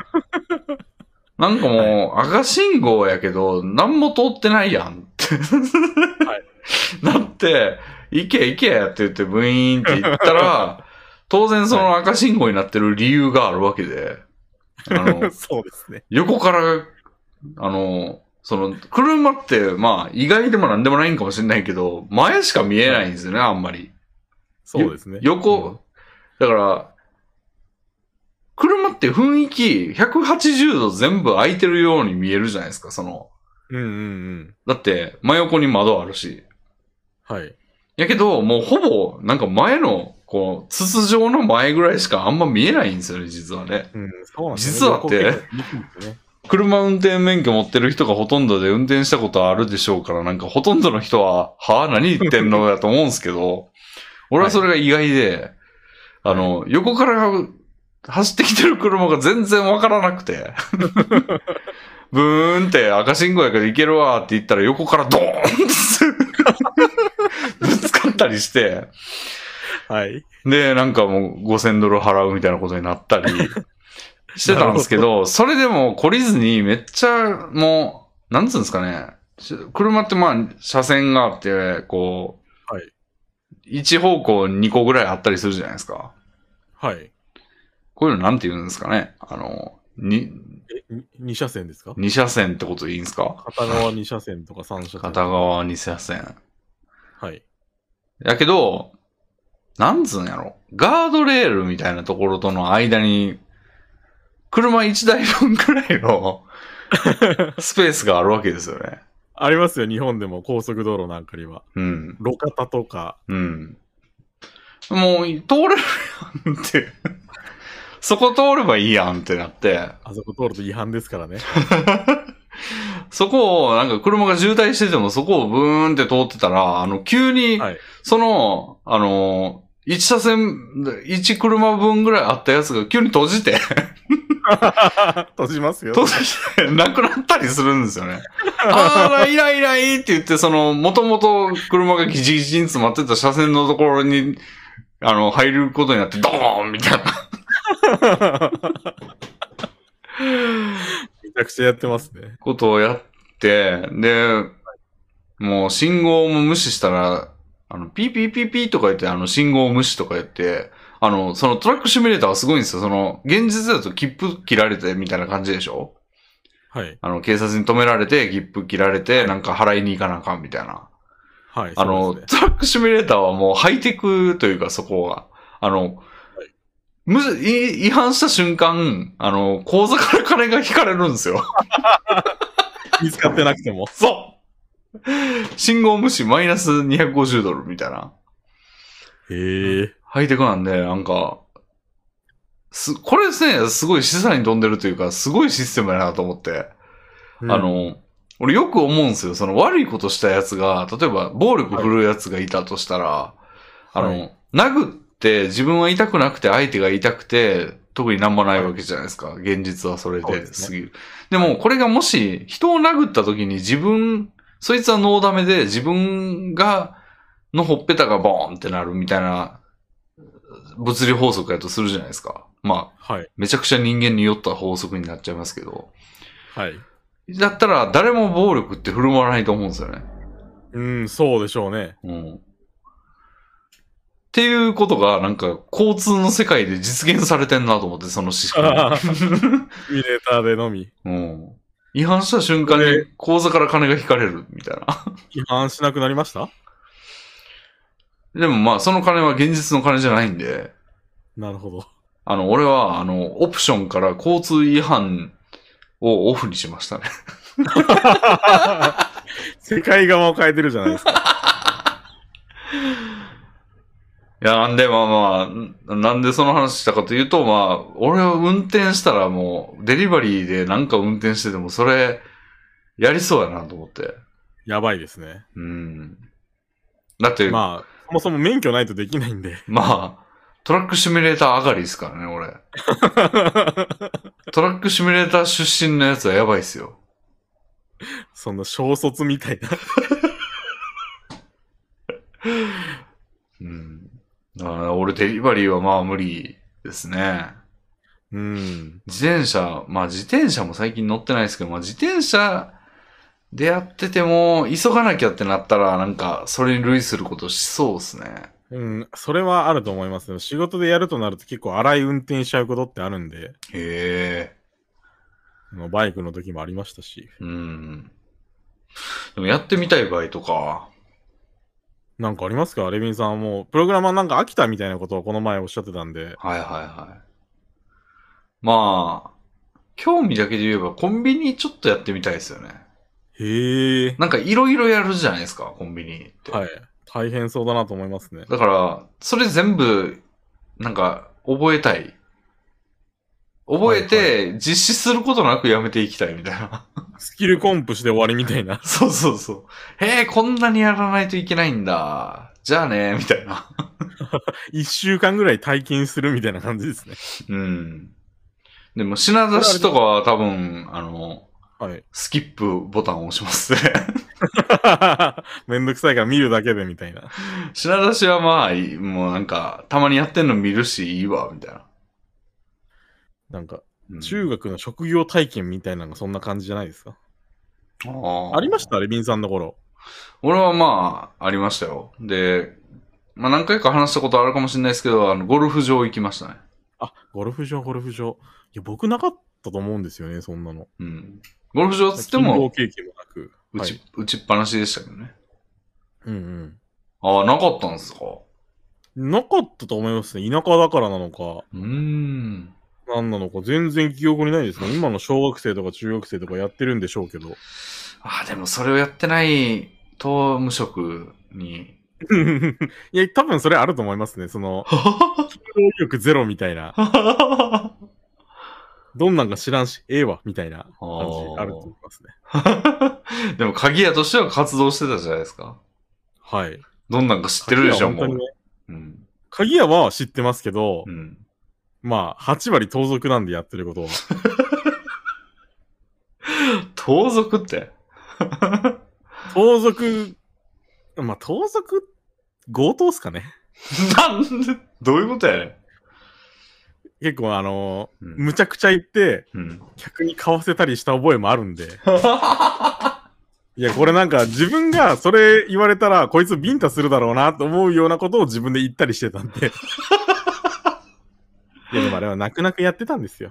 [SPEAKER 1] なんかもう、赤信号やけど、なんも通ってないやんって、
[SPEAKER 2] はい
[SPEAKER 1] なって、行け行けって言ってブイーンって言った ら、当然その赤信号になってる理由があるわけで、あの
[SPEAKER 2] そうですね。
[SPEAKER 1] 横から、あの、その、車って、まあ、意外でもなんでもないんかもしれないけど、前しか見えないんですよね、あんまり。
[SPEAKER 2] そうですね。
[SPEAKER 1] 横、だから、車って雰囲気180度全部空いてるように見えるじゃないですか、その。
[SPEAKER 2] うん。うんうんうん。
[SPEAKER 1] だって、真横に窓あるし。
[SPEAKER 2] はい。
[SPEAKER 1] やけど、もうほぼ、なんか前の、こう、筒状の前ぐらいしかあんま見えないんですよね、実はね。
[SPEAKER 2] うん、そうなんです
[SPEAKER 1] 実はって
[SPEAKER 2] 横結構見にくいですね
[SPEAKER 1] 車運転免許持ってる人がほとんどで運転したことあるでしょうから、なんかほとんどの人は、はあ何言ってんのだと思うんですけど、俺はそれが意外で、あの、横から走ってきてる車が全然わからなくて、ブーンって赤信号やけど行けるわって言ったら横からドーンってぶつかったりして、
[SPEAKER 2] はい。
[SPEAKER 1] で、なんかもう5000ドル払うみたいなことになった りしてたんですけど、それでも懲りずにめっちゃもう、なんつうんですかね、し車ってまあ車線があって、こう、
[SPEAKER 2] はい
[SPEAKER 1] 1方向2個ぐらいあったりするじゃないですか。
[SPEAKER 2] はい。
[SPEAKER 1] こういうのなんて言うんですかね。あの、に、
[SPEAKER 2] え、に二車線ですか
[SPEAKER 1] 2車線ってことでいいんですか
[SPEAKER 2] 片側二車線とか三車線。
[SPEAKER 1] 片側2車線。
[SPEAKER 2] はい。
[SPEAKER 1] やけど、なんつうんやろ。ガードレールみたいなところとの間に、車1台分くらい のスペースがあるわけですよね。
[SPEAKER 2] ありますよ、日本でも高速道路なんかには。
[SPEAKER 1] うん。
[SPEAKER 2] 路肩とか。
[SPEAKER 1] うん。もう、通れるやんって。そこ通ればいいやんってなって。
[SPEAKER 2] あそこ通ると違反ですからね。
[SPEAKER 1] そこを、なんか車が渋滞しててもそこをブーンって通ってたら、あの、急に、
[SPEAKER 2] はい
[SPEAKER 1] その、あの、一車線、一車分ぐらいあったやつが急に閉じて、
[SPEAKER 2] 閉じますよ。
[SPEAKER 1] 当然してなくなったりするんですよね。 あーら、イライライって言って、その、もともと車がギチギチに詰まってた車線のところに、あの、入ることになって、ドーンみたいな。
[SPEAKER 2] めちゃくちゃやってますね。
[SPEAKER 1] ことをやって、で、もう信号も無視したら、あの、ピーピーピーピーとか言って、あの、信号無視とか言って、あの、そのトラックシミュレーターはすごいんですよ。その、現実だと切符切られてみたいな感じでしょ
[SPEAKER 2] はい。
[SPEAKER 1] あの、警察に止められて、切符切られて、なんか払いに行かなあかんみたいな。
[SPEAKER 2] はい。
[SPEAKER 1] あの、
[SPEAKER 2] そうですね
[SPEAKER 1] トラックシミュレーターはもうハイテクというかそこは。あの、むず、い違反した瞬間、あの、口座から金が引かれるんですよ。
[SPEAKER 2] 見つかってなくても。
[SPEAKER 1] そう信号無視マイナス250ドルみたいな。
[SPEAKER 2] へえ。
[SPEAKER 1] ハイテクなんで、なんか、す、これですね、すごい資産に飛んでるというか、すごいシステムやなと思って。
[SPEAKER 2] うん
[SPEAKER 1] あ、の、俺よく思うんですよ。その悪いことしたやつが、例えば暴力振るうやつがいたとしたら、あの、
[SPEAKER 2] は
[SPEAKER 1] 殴って自分は痛くなくて相手が痛くて、特になんもないわけじゃないですか。現実はそれ
[SPEAKER 2] そうで
[SPEAKER 1] です
[SPEAKER 2] ね
[SPEAKER 1] すぎる。でも、これがもし人を殴った時に自分、そいつはノーダメで自分が、のほっぺたがボーンってなるみたいな物理法則やとするじゃないですか。まあ、
[SPEAKER 2] はい。
[SPEAKER 1] めちゃくちゃ人間に酔った法則になっちゃいますけど。
[SPEAKER 2] はい。
[SPEAKER 1] だったら誰も暴力って振る舞わないと思うんですよね。
[SPEAKER 2] うん、そうでしょうね。
[SPEAKER 1] うん。っていうことがなんか交通の世界で実現されてんなと思って、そのシステム。
[SPEAKER 2] ミネーターでのみ。
[SPEAKER 1] うん。違反した瞬間
[SPEAKER 2] こ
[SPEAKER 1] に
[SPEAKER 2] れ
[SPEAKER 1] 口座から金が引かれるみたいな。
[SPEAKER 2] 違反しなくなりました
[SPEAKER 1] でもまあその金は現実の金じゃないんで、
[SPEAKER 2] なるほど。
[SPEAKER 1] あの、俺はあの、オプションから交通違反をオフにしましたね。
[SPEAKER 2] 世界側を変えてるじゃないですか。
[SPEAKER 1] いや、なんで、まあまあ、なんでその話したかというと、まあ、俺を運転したらもう、デリバリーでなんか運転してても、それ、やりそうやなと思って。
[SPEAKER 2] やばいですね。
[SPEAKER 1] うん。だって、まあ、
[SPEAKER 2] まあ、そもそも免許ないとできないんで。
[SPEAKER 1] トラックシミュレーター上がりですからね、 俺。トラックシミュレーター出身のやつはやばいっすよ。
[SPEAKER 2] その小卒みたいな。
[SPEAKER 1] うん。だから俺、デリバリーはまあ無理ですね。
[SPEAKER 2] うん。
[SPEAKER 1] 自転車、まあ自転車も最近乗ってないですけど、まあ自転車でやってても、急がなきゃってなったら、なんか、それに類することしそうですね。
[SPEAKER 2] うん、それはあると思いますよ。仕事でやるとなると結構荒い運転しちゃうことってあるんで、
[SPEAKER 1] へえ。
[SPEAKER 2] あのバイクの時もありましたし、
[SPEAKER 1] うん。でもやってみたい場合とか、
[SPEAKER 2] なんかありますかレビンさんはもう、プログラマーなんか飽きたみたいなことをこの前おっしゃってたんで、
[SPEAKER 1] はいはいはい。まあ、興味だけで言えば、コンビニちょっとやってみたいですよね。
[SPEAKER 2] へえ。
[SPEAKER 1] なんかいろいろやるじゃないですか、コンビニって。
[SPEAKER 2] はい。大変そうだなと思いますね。
[SPEAKER 1] だから、それ全部、なんか、覚えたい。覚え
[SPEAKER 2] は
[SPEAKER 1] て、実施することなくやめていきたいみたい な。。
[SPEAKER 2] スキルコンプして終わりみたいな
[SPEAKER 1] そうそうそう。へえ、こんなにやらないといけないんだ。じゃあね、みたいな。
[SPEAKER 2] 一週間ぐらい体験するみたいな感じですね。
[SPEAKER 1] うん。でも、品出しとかは多分、あの、
[SPEAKER 2] はい。
[SPEAKER 1] スキップボタンを押しますね。
[SPEAKER 2] めんどくさいから見るだけでみたいな。
[SPEAKER 1] 品出しはまあ、いいもうなんか、たまにやってんの見るし、いいわ、みたいな。
[SPEAKER 2] なんか、
[SPEAKER 1] うん
[SPEAKER 2] 中学の職業体験みたいなのがそんな感じじゃないですか。
[SPEAKER 1] あ
[SPEAKER 2] ありましたレビンさんの頃。
[SPEAKER 1] 俺はまあ、ありましたよ。で、まあ何回か話したことあるかもしれないですけど、あの、ゴルフ場行きましたね。
[SPEAKER 2] あ、ゴルフ場、ゴルフ場。いや、僕なかったと思うんですよね、そんなの。
[SPEAKER 1] うん。ゴルフ場っつって
[SPEAKER 2] 勤労
[SPEAKER 1] も、
[SPEAKER 2] 経験もなく。
[SPEAKER 1] 打ち、
[SPEAKER 2] はい
[SPEAKER 1] 打ちっぱなしでしたけどね。
[SPEAKER 2] うん
[SPEAKER 1] ああ、なかったんですか。
[SPEAKER 2] うん。なかったと思いますね。田舎だからなのか、
[SPEAKER 1] うーん。
[SPEAKER 2] 何なのか、全然記憶にないですね。今の小学生とか中学生とかやってるんでしょうけど。
[SPEAKER 1] ああ、でもそれをやってないと、無職 に。
[SPEAKER 2] いや、多分それあると思いますね。その、労力ゼロみたいな。
[SPEAKER 1] あ
[SPEAKER 2] どんなんか知らんし、ええわ、みたいな
[SPEAKER 1] あ
[SPEAKER 2] 感じある
[SPEAKER 1] ー
[SPEAKER 2] と思いますね。
[SPEAKER 1] でも鍵屋としては活動してたじゃないですか。
[SPEAKER 2] はい。
[SPEAKER 1] どんなんか知ってるでしょ、
[SPEAKER 2] 鍵
[SPEAKER 1] も
[SPEAKER 2] 屋は本当
[SPEAKER 1] う
[SPEAKER 2] に。ね
[SPEAKER 1] うん。
[SPEAKER 2] 鍵屋は知ってますけど、
[SPEAKER 1] うん。
[SPEAKER 2] まあ、8割盗賊なんでやってることは。
[SPEAKER 1] 盗賊って。
[SPEAKER 2] 盗賊、まあ、盗賊、強盗っすかね。
[SPEAKER 1] なんで、どういうことやねん。
[SPEAKER 2] 結構あのー
[SPEAKER 1] うん
[SPEAKER 2] むちゃくちゃ言って、
[SPEAKER 1] うん。
[SPEAKER 2] 客に買わせたりした覚えもあ るんで。いや、これなんか自分がそれ言われたら、こいつビンタするだろうなと思うようなことを自分で言ったりしてたん で。いや、でもあれは泣く泣くやってたんですよ。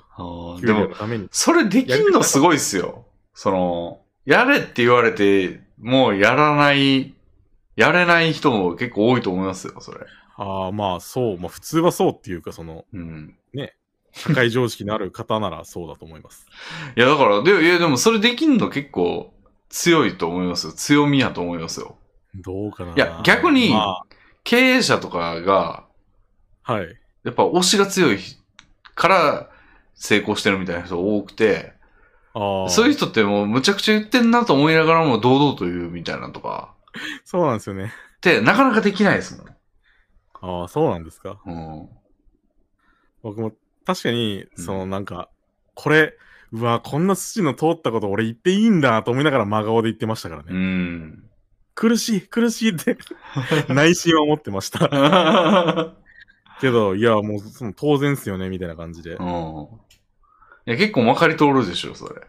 [SPEAKER 2] 給
[SPEAKER 1] で
[SPEAKER 2] 料の
[SPEAKER 1] も、
[SPEAKER 2] ために。
[SPEAKER 1] それできんのすごいっすよ。その、やれって言われて、もうやらない、やれない人も結構多いと思いますよ、それ。
[SPEAKER 2] ああ、まあそう、まあ普通はそうっていうか、その、
[SPEAKER 1] うん。
[SPEAKER 2] 社会常識のある方ならそうだと思います。
[SPEAKER 1] いや、だから、で、いや、でもそれできんの結構強いと思いますよ。強みやと思いますよ。
[SPEAKER 2] どうかな。
[SPEAKER 1] いや逆に
[SPEAKER 2] ま
[SPEAKER 1] 経営者とかが、
[SPEAKER 2] あはい。
[SPEAKER 1] やっぱ推しが強いから成功してるみたいな人多くて、
[SPEAKER 2] ああ。
[SPEAKER 1] そういう人ってもうむちゃくちゃ言ってんなと思いながらも堂々と言うみたいなのとか、
[SPEAKER 2] そうなんですよね。
[SPEAKER 1] ってなかなかできないです
[SPEAKER 2] ああ、そうなんですか。
[SPEAKER 1] もん。
[SPEAKER 2] 僕も確かに、
[SPEAKER 1] うん
[SPEAKER 2] そのなんか、これ、うわ、こんな筋の通ったこと俺言っていいんだと思いながら真顔で言ってましたからね。
[SPEAKER 1] うん。うん。
[SPEAKER 2] 苦しい、苦しい って、内心は思ってました。けど、いや、もうその当然っすよね、みたいな感じで
[SPEAKER 1] う。ん。いや、結構まかり通るでしょ、それ。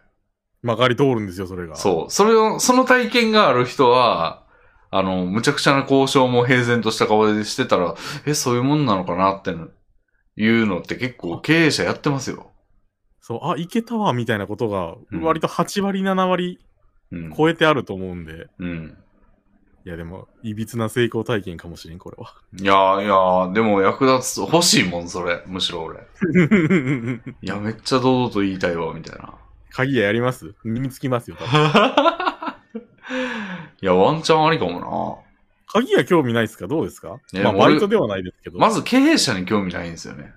[SPEAKER 2] 曲がり通るんですよ、それが。
[SPEAKER 1] そう。それを、その体験がある人は、あの、むちゃくちゃな交渉も平然とした顔でしてたら、え、そういうもんなのかなっての、いうのって結構経営者やってますよ。
[SPEAKER 2] そう、あ、いけたわ、みたいなことが、
[SPEAKER 1] うん
[SPEAKER 2] 割と8割、7割
[SPEAKER 1] うん。
[SPEAKER 2] 超えてあると思うんで、
[SPEAKER 1] うん。
[SPEAKER 2] いや、でも、いびつな成功体験かもしれん、これは。
[SPEAKER 1] いやーいやーでも役立つ、欲しいもん、それ。むしろ俺。いや、めっちゃ堂々と言いたいわ、みたいな。
[SPEAKER 2] 鍵やります身につきますよ、多分
[SPEAKER 1] いや、ワンチャンありかも
[SPEAKER 2] 鍵は興味ないですかどうですか
[SPEAKER 1] ね
[SPEAKER 2] まあ、
[SPEAKER 1] 俺
[SPEAKER 2] バイトではないですけど。
[SPEAKER 1] な。まず経営者に興味ないんですよね。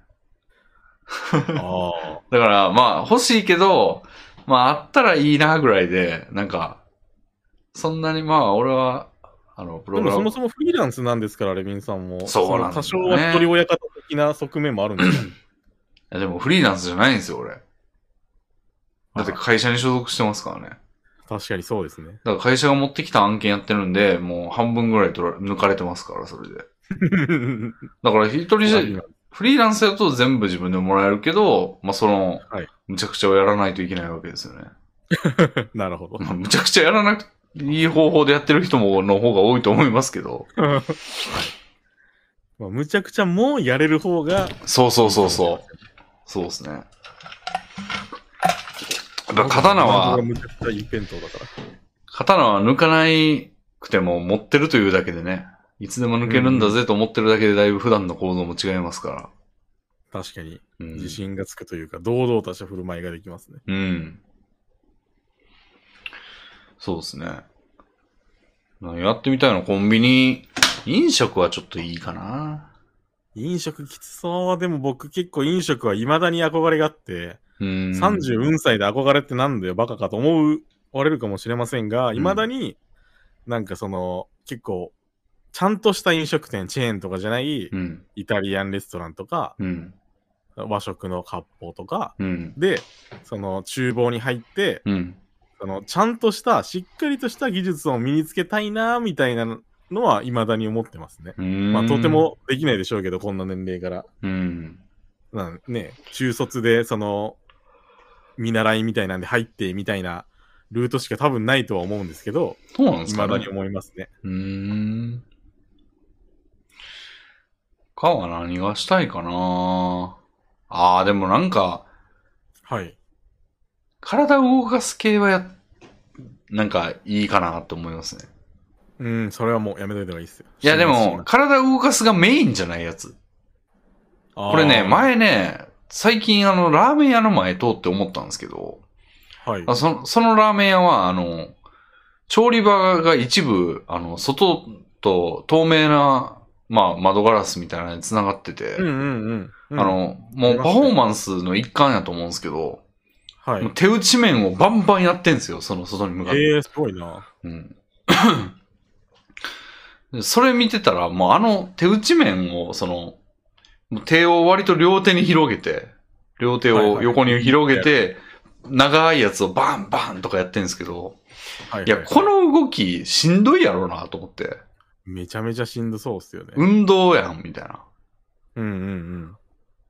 [SPEAKER 2] あ
[SPEAKER 1] だから、まあ、欲しいけど、まあ、あったらいいな、ぐらいで、なんか、そんなにまあ、俺は、あの、プ
[SPEAKER 2] あ。で
[SPEAKER 1] ログ
[SPEAKER 2] も
[SPEAKER 1] ラ
[SPEAKER 2] そ
[SPEAKER 1] ム
[SPEAKER 2] も、そもフリーランスなんですから、レビンさんも。
[SPEAKER 1] そうなんだよね
[SPEAKER 2] の多少は一人親方的な側面もあるん ですよ。
[SPEAKER 1] いやでもフリーランスじゃないんですよ、俺。だって
[SPEAKER 2] あ
[SPEAKER 1] 会社に所属してますからね。
[SPEAKER 2] 確かにそうですね。
[SPEAKER 1] だから会社が持ってきた案件やってるんで、もう半分ぐらい取ら抜かれてますから、それで。だから一人じゃ、フリーランスだと全部自分でもらえるけど、まあその、
[SPEAKER 2] はい
[SPEAKER 1] むちゃくちゃをやらないといけないわけですよね。
[SPEAKER 2] なるほど。
[SPEAKER 1] まあむちゃくちゃやらなくいい方法でやってる人もの方が多いと思いますけど。
[SPEAKER 2] まあ、むちゃくちゃもうやれる方が。
[SPEAKER 1] そうそうそうそう。そうですね。やっぱ刀は
[SPEAKER 2] 僕が、むちゃくちゃ一辺倒だから。
[SPEAKER 1] 刀は抜かないくても持ってるというだけでね、いつでも抜けるんだぜと思ってるだけでだいぶ普段の行動も違いますから。
[SPEAKER 2] 確かに、
[SPEAKER 1] うん
[SPEAKER 2] 自信がつくというか、堂々とした振る舞いができますね。
[SPEAKER 1] うん。そうですね。なやってみたいのコンビニ。飲食はちょっといいかな。
[SPEAKER 2] 飲食きつそう。でも僕結構飲食は未だに憧れがあって、
[SPEAKER 1] うん。
[SPEAKER 2] 30運歳で憧れってなんだよ、バカかと思われるかもしれませんが、
[SPEAKER 1] ん
[SPEAKER 2] 未だになんかその、結構、ちゃんとした飲食店、チェーンとかじゃない、
[SPEAKER 1] うん。
[SPEAKER 2] イタリアンレストランとか、
[SPEAKER 1] うん。
[SPEAKER 2] 和食の割烹とか、
[SPEAKER 1] うん。
[SPEAKER 2] で、その厨房に入って、
[SPEAKER 1] うん。
[SPEAKER 2] そのちゃんとした、しっかりとした技術を身につけたいな、みたいなのは未だに思ってますね。
[SPEAKER 1] うん。
[SPEAKER 2] まあ、とて。もできないでしょうけど、こんな年齢から。
[SPEAKER 1] うん。
[SPEAKER 2] なんね、中卒で、その、見習いみたいなんで入って、みたいなルートしか多分ないとは思うんですけど、
[SPEAKER 1] そうなんです
[SPEAKER 2] 未
[SPEAKER 1] か
[SPEAKER 2] だ
[SPEAKER 1] ね
[SPEAKER 2] に。思いますね。
[SPEAKER 1] うーん。かは何がしたいかなああ、でもなんか、
[SPEAKER 2] はい。
[SPEAKER 1] 体を動かす系はや、なんかいいかなと思いますね。
[SPEAKER 2] うん、それはもうやめといた方がいいですよ。
[SPEAKER 1] いやで
[SPEAKER 2] 死に
[SPEAKER 1] も、
[SPEAKER 2] ます
[SPEAKER 1] 体を動かすがメインじゃないやつ。これね、、前ね、最近あの、ラーメン屋の前通って思ったんですけど、
[SPEAKER 2] あーはい
[SPEAKER 1] あ。そのそのラーメン屋は、あの、調理場が一部、あの、外と透明な、まあ、窓ガラスみたいなのに繋がってて、
[SPEAKER 2] うんうんうんうん。
[SPEAKER 1] あ、の、もうパフォーマンスの一環やと思うんですけど、
[SPEAKER 2] はい
[SPEAKER 1] もう。手打ち面をバンバンやってんすよ、その外に向かって。
[SPEAKER 2] えー、すごいな。
[SPEAKER 1] うん。 でそれ見てたら、もうあの手打ち面を、その、もう手を割と両手に広げて、両手
[SPEAKER 2] はいは
[SPEAKER 1] を
[SPEAKER 2] い
[SPEAKER 1] 横に広げて、長いやつをバンバンとかやってんですけど、
[SPEAKER 2] はい
[SPEAKER 1] いや、こ、の動きしんどいやろうなと思って、
[SPEAKER 2] めちゃめちゃしんどそうっすよね。
[SPEAKER 1] 運動やん、みたいな。
[SPEAKER 2] うんうんうん。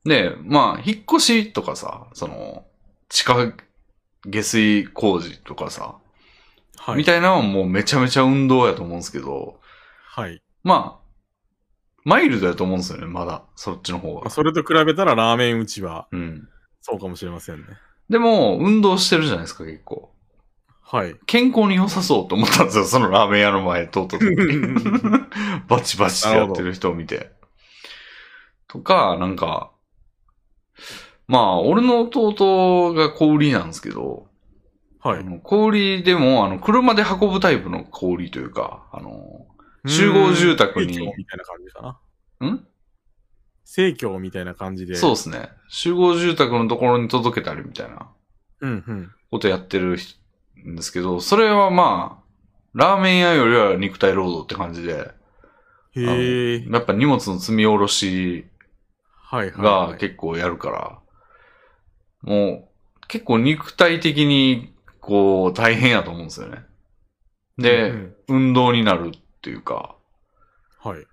[SPEAKER 1] で、まあ、引っ越しとかさ、その、地下下水工事とかさ、
[SPEAKER 2] はい。
[SPEAKER 1] みたいなのはもうめちゃめちゃ運動やと思うんですけど、
[SPEAKER 2] はい。
[SPEAKER 1] まあ、マイルドやと思うんですよね、まだ。そっちの方
[SPEAKER 2] まあ
[SPEAKER 1] が。
[SPEAKER 2] それと比べたらラーメン打ちは
[SPEAKER 1] うん。
[SPEAKER 2] そうかもしれませんね。
[SPEAKER 1] でも、運動してるじゃないですか、結構。
[SPEAKER 2] はい。
[SPEAKER 1] 健康に良さそうと思ったん ですよ、そのラーメン屋の前、とうとう。バチバチってやってる人を見て。とか、なんか、まあ、俺の弟が小売りなんですけど、
[SPEAKER 2] は
[SPEAKER 1] あ
[SPEAKER 2] い。
[SPEAKER 1] の小売りでも、あの、車で運ぶタイプの小売りというか、あの、集合住宅に
[SPEAKER 2] うん生協みたいな感じかな。
[SPEAKER 1] ん
[SPEAKER 2] 生協みたいな感じで。
[SPEAKER 1] そうですね。集合住宅のところに届けたりみたいな
[SPEAKER 2] うんうん。
[SPEAKER 1] ことやってる人んですけど、それはまあ、ラーメン屋よりは肉体労働って感じで、
[SPEAKER 2] へえ。
[SPEAKER 1] やっぱ荷物の積み下ろし
[SPEAKER 2] はいはいは
[SPEAKER 1] が
[SPEAKER 2] い。
[SPEAKER 1] 結構やるから、もう結構肉体的にこう大変やと思うんですよね。で、
[SPEAKER 2] うんうん
[SPEAKER 1] 運動になるっていうか、
[SPEAKER 2] はい。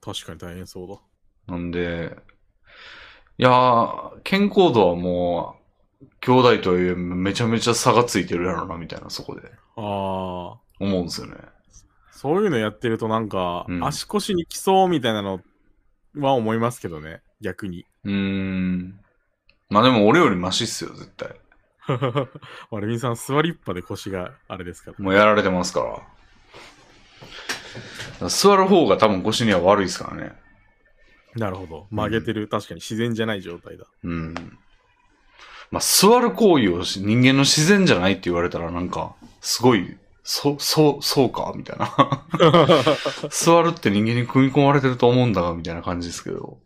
[SPEAKER 2] 確かに大変そうだ。
[SPEAKER 1] なんで、いやー、健康度はもう、兄弟というめちゃめちゃ差がついてるやろな、みたいな、そこで
[SPEAKER 2] ああ。
[SPEAKER 1] 思うんですよね。
[SPEAKER 2] そういうのやってるとなんか、
[SPEAKER 1] うん
[SPEAKER 2] 足腰に来そうみたいなのは思いますけどね。逆に。
[SPEAKER 1] うーん。まあでも俺よりマシっすよ、絶対。
[SPEAKER 2] まあレミさん、座りっぱで腰があれですから。
[SPEAKER 1] もうやられてますから。だから座る方が多分腰には悪いですからね。
[SPEAKER 2] なるほど。曲げてる、確かに自然じゃない状態だ。
[SPEAKER 1] うん。まあ、座る行為をし人間の自然じゃないって言われたらなんか、すごい、そ、そう、そうかみたいな。座るって人間に組み込まれてると思うんだが、みたいな感じですけど。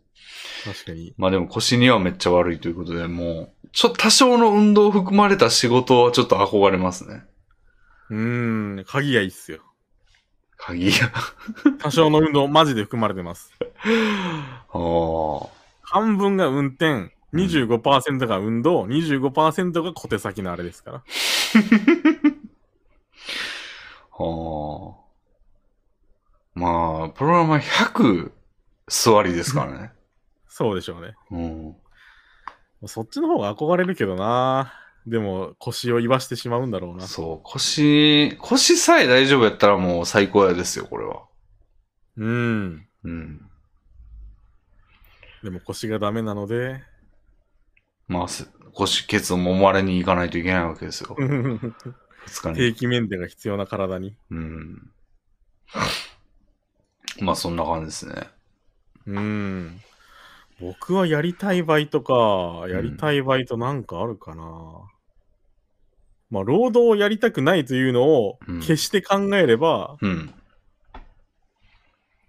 [SPEAKER 2] 確かに。
[SPEAKER 1] まあでも腰にはめっちゃ悪いということで、もう、ちょ、多少の運動を含まれた仕事はちょっと憧れますね。
[SPEAKER 2] うーん、鍵がいいっすよ。
[SPEAKER 1] 鍵が。
[SPEAKER 2] 多少の運動、マジで含まれてます。
[SPEAKER 1] ああ。
[SPEAKER 2] 半分が運転、
[SPEAKER 1] うん
[SPEAKER 2] 25%が運動、25%が小手先のあれですから。
[SPEAKER 1] はあ。まあ、プログラマー100座りですからね。
[SPEAKER 2] そうでしょうね。
[SPEAKER 1] うん。
[SPEAKER 2] そっちの方が憧れるけどな。でも、腰を言わしてしまうんだろうな。
[SPEAKER 1] そう、腰、腰さえ大丈夫やったらもう最高やですよ、これは。
[SPEAKER 2] うん。
[SPEAKER 1] うん。
[SPEAKER 2] でも腰がダメなので、
[SPEAKER 1] まあ、せ腰、ケツを揉まれに行かないといけないわけですよ。二日に。
[SPEAKER 2] 定期メンテが必要な体に。
[SPEAKER 1] うん。まあ、そんな感じですね。
[SPEAKER 2] うん。僕はやりたいバイトか、やりたいバイトなんかあるかな。まあ、労働をやりたくないというのを
[SPEAKER 1] うん
[SPEAKER 2] 決して考えれば、
[SPEAKER 1] うん。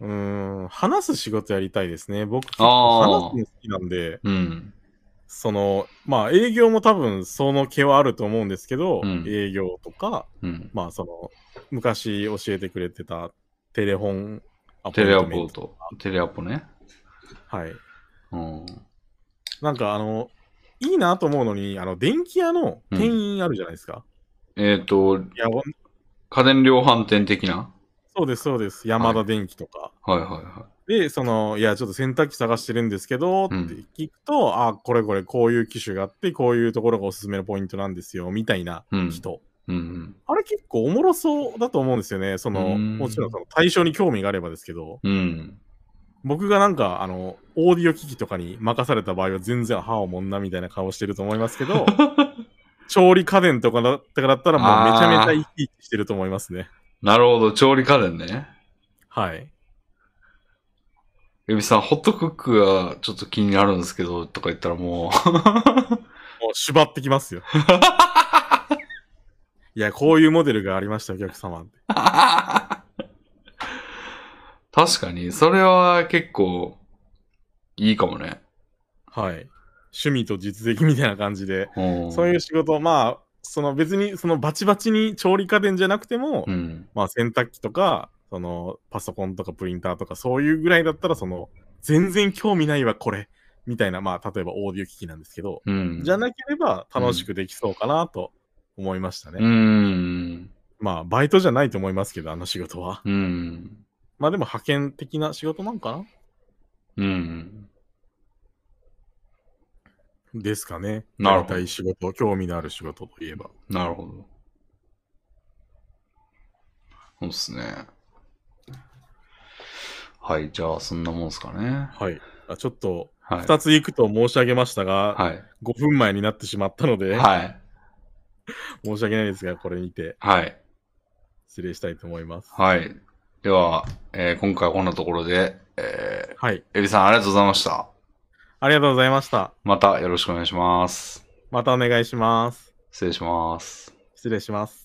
[SPEAKER 2] うーん、話す仕事やりたいですね。僕、
[SPEAKER 1] あー
[SPEAKER 2] 話すの好きなんで、
[SPEAKER 1] うん。
[SPEAKER 2] その、まあ、営業も多分その気はあると思うんですけど、
[SPEAKER 1] うん
[SPEAKER 2] 営業とか、
[SPEAKER 1] うん。
[SPEAKER 2] まあ、その、昔教えてくれてたテレフォンアポ
[SPEAKER 1] テ
[SPEAKER 2] イン
[SPEAKER 1] レア
[SPEAKER 2] トメ
[SPEAKER 1] ポ
[SPEAKER 2] ント。
[SPEAKER 1] と。テレアポね。
[SPEAKER 2] はい。
[SPEAKER 1] うん。
[SPEAKER 2] なんかあの、いいなと思うのに、あの、電気屋の店員あるじゃないですか。
[SPEAKER 1] えっ、と、
[SPEAKER 2] いやわ
[SPEAKER 1] 家電量販店的な
[SPEAKER 2] そうです、そうです。山田電機とか。
[SPEAKER 1] はいはいは
[SPEAKER 2] で、その、いや、ちょっと洗濯機探してるんですけど、って
[SPEAKER 1] うん。
[SPEAKER 2] 聞くと、あ、これこれ、こういう機種があって、こういうところがおすすめのポイントなんですよ、みたいない
[SPEAKER 1] うん。
[SPEAKER 2] 人。
[SPEAKER 1] うんうん。
[SPEAKER 2] あれ結構おもろそうだと思うんですよね。その、
[SPEAKER 1] うん
[SPEAKER 2] もちろんその対象に興味があればですけど、
[SPEAKER 1] うん。
[SPEAKER 2] 僕がなんか、あの、オーディオ機器とかに任された場合は全然歯をもんなみたいな顔してると思います けど、調理家電とかだったらったらもうめちゃめちゃ生き生きしてると思いますね。
[SPEAKER 1] なるほど、調理家電ね。
[SPEAKER 2] はい。
[SPEAKER 1] エビさん、ホットクックがちょっと気になるんですけど、とか言ったらも
[SPEAKER 2] もう縛ってきま すよ。いや、こういうモデルがありました、お客様。
[SPEAKER 1] う。 確かに、それは結構、いいかもね。
[SPEAKER 2] はい。趣味と実績みたいな感じで、そう
[SPEAKER 1] い
[SPEAKER 2] いう仕事、まあ、その別にそのバチバチに調理家電じゃなくても、
[SPEAKER 1] うん。
[SPEAKER 2] まあ洗濯機とか、そのパソコンとかプリンターとかそういうぐらいだったら、その全然興味ないわ、これ。みたいな、まあ例えばオーディオ機器なんですけど、
[SPEAKER 1] うん。
[SPEAKER 2] じゃなければ楽しくできそうかなと思いましたね。
[SPEAKER 1] うん。
[SPEAKER 2] まあバイトじゃないと思いますけど、あの仕事は。
[SPEAKER 1] うん。
[SPEAKER 2] まあでも派遣的な仕事なんかな
[SPEAKER 1] うん。
[SPEAKER 2] ですかね。
[SPEAKER 1] なるほど
[SPEAKER 2] やりたい仕事、興味のある仕事といえば。
[SPEAKER 1] なるほど。そうっすね。はい、じゃあ、そんなもんっすかね。
[SPEAKER 2] はい。あちょっと、
[SPEAKER 1] はい。
[SPEAKER 2] 二つ行くと申し上げましたが、
[SPEAKER 1] はい。
[SPEAKER 2] 5分前になってしまったので、
[SPEAKER 1] はい。
[SPEAKER 2] 申し訳ないですが、これにて
[SPEAKER 1] はい。
[SPEAKER 2] 失礼したいと思います。
[SPEAKER 1] はい。では、えー今回はこんなところで、え
[SPEAKER 2] はい。
[SPEAKER 1] ー、エビさんありがとうございました。
[SPEAKER 2] ありがとうございました。
[SPEAKER 1] またよろしくお願いします。
[SPEAKER 2] またお願いします。
[SPEAKER 1] 失礼します。
[SPEAKER 2] 失礼します。